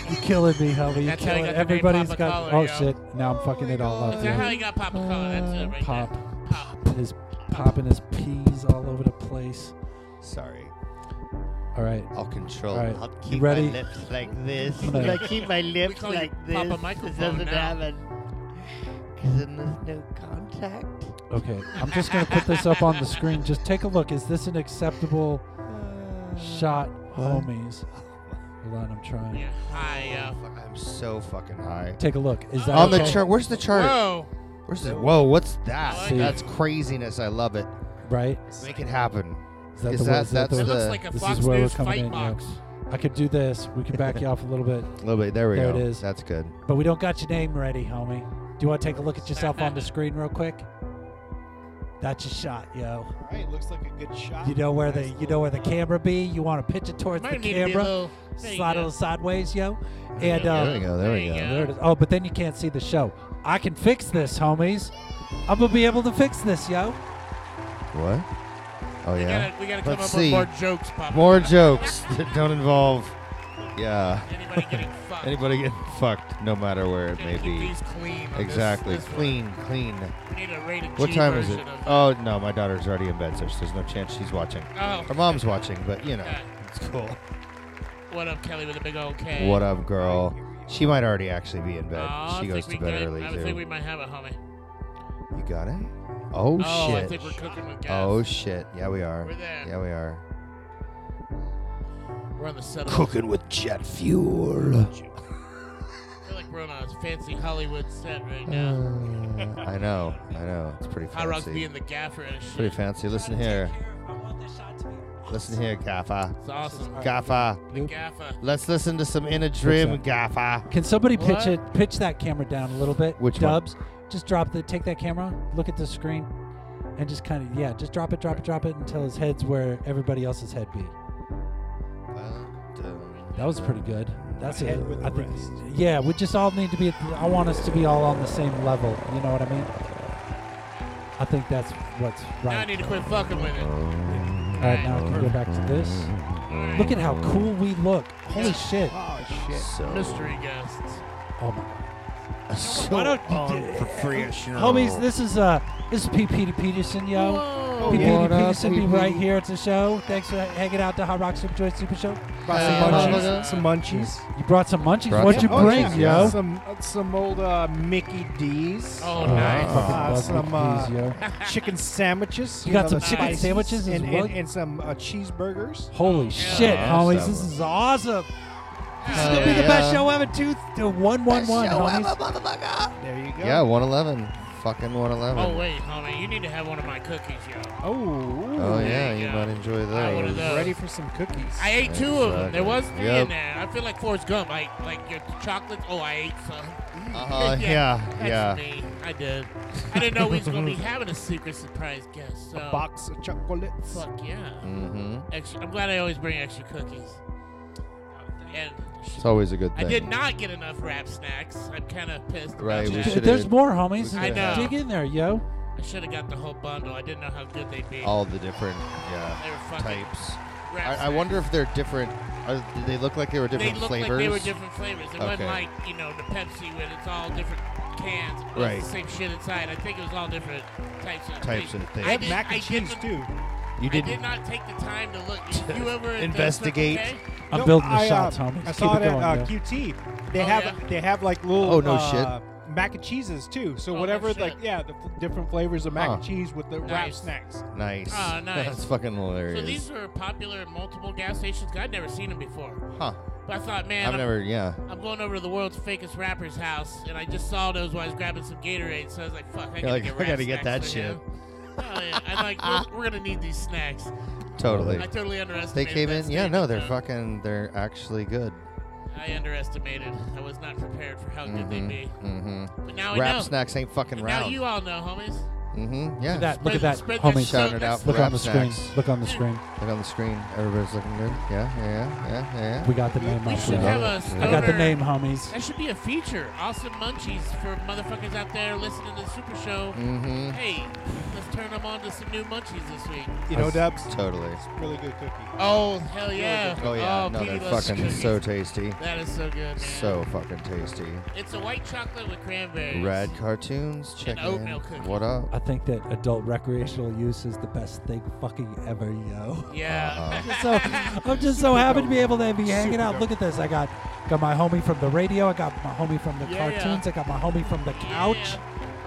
[SPEAKER 2] you killing me, homie. You
[SPEAKER 3] That's how you got the name
[SPEAKER 2] killing everybody's
[SPEAKER 3] Papa
[SPEAKER 2] got.
[SPEAKER 3] Collar,
[SPEAKER 2] oh
[SPEAKER 3] yo.
[SPEAKER 2] shit! Now I'm fucking it all up.
[SPEAKER 3] Is that
[SPEAKER 2] yo.
[SPEAKER 3] how you got Papa Collar? That's it right
[SPEAKER 2] Pop.
[SPEAKER 3] there.
[SPEAKER 2] Pop. His popping his peas all over the place.
[SPEAKER 1] Sorry.
[SPEAKER 2] All right.
[SPEAKER 1] I'll control.
[SPEAKER 2] All right.
[SPEAKER 1] I'll
[SPEAKER 2] You
[SPEAKER 1] keep
[SPEAKER 2] ready?
[SPEAKER 1] my lips like this.
[SPEAKER 2] I'm gonna-
[SPEAKER 4] If I keep my lips
[SPEAKER 3] call you
[SPEAKER 4] like this,
[SPEAKER 3] Papa
[SPEAKER 4] it
[SPEAKER 3] Microphone
[SPEAKER 4] doesn't
[SPEAKER 3] now.
[SPEAKER 4] happen. Because then there's no contact.
[SPEAKER 2] Okay, I'm just gonna put this up on the screen. Just take a look. Is this an acceptable shot,
[SPEAKER 1] What?
[SPEAKER 2] homies? Hold on, I'm trying.
[SPEAKER 3] Yeah, high, uh,
[SPEAKER 1] I'm so fucking high.
[SPEAKER 2] Take a look. Is that
[SPEAKER 1] on the
[SPEAKER 2] okay?
[SPEAKER 1] chart? Where's the chart?
[SPEAKER 3] Whoa.
[SPEAKER 1] Where's the? Whoa, what's that?
[SPEAKER 2] See.
[SPEAKER 1] That's craziness. I love it.
[SPEAKER 2] right?
[SPEAKER 1] Make it happen.
[SPEAKER 2] Is that
[SPEAKER 1] Is
[SPEAKER 2] the
[SPEAKER 1] that-
[SPEAKER 2] word? Is that
[SPEAKER 1] that's
[SPEAKER 2] the
[SPEAKER 1] It
[SPEAKER 2] word?
[SPEAKER 1] looks like a
[SPEAKER 2] this
[SPEAKER 1] Fox
[SPEAKER 2] is where
[SPEAKER 1] News
[SPEAKER 2] we're coming
[SPEAKER 1] fight
[SPEAKER 2] in, yeah.
[SPEAKER 1] box.
[SPEAKER 2] I could do this. We could back you off a little bit.
[SPEAKER 1] A little bit. There we
[SPEAKER 2] there
[SPEAKER 1] go.
[SPEAKER 2] it is.
[SPEAKER 1] That's good.
[SPEAKER 2] But we don't got your name ready, homie. Do you want to take a look at yourself on the screen real quick? That's your shot, yo.
[SPEAKER 5] Right, looks like a good shot.
[SPEAKER 2] You know where the you know where the camera be. You want to pitch it towards
[SPEAKER 5] Might
[SPEAKER 2] the
[SPEAKER 5] need to be a
[SPEAKER 2] camera,
[SPEAKER 5] little- there you
[SPEAKER 2] slide a
[SPEAKER 5] go.
[SPEAKER 2] little sideways, yo.
[SPEAKER 1] There
[SPEAKER 2] And
[SPEAKER 1] you go,
[SPEAKER 2] uh,
[SPEAKER 1] there you go, there you There you go. go.
[SPEAKER 2] There it is. Oh, but then you can't see the show. I can fix this, homies. I'm gonna be able to fix this, yo.
[SPEAKER 1] What? Oh yeah.
[SPEAKER 3] gotta- we gotta come
[SPEAKER 1] Let's
[SPEAKER 3] up with
[SPEAKER 1] see.
[SPEAKER 3] more jokes, Papa.
[SPEAKER 1] More jokes that don't involve. Yeah.
[SPEAKER 3] Anybody getting fucked.
[SPEAKER 1] Anybody getting fucked, no matter where it may be.
[SPEAKER 3] these clean, this-
[SPEAKER 1] Exactly.
[SPEAKER 3] this one.
[SPEAKER 1] clean, clean.
[SPEAKER 3] We need a rated
[SPEAKER 1] what
[SPEAKER 3] G
[SPEAKER 1] time is it?
[SPEAKER 3] version
[SPEAKER 1] Oh no, my daughter's already in bed, so there's no chance she's watching.
[SPEAKER 3] Oh.
[SPEAKER 1] Her mom's watching, but you know, it's cool.
[SPEAKER 3] What up, Kelly, with a big old K?
[SPEAKER 1] What up, girl? She might already actually be in bed.
[SPEAKER 3] Aw, Oh, I
[SPEAKER 1] she goes to
[SPEAKER 3] think
[SPEAKER 1] bed
[SPEAKER 3] we could-
[SPEAKER 1] early
[SPEAKER 3] I
[SPEAKER 1] too.
[SPEAKER 3] think we might have it, homie.
[SPEAKER 1] You got it? Oh,
[SPEAKER 3] Oh, I
[SPEAKER 1] shit.
[SPEAKER 3] think we're cooking with gas.
[SPEAKER 1] Oh shit. Yeah, we are.
[SPEAKER 3] We're there.
[SPEAKER 1] Yeah, we are.
[SPEAKER 3] We're on the set. of-
[SPEAKER 1] Cooking with jet fuel.
[SPEAKER 3] I feel like we're on a fancy Hollywood set right now.
[SPEAKER 1] Uh, I know. I know. It's pretty
[SPEAKER 3] Hot Rock's
[SPEAKER 1] fancy.
[SPEAKER 3] being the gaffer and shit.
[SPEAKER 1] Pretty fancy. Listen here. Listen here, Gaffa.
[SPEAKER 3] It's awesome.
[SPEAKER 1] Gaffa.
[SPEAKER 3] The gaffer.
[SPEAKER 1] Let's listen to some In a
[SPEAKER 2] What's
[SPEAKER 1] Dream,
[SPEAKER 2] that?
[SPEAKER 1] Gaffa.
[SPEAKER 2] Can somebody
[SPEAKER 1] What?
[SPEAKER 2] pitch it? Pitch that camera down a little bit.
[SPEAKER 1] Which one?
[SPEAKER 2] dubs? Just drop the. Take that camera. Look at the screen, and just kind of yeah. Just drop it, drop it, drop it until his head's where everybody else's head be. That was pretty good. That's it. I think. Yeah, we just all need to be. I want us to be all on the same level. You know what I mean? I think that's what's right.
[SPEAKER 3] Now I need to quit fucking with it.
[SPEAKER 2] All right, now can we go back to this? Look at how cool we look. Holy shit.
[SPEAKER 1] Oh, shit. So-
[SPEAKER 3] Mystery guests.
[SPEAKER 2] Oh my god.
[SPEAKER 1] Why don't you on for free as you
[SPEAKER 2] Homies, this is uh this is P. Petey Peterson, yo.
[SPEAKER 1] Whoa.
[SPEAKER 2] P. Petey
[SPEAKER 1] Oh, What up,
[SPEAKER 2] Peterson
[SPEAKER 1] P.
[SPEAKER 2] be right
[SPEAKER 1] Petey?
[SPEAKER 2] here at the show. Thanks for hanging out to Hot Rock Super Joy Super Show. uh,
[SPEAKER 5] Brought some munchies. Some munchies.
[SPEAKER 2] You brought some munchies.
[SPEAKER 1] Brought
[SPEAKER 2] What'd you
[SPEAKER 1] some
[SPEAKER 2] bring,
[SPEAKER 1] munchies,
[SPEAKER 2] yo?
[SPEAKER 1] Oh, yeah.
[SPEAKER 5] Some uh, some old uh, Mickey D's.
[SPEAKER 3] Oh,
[SPEAKER 2] nice.
[SPEAKER 5] Uh,
[SPEAKER 2] Fucking
[SPEAKER 5] some
[SPEAKER 2] love
[SPEAKER 5] uh,
[SPEAKER 2] Mickey D's,
[SPEAKER 5] chicken sandwiches.
[SPEAKER 2] You got
[SPEAKER 5] know,
[SPEAKER 2] some
[SPEAKER 5] the
[SPEAKER 2] chicken
[SPEAKER 5] spices
[SPEAKER 2] sandwiches as
[SPEAKER 5] and,
[SPEAKER 2] well?
[SPEAKER 5] and, and some uh, cheeseburgers.
[SPEAKER 2] Holy shit,
[SPEAKER 5] yeah.
[SPEAKER 2] homies.
[SPEAKER 5] Awesome.
[SPEAKER 2] This is awesome. This
[SPEAKER 1] Oh,
[SPEAKER 2] is gonna
[SPEAKER 5] Hell
[SPEAKER 2] be the best
[SPEAKER 5] yeah.
[SPEAKER 2] show ever, too. The 111, homies.
[SPEAKER 5] There you go.
[SPEAKER 1] Yeah, 111. Fucking 111.
[SPEAKER 3] Oh wait, homie, you need to have one of my cookies, yo.
[SPEAKER 5] Oh. uh,
[SPEAKER 1] Oh, yeah,
[SPEAKER 3] There
[SPEAKER 1] you
[SPEAKER 3] go.
[SPEAKER 1] might enjoy those.
[SPEAKER 3] I wanted those.
[SPEAKER 5] Ready for some cookies.
[SPEAKER 3] I ate two of them. There
[SPEAKER 1] Exactly.
[SPEAKER 3] was three
[SPEAKER 1] Yep.
[SPEAKER 3] in there. I feel like Forrest Gump. I like your chocolates. Oh, I ate some.
[SPEAKER 1] Uh-huh, yeah, yeah.
[SPEAKER 3] That's me. I did. I didn't know we was gonna be having a secret surprise guest. So.
[SPEAKER 5] A box of chocolates.
[SPEAKER 3] Fuck yeah.
[SPEAKER 1] Mhm.
[SPEAKER 3] Extra, I'm glad I always bring extra cookies. And
[SPEAKER 1] It's always a good
[SPEAKER 3] I
[SPEAKER 1] thing.
[SPEAKER 3] did not get enough wrap snacks. I'm kind of pissed.
[SPEAKER 1] Right,
[SPEAKER 3] About
[SPEAKER 1] we
[SPEAKER 3] that.
[SPEAKER 1] should've-
[SPEAKER 2] There's more, homies.
[SPEAKER 3] I know.
[SPEAKER 2] Dig in there, yo.
[SPEAKER 3] I should have got the whole bundle. I didn't know how good they'd be.
[SPEAKER 1] All the different
[SPEAKER 3] They were
[SPEAKER 1] yeah,
[SPEAKER 3] fucking
[SPEAKER 1] types.
[SPEAKER 3] rap
[SPEAKER 1] I, I wonder if they're different. Are, do they look like they were different
[SPEAKER 3] they looked
[SPEAKER 1] flavors?
[SPEAKER 3] like they were different flavors. It
[SPEAKER 1] okay.
[SPEAKER 3] wasn't like you know the Pepsi when it's all different cans. It's
[SPEAKER 1] Right.
[SPEAKER 3] The same shit inside. I think it was all different types of
[SPEAKER 1] Types
[SPEAKER 3] things.
[SPEAKER 1] of
[SPEAKER 3] I
[SPEAKER 1] things. They had
[SPEAKER 3] did,
[SPEAKER 1] mac and
[SPEAKER 3] I
[SPEAKER 1] cheese,
[SPEAKER 3] didn't-
[SPEAKER 5] too.
[SPEAKER 1] You
[SPEAKER 3] I
[SPEAKER 1] didn't-
[SPEAKER 3] did not take the time to look. Did you ever
[SPEAKER 1] investigate.
[SPEAKER 3] Circle K?
[SPEAKER 2] I'm building the
[SPEAKER 5] I, uh,
[SPEAKER 2] shots, homies.
[SPEAKER 5] I
[SPEAKER 2] Keep
[SPEAKER 5] saw
[SPEAKER 2] it
[SPEAKER 5] it at
[SPEAKER 2] going,
[SPEAKER 5] uh,
[SPEAKER 2] yo.
[SPEAKER 5] QT. They
[SPEAKER 3] Oh,
[SPEAKER 5] have
[SPEAKER 3] yeah?
[SPEAKER 5] they have like little
[SPEAKER 1] Oh, no
[SPEAKER 5] uh, mac and cheeses too. So
[SPEAKER 3] Oh, no
[SPEAKER 5] whatever,
[SPEAKER 3] shit.
[SPEAKER 5] like yeah, the f- different flavors of mac
[SPEAKER 1] Huh.
[SPEAKER 5] and cheese with the wrap
[SPEAKER 3] Nice.
[SPEAKER 5] snacks.
[SPEAKER 1] Nice.
[SPEAKER 3] Oh, nice.
[SPEAKER 1] That's fucking hilarious.
[SPEAKER 3] So these are popular at multiple gas stations. 'Cause I'd never seen them before.
[SPEAKER 1] Huh.
[SPEAKER 3] But I thought, man,
[SPEAKER 1] I've
[SPEAKER 3] I'm-
[SPEAKER 1] never- yeah.
[SPEAKER 3] I'm going over to the world's fakest rapper's house, and I just saw those while I was grabbing some Gatorade. So I was like, fuck, I
[SPEAKER 1] You're
[SPEAKER 3] gotta
[SPEAKER 1] like,
[SPEAKER 3] get,
[SPEAKER 1] I gotta
[SPEAKER 3] wrap
[SPEAKER 1] get that
[SPEAKER 3] snacks for
[SPEAKER 1] shit.
[SPEAKER 3] him. Oh, yeah. I'm like, we're, we're gonna need these snacks.
[SPEAKER 1] Totally.
[SPEAKER 3] I totally
[SPEAKER 1] They
[SPEAKER 3] underestimated. Uh,
[SPEAKER 1] came
[SPEAKER 3] that
[SPEAKER 1] in. Yeah,
[SPEAKER 3] statement,
[SPEAKER 1] no, they're
[SPEAKER 3] though.
[SPEAKER 1] fucking. They're actually good.
[SPEAKER 3] I underestimated. I was not prepared for how good they'd
[SPEAKER 1] Mhm,
[SPEAKER 3] be.
[SPEAKER 1] mhm.
[SPEAKER 3] But now I
[SPEAKER 1] Rap
[SPEAKER 3] know.
[SPEAKER 1] snacks ain't fucking
[SPEAKER 3] And Now
[SPEAKER 1] round.
[SPEAKER 3] you all know, homies.
[SPEAKER 1] Mm-hmm. Yeah.
[SPEAKER 2] Look at that. Look at that.
[SPEAKER 3] Spread
[SPEAKER 2] Homie,
[SPEAKER 3] that
[SPEAKER 1] Shouting it
[SPEAKER 3] shit.
[SPEAKER 1] out for
[SPEAKER 2] Look on
[SPEAKER 1] rap
[SPEAKER 2] the
[SPEAKER 1] snacks.
[SPEAKER 2] screen. Look on the screen.
[SPEAKER 1] Look on the screen. Everybody's looking good. Yeah, yeah, yeah, yeah.
[SPEAKER 2] We got the name
[SPEAKER 1] We
[SPEAKER 2] up
[SPEAKER 1] should
[SPEAKER 2] now.
[SPEAKER 1] have a
[SPEAKER 2] I got the
[SPEAKER 3] stoner-
[SPEAKER 2] name, homies.
[SPEAKER 3] That should be a feature. Awesome munchies for motherfuckers out there listening to the Super Show.
[SPEAKER 1] Mhm.
[SPEAKER 3] Hey, let's turn them on to some new munchies this week.
[SPEAKER 5] You know,
[SPEAKER 1] That's
[SPEAKER 5] Dubs.
[SPEAKER 1] Totally.
[SPEAKER 5] It's really good cookie.
[SPEAKER 3] Oh, hell yeah.
[SPEAKER 1] Oh yeah. no,
[SPEAKER 3] Petey
[SPEAKER 1] they're
[SPEAKER 3] loves
[SPEAKER 1] fucking
[SPEAKER 3] cookies.
[SPEAKER 1] so tasty.
[SPEAKER 3] That is so good. Man.
[SPEAKER 1] So fucking tasty.
[SPEAKER 3] It's a white chocolate with cranberries.
[SPEAKER 1] Rad cartoons. Check
[SPEAKER 3] And
[SPEAKER 1] in.
[SPEAKER 3] oatmeal cookies.
[SPEAKER 1] What up?
[SPEAKER 2] I think that adult recreational use is the best thing fucking ever, yo.
[SPEAKER 3] Yeah.
[SPEAKER 2] so I'm just so happy to be able to be hanging out. Look at this. I got got my homie from the radio. I got my homie from the
[SPEAKER 3] Yeah, yeah.
[SPEAKER 2] cartoons. I got my homie from the couch.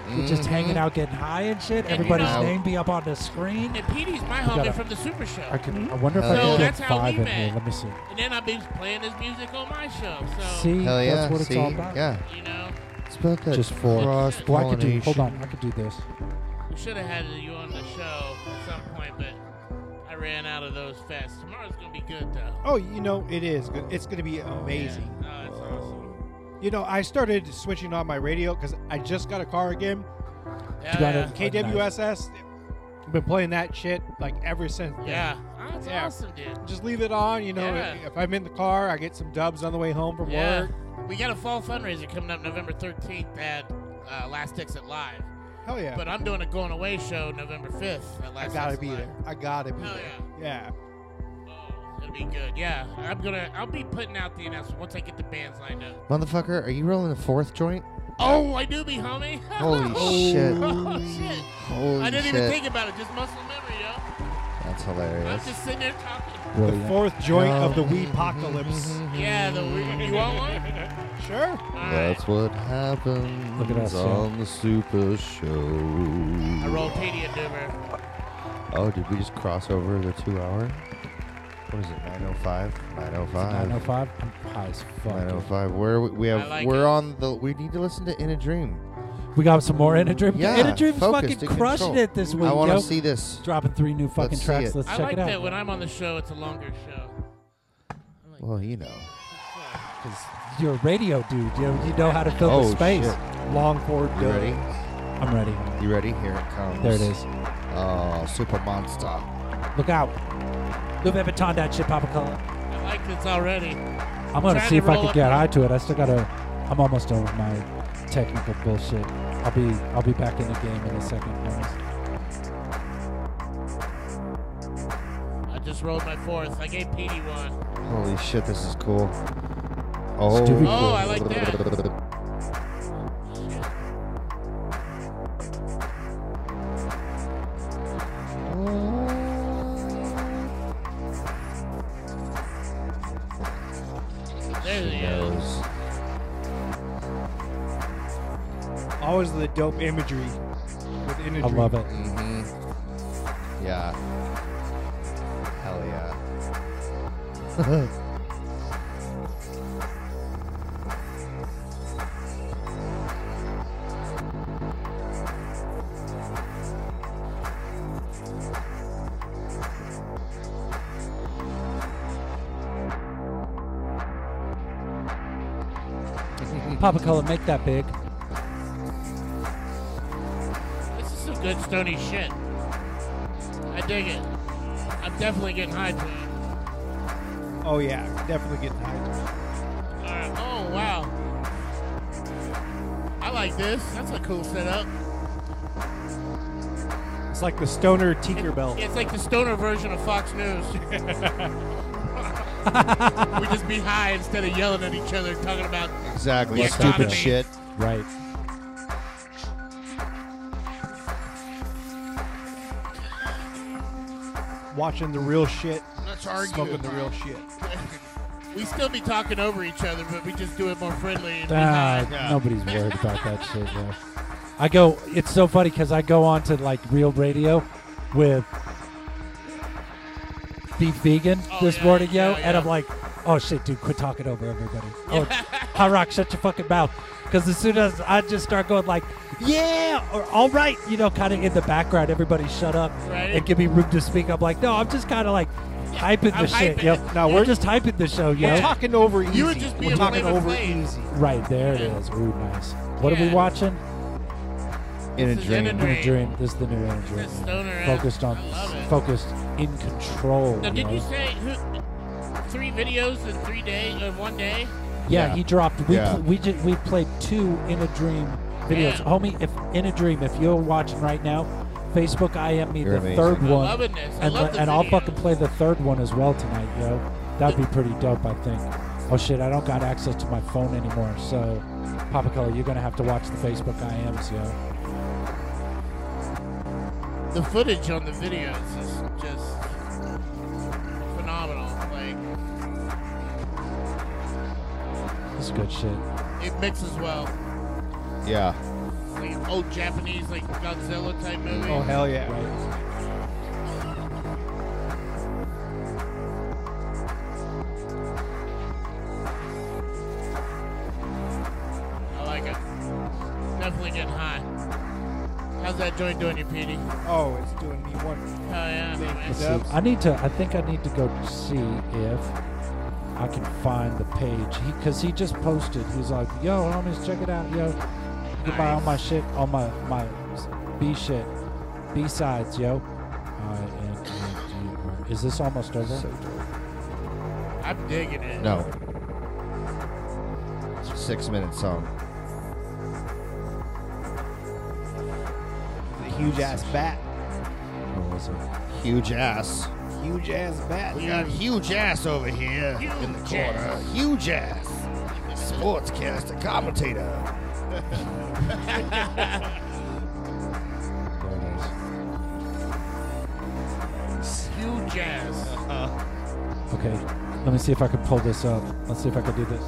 [SPEAKER 2] We're just
[SPEAKER 1] Mhm.
[SPEAKER 3] Mm-hmm.
[SPEAKER 2] hanging out, getting high mm-hmm. and shit.
[SPEAKER 1] And you
[SPEAKER 2] Everybody's
[SPEAKER 1] know-
[SPEAKER 2] name be up on the screen.
[SPEAKER 3] And Petey's my
[SPEAKER 2] We gotta-
[SPEAKER 3] homie from the Super Show.
[SPEAKER 2] I, can, I wonder if I
[SPEAKER 3] so
[SPEAKER 2] can get
[SPEAKER 3] that's how
[SPEAKER 2] five
[SPEAKER 3] we
[SPEAKER 2] in
[SPEAKER 3] met.
[SPEAKER 2] here. Let me see.
[SPEAKER 3] And then I've been playing his music on my show. So
[SPEAKER 2] See,
[SPEAKER 1] Hell yeah.
[SPEAKER 2] that's what it's
[SPEAKER 1] see?
[SPEAKER 2] all about.
[SPEAKER 1] Yeah.
[SPEAKER 3] you know,
[SPEAKER 1] It's about that
[SPEAKER 2] Just four.
[SPEAKER 1] cross
[SPEAKER 2] Well, I could do. Hold on, I could do this.
[SPEAKER 3] we should have had you on the show at some point. point, but I ran out of those fast. Tomorrow's gonna be good though.
[SPEAKER 5] Oh, you know it is. good. It's going to be amazing.
[SPEAKER 3] Yeah. No, it's awesome.
[SPEAKER 5] You know, I started switching on my radio because I just got a car again.
[SPEAKER 3] Oh, Yeah, yeah.
[SPEAKER 5] KWSS. I've been playing that shit like ever since. then.
[SPEAKER 3] Yeah. Oh, it's awesome, dude.
[SPEAKER 5] Just leave it on. You know,
[SPEAKER 3] Yeah.
[SPEAKER 5] if I'm in the car, I get some dubs on the way home from
[SPEAKER 3] yeah.
[SPEAKER 5] work.
[SPEAKER 3] We got a fall fundraiser coming up November 13th at uh, Last Exit Live.
[SPEAKER 5] Hell yeah.
[SPEAKER 3] But I'm doing a going away show November 5th
[SPEAKER 5] I
[SPEAKER 3] at Last
[SPEAKER 5] gotta
[SPEAKER 3] Exit
[SPEAKER 5] be
[SPEAKER 3] Live.
[SPEAKER 5] there. I gotta be
[SPEAKER 3] Hell
[SPEAKER 5] there. Yeah.
[SPEAKER 3] It'll Oh, be good. Yeah. I'm gonna I'll be putting out the announcement once I get the bands lined up.
[SPEAKER 1] Motherfucker, are you rolling the fourth joint?
[SPEAKER 3] Oh, I do be homie.
[SPEAKER 1] Holy shit.
[SPEAKER 3] Oh, shit.
[SPEAKER 1] Holy
[SPEAKER 3] I didn't even
[SPEAKER 1] shit.
[SPEAKER 3] think about it. Just muscle memory, yo.
[SPEAKER 1] That's hilarious.
[SPEAKER 3] I'm just sitting there talking.
[SPEAKER 5] The fourth joint of the
[SPEAKER 1] No.
[SPEAKER 5] Wii apocalypse.
[SPEAKER 3] Yeah, the weird. You want one?
[SPEAKER 5] sure.
[SPEAKER 1] That's what happens
[SPEAKER 3] Look at us, yeah.
[SPEAKER 1] on the Super Show.
[SPEAKER 3] I rolled Tadia Doomer.
[SPEAKER 1] Oh, did we just cross over the two hour? What is it? 905? 905.
[SPEAKER 2] 905? I'm high as oh fuck.
[SPEAKER 1] 905. Where we, we have
[SPEAKER 2] like
[SPEAKER 1] we're on the we need to listen to In a Dream.
[SPEAKER 2] We got some more In a Dream.
[SPEAKER 1] Yeah,
[SPEAKER 2] In a Dream's
[SPEAKER 1] focused
[SPEAKER 2] fucking
[SPEAKER 1] and
[SPEAKER 2] crushing
[SPEAKER 1] controlled.
[SPEAKER 2] it this week.
[SPEAKER 1] I want
[SPEAKER 2] yo.
[SPEAKER 1] to see this.
[SPEAKER 2] Dropping three new fucking
[SPEAKER 1] Let's see
[SPEAKER 2] tracks.
[SPEAKER 1] it.
[SPEAKER 2] Let's
[SPEAKER 3] I
[SPEAKER 2] check
[SPEAKER 3] like
[SPEAKER 2] it out.
[SPEAKER 3] that when I'm on the show, it's a longer show.
[SPEAKER 1] Well, you know.
[SPEAKER 2] You're a radio dude. You, you know how to fill
[SPEAKER 1] oh,
[SPEAKER 2] the space.
[SPEAKER 1] Shit.
[SPEAKER 5] Long forward
[SPEAKER 1] You ready?
[SPEAKER 2] I'm ready.
[SPEAKER 1] You ready? Here it comes.
[SPEAKER 2] There it is.
[SPEAKER 1] Oh, Super Monster.
[SPEAKER 2] Look out. Lou Vuitton that shit, Papa Color.
[SPEAKER 3] I like this already.
[SPEAKER 2] I'm gonna see if I can get eye to it. I still gotta. I'm almost done with my technical bullshit. I'll be I'll be back in the game in a second.
[SPEAKER 3] I just rolled my fourth. I gave Petey one.
[SPEAKER 1] Holy shit, this is cool. Oh,
[SPEAKER 3] Stupid cool. Oh, I like There
[SPEAKER 1] she goes.
[SPEAKER 5] Always the dope imagery with imagery.
[SPEAKER 2] I love it.
[SPEAKER 1] Mm-hmm. Yeah. Hell yeah.
[SPEAKER 2] That's Papa Color, make that big.
[SPEAKER 3] This is some good stony shit. I dig it. I'm definitely getting high to it.
[SPEAKER 5] Oh yeah, definitely getting high.
[SPEAKER 3] Alright, oh wow. I like this. That's a cool setup.
[SPEAKER 5] It's like the stoner Tinkerbell.
[SPEAKER 3] It's like the stoner version of Fox News. we just be high instead of yelling at each other, talking about
[SPEAKER 1] Exactly,
[SPEAKER 3] the
[SPEAKER 1] stupid
[SPEAKER 3] economy.
[SPEAKER 1] shit.
[SPEAKER 2] Right.
[SPEAKER 5] Watching the real shit.
[SPEAKER 3] Let's argue.
[SPEAKER 5] Smoking the real shit.
[SPEAKER 3] We still be talking over each other, but we just do it more friendly. And be
[SPEAKER 2] Ah,
[SPEAKER 3] high. Yeah.
[SPEAKER 2] Nobody's worried about that shit. Though. I go. It's so funny because I go on to like real radio with Beef Vegan this morning, yo, and I'm like, oh shit, dude, quit talking over everybody. Oh, High Rock, shut your fucking mouth. Because as soon as I just start going like, yeah, or all right, you know, kind of in the background, everybody shut up
[SPEAKER 6] Right.
[SPEAKER 2] and give me room to speak. I'm like, no, I'm just kind of like hyping the
[SPEAKER 6] I'm
[SPEAKER 2] shit,
[SPEAKER 6] hyping
[SPEAKER 2] yo.
[SPEAKER 6] it.
[SPEAKER 2] No, we're just hyping the show, yo.
[SPEAKER 5] We're talking over easy.
[SPEAKER 3] You were just being
[SPEAKER 5] We're talking
[SPEAKER 3] flavor
[SPEAKER 5] over
[SPEAKER 3] flav.
[SPEAKER 5] easy.
[SPEAKER 2] Right there it is. Ooh, nice. What are we watching?
[SPEAKER 1] In a dream.
[SPEAKER 2] In a dream. This is the new in a dream.
[SPEAKER 3] stoner
[SPEAKER 2] Focused on, focused in control.
[SPEAKER 3] Now, did
[SPEAKER 2] yo.
[SPEAKER 3] you say who, three videos in three days, in one day?
[SPEAKER 2] Yeah,
[SPEAKER 1] Yeah.
[SPEAKER 2] he dropped. We
[SPEAKER 1] Yeah.
[SPEAKER 2] pl- we ju- we played two in a dream videos,
[SPEAKER 3] Yeah.
[SPEAKER 2] homie. If in a dream, if you're watching right now, Facebook IM me
[SPEAKER 1] You're
[SPEAKER 2] the
[SPEAKER 1] amazing.
[SPEAKER 2] third
[SPEAKER 1] I'm
[SPEAKER 2] one,
[SPEAKER 3] loving this. I
[SPEAKER 2] and
[SPEAKER 3] love
[SPEAKER 2] le-
[SPEAKER 3] the
[SPEAKER 2] and I'll
[SPEAKER 3] video.
[SPEAKER 2] fucking play the third one as well tonight, yo. That'd be pretty dope, I think. Oh shit, I don't got access to my phone anymore, so Papa Color, you're gonna have to watch the Facebook IMs, yo.
[SPEAKER 3] The footage on the videos is just phenomenal. Like
[SPEAKER 2] This is good shit.
[SPEAKER 3] it mixes well.
[SPEAKER 1] Yeah.
[SPEAKER 3] Like an old Japanese, like Godzilla type movie.
[SPEAKER 5] Oh hell yeah.
[SPEAKER 3] I like it. Definitely getting high. How's that joint doing you, Petey?
[SPEAKER 5] Oh, it's doing me wonderful.
[SPEAKER 3] Oh, yeah.
[SPEAKER 2] Let's see. I need to. I think I need to go see if I can find the page because he, just posted. He's like, "Yo, homies, check it out, yo. You can buy all my shit, all my my B shit, B sides, yo." I am. in- Is this almost over?
[SPEAKER 3] I'm digging it.
[SPEAKER 1] No. Six minute song.
[SPEAKER 5] The huge ass bat.
[SPEAKER 2] What was it?
[SPEAKER 1] Huge ass.
[SPEAKER 5] Huge ass bat.
[SPEAKER 1] We got huge ass over here in the corner. Huge ass. Sportscaster commentator.
[SPEAKER 3] Huge ass.
[SPEAKER 2] Okay, let me see if I can pull this up. Let's see if I can do this.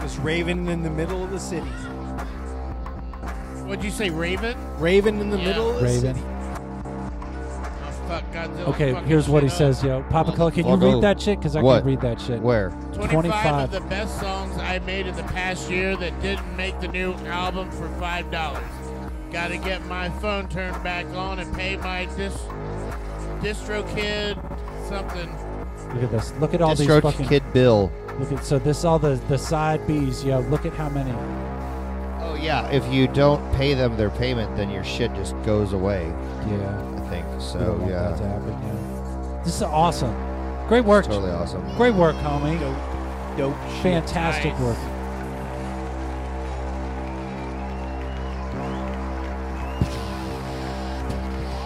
[SPEAKER 5] Just raving in the middle of the city.
[SPEAKER 3] What'd you say, Raven?
[SPEAKER 5] Raving in the
[SPEAKER 3] Yeah.
[SPEAKER 5] middle of the
[SPEAKER 2] Raven.
[SPEAKER 5] city.
[SPEAKER 3] Oh, fuck, Godzilla.
[SPEAKER 2] Okay,
[SPEAKER 3] fucking
[SPEAKER 2] here's what he
[SPEAKER 3] shit up.
[SPEAKER 2] says, yo. Papa Cola, can you
[SPEAKER 1] Fuck
[SPEAKER 2] read
[SPEAKER 1] off.
[SPEAKER 2] that shit? Because I
[SPEAKER 1] What?
[SPEAKER 2] can read that shit.
[SPEAKER 1] Where?
[SPEAKER 3] 25, of the best songs I made in the past year that didn't make the new album for five dollars. Gotta get my phone turned back on and pay my dis- distro kid something.
[SPEAKER 2] Look at this. Look at all
[SPEAKER 1] Distro
[SPEAKER 2] these fucking
[SPEAKER 1] Kid Bill.
[SPEAKER 2] Look at so this all the the side B's, yo. Look at how many.
[SPEAKER 1] Oh yeah, if you don't pay them their payment, then your shit just goes away.
[SPEAKER 2] Yeah.
[SPEAKER 1] I think
[SPEAKER 2] We don't
[SPEAKER 1] so.
[SPEAKER 2] want
[SPEAKER 1] Yeah.
[SPEAKER 2] that to happen, yeah. This is awesome. Great work.
[SPEAKER 1] Totally awesome.
[SPEAKER 2] Great work, homie.
[SPEAKER 5] Dope.
[SPEAKER 2] Fantastic work.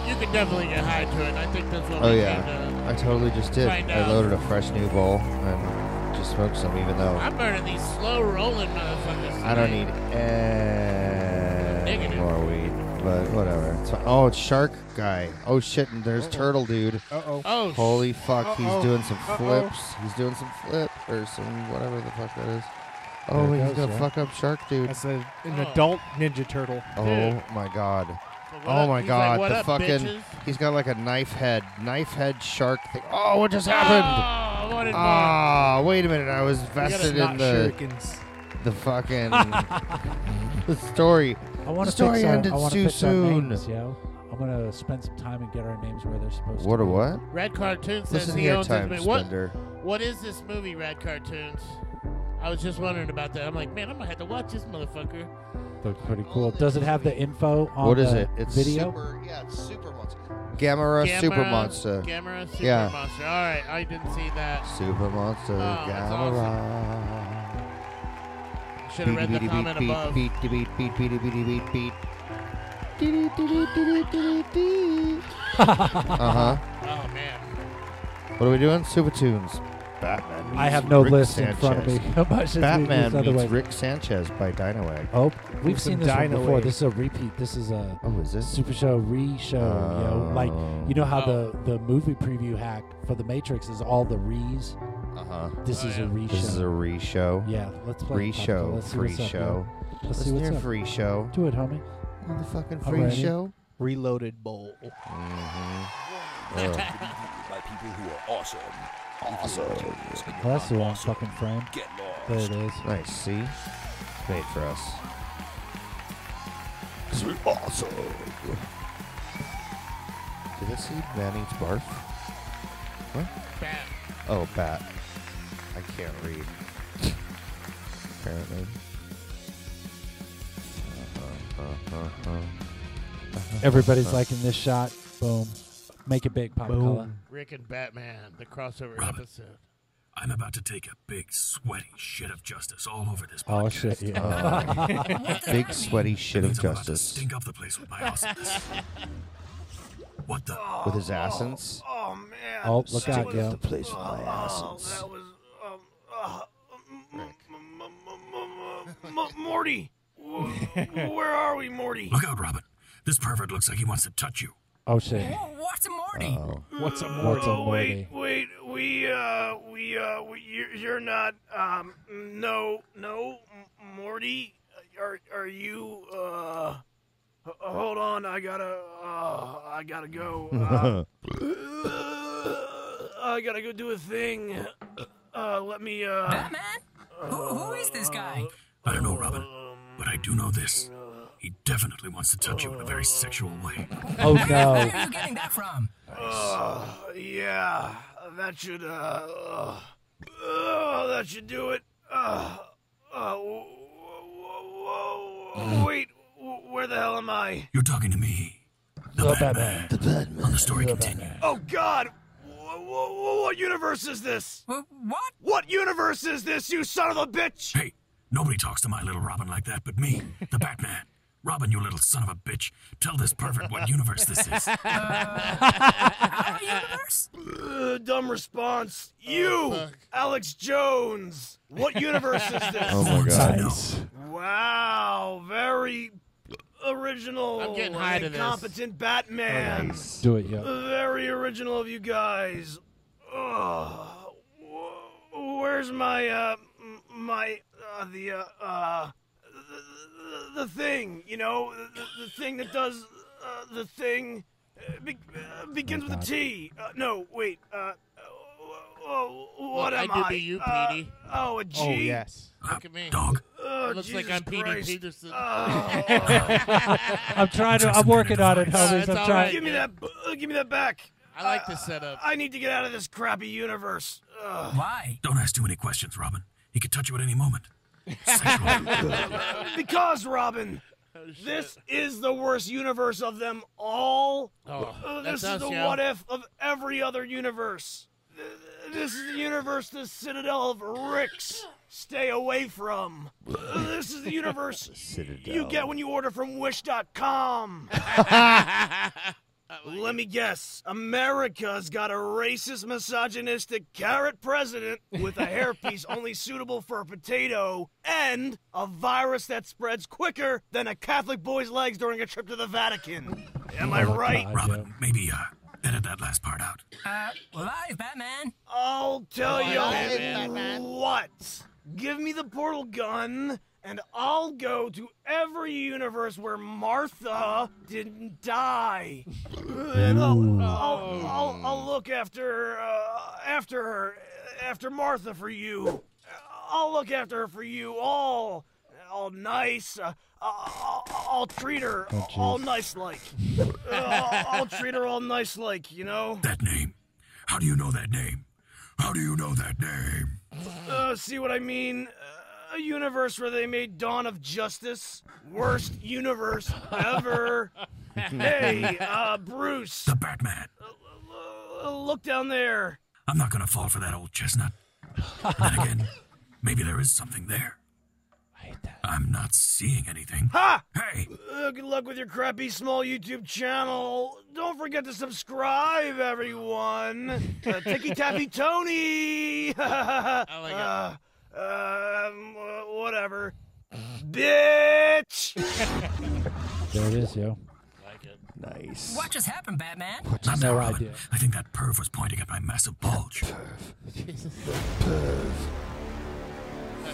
[SPEAKER 3] You could definitely get high to it. I think that's what
[SPEAKER 1] Oh
[SPEAKER 3] we
[SPEAKER 1] yeah, I
[SPEAKER 3] came to.
[SPEAKER 1] totally just did.
[SPEAKER 3] find
[SPEAKER 1] I
[SPEAKER 3] out.
[SPEAKER 1] loaded a fresh new bowl and just smoked some, even though
[SPEAKER 3] I'm burning these slow rolling motherfuckers.
[SPEAKER 1] I don't need any more weed. But whatever. It's fine. Oh, it's shark guy. Oh shit! And there's turtle dude.
[SPEAKER 5] Uh-oh.
[SPEAKER 3] Oh, sh-
[SPEAKER 1] Holy fuck!
[SPEAKER 3] Uh-oh.
[SPEAKER 1] He's doing some
[SPEAKER 3] Uh-oh.
[SPEAKER 1] flips. He's doing some flip or some whatever the fuck that
[SPEAKER 5] There
[SPEAKER 1] is. Oh,
[SPEAKER 5] it
[SPEAKER 1] he's
[SPEAKER 5] goes,
[SPEAKER 1] gonna
[SPEAKER 5] yeah.
[SPEAKER 1] fuck up shark dude.
[SPEAKER 5] That's a, an
[SPEAKER 3] Oh.
[SPEAKER 5] adult Ninja Turtle.
[SPEAKER 1] Oh my god.
[SPEAKER 3] what
[SPEAKER 1] Oh
[SPEAKER 3] up-
[SPEAKER 1] my
[SPEAKER 3] he's like,
[SPEAKER 1] god,
[SPEAKER 3] "What
[SPEAKER 1] the
[SPEAKER 3] up,
[SPEAKER 1] fucking
[SPEAKER 3] bitches?"
[SPEAKER 1] he's got like a knife head, knife head shark thing. Oh, what just happened?
[SPEAKER 3] Oh, I wanted more.
[SPEAKER 1] Ah, wait a minute. I was
[SPEAKER 5] gotta
[SPEAKER 1] vested
[SPEAKER 5] not
[SPEAKER 1] in the
[SPEAKER 5] shurikens.
[SPEAKER 1] the fucking the story.
[SPEAKER 2] I want
[SPEAKER 1] The
[SPEAKER 2] to fix
[SPEAKER 1] story
[SPEAKER 2] our,
[SPEAKER 1] ended
[SPEAKER 2] I wanna
[SPEAKER 1] too
[SPEAKER 2] fix our
[SPEAKER 1] soon.
[SPEAKER 2] names, yo. I'm gonna spend some time and get our names where they're supposed
[SPEAKER 1] What
[SPEAKER 2] to.
[SPEAKER 1] a
[SPEAKER 2] be.
[SPEAKER 1] what?
[SPEAKER 3] Red Cartoon says
[SPEAKER 1] Listen
[SPEAKER 3] he
[SPEAKER 1] here,
[SPEAKER 3] owns
[SPEAKER 1] time
[SPEAKER 3] his movie. What,
[SPEAKER 1] spender.
[SPEAKER 3] what is this movie, Red Cartoons? I was just wondering about that. I'm like, man, I'm gonna have to watch this motherfucker.
[SPEAKER 2] Looks pretty cool. Does it have the info on
[SPEAKER 1] What
[SPEAKER 2] the
[SPEAKER 1] is it? It's
[SPEAKER 2] video?
[SPEAKER 1] super yeah, it's super monster. Gamera, super
[SPEAKER 3] Gamera-
[SPEAKER 1] monster.
[SPEAKER 3] Gamera Super
[SPEAKER 1] yeah.
[SPEAKER 3] Monster. All right, I didn't see that.
[SPEAKER 1] Super monster
[SPEAKER 3] Oh, that's
[SPEAKER 1] Gamera.
[SPEAKER 3] Should have read the comment
[SPEAKER 1] beat,
[SPEAKER 3] above.
[SPEAKER 1] Beat, beat, beat, beat, beat, beat, beat, beat, beat. Uh huh.
[SPEAKER 3] Oh man.
[SPEAKER 1] What are we doing? Super tunes. Batman.
[SPEAKER 2] I
[SPEAKER 1] meets
[SPEAKER 2] have no
[SPEAKER 1] Rick
[SPEAKER 2] list in front of me.
[SPEAKER 1] Sanchez.
[SPEAKER 2] How much is
[SPEAKER 1] Batman
[SPEAKER 2] other
[SPEAKER 1] meets
[SPEAKER 2] way?
[SPEAKER 1] Rick Sanchez by Dynawag.
[SPEAKER 2] Oh, we've
[SPEAKER 5] With
[SPEAKER 2] seen
[SPEAKER 5] some
[SPEAKER 2] this one
[SPEAKER 5] Dino
[SPEAKER 2] before.
[SPEAKER 5] Wave.
[SPEAKER 2] This is a repeat. This is a
[SPEAKER 1] Oh, is this?
[SPEAKER 2] Super Show re-show, yo. Like you know how the the movie preview hack for the Matrix is all the re's.
[SPEAKER 1] Uh huh.
[SPEAKER 2] This is a re-show.
[SPEAKER 1] This is a re-show.
[SPEAKER 2] Yeah, let's play it, Papa.
[SPEAKER 1] Re-show.
[SPEAKER 2] Let's see
[SPEAKER 1] free
[SPEAKER 2] what's up,
[SPEAKER 1] show.
[SPEAKER 2] yo. Let's see what's
[SPEAKER 1] Listen here,
[SPEAKER 2] up.
[SPEAKER 1] free show.
[SPEAKER 2] Do it, homie.
[SPEAKER 1] Motherfucking
[SPEAKER 2] I'm
[SPEAKER 1] free
[SPEAKER 2] ready.
[SPEAKER 1] show.
[SPEAKER 5] Reloaded bowl.
[SPEAKER 1] Mm-hmm.
[SPEAKER 7] by people who are awesome. Awesome.
[SPEAKER 2] Well, that's the wrong fucking frame.
[SPEAKER 7] Get lost.
[SPEAKER 2] There it is.
[SPEAKER 1] Nice. See, it's made for us. Cause we're awesome. Did I see man eats barf? What?
[SPEAKER 3] Bat.
[SPEAKER 1] Oh, bat. I can't read. Apparently.
[SPEAKER 8] Uh-huh.
[SPEAKER 2] Everybody's liking this shot. Boom. Make it big, Pop Color.
[SPEAKER 3] Rick and Batman, the crossover episode.
[SPEAKER 7] I'm about to take a big sweaty shit of justice all over this
[SPEAKER 2] Oh shit! Yeah.
[SPEAKER 1] Uh, big sweaty shit of justice
[SPEAKER 7] Stink up the place with my awesomeness. what the?
[SPEAKER 1] with his assence.
[SPEAKER 7] Oh man.
[SPEAKER 2] Oh, look out, yo.
[SPEAKER 3] Oh,
[SPEAKER 7] that was um, uh, m- m- m- m- m- Morty. Wh- Where are we, Morty? Look out, Robin. This pervert looks like he wants to touch you.
[SPEAKER 2] Oh shit!
[SPEAKER 7] What's a Morty? Hmm.
[SPEAKER 2] Uh-oh.
[SPEAKER 7] What's a
[SPEAKER 2] Morty? What's a Morty?
[SPEAKER 7] Wait, wait, we, uh, we, uh, we, you're, you're not, um, no, no, M- Morty, are, are you, uh,
[SPEAKER 24] H- hold on, I gotta, uh, I gotta go. Uh,
[SPEAKER 8] Uh-huh.
[SPEAKER 24] I gotta go do a thing. Uh, let me. Uh, Batman?
[SPEAKER 8] who is this guy?
[SPEAKER 7] I don't know, Robin, but I do know this. He definitely wants to touch you in a very sexual way.
[SPEAKER 2] Oh, no.
[SPEAKER 8] Where are you getting that from?
[SPEAKER 24] Uh, yeah, that should. Uh, uh, uh, that should do it. Uh, uh, w- w- w- wait, w- where the hell am I?
[SPEAKER 7] You're talking to me. The, Batman. The Batman. On the story continues.
[SPEAKER 24] Oh God! Wha- wha- wha- What universe is this?
[SPEAKER 8] What?
[SPEAKER 24] What universe is this, you son of a bitch?
[SPEAKER 7] Hey, nobody talks to my little Robin like that but me, the Batman. Robin, you little son of a bitch. Tell this pervert what universe this is.
[SPEAKER 3] Uh,
[SPEAKER 8] our universe?
[SPEAKER 24] Uh, dumb response.
[SPEAKER 3] Oh,
[SPEAKER 24] You, Alex Jones. What universe is this?
[SPEAKER 7] Oh my God.
[SPEAKER 24] Wow, very original.
[SPEAKER 3] I'm getting high
[SPEAKER 24] and
[SPEAKER 3] to this.
[SPEAKER 24] Competent Batman.
[SPEAKER 2] Do it, yeah.
[SPEAKER 24] Very original of you guys. Ugh. Wh- Where's my uh m- my uh the uh, uh the, the thing, you know, the, the thing that does uh, the thing uh, be- uh, begins with a T. Uh, no, wait. Uh oh, what
[SPEAKER 3] Well,
[SPEAKER 24] am
[SPEAKER 3] I do
[SPEAKER 24] I?
[SPEAKER 3] be you,
[SPEAKER 24] Uh,
[SPEAKER 3] Petey.
[SPEAKER 24] oh, a G.
[SPEAKER 3] Oh, yes. Look at me.
[SPEAKER 7] Dog.
[SPEAKER 24] Oh,
[SPEAKER 3] It looks like
[SPEAKER 24] Jesus
[SPEAKER 3] I'm Petey
[SPEAKER 24] Christ. Oh.
[SPEAKER 3] Peterson.
[SPEAKER 2] I'm trying to. I'm working on it, homies. I'm trying.
[SPEAKER 24] Give me that. uh, give me that back. Uh,
[SPEAKER 3] I like this setup.
[SPEAKER 24] I need to get out of this crappy universe. Ugh.
[SPEAKER 8] Why?
[SPEAKER 7] Don't ask too many questions, Robin. He could touch you at any moment.
[SPEAKER 24] because Robin, this is the worst universe of them all.
[SPEAKER 3] Oh,
[SPEAKER 24] Uh,
[SPEAKER 3] that's
[SPEAKER 24] this
[SPEAKER 3] us,
[SPEAKER 24] is the
[SPEAKER 3] yo.
[SPEAKER 24] what if of every other universe. Th- This is the universe the Citadel of Ricks stay away from. Uh, This is the universe you get when you order from Wish.com. Let me guess. America's got a racist, misogynistic carrot president with a hairpiece only suitable for a potato and a virus that spreads quicker than a Catholic boy's legs during a trip to the Vatican. Am I right?
[SPEAKER 7] Robin, maybe uh, edit that last part out.
[SPEAKER 8] Uh, live Batman?
[SPEAKER 24] I'll tell
[SPEAKER 8] Live
[SPEAKER 24] you
[SPEAKER 8] Batman.
[SPEAKER 24] what. Give me the portal gun, and I'll go to every universe where Martha didn't die. And I'll, I'll, I'll, I'll look after uh, after her, after Martha for you. I'll look after her for you all, all nice. Uh, I'll, I'll- I'll treat her
[SPEAKER 7] Oh, jeez.
[SPEAKER 24] all nice like. Uh, I'll, I'll treat her all nice like, you know.
[SPEAKER 7] That name. How do you know that name? How do you know that name?
[SPEAKER 24] Uh, see what I mean? Uh, a universe where they made Dawn of Justice. Worst universe ever. hey, uh, Bruce. The
[SPEAKER 7] Batman.
[SPEAKER 24] look down there.
[SPEAKER 7] I'm not gonna fall for that old chestnut. And then again, maybe there is something there. I hate that. I'm not seeing anything.
[SPEAKER 24] Ha!
[SPEAKER 7] Hey!
[SPEAKER 24] Uh, good luck with your crappy small YouTube channel. Don't forget to subscribe, everyone. Uh, Ticky Tappy Tony. I
[SPEAKER 3] like
[SPEAKER 24] uh, it. Um, uh, whatever. Bitch.
[SPEAKER 2] There it is, yo.
[SPEAKER 1] Nice.
[SPEAKER 8] What just happened, Batman?
[SPEAKER 7] Not
[SPEAKER 2] No
[SPEAKER 7] now, Robin.
[SPEAKER 2] idea.
[SPEAKER 7] I think that perv was pointing at my massive bulge.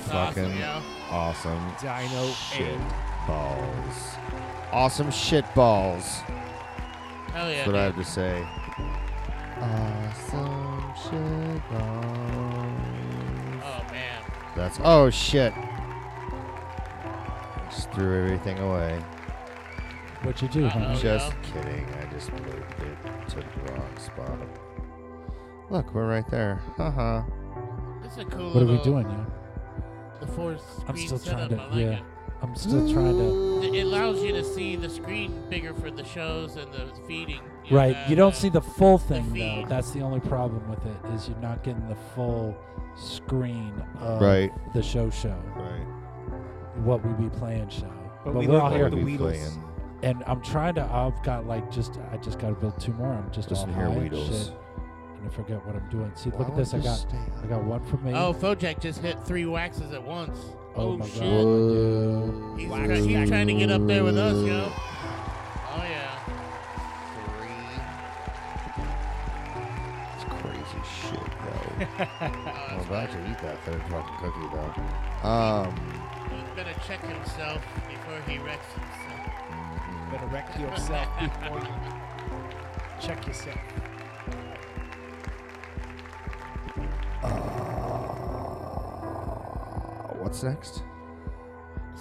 [SPEAKER 1] Fucking
[SPEAKER 3] awesome, yo.
[SPEAKER 1] awesome.
[SPEAKER 3] Dino
[SPEAKER 1] shit
[SPEAKER 3] eight.
[SPEAKER 1] balls. Awesome shit balls.
[SPEAKER 3] Hell yeah,
[SPEAKER 1] That's what I
[SPEAKER 3] dude.
[SPEAKER 1] have to say. Uh, Awesome shit balls.
[SPEAKER 3] Oh man.
[SPEAKER 1] That's oh shit. Just threw everything away.
[SPEAKER 2] What you do, homie?
[SPEAKER 1] Just kidding. I just moved it to the wrong spot. Look, we're right there. Haha.
[SPEAKER 3] It's a cool.
[SPEAKER 2] What are we
[SPEAKER 3] little-
[SPEAKER 2] doing, yo?
[SPEAKER 3] The four
[SPEAKER 2] I'm
[SPEAKER 3] screen
[SPEAKER 2] still
[SPEAKER 3] setup.
[SPEAKER 2] trying to.
[SPEAKER 3] I like
[SPEAKER 2] yeah. I'm still trying to.
[SPEAKER 3] it. It allows you to see the screen bigger for the shows and the feeding. and,
[SPEAKER 2] Right.
[SPEAKER 3] uh,
[SPEAKER 2] You don't see the full thing though.
[SPEAKER 3] feed.
[SPEAKER 2] That's the only problem with it is you're not getting the full screen of
[SPEAKER 1] Right.
[SPEAKER 2] the show show.
[SPEAKER 1] Right.
[SPEAKER 2] What we be playing show.
[SPEAKER 5] But we
[SPEAKER 2] we're
[SPEAKER 5] look
[SPEAKER 2] all
[SPEAKER 5] like
[SPEAKER 2] here.
[SPEAKER 5] the What we Weedles. playing.
[SPEAKER 2] And I'm trying to. I've got like just. I just got to build two more. I'm just
[SPEAKER 1] Listen
[SPEAKER 2] all
[SPEAKER 1] here,
[SPEAKER 2] high and
[SPEAKER 1] Weedles.
[SPEAKER 2] shit. And I forget what I'm doing. See,
[SPEAKER 1] Why
[SPEAKER 2] look at
[SPEAKER 1] don't
[SPEAKER 2] this. I
[SPEAKER 1] you
[SPEAKER 2] got.
[SPEAKER 1] stay
[SPEAKER 2] I got one for me.
[SPEAKER 3] Oh, Fojack just hit three waxes at once.
[SPEAKER 2] Oh
[SPEAKER 3] Oh,
[SPEAKER 2] my
[SPEAKER 3] shit.
[SPEAKER 2] God.
[SPEAKER 3] He's, try- he's trying to get up there with us, yo. Oh yeah.
[SPEAKER 1] It's crazy shit, though. I'm about to eat that third fucking cookie, though. Um,
[SPEAKER 3] He's better check himself before he wrecks himself.
[SPEAKER 1] mm,
[SPEAKER 9] better wreck yourself before you check yourself.
[SPEAKER 1] What's next?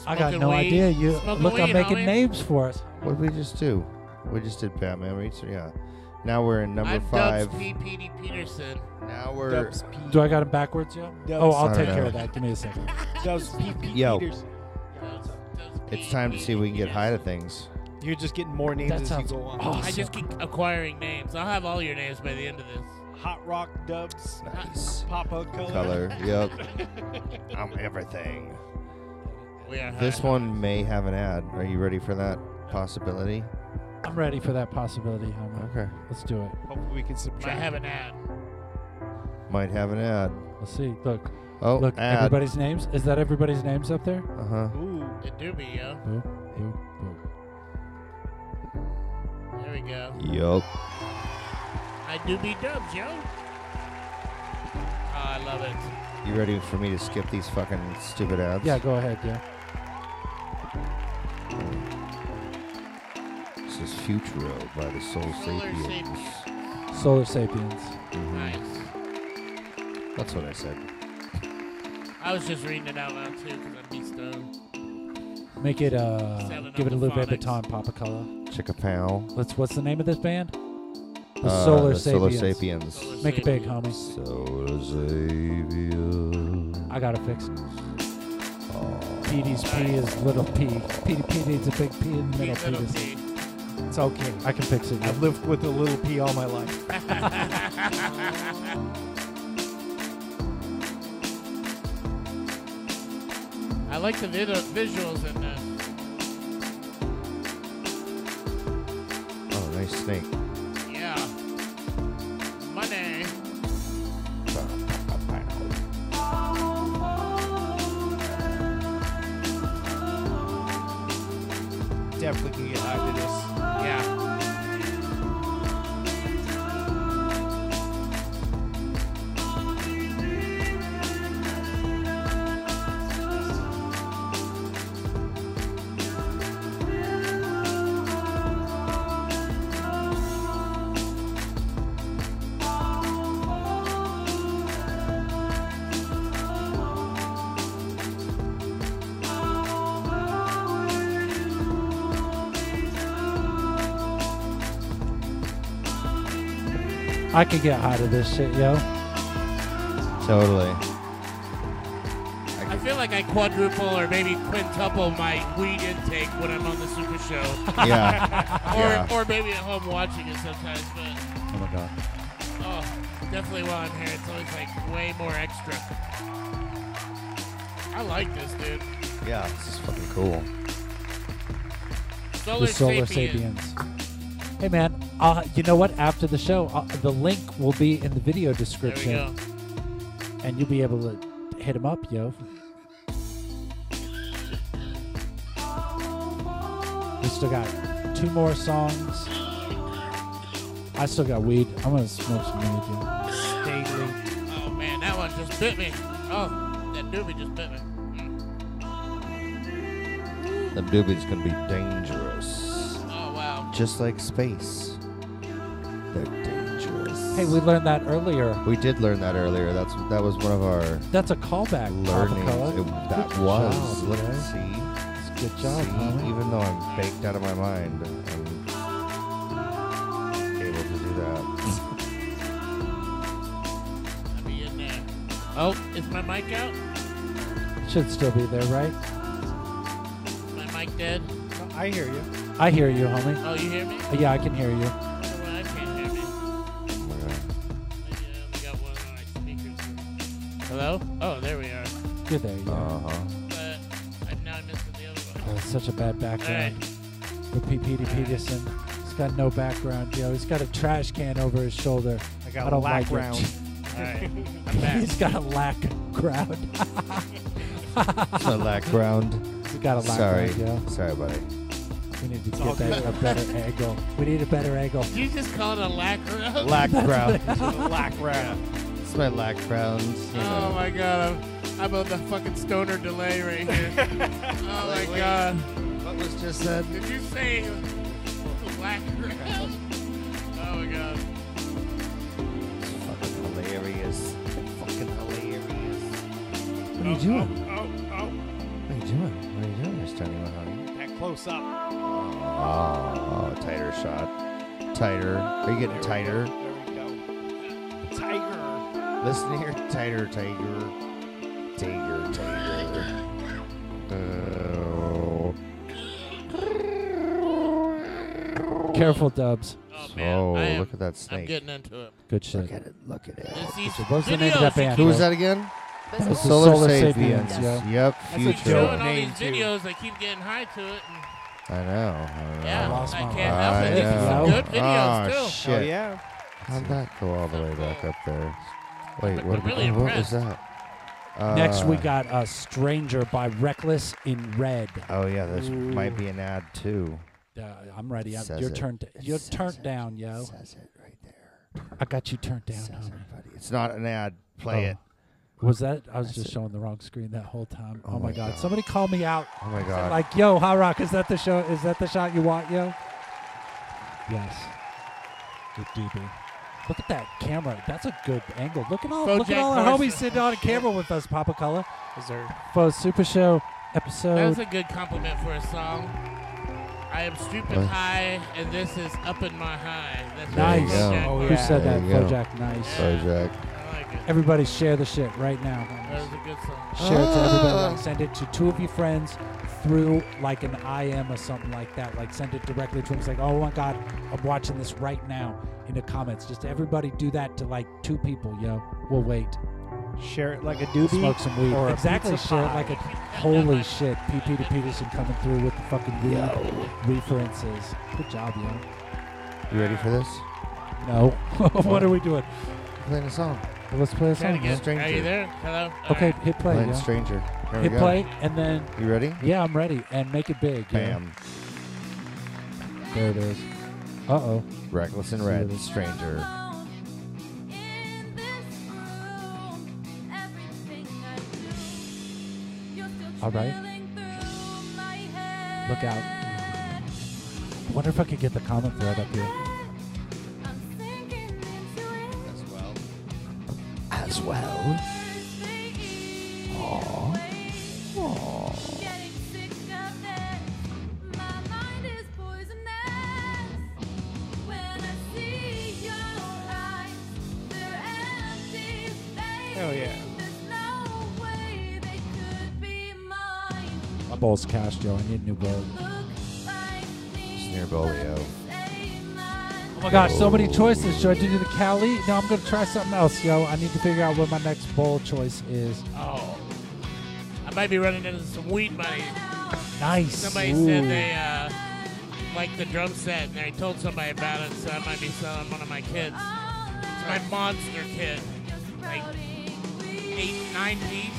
[SPEAKER 2] I got no idea. You look, I'm making names for us.
[SPEAKER 1] What did we just do? We just did Batman Reach. Yeah. Now we're in number
[SPEAKER 3] I'm
[SPEAKER 1] five.
[SPEAKER 3] Dubs P. Petey Peterson.
[SPEAKER 1] Now we're- Dubs
[SPEAKER 2] Do I got it backwards? Yeah. Oh,
[SPEAKER 1] Dubs. I
[SPEAKER 2] I'll
[SPEAKER 1] don't
[SPEAKER 2] take care
[SPEAKER 1] know.
[SPEAKER 2] of that. Give me a second.
[SPEAKER 9] Does PP
[SPEAKER 1] Yo.
[SPEAKER 9] Peterson?
[SPEAKER 1] It's time to see if we can get high to things.
[SPEAKER 9] You're just getting more names
[SPEAKER 3] That
[SPEAKER 9] as
[SPEAKER 3] sounds
[SPEAKER 9] you go on.
[SPEAKER 3] I just keep acquiring names. I'll have all your names by the end of this.
[SPEAKER 9] Hot rock dubs.
[SPEAKER 1] Nice.
[SPEAKER 9] Pop up color.
[SPEAKER 1] Color. Yep. I'm everything.
[SPEAKER 3] We are
[SPEAKER 1] This one may have an ad. Are you ready for that possibility?
[SPEAKER 2] I'm ready for that possibility, Homer.
[SPEAKER 1] Okay.
[SPEAKER 2] Let's do it.
[SPEAKER 9] Hopefully we can subtract.
[SPEAKER 3] I have an ad.
[SPEAKER 1] Might have an ad.
[SPEAKER 2] Let's see. Look.
[SPEAKER 1] Oh,
[SPEAKER 2] Look,
[SPEAKER 1] ad.
[SPEAKER 2] everybody's names. Is that everybody's names up there?
[SPEAKER 1] Uh huh.
[SPEAKER 9] Ooh.
[SPEAKER 3] It do be, yo.
[SPEAKER 2] Boop, boop, boop.
[SPEAKER 3] There we go.
[SPEAKER 1] Yup.
[SPEAKER 3] I do be dubs, yo. Oh, I love it.
[SPEAKER 1] You ready for me to skip these fucking stupid ads?
[SPEAKER 2] Yeah, go ahead. Yeah.
[SPEAKER 1] This is Futuro by the Soul Sapiens.
[SPEAKER 2] Solar Sapiens.
[SPEAKER 3] Nice.
[SPEAKER 1] That's what I said.
[SPEAKER 3] I was just reading it out loud too because I'd be stoned.
[SPEAKER 2] Make it, uh,
[SPEAKER 3] Seven
[SPEAKER 2] give it a
[SPEAKER 3] of
[SPEAKER 2] little bit of
[SPEAKER 3] the
[SPEAKER 2] a time, Papa Color.
[SPEAKER 1] Chickapow.
[SPEAKER 2] Let's, what's the name of this band? The
[SPEAKER 1] Uh,
[SPEAKER 2] Solar
[SPEAKER 1] the Solar
[SPEAKER 2] Sapiens.
[SPEAKER 1] Sapians.
[SPEAKER 2] Make it big, homie.
[SPEAKER 1] Solar Sapiens.
[SPEAKER 2] I got to fix it.
[SPEAKER 9] Oh,
[SPEAKER 2] Petey's P is little p. Petey P needs a big P in the middle. Petey's.
[SPEAKER 9] It's okay.
[SPEAKER 2] I can fix it.
[SPEAKER 9] I've lived with a little P all my life.
[SPEAKER 3] I like the vid- visuals in this.
[SPEAKER 1] Oh, nice snake.
[SPEAKER 3] Yeah. Money.
[SPEAKER 9] Definitely can get high to this.
[SPEAKER 3] Yeah.
[SPEAKER 2] I could get high to this shit, yo.
[SPEAKER 9] Oh
[SPEAKER 1] Totally.
[SPEAKER 3] I feel like I quadruple or maybe quintuple my weed intake when I'm on the Super Show.
[SPEAKER 1] Yeah. Yeah.
[SPEAKER 3] or, or maybe at home watching it sometimes, but
[SPEAKER 1] Oh my god.
[SPEAKER 3] oh, definitely while I'm here, it's always like way more extra. I like this, dude.
[SPEAKER 1] Yeah, this is fucking cool.
[SPEAKER 3] Solar,
[SPEAKER 2] The Solar
[SPEAKER 3] Sapien.
[SPEAKER 2] Sapiens. Hey, man. Uh, you know what? After the show, uh, the link will be in the video description.
[SPEAKER 3] go.
[SPEAKER 2] And you'll be able to hit him up, yo. We still got two more songs. I still got weed. I'm going to smoke some weed, yo.
[SPEAKER 3] Oh man, that one just bit me. Oh, that doobie just bit me.
[SPEAKER 1] The doobie's gonna be dangerous.
[SPEAKER 3] Oh wow.
[SPEAKER 1] Just like space. They're dangerous.
[SPEAKER 2] Hey, we learned that earlier.
[SPEAKER 1] We did learn that earlier. That's that was one of our
[SPEAKER 2] That's a callback.
[SPEAKER 1] learnings. It, that
[SPEAKER 2] Good
[SPEAKER 1] was.
[SPEAKER 2] job,
[SPEAKER 1] Look,
[SPEAKER 2] man.
[SPEAKER 1] see,
[SPEAKER 2] good job,
[SPEAKER 1] See,
[SPEAKER 2] homie.
[SPEAKER 1] even though I'm baked out of my mind, I'm able to do that.
[SPEAKER 3] I'll be in there. Oh, is my mic out?
[SPEAKER 2] Should still be there, right?
[SPEAKER 3] Is my mic dead?
[SPEAKER 9] I hear you.
[SPEAKER 2] I hear you, homie.
[SPEAKER 3] Oh, you hear me?
[SPEAKER 2] Uh, Yeah, I can hear you.
[SPEAKER 3] Well, I can't hear me.
[SPEAKER 1] Oh my God.
[SPEAKER 3] Hello? Oh, there we are.
[SPEAKER 2] You're there. Yeah.
[SPEAKER 1] Uh-huh.
[SPEAKER 3] But uh, I, now I missed the other one.
[SPEAKER 2] Oh, it's such a bad background. With P. Petey Peterson, he's got no background, yo. He's got a trash can over his shoulder.
[SPEAKER 9] I got
[SPEAKER 2] don't
[SPEAKER 9] lack
[SPEAKER 2] like
[SPEAKER 9] round.
[SPEAKER 2] it.
[SPEAKER 3] Alright, I'm back.
[SPEAKER 2] he's got a lack ground.
[SPEAKER 1] It's my lack ground.
[SPEAKER 2] He's got a lack
[SPEAKER 1] Sorry.
[SPEAKER 2] ground, yo.
[SPEAKER 1] Sorry, buddy.
[SPEAKER 2] We need to
[SPEAKER 1] It's all
[SPEAKER 2] get that
[SPEAKER 1] good.
[SPEAKER 2] a better angle. We need a better angle.
[SPEAKER 3] Did you just call it a lacquer?
[SPEAKER 1] Lack ground.
[SPEAKER 9] Lack round.
[SPEAKER 1] It's my lack ground. You
[SPEAKER 3] Oh
[SPEAKER 1] know.
[SPEAKER 3] my god, I'm, I'm on the fucking stoner delay right here. oh my god.
[SPEAKER 1] What was just said?
[SPEAKER 3] Did you say the black crowd? Oh my god.
[SPEAKER 1] Fucking hilarious. Fucking hilarious. What are you
[SPEAKER 3] Oh,
[SPEAKER 1] doing?
[SPEAKER 3] oh, oh,
[SPEAKER 1] What are you doing? What are you doing, Mr. Tony Mahoney?
[SPEAKER 5] That close up.
[SPEAKER 1] Oh, oh, tighter shot. Tighter. Are you getting tighter?
[SPEAKER 5] Tiger.
[SPEAKER 1] Listen here, tighter, tiger. Tiger, tiger. Uh, Oh.
[SPEAKER 2] Careful, Dubs.
[SPEAKER 1] Oh, look at that snake.
[SPEAKER 3] I'm getting into it.
[SPEAKER 2] Good shit.
[SPEAKER 1] Look at it. Look at it.
[SPEAKER 3] It's these
[SPEAKER 2] What's the name of that
[SPEAKER 3] videos
[SPEAKER 2] band?
[SPEAKER 1] Who was
[SPEAKER 2] bro?
[SPEAKER 1] that again?
[SPEAKER 2] That was the
[SPEAKER 1] Solar,
[SPEAKER 2] Solar
[SPEAKER 1] Sapiens.
[SPEAKER 2] Sapiens, yeah.
[SPEAKER 1] Yep,
[SPEAKER 2] That's a
[SPEAKER 3] Showing
[SPEAKER 1] future.
[SPEAKER 2] joke.
[SPEAKER 3] all these
[SPEAKER 2] Name, too.
[SPEAKER 3] videos, I keep getting high to it. And
[SPEAKER 1] I know. I know.
[SPEAKER 3] Yeah, I lost I my can't help mind. it. These are
[SPEAKER 1] I
[SPEAKER 3] some
[SPEAKER 1] know.
[SPEAKER 3] good videos,
[SPEAKER 1] oh,
[SPEAKER 3] too. Hell
[SPEAKER 1] Shit.
[SPEAKER 5] yeah.
[SPEAKER 1] How'd that go all the way back up there? Wait,
[SPEAKER 2] I'm
[SPEAKER 1] what,
[SPEAKER 2] really
[SPEAKER 1] what was
[SPEAKER 2] impressed.
[SPEAKER 1] that?
[SPEAKER 2] Next, we
[SPEAKER 1] Uh,
[SPEAKER 2] got a Stranger by Reckless in Red.
[SPEAKER 1] Oh, yeah, this might be an ad, too.
[SPEAKER 2] Uh, I'm ready. I,
[SPEAKER 1] Says
[SPEAKER 2] you're
[SPEAKER 1] it.
[SPEAKER 2] turned. You're turned down, yo. Says it right there. I got you turned down. homie.
[SPEAKER 1] It's not an ad. Play
[SPEAKER 2] Oh.
[SPEAKER 1] it.
[SPEAKER 2] Was that? I was just showing the wrong screen that whole time. Oh, my,
[SPEAKER 1] my
[SPEAKER 2] god.
[SPEAKER 1] God.
[SPEAKER 2] Somebody called me out.
[SPEAKER 1] Oh, my
[SPEAKER 2] Said,
[SPEAKER 1] God.
[SPEAKER 2] Like, yo, High Rock, is that the show? Is that the shot you want, yo? Yes. Good DB. Look at that camera. That's a good angle. Look at all.
[SPEAKER 6] Bojack
[SPEAKER 2] look at all our
[SPEAKER 6] Horseman.
[SPEAKER 2] homies sitting on camera with us, Papa Color.
[SPEAKER 6] Is there?
[SPEAKER 2] For Super Show
[SPEAKER 3] That's
[SPEAKER 2] episode.
[SPEAKER 3] a good compliment for a song. I am stupid
[SPEAKER 2] What?
[SPEAKER 3] high, and this is up in my high. That's
[SPEAKER 1] There you
[SPEAKER 2] Nice.
[SPEAKER 1] go.
[SPEAKER 2] Oh, Who yeah. said that?
[SPEAKER 1] There you go.
[SPEAKER 2] Bojack Nice.
[SPEAKER 1] Bojack.
[SPEAKER 2] Everybody share the shit right now.
[SPEAKER 3] That was a good song.
[SPEAKER 2] Share it to
[SPEAKER 3] Ah.
[SPEAKER 2] everybody. Like send it to two of your friends through like an IM or something like that. Like send it directly to them. It's like, oh my god, I'm watching this right now in the comments. Just everybody do that to like two people, yo. We'll wait.
[SPEAKER 5] Share it like a doobie.
[SPEAKER 2] Smoke some weed.
[SPEAKER 5] Or a
[SPEAKER 2] exactly.
[SPEAKER 5] pizza
[SPEAKER 2] Share it
[SPEAKER 5] pie.
[SPEAKER 2] like a holy shit. P. Peter Peterson coming through with the fucking weed references. Good job, yo.
[SPEAKER 1] You ready for this?
[SPEAKER 2] No. what are we doing?
[SPEAKER 1] Playing a song.
[SPEAKER 2] Let's play a
[SPEAKER 3] Try it
[SPEAKER 2] song.
[SPEAKER 3] again.
[SPEAKER 2] Stranger.
[SPEAKER 3] Are you there? Hello?
[SPEAKER 2] Okay,
[SPEAKER 3] Alright.
[SPEAKER 2] hit play.
[SPEAKER 1] Playing
[SPEAKER 2] yo.
[SPEAKER 1] Stranger. Here we
[SPEAKER 2] hit
[SPEAKER 1] go.
[SPEAKER 2] play and then.
[SPEAKER 1] You ready?
[SPEAKER 2] Yeah, I'm ready. And make it big. yo.
[SPEAKER 1] Bam.
[SPEAKER 2] There it is. Uh oh.
[SPEAKER 1] Reckless and Red, Stranger.
[SPEAKER 2] All right. Look out. Wonder if I could get the comment thread up here.
[SPEAKER 1] As well. As well. Aww.
[SPEAKER 5] Hell yeah.
[SPEAKER 2] My ball's cast, yo. I need a new bowl.
[SPEAKER 1] Snare Bolio.
[SPEAKER 2] Oh my gosh, so many choices. Should I do the Cali? No, I'm going to try something else, yo. I need to figure out what my next bowl choice is.
[SPEAKER 3] Oh. I might be running into some weed money.
[SPEAKER 2] Nice.
[SPEAKER 3] Somebody
[SPEAKER 2] Ooh.
[SPEAKER 3] said they uh, liked the drum set, and I told somebody about it, so I might be selling one of my kids. It's my monster kid. Like, 8, 9 piece.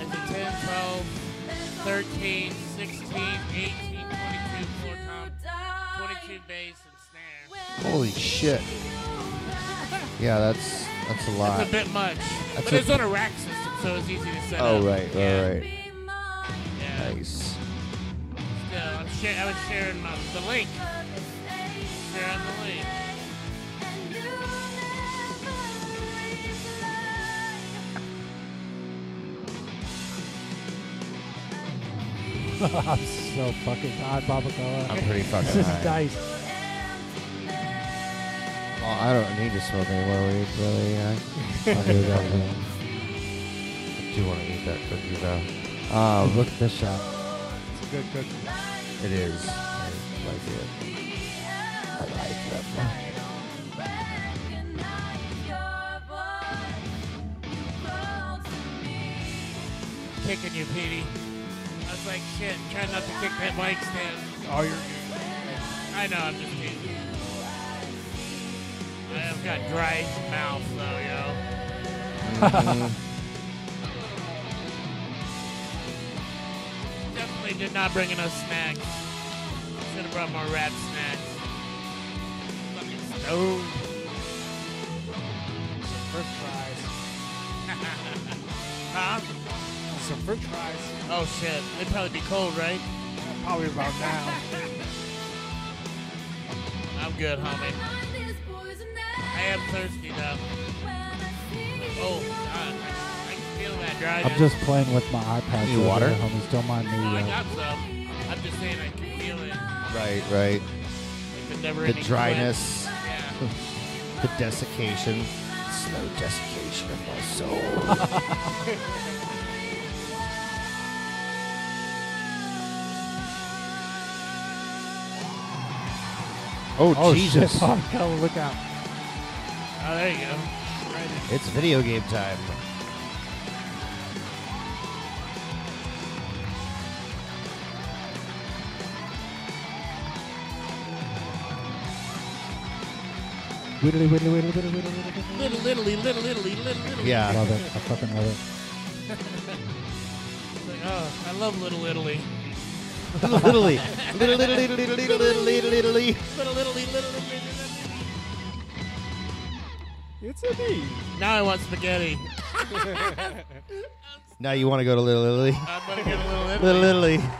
[SPEAKER 3] It's a 10, 12, 13, 16, 18, 22 floor tom, 22 bass and snare.
[SPEAKER 1] Holy shit. Yeah, that's that's a lot.
[SPEAKER 3] That's a bit much.
[SPEAKER 1] That's
[SPEAKER 3] but
[SPEAKER 1] a-
[SPEAKER 3] it's on a rack system, so it's easy to set
[SPEAKER 1] Oh
[SPEAKER 3] up.
[SPEAKER 1] right,
[SPEAKER 3] Yeah.
[SPEAKER 1] right, right. Nice.
[SPEAKER 3] Yeah, I'm share- I was sharing my, the link. Sharing the link.
[SPEAKER 2] I'm so fucking high, Papa Cola.
[SPEAKER 1] I'm pretty fucking
[SPEAKER 2] This
[SPEAKER 1] high.
[SPEAKER 2] is dice.
[SPEAKER 1] Well, I don't need to smoke anymore. We really, I, I'll do that. Thing. I do want to eat that cookie though. Um,
[SPEAKER 2] Look at this shot.
[SPEAKER 5] It's a good cookie.
[SPEAKER 1] it is. I like it. I like that one.
[SPEAKER 3] Kicking you, Petey. I was like, shit, try not to kick that mic stand.
[SPEAKER 5] Oh, you're.
[SPEAKER 3] I know, I'm just teasing. I've got dry mouth, though, yo. Definitely did not bring enough snacks. Should have brought more wrap snacks. Fucking stoned.
[SPEAKER 5] French fries.
[SPEAKER 3] Huh?
[SPEAKER 5] Some French fries.
[SPEAKER 3] Oh shit, it'd probably be cold, right?
[SPEAKER 5] probably about now.
[SPEAKER 3] I'm good, homie. I am thirsty though. Oh God, I can feel that dryness.
[SPEAKER 2] I'm just playing with my iPad.
[SPEAKER 1] Need
[SPEAKER 2] over
[SPEAKER 1] water?
[SPEAKER 2] there, homies. Don't mind me.
[SPEAKER 3] Oh, I
[SPEAKER 2] uh,
[SPEAKER 3] got some. I'm just saying I can feel it.
[SPEAKER 1] Right, right.
[SPEAKER 3] The never
[SPEAKER 1] The
[SPEAKER 3] ending
[SPEAKER 1] dryness,
[SPEAKER 3] sweat. Yeah.
[SPEAKER 1] the desiccation, slow desiccation of my
[SPEAKER 2] Oh,
[SPEAKER 1] soul. oh, Jesus!
[SPEAKER 2] Shit. Oh, God, look out.
[SPEAKER 3] Oh, there you go. Right in.
[SPEAKER 1] It's video game time.
[SPEAKER 2] Whittly, whittly, whittly, whittly, whittly, whittly.
[SPEAKER 3] Little, little, little, little, little, little.
[SPEAKER 1] Yeah.
[SPEAKER 2] Love it. I fucking love it.
[SPEAKER 3] It's like, oh, I love Little Italy.
[SPEAKER 1] Little Italy. Little Italy, Little Italy, Little Italy, Little Italy.
[SPEAKER 3] Little Italy, Little Italy, Little Italy.
[SPEAKER 5] It's a me.
[SPEAKER 3] Now I want spaghetti.
[SPEAKER 1] Now you want to go to Little Italy?
[SPEAKER 3] I'm gonna go to Little Italy.
[SPEAKER 1] Little Italy.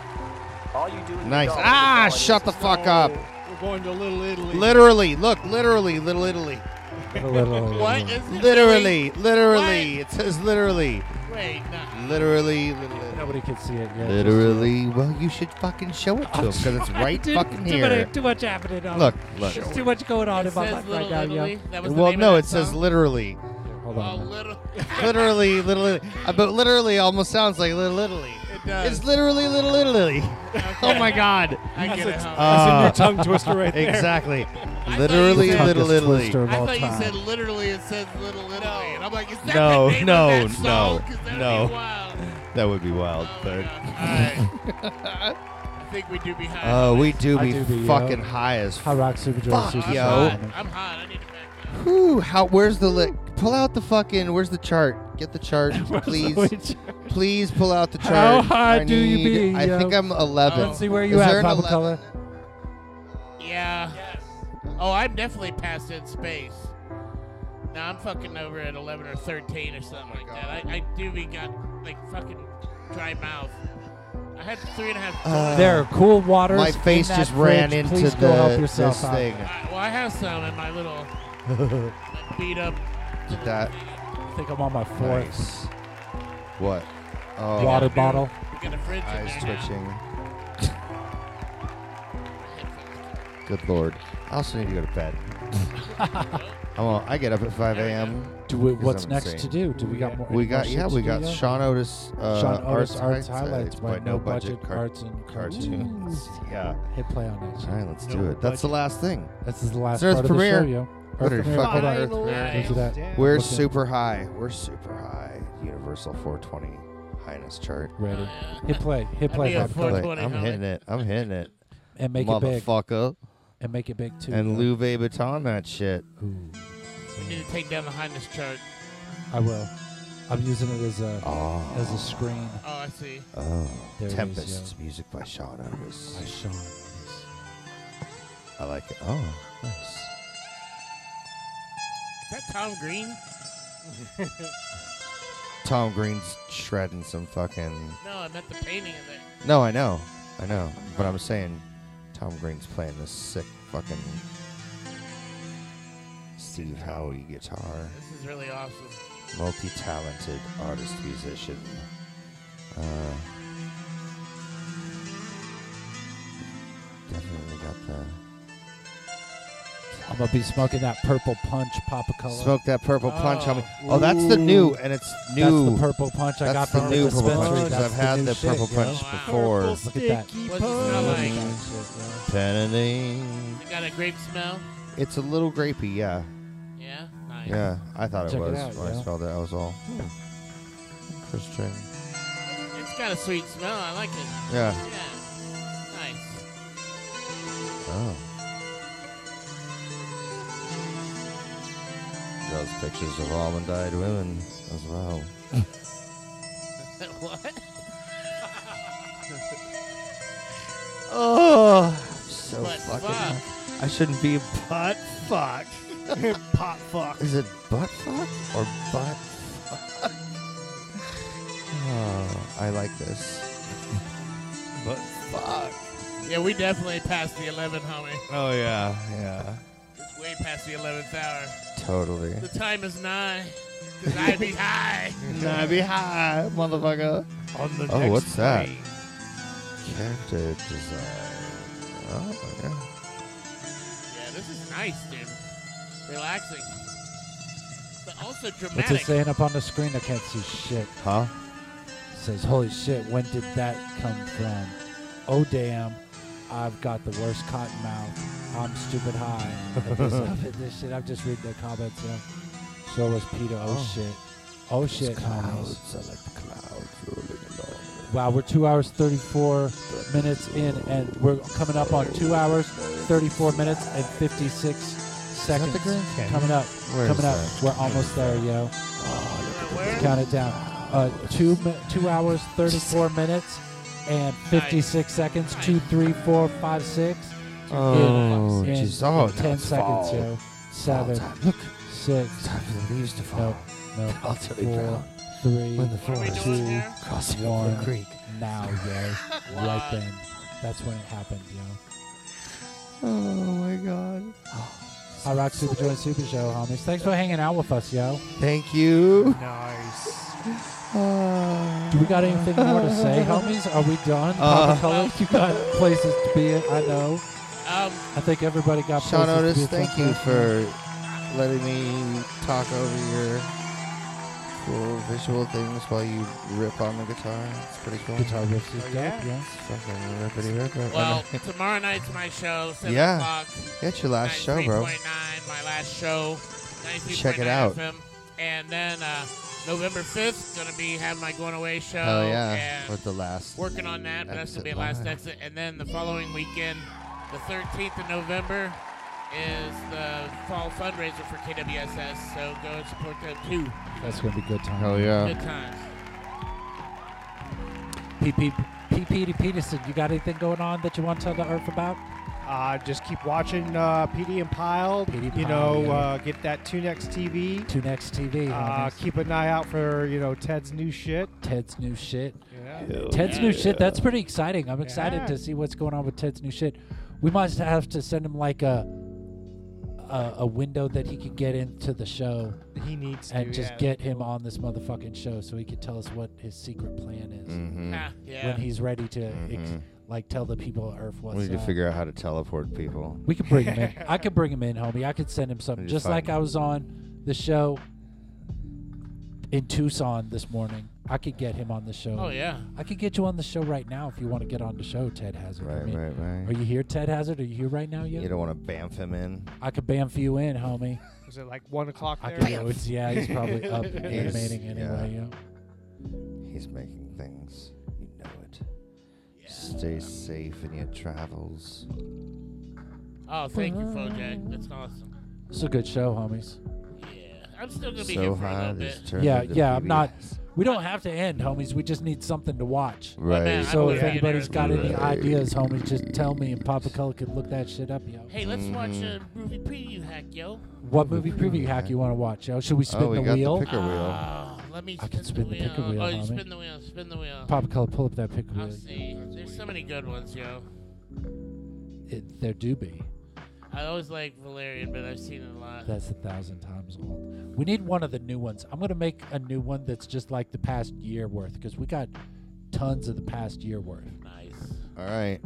[SPEAKER 7] All you do is
[SPEAKER 1] Nice.
[SPEAKER 7] go.
[SPEAKER 1] Ah, shut the fuck up.
[SPEAKER 5] We're going to Little Italy.
[SPEAKER 1] Literally, look, literally, Little Italy.
[SPEAKER 3] What is it?
[SPEAKER 1] Literally,
[SPEAKER 3] Wait,
[SPEAKER 1] literally. It says literally.
[SPEAKER 3] Wait, no.
[SPEAKER 1] Literally, Little Italy.
[SPEAKER 2] Nobody can see it yet.
[SPEAKER 1] Literally, well, you should fucking show it to him because it's right
[SPEAKER 2] Dude,
[SPEAKER 1] fucking
[SPEAKER 2] too
[SPEAKER 1] here.
[SPEAKER 2] Much, too much happening. On
[SPEAKER 1] Look, look.
[SPEAKER 2] There's too much going on
[SPEAKER 3] It
[SPEAKER 2] in my
[SPEAKER 3] says
[SPEAKER 2] life right
[SPEAKER 3] Little
[SPEAKER 2] now, yo.
[SPEAKER 3] Italy. That was the
[SPEAKER 1] well,
[SPEAKER 3] name
[SPEAKER 1] no,
[SPEAKER 3] of
[SPEAKER 1] it
[SPEAKER 3] that
[SPEAKER 1] says
[SPEAKER 3] song?
[SPEAKER 1] literally,
[SPEAKER 2] Hold on.
[SPEAKER 3] Oh, little.
[SPEAKER 1] literally, literally. Uh, But literally almost sounds like little Italy.
[SPEAKER 3] It does.
[SPEAKER 1] It's literally little Italy. Oh my God! Uh,
[SPEAKER 3] I get it. Huh?
[SPEAKER 5] That's in your tongue twister right there.
[SPEAKER 1] Exactly.
[SPEAKER 3] I thought
[SPEAKER 1] Literally,
[SPEAKER 3] you said-
[SPEAKER 1] little Italy.
[SPEAKER 2] twister.
[SPEAKER 3] I
[SPEAKER 2] all
[SPEAKER 3] thought
[SPEAKER 2] time.
[SPEAKER 3] you said literally it says Little Italy, and I'm like, is that
[SPEAKER 1] No,
[SPEAKER 3] the name
[SPEAKER 1] no,
[SPEAKER 3] of that song?
[SPEAKER 1] no,
[SPEAKER 3] 'Cause that'd be
[SPEAKER 1] no.
[SPEAKER 3] wild. Oh
[SPEAKER 1] That would be wild, but
[SPEAKER 3] All right. I think we do be high.
[SPEAKER 1] oh, we do
[SPEAKER 2] I
[SPEAKER 1] be
[SPEAKER 2] do be, yo.
[SPEAKER 1] fucking high as
[SPEAKER 2] High Rock Super Joy.
[SPEAKER 1] Fuck,
[SPEAKER 2] Super
[SPEAKER 1] yo.
[SPEAKER 2] Joy.
[SPEAKER 3] I'm hot. I'm hot. I need to back up.
[SPEAKER 1] Whew, how? Where's the li- pull out the fucking? Where's the chart? Get the chart, please.
[SPEAKER 2] Which-
[SPEAKER 1] Please pull out the chart.
[SPEAKER 2] How high
[SPEAKER 1] I
[SPEAKER 2] do you
[SPEAKER 1] need-
[SPEAKER 2] be,
[SPEAKER 1] I
[SPEAKER 2] yo?
[SPEAKER 1] think I'm 11.
[SPEAKER 2] Let's see where
[SPEAKER 1] Is
[SPEAKER 2] you
[SPEAKER 1] there an
[SPEAKER 2] at, Papa
[SPEAKER 1] 11?
[SPEAKER 2] Color.
[SPEAKER 3] Yeah. Oh, I'm definitely past in space. No, I'm fucking over at 11 or 13 or something
[SPEAKER 1] Oh
[SPEAKER 3] like that. I, I do be got, like, fucking dry mouth. I had three and a half.
[SPEAKER 1] Uh,
[SPEAKER 2] There are cool waters.
[SPEAKER 1] My
[SPEAKER 2] in
[SPEAKER 1] face
[SPEAKER 2] that
[SPEAKER 1] just ran
[SPEAKER 2] fridge.
[SPEAKER 1] into
[SPEAKER 2] Please go
[SPEAKER 1] the-
[SPEAKER 2] help yourself
[SPEAKER 1] this
[SPEAKER 2] out.
[SPEAKER 1] thing.
[SPEAKER 3] I- well, I have some in my little beat up.
[SPEAKER 1] Did that?
[SPEAKER 2] I think I'm on my fourth
[SPEAKER 1] Nice. What? Oh,
[SPEAKER 2] water bottle.
[SPEAKER 3] We got a fridge in
[SPEAKER 1] eyes
[SPEAKER 3] there now.
[SPEAKER 1] twitching. Good lord. I also need to go to bed. I'm all, I get up at 5 a.m.
[SPEAKER 2] Do we,
[SPEAKER 1] 'cause
[SPEAKER 2] what's
[SPEAKER 1] I'm
[SPEAKER 2] next to
[SPEAKER 1] insane.
[SPEAKER 2] do? Do we got more?
[SPEAKER 1] We
[SPEAKER 2] any
[SPEAKER 1] got
[SPEAKER 2] more
[SPEAKER 1] yeah,
[SPEAKER 2] shit
[SPEAKER 1] we
[SPEAKER 2] to
[SPEAKER 1] got
[SPEAKER 2] do, yo?
[SPEAKER 1] Sean Otis, uh,
[SPEAKER 2] Sean Otis
[SPEAKER 1] Arts highlights by no budget
[SPEAKER 2] Budget Arts and
[SPEAKER 1] cartoons. Yeah.
[SPEAKER 2] Hit play on that. shit.
[SPEAKER 1] All right, let's
[SPEAKER 2] No
[SPEAKER 1] do it. That's the last thing.
[SPEAKER 2] This is the last
[SPEAKER 1] Earth
[SPEAKER 2] part of
[SPEAKER 1] premiere.
[SPEAKER 2] the show, yo.
[SPEAKER 1] What
[SPEAKER 2] Earth
[SPEAKER 1] a
[SPEAKER 2] premiere.
[SPEAKER 1] fucking
[SPEAKER 2] Hold on.
[SPEAKER 1] Earth premiere.
[SPEAKER 2] Into that.
[SPEAKER 1] We're
[SPEAKER 2] Look at-
[SPEAKER 1] super high. We're super high. Universal 420 highness chart.
[SPEAKER 2] Ready. Hit play. Hit
[SPEAKER 3] That'd
[SPEAKER 2] play.
[SPEAKER 3] be a
[SPEAKER 2] Bob
[SPEAKER 3] four-
[SPEAKER 2] Dylan.
[SPEAKER 1] Like,
[SPEAKER 3] 420,
[SPEAKER 1] I'm
[SPEAKER 3] huh?
[SPEAKER 1] hitting it. I'm hitting it.
[SPEAKER 2] And make it big.
[SPEAKER 1] Motherfucker.
[SPEAKER 2] And make it big too.
[SPEAKER 1] And
[SPEAKER 2] yo.
[SPEAKER 1] Lou Vuitton that shit.
[SPEAKER 2] Ooh,
[SPEAKER 3] We need to take down the highness chart.
[SPEAKER 2] I will. I'm using it as a
[SPEAKER 1] Oh.
[SPEAKER 2] as a screen.
[SPEAKER 3] Oh, I see.
[SPEAKER 1] Oh.
[SPEAKER 2] There it is,
[SPEAKER 1] Tempest. music by Sean Otis.
[SPEAKER 2] By Sean.
[SPEAKER 1] I like it. Oh, nice.
[SPEAKER 3] Is that Tom Green?
[SPEAKER 1] Tom Green's shredding some fucking.
[SPEAKER 3] No, I meant the painting of it.
[SPEAKER 1] No, I know. I know. But I'm saying Tom Green's playing this sick fucking Steve Howie guitar.
[SPEAKER 3] This is really awesome.
[SPEAKER 1] Multi talented artist musician. Uh, definitely got the.
[SPEAKER 2] I'm gonna be smoking that purple punch Papa Color.
[SPEAKER 1] Smoke that purple punch,
[SPEAKER 3] Oh.
[SPEAKER 1] homie. Oh, that's the new, and it's
[SPEAKER 2] That's
[SPEAKER 1] new.
[SPEAKER 2] the purple punch I got
[SPEAKER 1] That's
[SPEAKER 2] from
[SPEAKER 1] the new
[SPEAKER 2] the
[SPEAKER 1] purple punch
[SPEAKER 2] dispensary.
[SPEAKER 1] because
[SPEAKER 2] That's
[SPEAKER 1] I've had the
[SPEAKER 2] new
[SPEAKER 1] purple
[SPEAKER 2] shit, yo.
[SPEAKER 1] punch before.
[SPEAKER 2] Look at that.
[SPEAKER 3] What's it smell like?
[SPEAKER 1] Ta-da-ding.
[SPEAKER 3] It got a grape smell.
[SPEAKER 1] It's a little grapey, yeah.
[SPEAKER 3] Yeah. Nice.
[SPEAKER 1] Yeah, I thought it
[SPEAKER 2] Check it
[SPEAKER 1] was
[SPEAKER 2] out, Hmm.
[SPEAKER 1] when
[SPEAKER 2] yeah.
[SPEAKER 1] I smelled it. I was all hmm, interesting.
[SPEAKER 3] It's got a sweet smell. I like it.
[SPEAKER 1] Yeah.
[SPEAKER 3] Yeah. Nice.
[SPEAKER 1] Oh. Draws pictures of almond eyed women as well.
[SPEAKER 3] what?
[SPEAKER 1] Oh, so
[SPEAKER 3] But
[SPEAKER 1] fucking.
[SPEAKER 3] fuck.
[SPEAKER 1] I shouldn't be a butt fuck.
[SPEAKER 5] Pot fuck.
[SPEAKER 1] Is it butt fuck or butt? fuck? Oh, I like this. butt fuck.
[SPEAKER 3] Yeah, we definitely passed the 11, homie.
[SPEAKER 1] Oh yeah, yeah.
[SPEAKER 3] It's way past the 11th hour.
[SPEAKER 1] Totally.
[SPEAKER 3] The time is nigh. 'cause I be high.
[SPEAKER 1] Nah, be high, motherfucker.
[SPEAKER 3] On the
[SPEAKER 1] oh,
[SPEAKER 3] next
[SPEAKER 1] what's that? Character design. Oh yeah.
[SPEAKER 3] Yeah, this is nice, dude. Relaxing. But also
[SPEAKER 2] What's it
[SPEAKER 3] dramatic.
[SPEAKER 2] saying up on the screen? I can't see shit.
[SPEAKER 1] Huh?
[SPEAKER 2] It says, "Holy shit! When did that come from? Oh damn! I've got the worst cotton mouth. I'm stupid high. And
[SPEAKER 3] Mm-hmm.
[SPEAKER 2] this, up and this shit. I'm just reading the comments. You know? So was Peter. Oh,
[SPEAKER 1] Oh.
[SPEAKER 2] shit! Oh
[SPEAKER 1] Those
[SPEAKER 2] shit! Homies.
[SPEAKER 1] Clouds are like the clouds rolling along.
[SPEAKER 2] Wow, we're two hours thirty-four minutes in, and we're coming up on two hours thirty-four minutes and fifty-six seconds.
[SPEAKER 1] Grand Canyon?
[SPEAKER 2] Coming up,
[SPEAKER 1] Where
[SPEAKER 2] coming
[SPEAKER 1] is
[SPEAKER 2] up.
[SPEAKER 1] that?
[SPEAKER 2] We're almost there, yo.
[SPEAKER 3] Where?
[SPEAKER 2] Count it down. Uh, two mi- two hours thirty-four minutes and fifty-six seconds. Two, three, four, five, six.
[SPEAKER 1] Oh,
[SPEAKER 2] in,
[SPEAKER 1] jeez. Oh,
[SPEAKER 2] in
[SPEAKER 1] now
[SPEAKER 2] ten
[SPEAKER 1] it's
[SPEAKER 2] seconds,
[SPEAKER 1] fall.
[SPEAKER 2] yo. Seven, six.
[SPEAKER 1] Time for the leaves to fall.
[SPEAKER 2] No, no.
[SPEAKER 1] I'll tell you
[SPEAKER 2] Four,
[SPEAKER 1] brown.
[SPEAKER 2] three,
[SPEAKER 1] When the forest
[SPEAKER 2] two,
[SPEAKER 1] is crossing over
[SPEAKER 2] one.
[SPEAKER 1] the creek.
[SPEAKER 2] Now, yo, right then. That's when it happened,
[SPEAKER 1] Oh
[SPEAKER 2] yo.
[SPEAKER 1] my god.
[SPEAKER 2] I rock Super Joint Super Show, homies. Thanks for hanging out with us, yo.
[SPEAKER 1] Thank you.
[SPEAKER 9] Nice.
[SPEAKER 2] Do we got anything more to say, homies? Are we done?
[SPEAKER 1] Uh,
[SPEAKER 2] Papa Color, you got places to be at, I know.
[SPEAKER 3] Um,
[SPEAKER 2] I think everybody got
[SPEAKER 1] Sean
[SPEAKER 2] places
[SPEAKER 1] Otis,
[SPEAKER 2] to be at
[SPEAKER 1] thank
[SPEAKER 2] some
[SPEAKER 1] you
[SPEAKER 2] point.
[SPEAKER 1] for letting me talk over your cool visual things while you rip on the guitar. It's pretty cool.
[SPEAKER 2] Guitar riffs is dope, yeah. yeah.
[SPEAKER 1] It's fucking rippity rip. rip.
[SPEAKER 3] Well, tomorrow night's my show, 7
[SPEAKER 1] Yeah.
[SPEAKER 3] o'clock.
[SPEAKER 1] It's your last show, bro.
[SPEAKER 3] 93.9, my last show. 93.9
[SPEAKER 1] Check it out.
[SPEAKER 3] FM. And then uh, November 5th, going to be having my going away show.
[SPEAKER 1] Hell yeah.
[SPEAKER 3] And
[SPEAKER 1] With the last.
[SPEAKER 3] working on that, but that's going to be a last
[SPEAKER 1] live.
[SPEAKER 3] exit. And then the following weekend, the 13th of November, is the fall fundraiser for KWSS. So go and support them too.
[SPEAKER 2] That's going to be good time.
[SPEAKER 1] Hell yeah.
[SPEAKER 3] Good times.
[SPEAKER 2] PP PP Peterson, you got anything going on that you want to tell the earth about?
[SPEAKER 5] Uh, just keep watching uh, PD and Pile.
[SPEAKER 2] PD
[SPEAKER 5] you
[SPEAKER 2] Pile,
[SPEAKER 5] know,
[SPEAKER 2] Oh, yeah.
[SPEAKER 5] uh, get that 2Next TV.
[SPEAKER 2] To next TV.
[SPEAKER 5] Uh,
[SPEAKER 2] homies.
[SPEAKER 5] keep an eye out for, you know, Ted's new shit.
[SPEAKER 2] Ted's new shit.
[SPEAKER 5] Yeah.
[SPEAKER 2] Ted's new shit. That's pretty exciting. I'm excited
[SPEAKER 5] Yeah.
[SPEAKER 2] to see what's going on with Ted's new shit. We must have to send him like a a, a window that he could get into the show
[SPEAKER 5] He needs to.
[SPEAKER 2] and just
[SPEAKER 5] yeah.
[SPEAKER 2] get him on this motherfucking show so he could tell us what his secret plan is
[SPEAKER 1] Mhm. Ah,
[SPEAKER 3] yeah.
[SPEAKER 2] when he's ready to ex-
[SPEAKER 1] Mhm.
[SPEAKER 2] like tell the people of Earth what's
[SPEAKER 1] we need to
[SPEAKER 2] up.
[SPEAKER 1] figure out how to teleport people.
[SPEAKER 2] We could bring him in. I could bring him in, homie. I could send him something.
[SPEAKER 1] Just
[SPEAKER 2] Just
[SPEAKER 1] find
[SPEAKER 2] like I was on the show in Tucson this morning. I could get him on the show.
[SPEAKER 3] Oh, yeah.
[SPEAKER 2] I could get you on the show right now if you want to get on the show, Ted Hazard. I
[SPEAKER 1] Right,
[SPEAKER 2] mean,
[SPEAKER 1] right, right.
[SPEAKER 2] Are you here, Ted Hazard? Are you here right now yet?
[SPEAKER 1] You don't want to bamf him in.
[SPEAKER 2] I could bamf you in, homie.
[SPEAKER 5] Is it like 1 o'clock
[SPEAKER 2] I
[SPEAKER 5] there?
[SPEAKER 2] could go, it's, yeah, he's probably up
[SPEAKER 5] He's-
[SPEAKER 2] animating anyway.
[SPEAKER 1] yeah.
[SPEAKER 2] Yeah.
[SPEAKER 1] He's making things. You know it. Stay safe in your travels.
[SPEAKER 3] Oh, thank you, Fojack. That's awesome.
[SPEAKER 2] It's a good show, homies.
[SPEAKER 3] Yeah. I'm still going to be
[SPEAKER 1] So
[SPEAKER 3] here for a
[SPEAKER 1] high
[SPEAKER 3] little
[SPEAKER 1] this
[SPEAKER 3] bit.
[SPEAKER 1] turned
[SPEAKER 2] yeah,
[SPEAKER 1] into
[SPEAKER 2] yeah. I'm not.
[SPEAKER 1] PBS.
[SPEAKER 2] We don't have to end, homies. We just need something to watch.
[SPEAKER 1] Right. But man, I
[SPEAKER 2] so
[SPEAKER 1] wanna
[SPEAKER 2] if
[SPEAKER 1] be in
[SPEAKER 2] anybody's got any
[SPEAKER 1] Arizona.
[SPEAKER 2] ideas, homies, just tell me, and Papa Color could look that shit up, yo.
[SPEAKER 3] Hey, let's
[SPEAKER 6] Mm-hmm.
[SPEAKER 3] watch a movie preview hack, yo.
[SPEAKER 2] What movie preview hack you want to watch, yo? Should we spin
[SPEAKER 1] Oh, we
[SPEAKER 2] the
[SPEAKER 1] got the
[SPEAKER 2] wheel?
[SPEAKER 1] picker wheel.
[SPEAKER 3] Oh, let me
[SPEAKER 2] I can
[SPEAKER 3] spin
[SPEAKER 2] spin the picker wheel,
[SPEAKER 3] Oh, you
[SPEAKER 2] homie.
[SPEAKER 3] spin the wheel, spin the wheel.
[SPEAKER 2] Papa Color, pull up that picker
[SPEAKER 3] I'll
[SPEAKER 2] wheel.
[SPEAKER 3] see. There's so many good ones, yo.
[SPEAKER 2] It, there do be.
[SPEAKER 3] I always like Valerian, but I've seen it a lot.
[SPEAKER 2] That's a thousand times old. We need one of the new ones. I'm gonna make a new one that's just like the past year worth, because we got tons of the past year worth.
[SPEAKER 3] nice.
[SPEAKER 1] All right.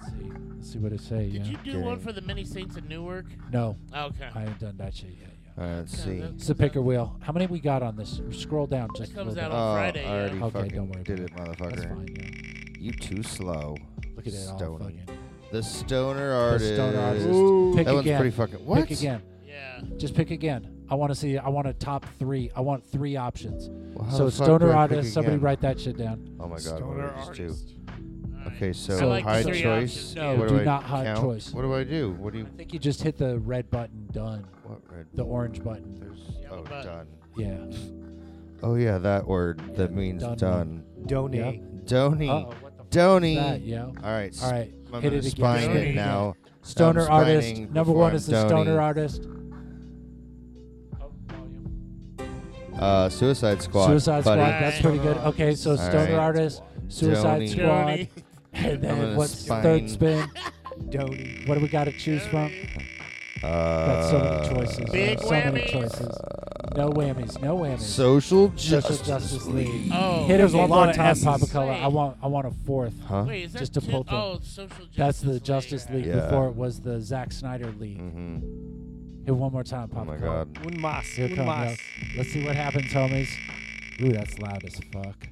[SPEAKER 2] Let's see, let's see what it say.
[SPEAKER 3] Did
[SPEAKER 2] yeah.
[SPEAKER 3] you do one for the Many Saints of Newark?
[SPEAKER 2] No.
[SPEAKER 3] Okay.
[SPEAKER 2] I ain't done that shit yet. yeah.
[SPEAKER 1] All right, let's see.
[SPEAKER 2] It's the picker wheel. How many we got on this? Scroll down just
[SPEAKER 3] comes
[SPEAKER 2] a little
[SPEAKER 3] out
[SPEAKER 2] bit.
[SPEAKER 3] on Friday,
[SPEAKER 1] Oh, I already
[SPEAKER 3] yeah.
[SPEAKER 2] Okay,
[SPEAKER 1] fucking
[SPEAKER 2] don't worry
[SPEAKER 1] did it,
[SPEAKER 2] about it.
[SPEAKER 1] motherfucker.
[SPEAKER 2] That's fine,
[SPEAKER 1] You too slow.
[SPEAKER 2] Look at it all
[SPEAKER 1] Stony.
[SPEAKER 2] fucking-
[SPEAKER 1] The stoner artist.
[SPEAKER 2] The stoner artist. Pick
[SPEAKER 1] that one's
[SPEAKER 2] again.
[SPEAKER 1] pretty fucking. What?
[SPEAKER 2] Pick again.
[SPEAKER 3] Yeah.
[SPEAKER 2] Just pick again. I want to see. I want a top three. I want three options.
[SPEAKER 1] Well, how
[SPEAKER 2] so
[SPEAKER 1] the fuck
[SPEAKER 2] stoner
[SPEAKER 1] do I pick
[SPEAKER 2] artist. Somebody
[SPEAKER 1] again?
[SPEAKER 2] write that shit down.
[SPEAKER 1] Oh my god.
[SPEAKER 5] Stoner
[SPEAKER 1] what did I just do? Okay, so
[SPEAKER 2] So- I like
[SPEAKER 1] high
[SPEAKER 2] the three
[SPEAKER 1] choice.
[SPEAKER 2] options. No,
[SPEAKER 1] what
[SPEAKER 2] do
[SPEAKER 1] I
[SPEAKER 2] not high
[SPEAKER 1] count?
[SPEAKER 2] choice.
[SPEAKER 1] What do I do? What do you?
[SPEAKER 2] I think you just hit the red button. Done.
[SPEAKER 1] What red?
[SPEAKER 2] The orange button.
[SPEAKER 1] There's, oh, done.
[SPEAKER 2] Yeah.
[SPEAKER 1] Oh yeah, that word that means
[SPEAKER 2] done.
[SPEAKER 1] done.
[SPEAKER 5] Donate.
[SPEAKER 1] Donny.
[SPEAKER 2] Uh-oh, what the fuck
[SPEAKER 1] Donny.
[SPEAKER 2] is that, yo?
[SPEAKER 1] All right.
[SPEAKER 2] All right.
[SPEAKER 1] sp- I'm
[SPEAKER 2] hit
[SPEAKER 1] gonna
[SPEAKER 2] it again.
[SPEAKER 1] spine
[SPEAKER 2] Hit
[SPEAKER 1] it
[SPEAKER 2] again.
[SPEAKER 1] now.
[SPEAKER 2] Stoner
[SPEAKER 1] I'm
[SPEAKER 2] artist.
[SPEAKER 1] spining
[SPEAKER 2] Number
[SPEAKER 1] before
[SPEAKER 2] one
[SPEAKER 1] I'm
[SPEAKER 2] is the
[SPEAKER 1] Donny.
[SPEAKER 2] stoner artist.
[SPEAKER 1] Uh, Suicide Squad.
[SPEAKER 2] Suicide Squad.
[SPEAKER 1] buddy.
[SPEAKER 2] That's pretty good. Okay, so
[SPEAKER 1] All
[SPEAKER 2] stoner
[SPEAKER 1] right.
[SPEAKER 2] artist, Suicide
[SPEAKER 1] Donny.
[SPEAKER 2] Squad, And
[SPEAKER 1] I'm
[SPEAKER 2] then
[SPEAKER 1] gonna
[SPEAKER 2] what's
[SPEAKER 1] spine-
[SPEAKER 2] third spin? Doty. What do we got to choose from? That's so
[SPEAKER 1] Uh,
[SPEAKER 2] many choices.
[SPEAKER 3] Big
[SPEAKER 2] so many choices. No whammies. No whammies.
[SPEAKER 1] Social
[SPEAKER 2] Social
[SPEAKER 1] Justice
[SPEAKER 2] Justice
[SPEAKER 1] League.
[SPEAKER 2] League.
[SPEAKER 1] Oh.
[SPEAKER 2] Hit us
[SPEAKER 1] Okay,
[SPEAKER 2] one
[SPEAKER 1] one
[SPEAKER 2] more time,
[SPEAKER 1] S's.
[SPEAKER 2] Papa Color. I
[SPEAKER 3] Wait.
[SPEAKER 2] want. I want a fourth.
[SPEAKER 1] Huh?
[SPEAKER 3] Wait, is that
[SPEAKER 2] Just to
[SPEAKER 3] two-
[SPEAKER 2] pull through.
[SPEAKER 3] oh, Social
[SPEAKER 2] That's the
[SPEAKER 3] Justice
[SPEAKER 2] Justice League,
[SPEAKER 3] League.
[SPEAKER 1] Yeah.
[SPEAKER 2] before it was the Zack Snyder League. Hit one more time, Papa
[SPEAKER 1] Mm-hmm. Oh my
[SPEAKER 2] Color.
[SPEAKER 1] God.
[SPEAKER 5] Un mas,
[SPEAKER 2] Here
[SPEAKER 5] un
[SPEAKER 2] come, yo.
[SPEAKER 5] mas.
[SPEAKER 2] Let's see what happens, homies. Ooh, that's loud as fuck.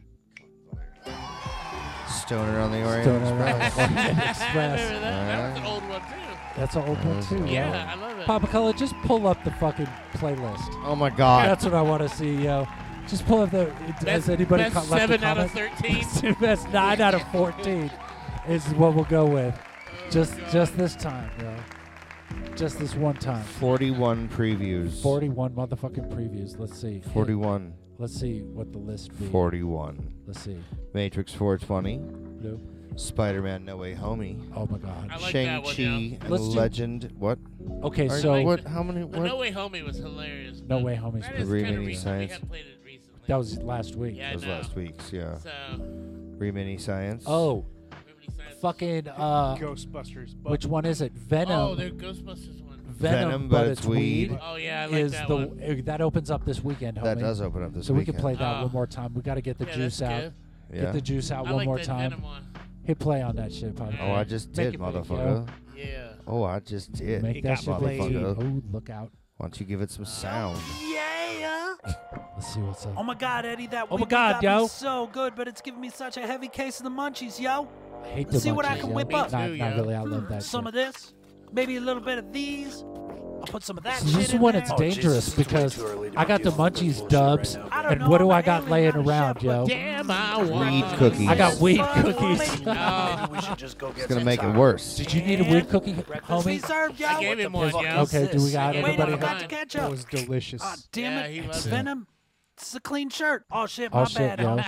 [SPEAKER 1] Stoner on the Orient
[SPEAKER 2] Stoner on the
[SPEAKER 1] Express.
[SPEAKER 2] Orient
[SPEAKER 3] Express.
[SPEAKER 2] Express.
[SPEAKER 3] Remember that? That was an old one too.
[SPEAKER 2] That's an old one too.
[SPEAKER 1] Mm-hmm.
[SPEAKER 2] yo.
[SPEAKER 3] Yeah, I love it.
[SPEAKER 2] Papa Color, just pull up the fucking playlist.
[SPEAKER 1] Oh my God.
[SPEAKER 2] That's what I want to see, yo. Just pull up the. has anybody
[SPEAKER 3] best
[SPEAKER 2] co- left a
[SPEAKER 3] seven out of
[SPEAKER 2] comment?
[SPEAKER 3] 13.
[SPEAKER 2] best nine out of fourteen is what we'll go with. Just, just this time, yo. Just this one time.
[SPEAKER 1] 41 previews.
[SPEAKER 2] Forty-one motherfucking previews. Let's see.
[SPEAKER 1] 41.
[SPEAKER 2] Let's see what the list be.
[SPEAKER 1] 41.
[SPEAKER 2] Let's see.
[SPEAKER 1] Matrix 420.
[SPEAKER 2] Nope.
[SPEAKER 1] Spider Man No Way Homie.
[SPEAKER 2] Oh my god.
[SPEAKER 3] I like that one,
[SPEAKER 1] Shang-Chi
[SPEAKER 3] yeah.
[SPEAKER 1] and
[SPEAKER 2] Let's do-
[SPEAKER 1] Legend. What?
[SPEAKER 2] Okay,
[SPEAKER 1] Are-
[SPEAKER 2] so-
[SPEAKER 1] What? How many?
[SPEAKER 3] But
[SPEAKER 1] What?
[SPEAKER 3] No Way Homie was hilarious.
[SPEAKER 2] No
[SPEAKER 3] but
[SPEAKER 2] Way Homie's
[SPEAKER 3] That
[SPEAKER 2] good.
[SPEAKER 3] is kind
[SPEAKER 1] Remini
[SPEAKER 3] of recent. We
[SPEAKER 1] Science.
[SPEAKER 3] haven't played it recently.
[SPEAKER 2] That was last week.
[SPEAKER 3] Yeah, I
[SPEAKER 1] That was
[SPEAKER 3] know.
[SPEAKER 1] last week's, yeah.
[SPEAKER 3] So
[SPEAKER 1] Remini Science.
[SPEAKER 2] Oh. Fucking uh,
[SPEAKER 5] Ghostbusters, but-
[SPEAKER 2] Which one is it? Venom.
[SPEAKER 3] Oh, the Ghostbusters one.
[SPEAKER 2] Venom, but, it's weed.
[SPEAKER 3] Oh, yeah, I like
[SPEAKER 2] is
[SPEAKER 3] that
[SPEAKER 2] the
[SPEAKER 3] one.
[SPEAKER 2] eh, that opens up this weekend, homie.
[SPEAKER 1] That does open up this
[SPEAKER 2] So we can
[SPEAKER 1] weekend.
[SPEAKER 2] play that
[SPEAKER 3] Ah.
[SPEAKER 2] one more time. We got to get the
[SPEAKER 3] Yeah,
[SPEAKER 2] juice
[SPEAKER 3] that's
[SPEAKER 2] out.
[SPEAKER 3] good.
[SPEAKER 1] Yeah.
[SPEAKER 2] Get the juice out
[SPEAKER 3] I
[SPEAKER 2] one
[SPEAKER 3] like
[SPEAKER 2] more
[SPEAKER 3] that
[SPEAKER 2] time.
[SPEAKER 3] Venom one.
[SPEAKER 2] Hit play on that shit, Papa.
[SPEAKER 1] Oh, I just
[SPEAKER 2] Make
[SPEAKER 1] did,
[SPEAKER 2] it big, yo.
[SPEAKER 1] motherfucker.
[SPEAKER 3] Yeah.
[SPEAKER 1] Oh, I just did.
[SPEAKER 2] Make that shit big.
[SPEAKER 1] motherfucker.
[SPEAKER 2] Oh, look out.
[SPEAKER 1] Why don't you give it
[SPEAKER 3] Oh.
[SPEAKER 1] some sound?
[SPEAKER 17] Yeah.
[SPEAKER 2] Let's see what's up.
[SPEAKER 6] Oh my God, Eddie, that
[SPEAKER 2] Oh my
[SPEAKER 6] weed got
[SPEAKER 2] God,
[SPEAKER 6] me
[SPEAKER 2] yo.
[SPEAKER 6] so good, but it's giving me such a heavy case of the munchies, yo.
[SPEAKER 2] I hate the
[SPEAKER 6] Let's see what I
[SPEAKER 2] munchies,
[SPEAKER 6] can
[SPEAKER 2] yo.
[SPEAKER 6] whip
[SPEAKER 2] Not-
[SPEAKER 6] up.
[SPEAKER 2] not really, I love
[SPEAKER 6] Hmm,
[SPEAKER 2] that
[SPEAKER 6] Some
[SPEAKER 2] shit.
[SPEAKER 6] of this, maybe a little bit of these. I'll put some of that.
[SPEAKER 2] So this
[SPEAKER 6] shit
[SPEAKER 2] is
[SPEAKER 6] in
[SPEAKER 2] when
[SPEAKER 6] there.
[SPEAKER 17] Oh,
[SPEAKER 2] it's dangerous because I got the munchies dubs,
[SPEAKER 6] I don't
[SPEAKER 2] and
[SPEAKER 6] know,
[SPEAKER 2] what do
[SPEAKER 6] I'm
[SPEAKER 2] I got laying around, yo?
[SPEAKER 3] Damn, I want.
[SPEAKER 1] Weed cookies.
[SPEAKER 2] I got weed
[SPEAKER 6] Fun,
[SPEAKER 2] cookies.
[SPEAKER 3] Oh.
[SPEAKER 17] We should just go
[SPEAKER 1] It's
[SPEAKER 17] get
[SPEAKER 1] gonna
[SPEAKER 17] some
[SPEAKER 1] make it
[SPEAKER 17] tacos.
[SPEAKER 1] worse.
[SPEAKER 2] Did you need a weed cookie, homie?
[SPEAKER 6] served, yo.
[SPEAKER 3] I gave him one, yeah.
[SPEAKER 2] Okay, do we got
[SPEAKER 6] Wait,
[SPEAKER 2] everybody?
[SPEAKER 6] I forgot to catch up.
[SPEAKER 5] That was delicious.
[SPEAKER 6] Ah, damn
[SPEAKER 3] Yeah, he
[SPEAKER 6] it.
[SPEAKER 3] loves
[SPEAKER 6] It's
[SPEAKER 3] it.
[SPEAKER 6] Venom. It's a clean shirt. Oh, shit,
[SPEAKER 2] Oh
[SPEAKER 6] my
[SPEAKER 2] shit,
[SPEAKER 6] bad.
[SPEAKER 2] yo.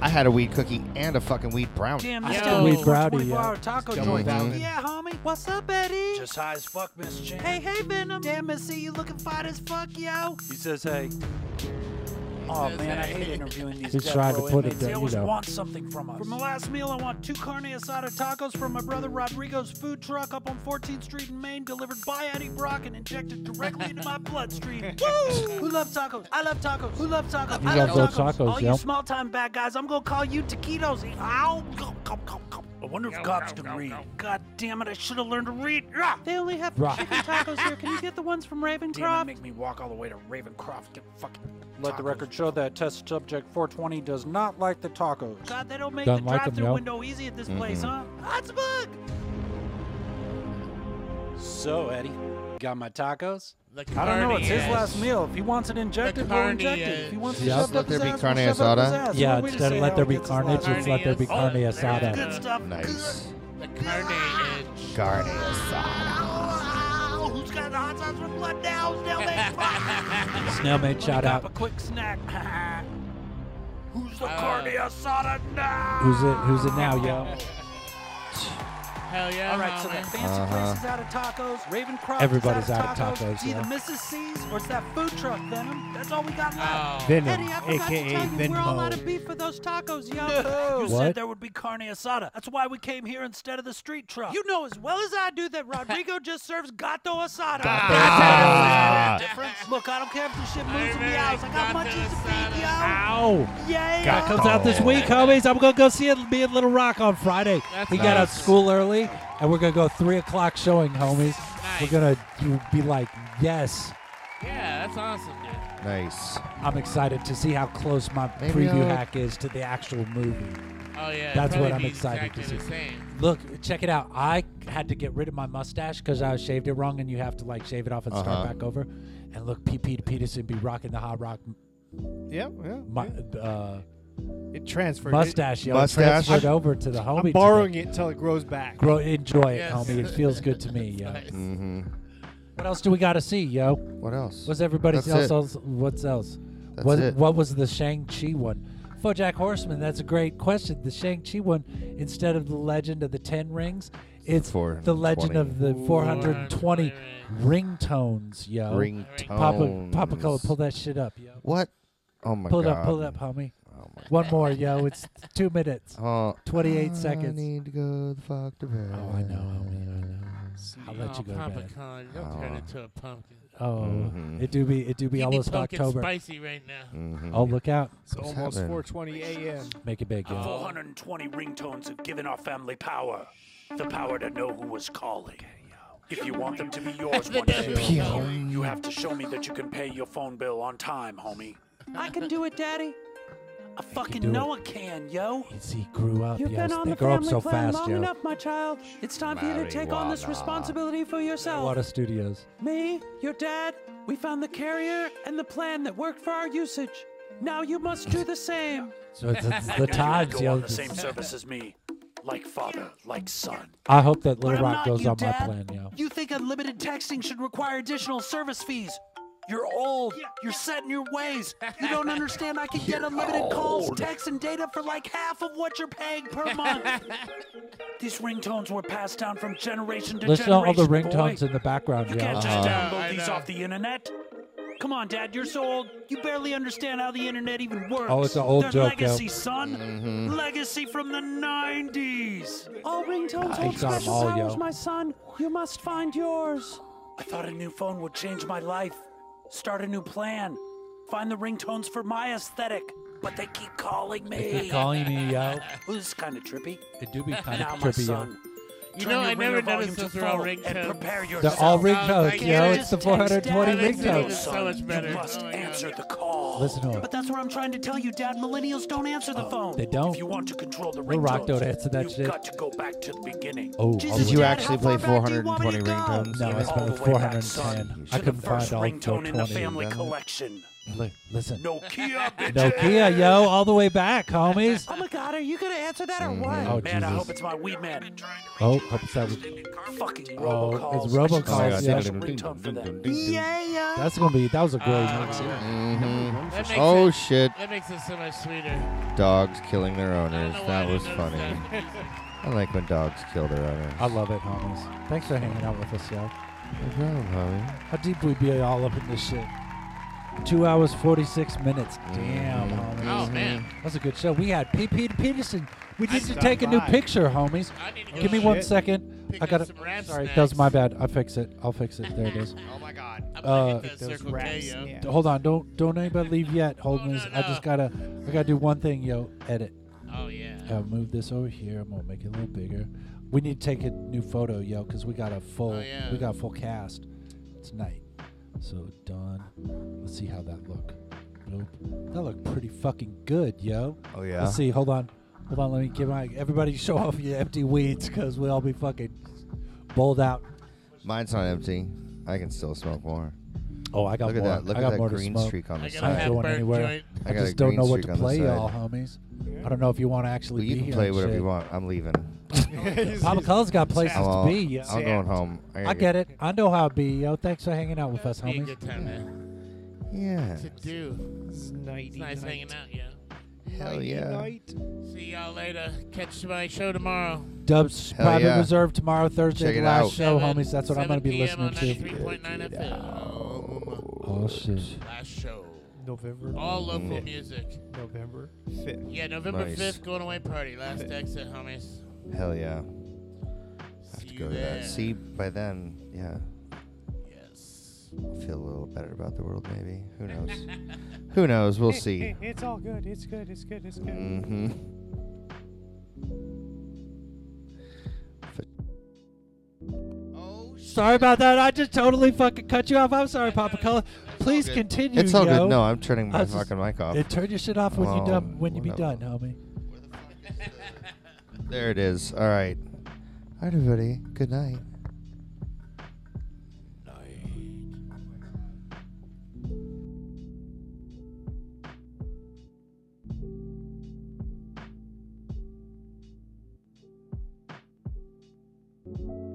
[SPEAKER 1] I had a weed cookie and a fucking weed brownie.
[SPEAKER 6] Damn,
[SPEAKER 2] I
[SPEAKER 6] this
[SPEAKER 2] still
[SPEAKER 6] guy
[SPEAKER 2] need
[SPEAKER 6] for
[SPEAKER 2] brownie,
[SPEAKER 6] 24
[SPEAKER 2] yeah.
[SPEAKER 6] hour taco
[SPEAKER 1] Double
[SPEAKER 6] joint.
[SPEAKER 1] brownie.
[SPEAKER 6] Yeah, homie. What's up, Eddie?
[SPEAKER 17] Just high as fuck, Miss Jane.
[SPEAKER 6] hey, hey, Venom. Damn, I see you looking fine as fuck, yo.
[SPEAKER 17] He says, hey.
[SPEAKER 6] Oh, man, I hate interviewing these
[SPEAKER 2] He's
[SPEAKER 6] death
[SPEAKER 2] trying to
[SPEAKER 6] row
[SPEAKER 2] put it
[SPEAKER 6] inmates.
[SPEAKER 2] down,
[SPEAKER 6] They
[SPEAKER 2] you
[SPEAKER 6] always
[SPEAKER 2] know.
[SPEAKER 6] want something from us. For my last meal, I want two carne asada tacos from my brother Rodrigo's food truck up on 14th Street in Maine, delivered by Eddie Brock and injected directly into my bloodstream. Woo! Who loves tacos? I love tacos. Who loves tacos?
[SPEAKER 2] You
[SPEAKER 6] I
[SPEAKER 2] love
[SPEAKER 6] love
[SPEAKER 2] those tacos,
[SPEAKER 6] All
[SPEAKER 2] yeah.
[SPEAKER 6] you small-time bad guys, I'm gonna call you taquitos. Ow! Go, go, go, go. I wonder if cops can read. God damn it! I should have learned to read. Ah!
[SPEAKER 17] They only have
[SPEAKER 2] Right.
[SPEAKER 17] chicken tacos here. Can you get the ones from
[SPEAKER 6] Damn it! Make me walk all the way to Ravencroft. Get fucking.
[SPEAKER 2] Let the record show that test subject 420 does not like the tacos.
[SPEAKER 6] God, they don't make
[SPEAKER 2] Don't
[SPEAKER 6] the
[SPEAKER 2] like 'em,
[SPEAKER 6] drive-through
[SPEAKER 2] yo.
[SPEAKER 6] window easy at this
[SPEAKER 1] Mm-hmm.
[SPEAKER 6] place, huh?
[SPEAKER 2] Mm-mm.
[SPEAKER 6] That's a bug.
[SPEAKER 2] So, Eddie, got my tacos?
[SPEAKER 3] The
[SPEAKER 2] I don't know.
[SPEAKER 3] carne
[SPEAKER 2] It's his
[SPEAKER 3] ass.
[SPEAKER 2] last meal. If he wants it injected, we'll
[SPEAKER 3] carne
[SPEAKER 2] inject it. If he
[SPEAKER 3] ass.
[SPEAKER 2] wants it
[SPEAKER 1] Yep.
[SPEAKER 2] shoved
[SPEAKER 1] Let
[SPEAKER 2] up
[SPEAKER 1] there
[SPEAKER 2] his
[SPEAKER 1] be
[SPEAKER 2] ass,
[SPEAKER 1] carne
[SPEAKER 2] we'll shove it up his
[SPEAKER 1] asada?
[SPEAKER 2] ass.
[SPEAKER 1] Yeah,
[SPEAKER 2] What a way to
[SPEAKER 1] instead of
[SPEAKER 2] say
[SPEAKER 1] let
[SPEAKER 2] how
[SPEAKER 1] there
[SPEAKER 2] he
[SPEAKER 1] be
[SPEAKER 2] gets his
[SPEAKER 1] carne,
[SPEAKER 2] last
[SPEAKER 1] just
[SPEAKER 2] meal.
[SPEAKER 1] let there be
[SPEAKER 2] Oh,
[SPEAKER 1] carne
[SPEAKER 2] there's
[SPEAKER 1] asada.
[SPEAKER 2] good stuff.
[SPEAKER 1] Nice.
[SPEAKER 3] The carne and
[SPEAKER 1] Carne asada.
[SPEAKER 6] Oh, who's got the hot sauce for blood now? Snail made.
[SPEAKER 2] Snail made shout
[SPEAKER 6] Grab
[SPEAKER 2] out.
[SPEAKER 6] a quick snack. who's the carne asada now?
[SPEAKER 2] Who's it? Who's it now, yo?
[SPEAKER 3] Hell yeah.
[SPEAKER 6] All right, so that
[SPEAKER 3] homie.
[SPEAKER 6] fancy place is out of tacos. Ravencroft
[SPEAKER 2] Uh-huh. Everybody's
[SPEAKER 6] is out,
[SPEAKER 2] out
[SPEAKER 6] of
[SPEAKER 2] of
[SPEAKER 6] tacos.
[SPEAKER 2] tacos,
[SPEAKER 6] It's either
[SPEAKER 2] yeah.
[SPEAKER 6] Mrs. C's or it's that food truck Venom. That's all we got left.
[SPEAKER 2] Oh. Venom,
[SPEAKER 6] Eddie, I forgot
[SPEAKER 5] aka
[SPEAKER 6] to tell you, we're all
[SPEAKER 5] Venmo.
[SPEAKER 6] out of beef for those tacos, yo. You
[SPEAKER 2] What?
[SPEAKER 6] said there would be carne asada. That's why we came here instead of the street truck. You know as well as I do that Rodrigo just serves gato asada. Gato
[SPEAKER 2] asada.
[SPEAKER 6] Difference? Look, I don't care if this shit moves me out. I got munchies to feed, yo.
[SPEAKER 2] Ow!
[SPEAKER 6] Yay!
[SPEAKER 2] That comes out this week, homies. I'm gonna go see it be at Little Rock on Friday.
[SPEAKER 3] That's
[SPEAKER 2] we got out of
[SPEAKER 3] nice.
[SPEAKER 2] school early, and we're gonna go three o'clock showing, homies. We're gonna be like, yes.
[SPEAKER 3] Yeah, that's awesome, dude.
[SPEAKER 1] Nice.
[SPEAKER 2] I'm excited to see how close my
[SPEAKER 1] Maybe
[SPEAKER 2] preview
[SPEAKER 1] I'll-
[SPEAKER 2] hack is to the actual movie.
[SPEAKER 3] Oh yeah.
[SPEAKER 2] That's
[SPEAKER 3] probably
[SPEAKER 2] what I'm
[SPEAKER 3] be
[SPEAKER 2] excited
[SPEAKER 3] exactly
[SPEAKER 2] to
[SPEAKER 3] the
[SPEAKER 2] see.
[SPEAKER 3] same.
[SPEAKER 2] Look, check it out. I had to get rid of my mustache because I shaved it wrong, and you have to like shave it off and
[SPEAKER 1] Uh-huh.
[SPEAKER 2] start back over. And look, P. Pete Peterson be rocking the hot rock.
[SPEAKER 5] Yeah, yeah.
[SPEAKER 2] Mu- uh,
[SPEAKER 5] It transferred. It-
[SPEAKER 2] mustache, yo,
[SPEAKER 1] Mustache?
[SPEAKER 2] transferred over to the homie.
[SPEAKER 5] I'm
[SPEAKER 2] today.
[SPEAKER 5] borrowing it till it grows back.
[SPEAKER 2] Grow, enjoy it,
[SPEAKER 3] Yes.
[SPEAKER 2] homie. It feels good to me, yo.
[SPEAKER 1] Mm-hmm.
[SPEAKER 2] What else do we got to see, yo?
[SPEAKER 1] What else?
[SPEAKER 2] What's everybody
[SPEAKER 1] That's
[SPEAKER 2] else,
[SPEAKER 1] it.
[SPEAKER 2] else? What's else?
[SPEAKER 1] That's
[SPEAKER 2] what
[SPEAKER 1] it.
[SPEAKER 2] What was the Shang Chi one? Bojack Horseman. That's a great question. The Shang Chi one, instead of the Legend of the Ten Rings, it's
[SPEAKER 1] Four
[SPEAKER 2] the Legend of the
[SPEAKER 3] Ooh.
[SPEAKER 2] 420 ringtones, yo.
[SPEAKER 1] Ringtones.
[SPEAKER 2] Papa, Papa Color, pull that shit up, yo.
[SPEAKER 1] What? Oh my
[SPEAKER 2] pull it
[SPEAKER 1] god.
[SPEAKER 2] up, pull it up, homie. One more, yo. It's two minutes,
[SPEAKER 1] Oh,
[SPEAKER 2] 28
[SPEAKER 1] I
[SPEAKER 2] seconds.
[SPEAKER 1] need to go the fuck to bed. Oh, I know.
[SPEAKER 2] I'll let
[SPEAKER 6] Oh,
[SPEAKER 2] you go to
[SPEAKER 3] Papa
[SPEAKER 2] bed.
[SPEAKER 3] Con, don't
[SPEAKER 1] Oh.
[SPEAKER 3] turn into a pumpkin.
[SPEAKER 2] Oh,
[SPEAKER 1] Mm-hmm.
[SPEAKER 2] it do be it do be
[SPEAKER 3] Give me
[SPEAKER 2] almost
[SPEAKER 3] pumpkin
[SPEAKER 2] October.
[SPEAKER 3] spicy right now.
[SPEAKER 2] Mhm. Oh, look out!
[SPEAKER 5] It's almost 4:20 a.m.
[SPEAKER 2] Make it big, yo.
[SPEAKER 11] 420 ringtones have given our family power. The power to know who was calling. If you want them to be yours one day,
[SPEAKER 2] Pew.
[SPEAKER 11] you have to show me that you can pay your phone bill on time, homie.
[SPEAKER 6] I can do it, Daddy. I fucking
[SPEAKER 2] do
[SPEAKER 6] know I can, yo.
[SPEAKER 2] He grew up.
[SPEAKER 6] You've
[SPEAKER 2] yes,
[SPEAKER 6] been on
[SPEAKER 2] they
[SPEAKER 6] the
[SPEAKER 2] grow up
[SPEAKER 6] family
[SPEAKER 2] so
[SPEAKER 6] plan
[SPEAKER 2] fast,
[SPEAKER 6] long
[SPEAKER 2] yo.
[SPEAKER 6] enough, my child. It's time for you to take on this
[SPEAKER 2] Marijuana.
[SPEAKER 6] responsibility for yourself.
[SPEAKER 2] Water Studios.
[SPEAKER 6] Me, your dad, we found the carrier and the plan that worked for our usage. Now you must do the same.
[SPEAKER 2] So it's- it's
[SPEAKER 11] You
[SPEAKER 2] the times,
[SPEAKER 11] go
[SPEAKER 2] yo.
[SPEAKER 11] on the
[SPEAKER 2] This-
[SPEAKER 11] same service as me, like father, like son.
[SPEAKER 2] I hope that
[SPEAKER 6] But
[SPEAKER 2] Little
[SPEAKER 6] I'm
[SPEAKER 2] Rock
[SPEAKER 6] not
[SPEAKER 2] goes
[SPEAKER 6] you,
[SPEAKER 2] on my
[SPEAKER 6] Dad.
[SPEAKER 2] plan, yo.
[SPEAKER 6] You think unlimited texting should require additional service fees? You're old. You're set in your ways. You don't understand. I can get unlimited calls, texts, and data for like half of what you're paying per month. These ringtones were passed down from generation to
[SPEAKER 2] Listen to all
[SPEAKER 6] generation.
[SPEAKER 2] the
[SPEAKER 6] boy.
[SPEAKER 2] ringtones in the background,
[SPEAKER 6] You
[SPEAKER 2] yo.
[SPEAKER 6] can't just
[SPEAKER 2] Uh,
[SPEAKER 6] download these off the internet. Come on, Dad. You're so old. You barely understand how the internet even works.
[SPEAKER 2] Oh, it's an old
[SPEAKER 6] They're
[SPEAKER 2] joke, yo.
[SPEAKER 6] legacy, son.
[SPEAKER 2] Mhm.
[SPEAKER 6] Legacy from the '90s. All ringtones
[SPEAKER 2] I hold got 'em special all, powers, yo. my
[SPEAKER 6] son. You must find yours. I thought a new phone would change my life. Start a new plan. Find the ringtones for my aesthetic. But they keep calling me.
[SPEAKER 2] They keep calling me, yo.
[SPEAKER 6] Well, this is kind of trippy.
[SPEAKER 2] It do be kind of
[SPEAKER 6] Now, my
[SPEAKER 2] trippy, yo.
[SPEAKER 6] son,
[SPEAKER 3] You
[SPEAKER 6] Turn
[SPEAKER 3] know,
[SPEAKER 6] your
[SPEAKER 3] I never
[SPEAKER 6] ringer volume
[SPEAKER 3] noticed
[SPEAKER 6] to
[SPEAKER 3] those were all
[SPEAKER 6] full
[SPEAKER 3] ringtones.
[SPEAKER 6] And prepare
[SPEAKER 2] They're
[SPEAKER 6] yourself.
[SPEAKER 2] all ringtones,
[SPEAKER 6] You
[SPEAKER 2] yo.
[SPEAKER 6] can't
[SPEAKER 2] It's the
[SPEAKER 6] just text
[SPEAKER 2] 420
[SPEAKER 6] Dad.
[SPEAKER 2] ringtones.
[SPEAKER 3] So much better.
[SPEAKER 6] You
[SPEAKER 2] Oh,
[SPEAKER 6] must answer the call.
[SPEAKER 2] Listen to 'em.
[SPEAKER 6] But that's what I'm trying to tell you, Dad. Millennials don't answer the phone.
[SPEAKER 2] Oh, They don't.
[SPEAKER 6] If you want to control the
[SPEAKER 2] Little Rock
[SPEAKER 6] ringtones,
[SPEAKER 2] don't answer that
[SPEAKER 6] you've
[SPEAKER 2] shit.
[SPEAKER 6] got to go back to the beginning.
[SPEAKER 2] Oh,
[SPEAKER 6] Jesus,
[SPEAKER 2] Did
[SPEAKER 1] Did you
[SPEAKER 6] Dad,
[SPEAKER 1] actually
[SPEAKER 6] how
[SPEAKER 1] play
[SPEAKER 6] far back do you want
[SPEAKER 1] 420 ringtones?
[SPEAKER 2] No, I spent
[SPEAKER 6] way back,
[SPEAKER 2] 410. I
[SPEAKER 6] to
[SPEAKER 2] couldn't
[SPEAKER 6] the first
[SPEAKER 2] find all
[SPEAKER 6] ringtone in the
[SPEAKER 2] 420.
[SPEAKER 6] family collection.
[SPEAKER 2] Li- Listen.
[SPEAKER 6] Nokia,
[SPEAKER 2] Nokia, yo, all the way back, homies.
[SPEAKER 6] Oh my God, are you gonna answer that or what?
[SPEAKER 2] Oh,
[SPEAKER 6] man, I
[SPEAKER 2] Jesus.
[SPEAKER 6] hope it's my weed man.
[SPEAKER 2] Oh, hope it's that.
[SPEAKER 6] Fucking
[SPEAKER 2] Oh,
[SPEAKER 6] robocalls.
[SPEAKER 2] it's
[SPEAKER 6] I should
[SPEAKER 2] robocalls,
[SPEAKER 6] sell some
[SPEAKER 2] yo.
[SPEAKER 6] ringtone for them. Yeah,
[SPEAKER 2] That's gonna be. That was a great.
[SPEAKER 6] Uh,
[SPEAKER 3] That makes
[SPEAKER 2] movie.
[SPEAKER 1] Oh,
[SPEAKER 3] it-
[SPEAKER 1] shit.
[SPEAKER 3] That makes it so much sweeter.
[SPEAKER 1] Dogs killing their owners.
[SPEAKER 3] know why I
[SPEAKER 1] That
[SPEAKER 3] didn't
[SPEAKER 1] was
[SPEAKER 3] notice
[SPEAKER 1] funny. I like when dogs kill their owners.
[SPEAKER 2] I love it, homies. Thanks for hanging out with us, yo.
[SPEAKER 1] No
[SPEAKER 6] Mm-hmm.
[SPEAKER 1] problem, homie.
[SPEAKER 2] How deep we be all up in this shit? Two hours forty six minutes. Damn, homies.
[SPEAKER 3] Oh, man.
[SPEAKER 2] that's a good show. We had PP to Peterson. We
[SPEAKER 3] I
[SPEAKER 2] need to
[SPEAKER 3] stopped
[SPEAKER 2] take a new
[SPEAKER 3] by.
[SPEAKER 2] picture, homies. Give me one second.
[SPEAKER 3] Pick
[SPEAKER 2] I
[SPEAKER 3] up
[SPEAKER 2] got
[SPEAKER 3] some ram
[SPEAKER 2] to Sorry, that
[SPEAKER 3] snacks.
[SPEAKER 2] was my bad. I fix it. I'll fix it. There it is.
[SPEAKER 3] Oh my God. I'm gonna
[SPEAKER 2] Uh,
[SPEAKER 3] get that Circle K, yo.
[SPEAKER 2] d- hold on. Don't don't anybody leave yet, homies. I just gotta I gotta do one thing, yo. Edit.
[SPEAKER 3] Oh, yeah.
[SPEAKER 2] I'll move this over here. I'm gonna make it a little bigger. We need to take a new photo, yo, because we got a full
[SPEAKER 3] Oh, yeah.
[SPEAKER 2] we got a full cast tonight. So done. Let's see how that look. Nope. That looked pretty fucking good, yo.
[SPEAKER 1] Oh, yeah?
[SPEAKER 2] Let's see. Hold on. Hold on. Let me give my everybody show off your empty weeds, cause we'll all be fucking bowled out.
[SPEAKER 1] Mine's not empty. I can still smoke more.
[SPEAKER 2] Oh, I got
[SPEAKER 1] Look
[SPEAKER 2] more.
[SPEAKER 1] at that. Look
[SPEAKER 2] I
[SPEAKER 1] at
[SPEAKER 2] got
[SPEAKER 1] that
[SPEAKER 2] more to
[SPEAKER 1] green
[SPEAKER 2] smoke.
[SPEAKER 1] streak on the
[SPEAKER 2] I'm
[SPEAKER 1] side.
[SPEAKER 2] not going anywhere. I,
[SPEAKER 1] got a
[SPEAKER 2] just don't
[SPEAKER 1] green
[SPEAKER 2] know what
[SPEAKER 1] streak
[SPEAKER 2] to
[SPEAKER 1] on the
[SPEAKER 2] play,
[SPEAKER 1] side.
[SPEAKER 2] y'all, homies. I don't know if you want to actually
[SPEAKER 1] Well, you
[SPEAKER 2] be
[SPEAKER 1] can
[SPEAKER 2] here
[SPEAKER 1] play
[SPEAKER 2] and
[SPEAKER 1] whatever you
[SPEAKER 2] shit.
[SPEAKER 1] want. I'm leaving.
[SPEAKER 2] Papa Cul's got places
[SPEAKER 1] I'm all-
[SPEAKER 2] to be. Yeah.
[SPEAKER 1] I'm going home. I
[SPEAKER 2] I,
[SPEAKER 1] gotta
[SPEAKER 2] get it. I know how it be, yo. Thanks for hanging out with us,
[SPEAKER 3] Be a
[SPEAKER 2] homies.
[SPEAKER 3] good time, man.
[SPEAKER 1] Yeah.
[SPEAKER 3] To do. It's nice hanging out, yeah.
[SPEAKER 1] Hell yeah.
[SPEAKER 3] See y'all later. Catch my show tomorrow.
[SPEAKER 2] Dubs
[SPEAKER 1] Hell
[SPEAKER 2] Private
[SPEAKER 1] yeah.
[SPEAKER 2] Reserve tomorrow, Thursday,
[SPEAKER 1] Check
[SPEAKER 2] the
[SPEAKER 1] it
[SPEAKER 2] last
[SPEAKER 1] out.
[SPEAKER 2] show,
[SPEAKER 1] Seven-
[SPEAKER 2] homies. That's what
[SPEAKER 3] 7
[SPEAKER 2] I'm going to be
[SPEAKER 3] p.m.
[SPEAKER 2] listening
[SPEAKER 3] on 93.9
[SPEAKER 2] to.
[SPEAKER 3] FM.
[SPEAKER 2] Oh, shit.
[SPEAKER 3] Last show.
[SPEAKER 5] November.
[SPEAKER 3] All local
[SPEAKER 5] fifth.
[SPEAKER 3] music.
[SPEAKER 5] November fifth.
[SPEAKER 3] Yeah, November
[SPEAKER 1] Nice.
[SPEAKER 3] 5th, going away party. Last exit, homies.
[SPEAKER 1] Hell yeah. I have to go to
[SPEAKER 3] there.
[SPEAKER 1] that. See, by then, yeah. I'll feel a little better about the world, maybe. Who knows? Who knows? Uh, We'll
[SPEAKER 9] Hey,
[SPEAKER 1] see.
[SPEAKER 9] hey, it's all good. It's good. It's good. It's good.
[SPEAKER 1] hmm
[SPEAKER 2] Sorry about that. I just totally fucking cut you off. I'm sorry, Papa Cullen. Please continue.
[SPEAKER 1] It's all
[SPEAKER 2] yo.
[SPEAKER 1] good. No, I'm turning
[SPEAKER 2] I
[SPEAKER 1] my
[SPEAKER 2] was just-
[SPEAKER 1] fucking mic off.
[SPEAKER 2] Yeah, turn your shit off when you
[SPEAKER 1] Oh,
[SPEAKER 2] done. When you be
[SPEAKER 1] whatever.
[SPEAKER 2] done, homie.
[SPEAKER 1] There it is. All right. All right, everybody. Good night.
[SPEAKER 25] Thank you.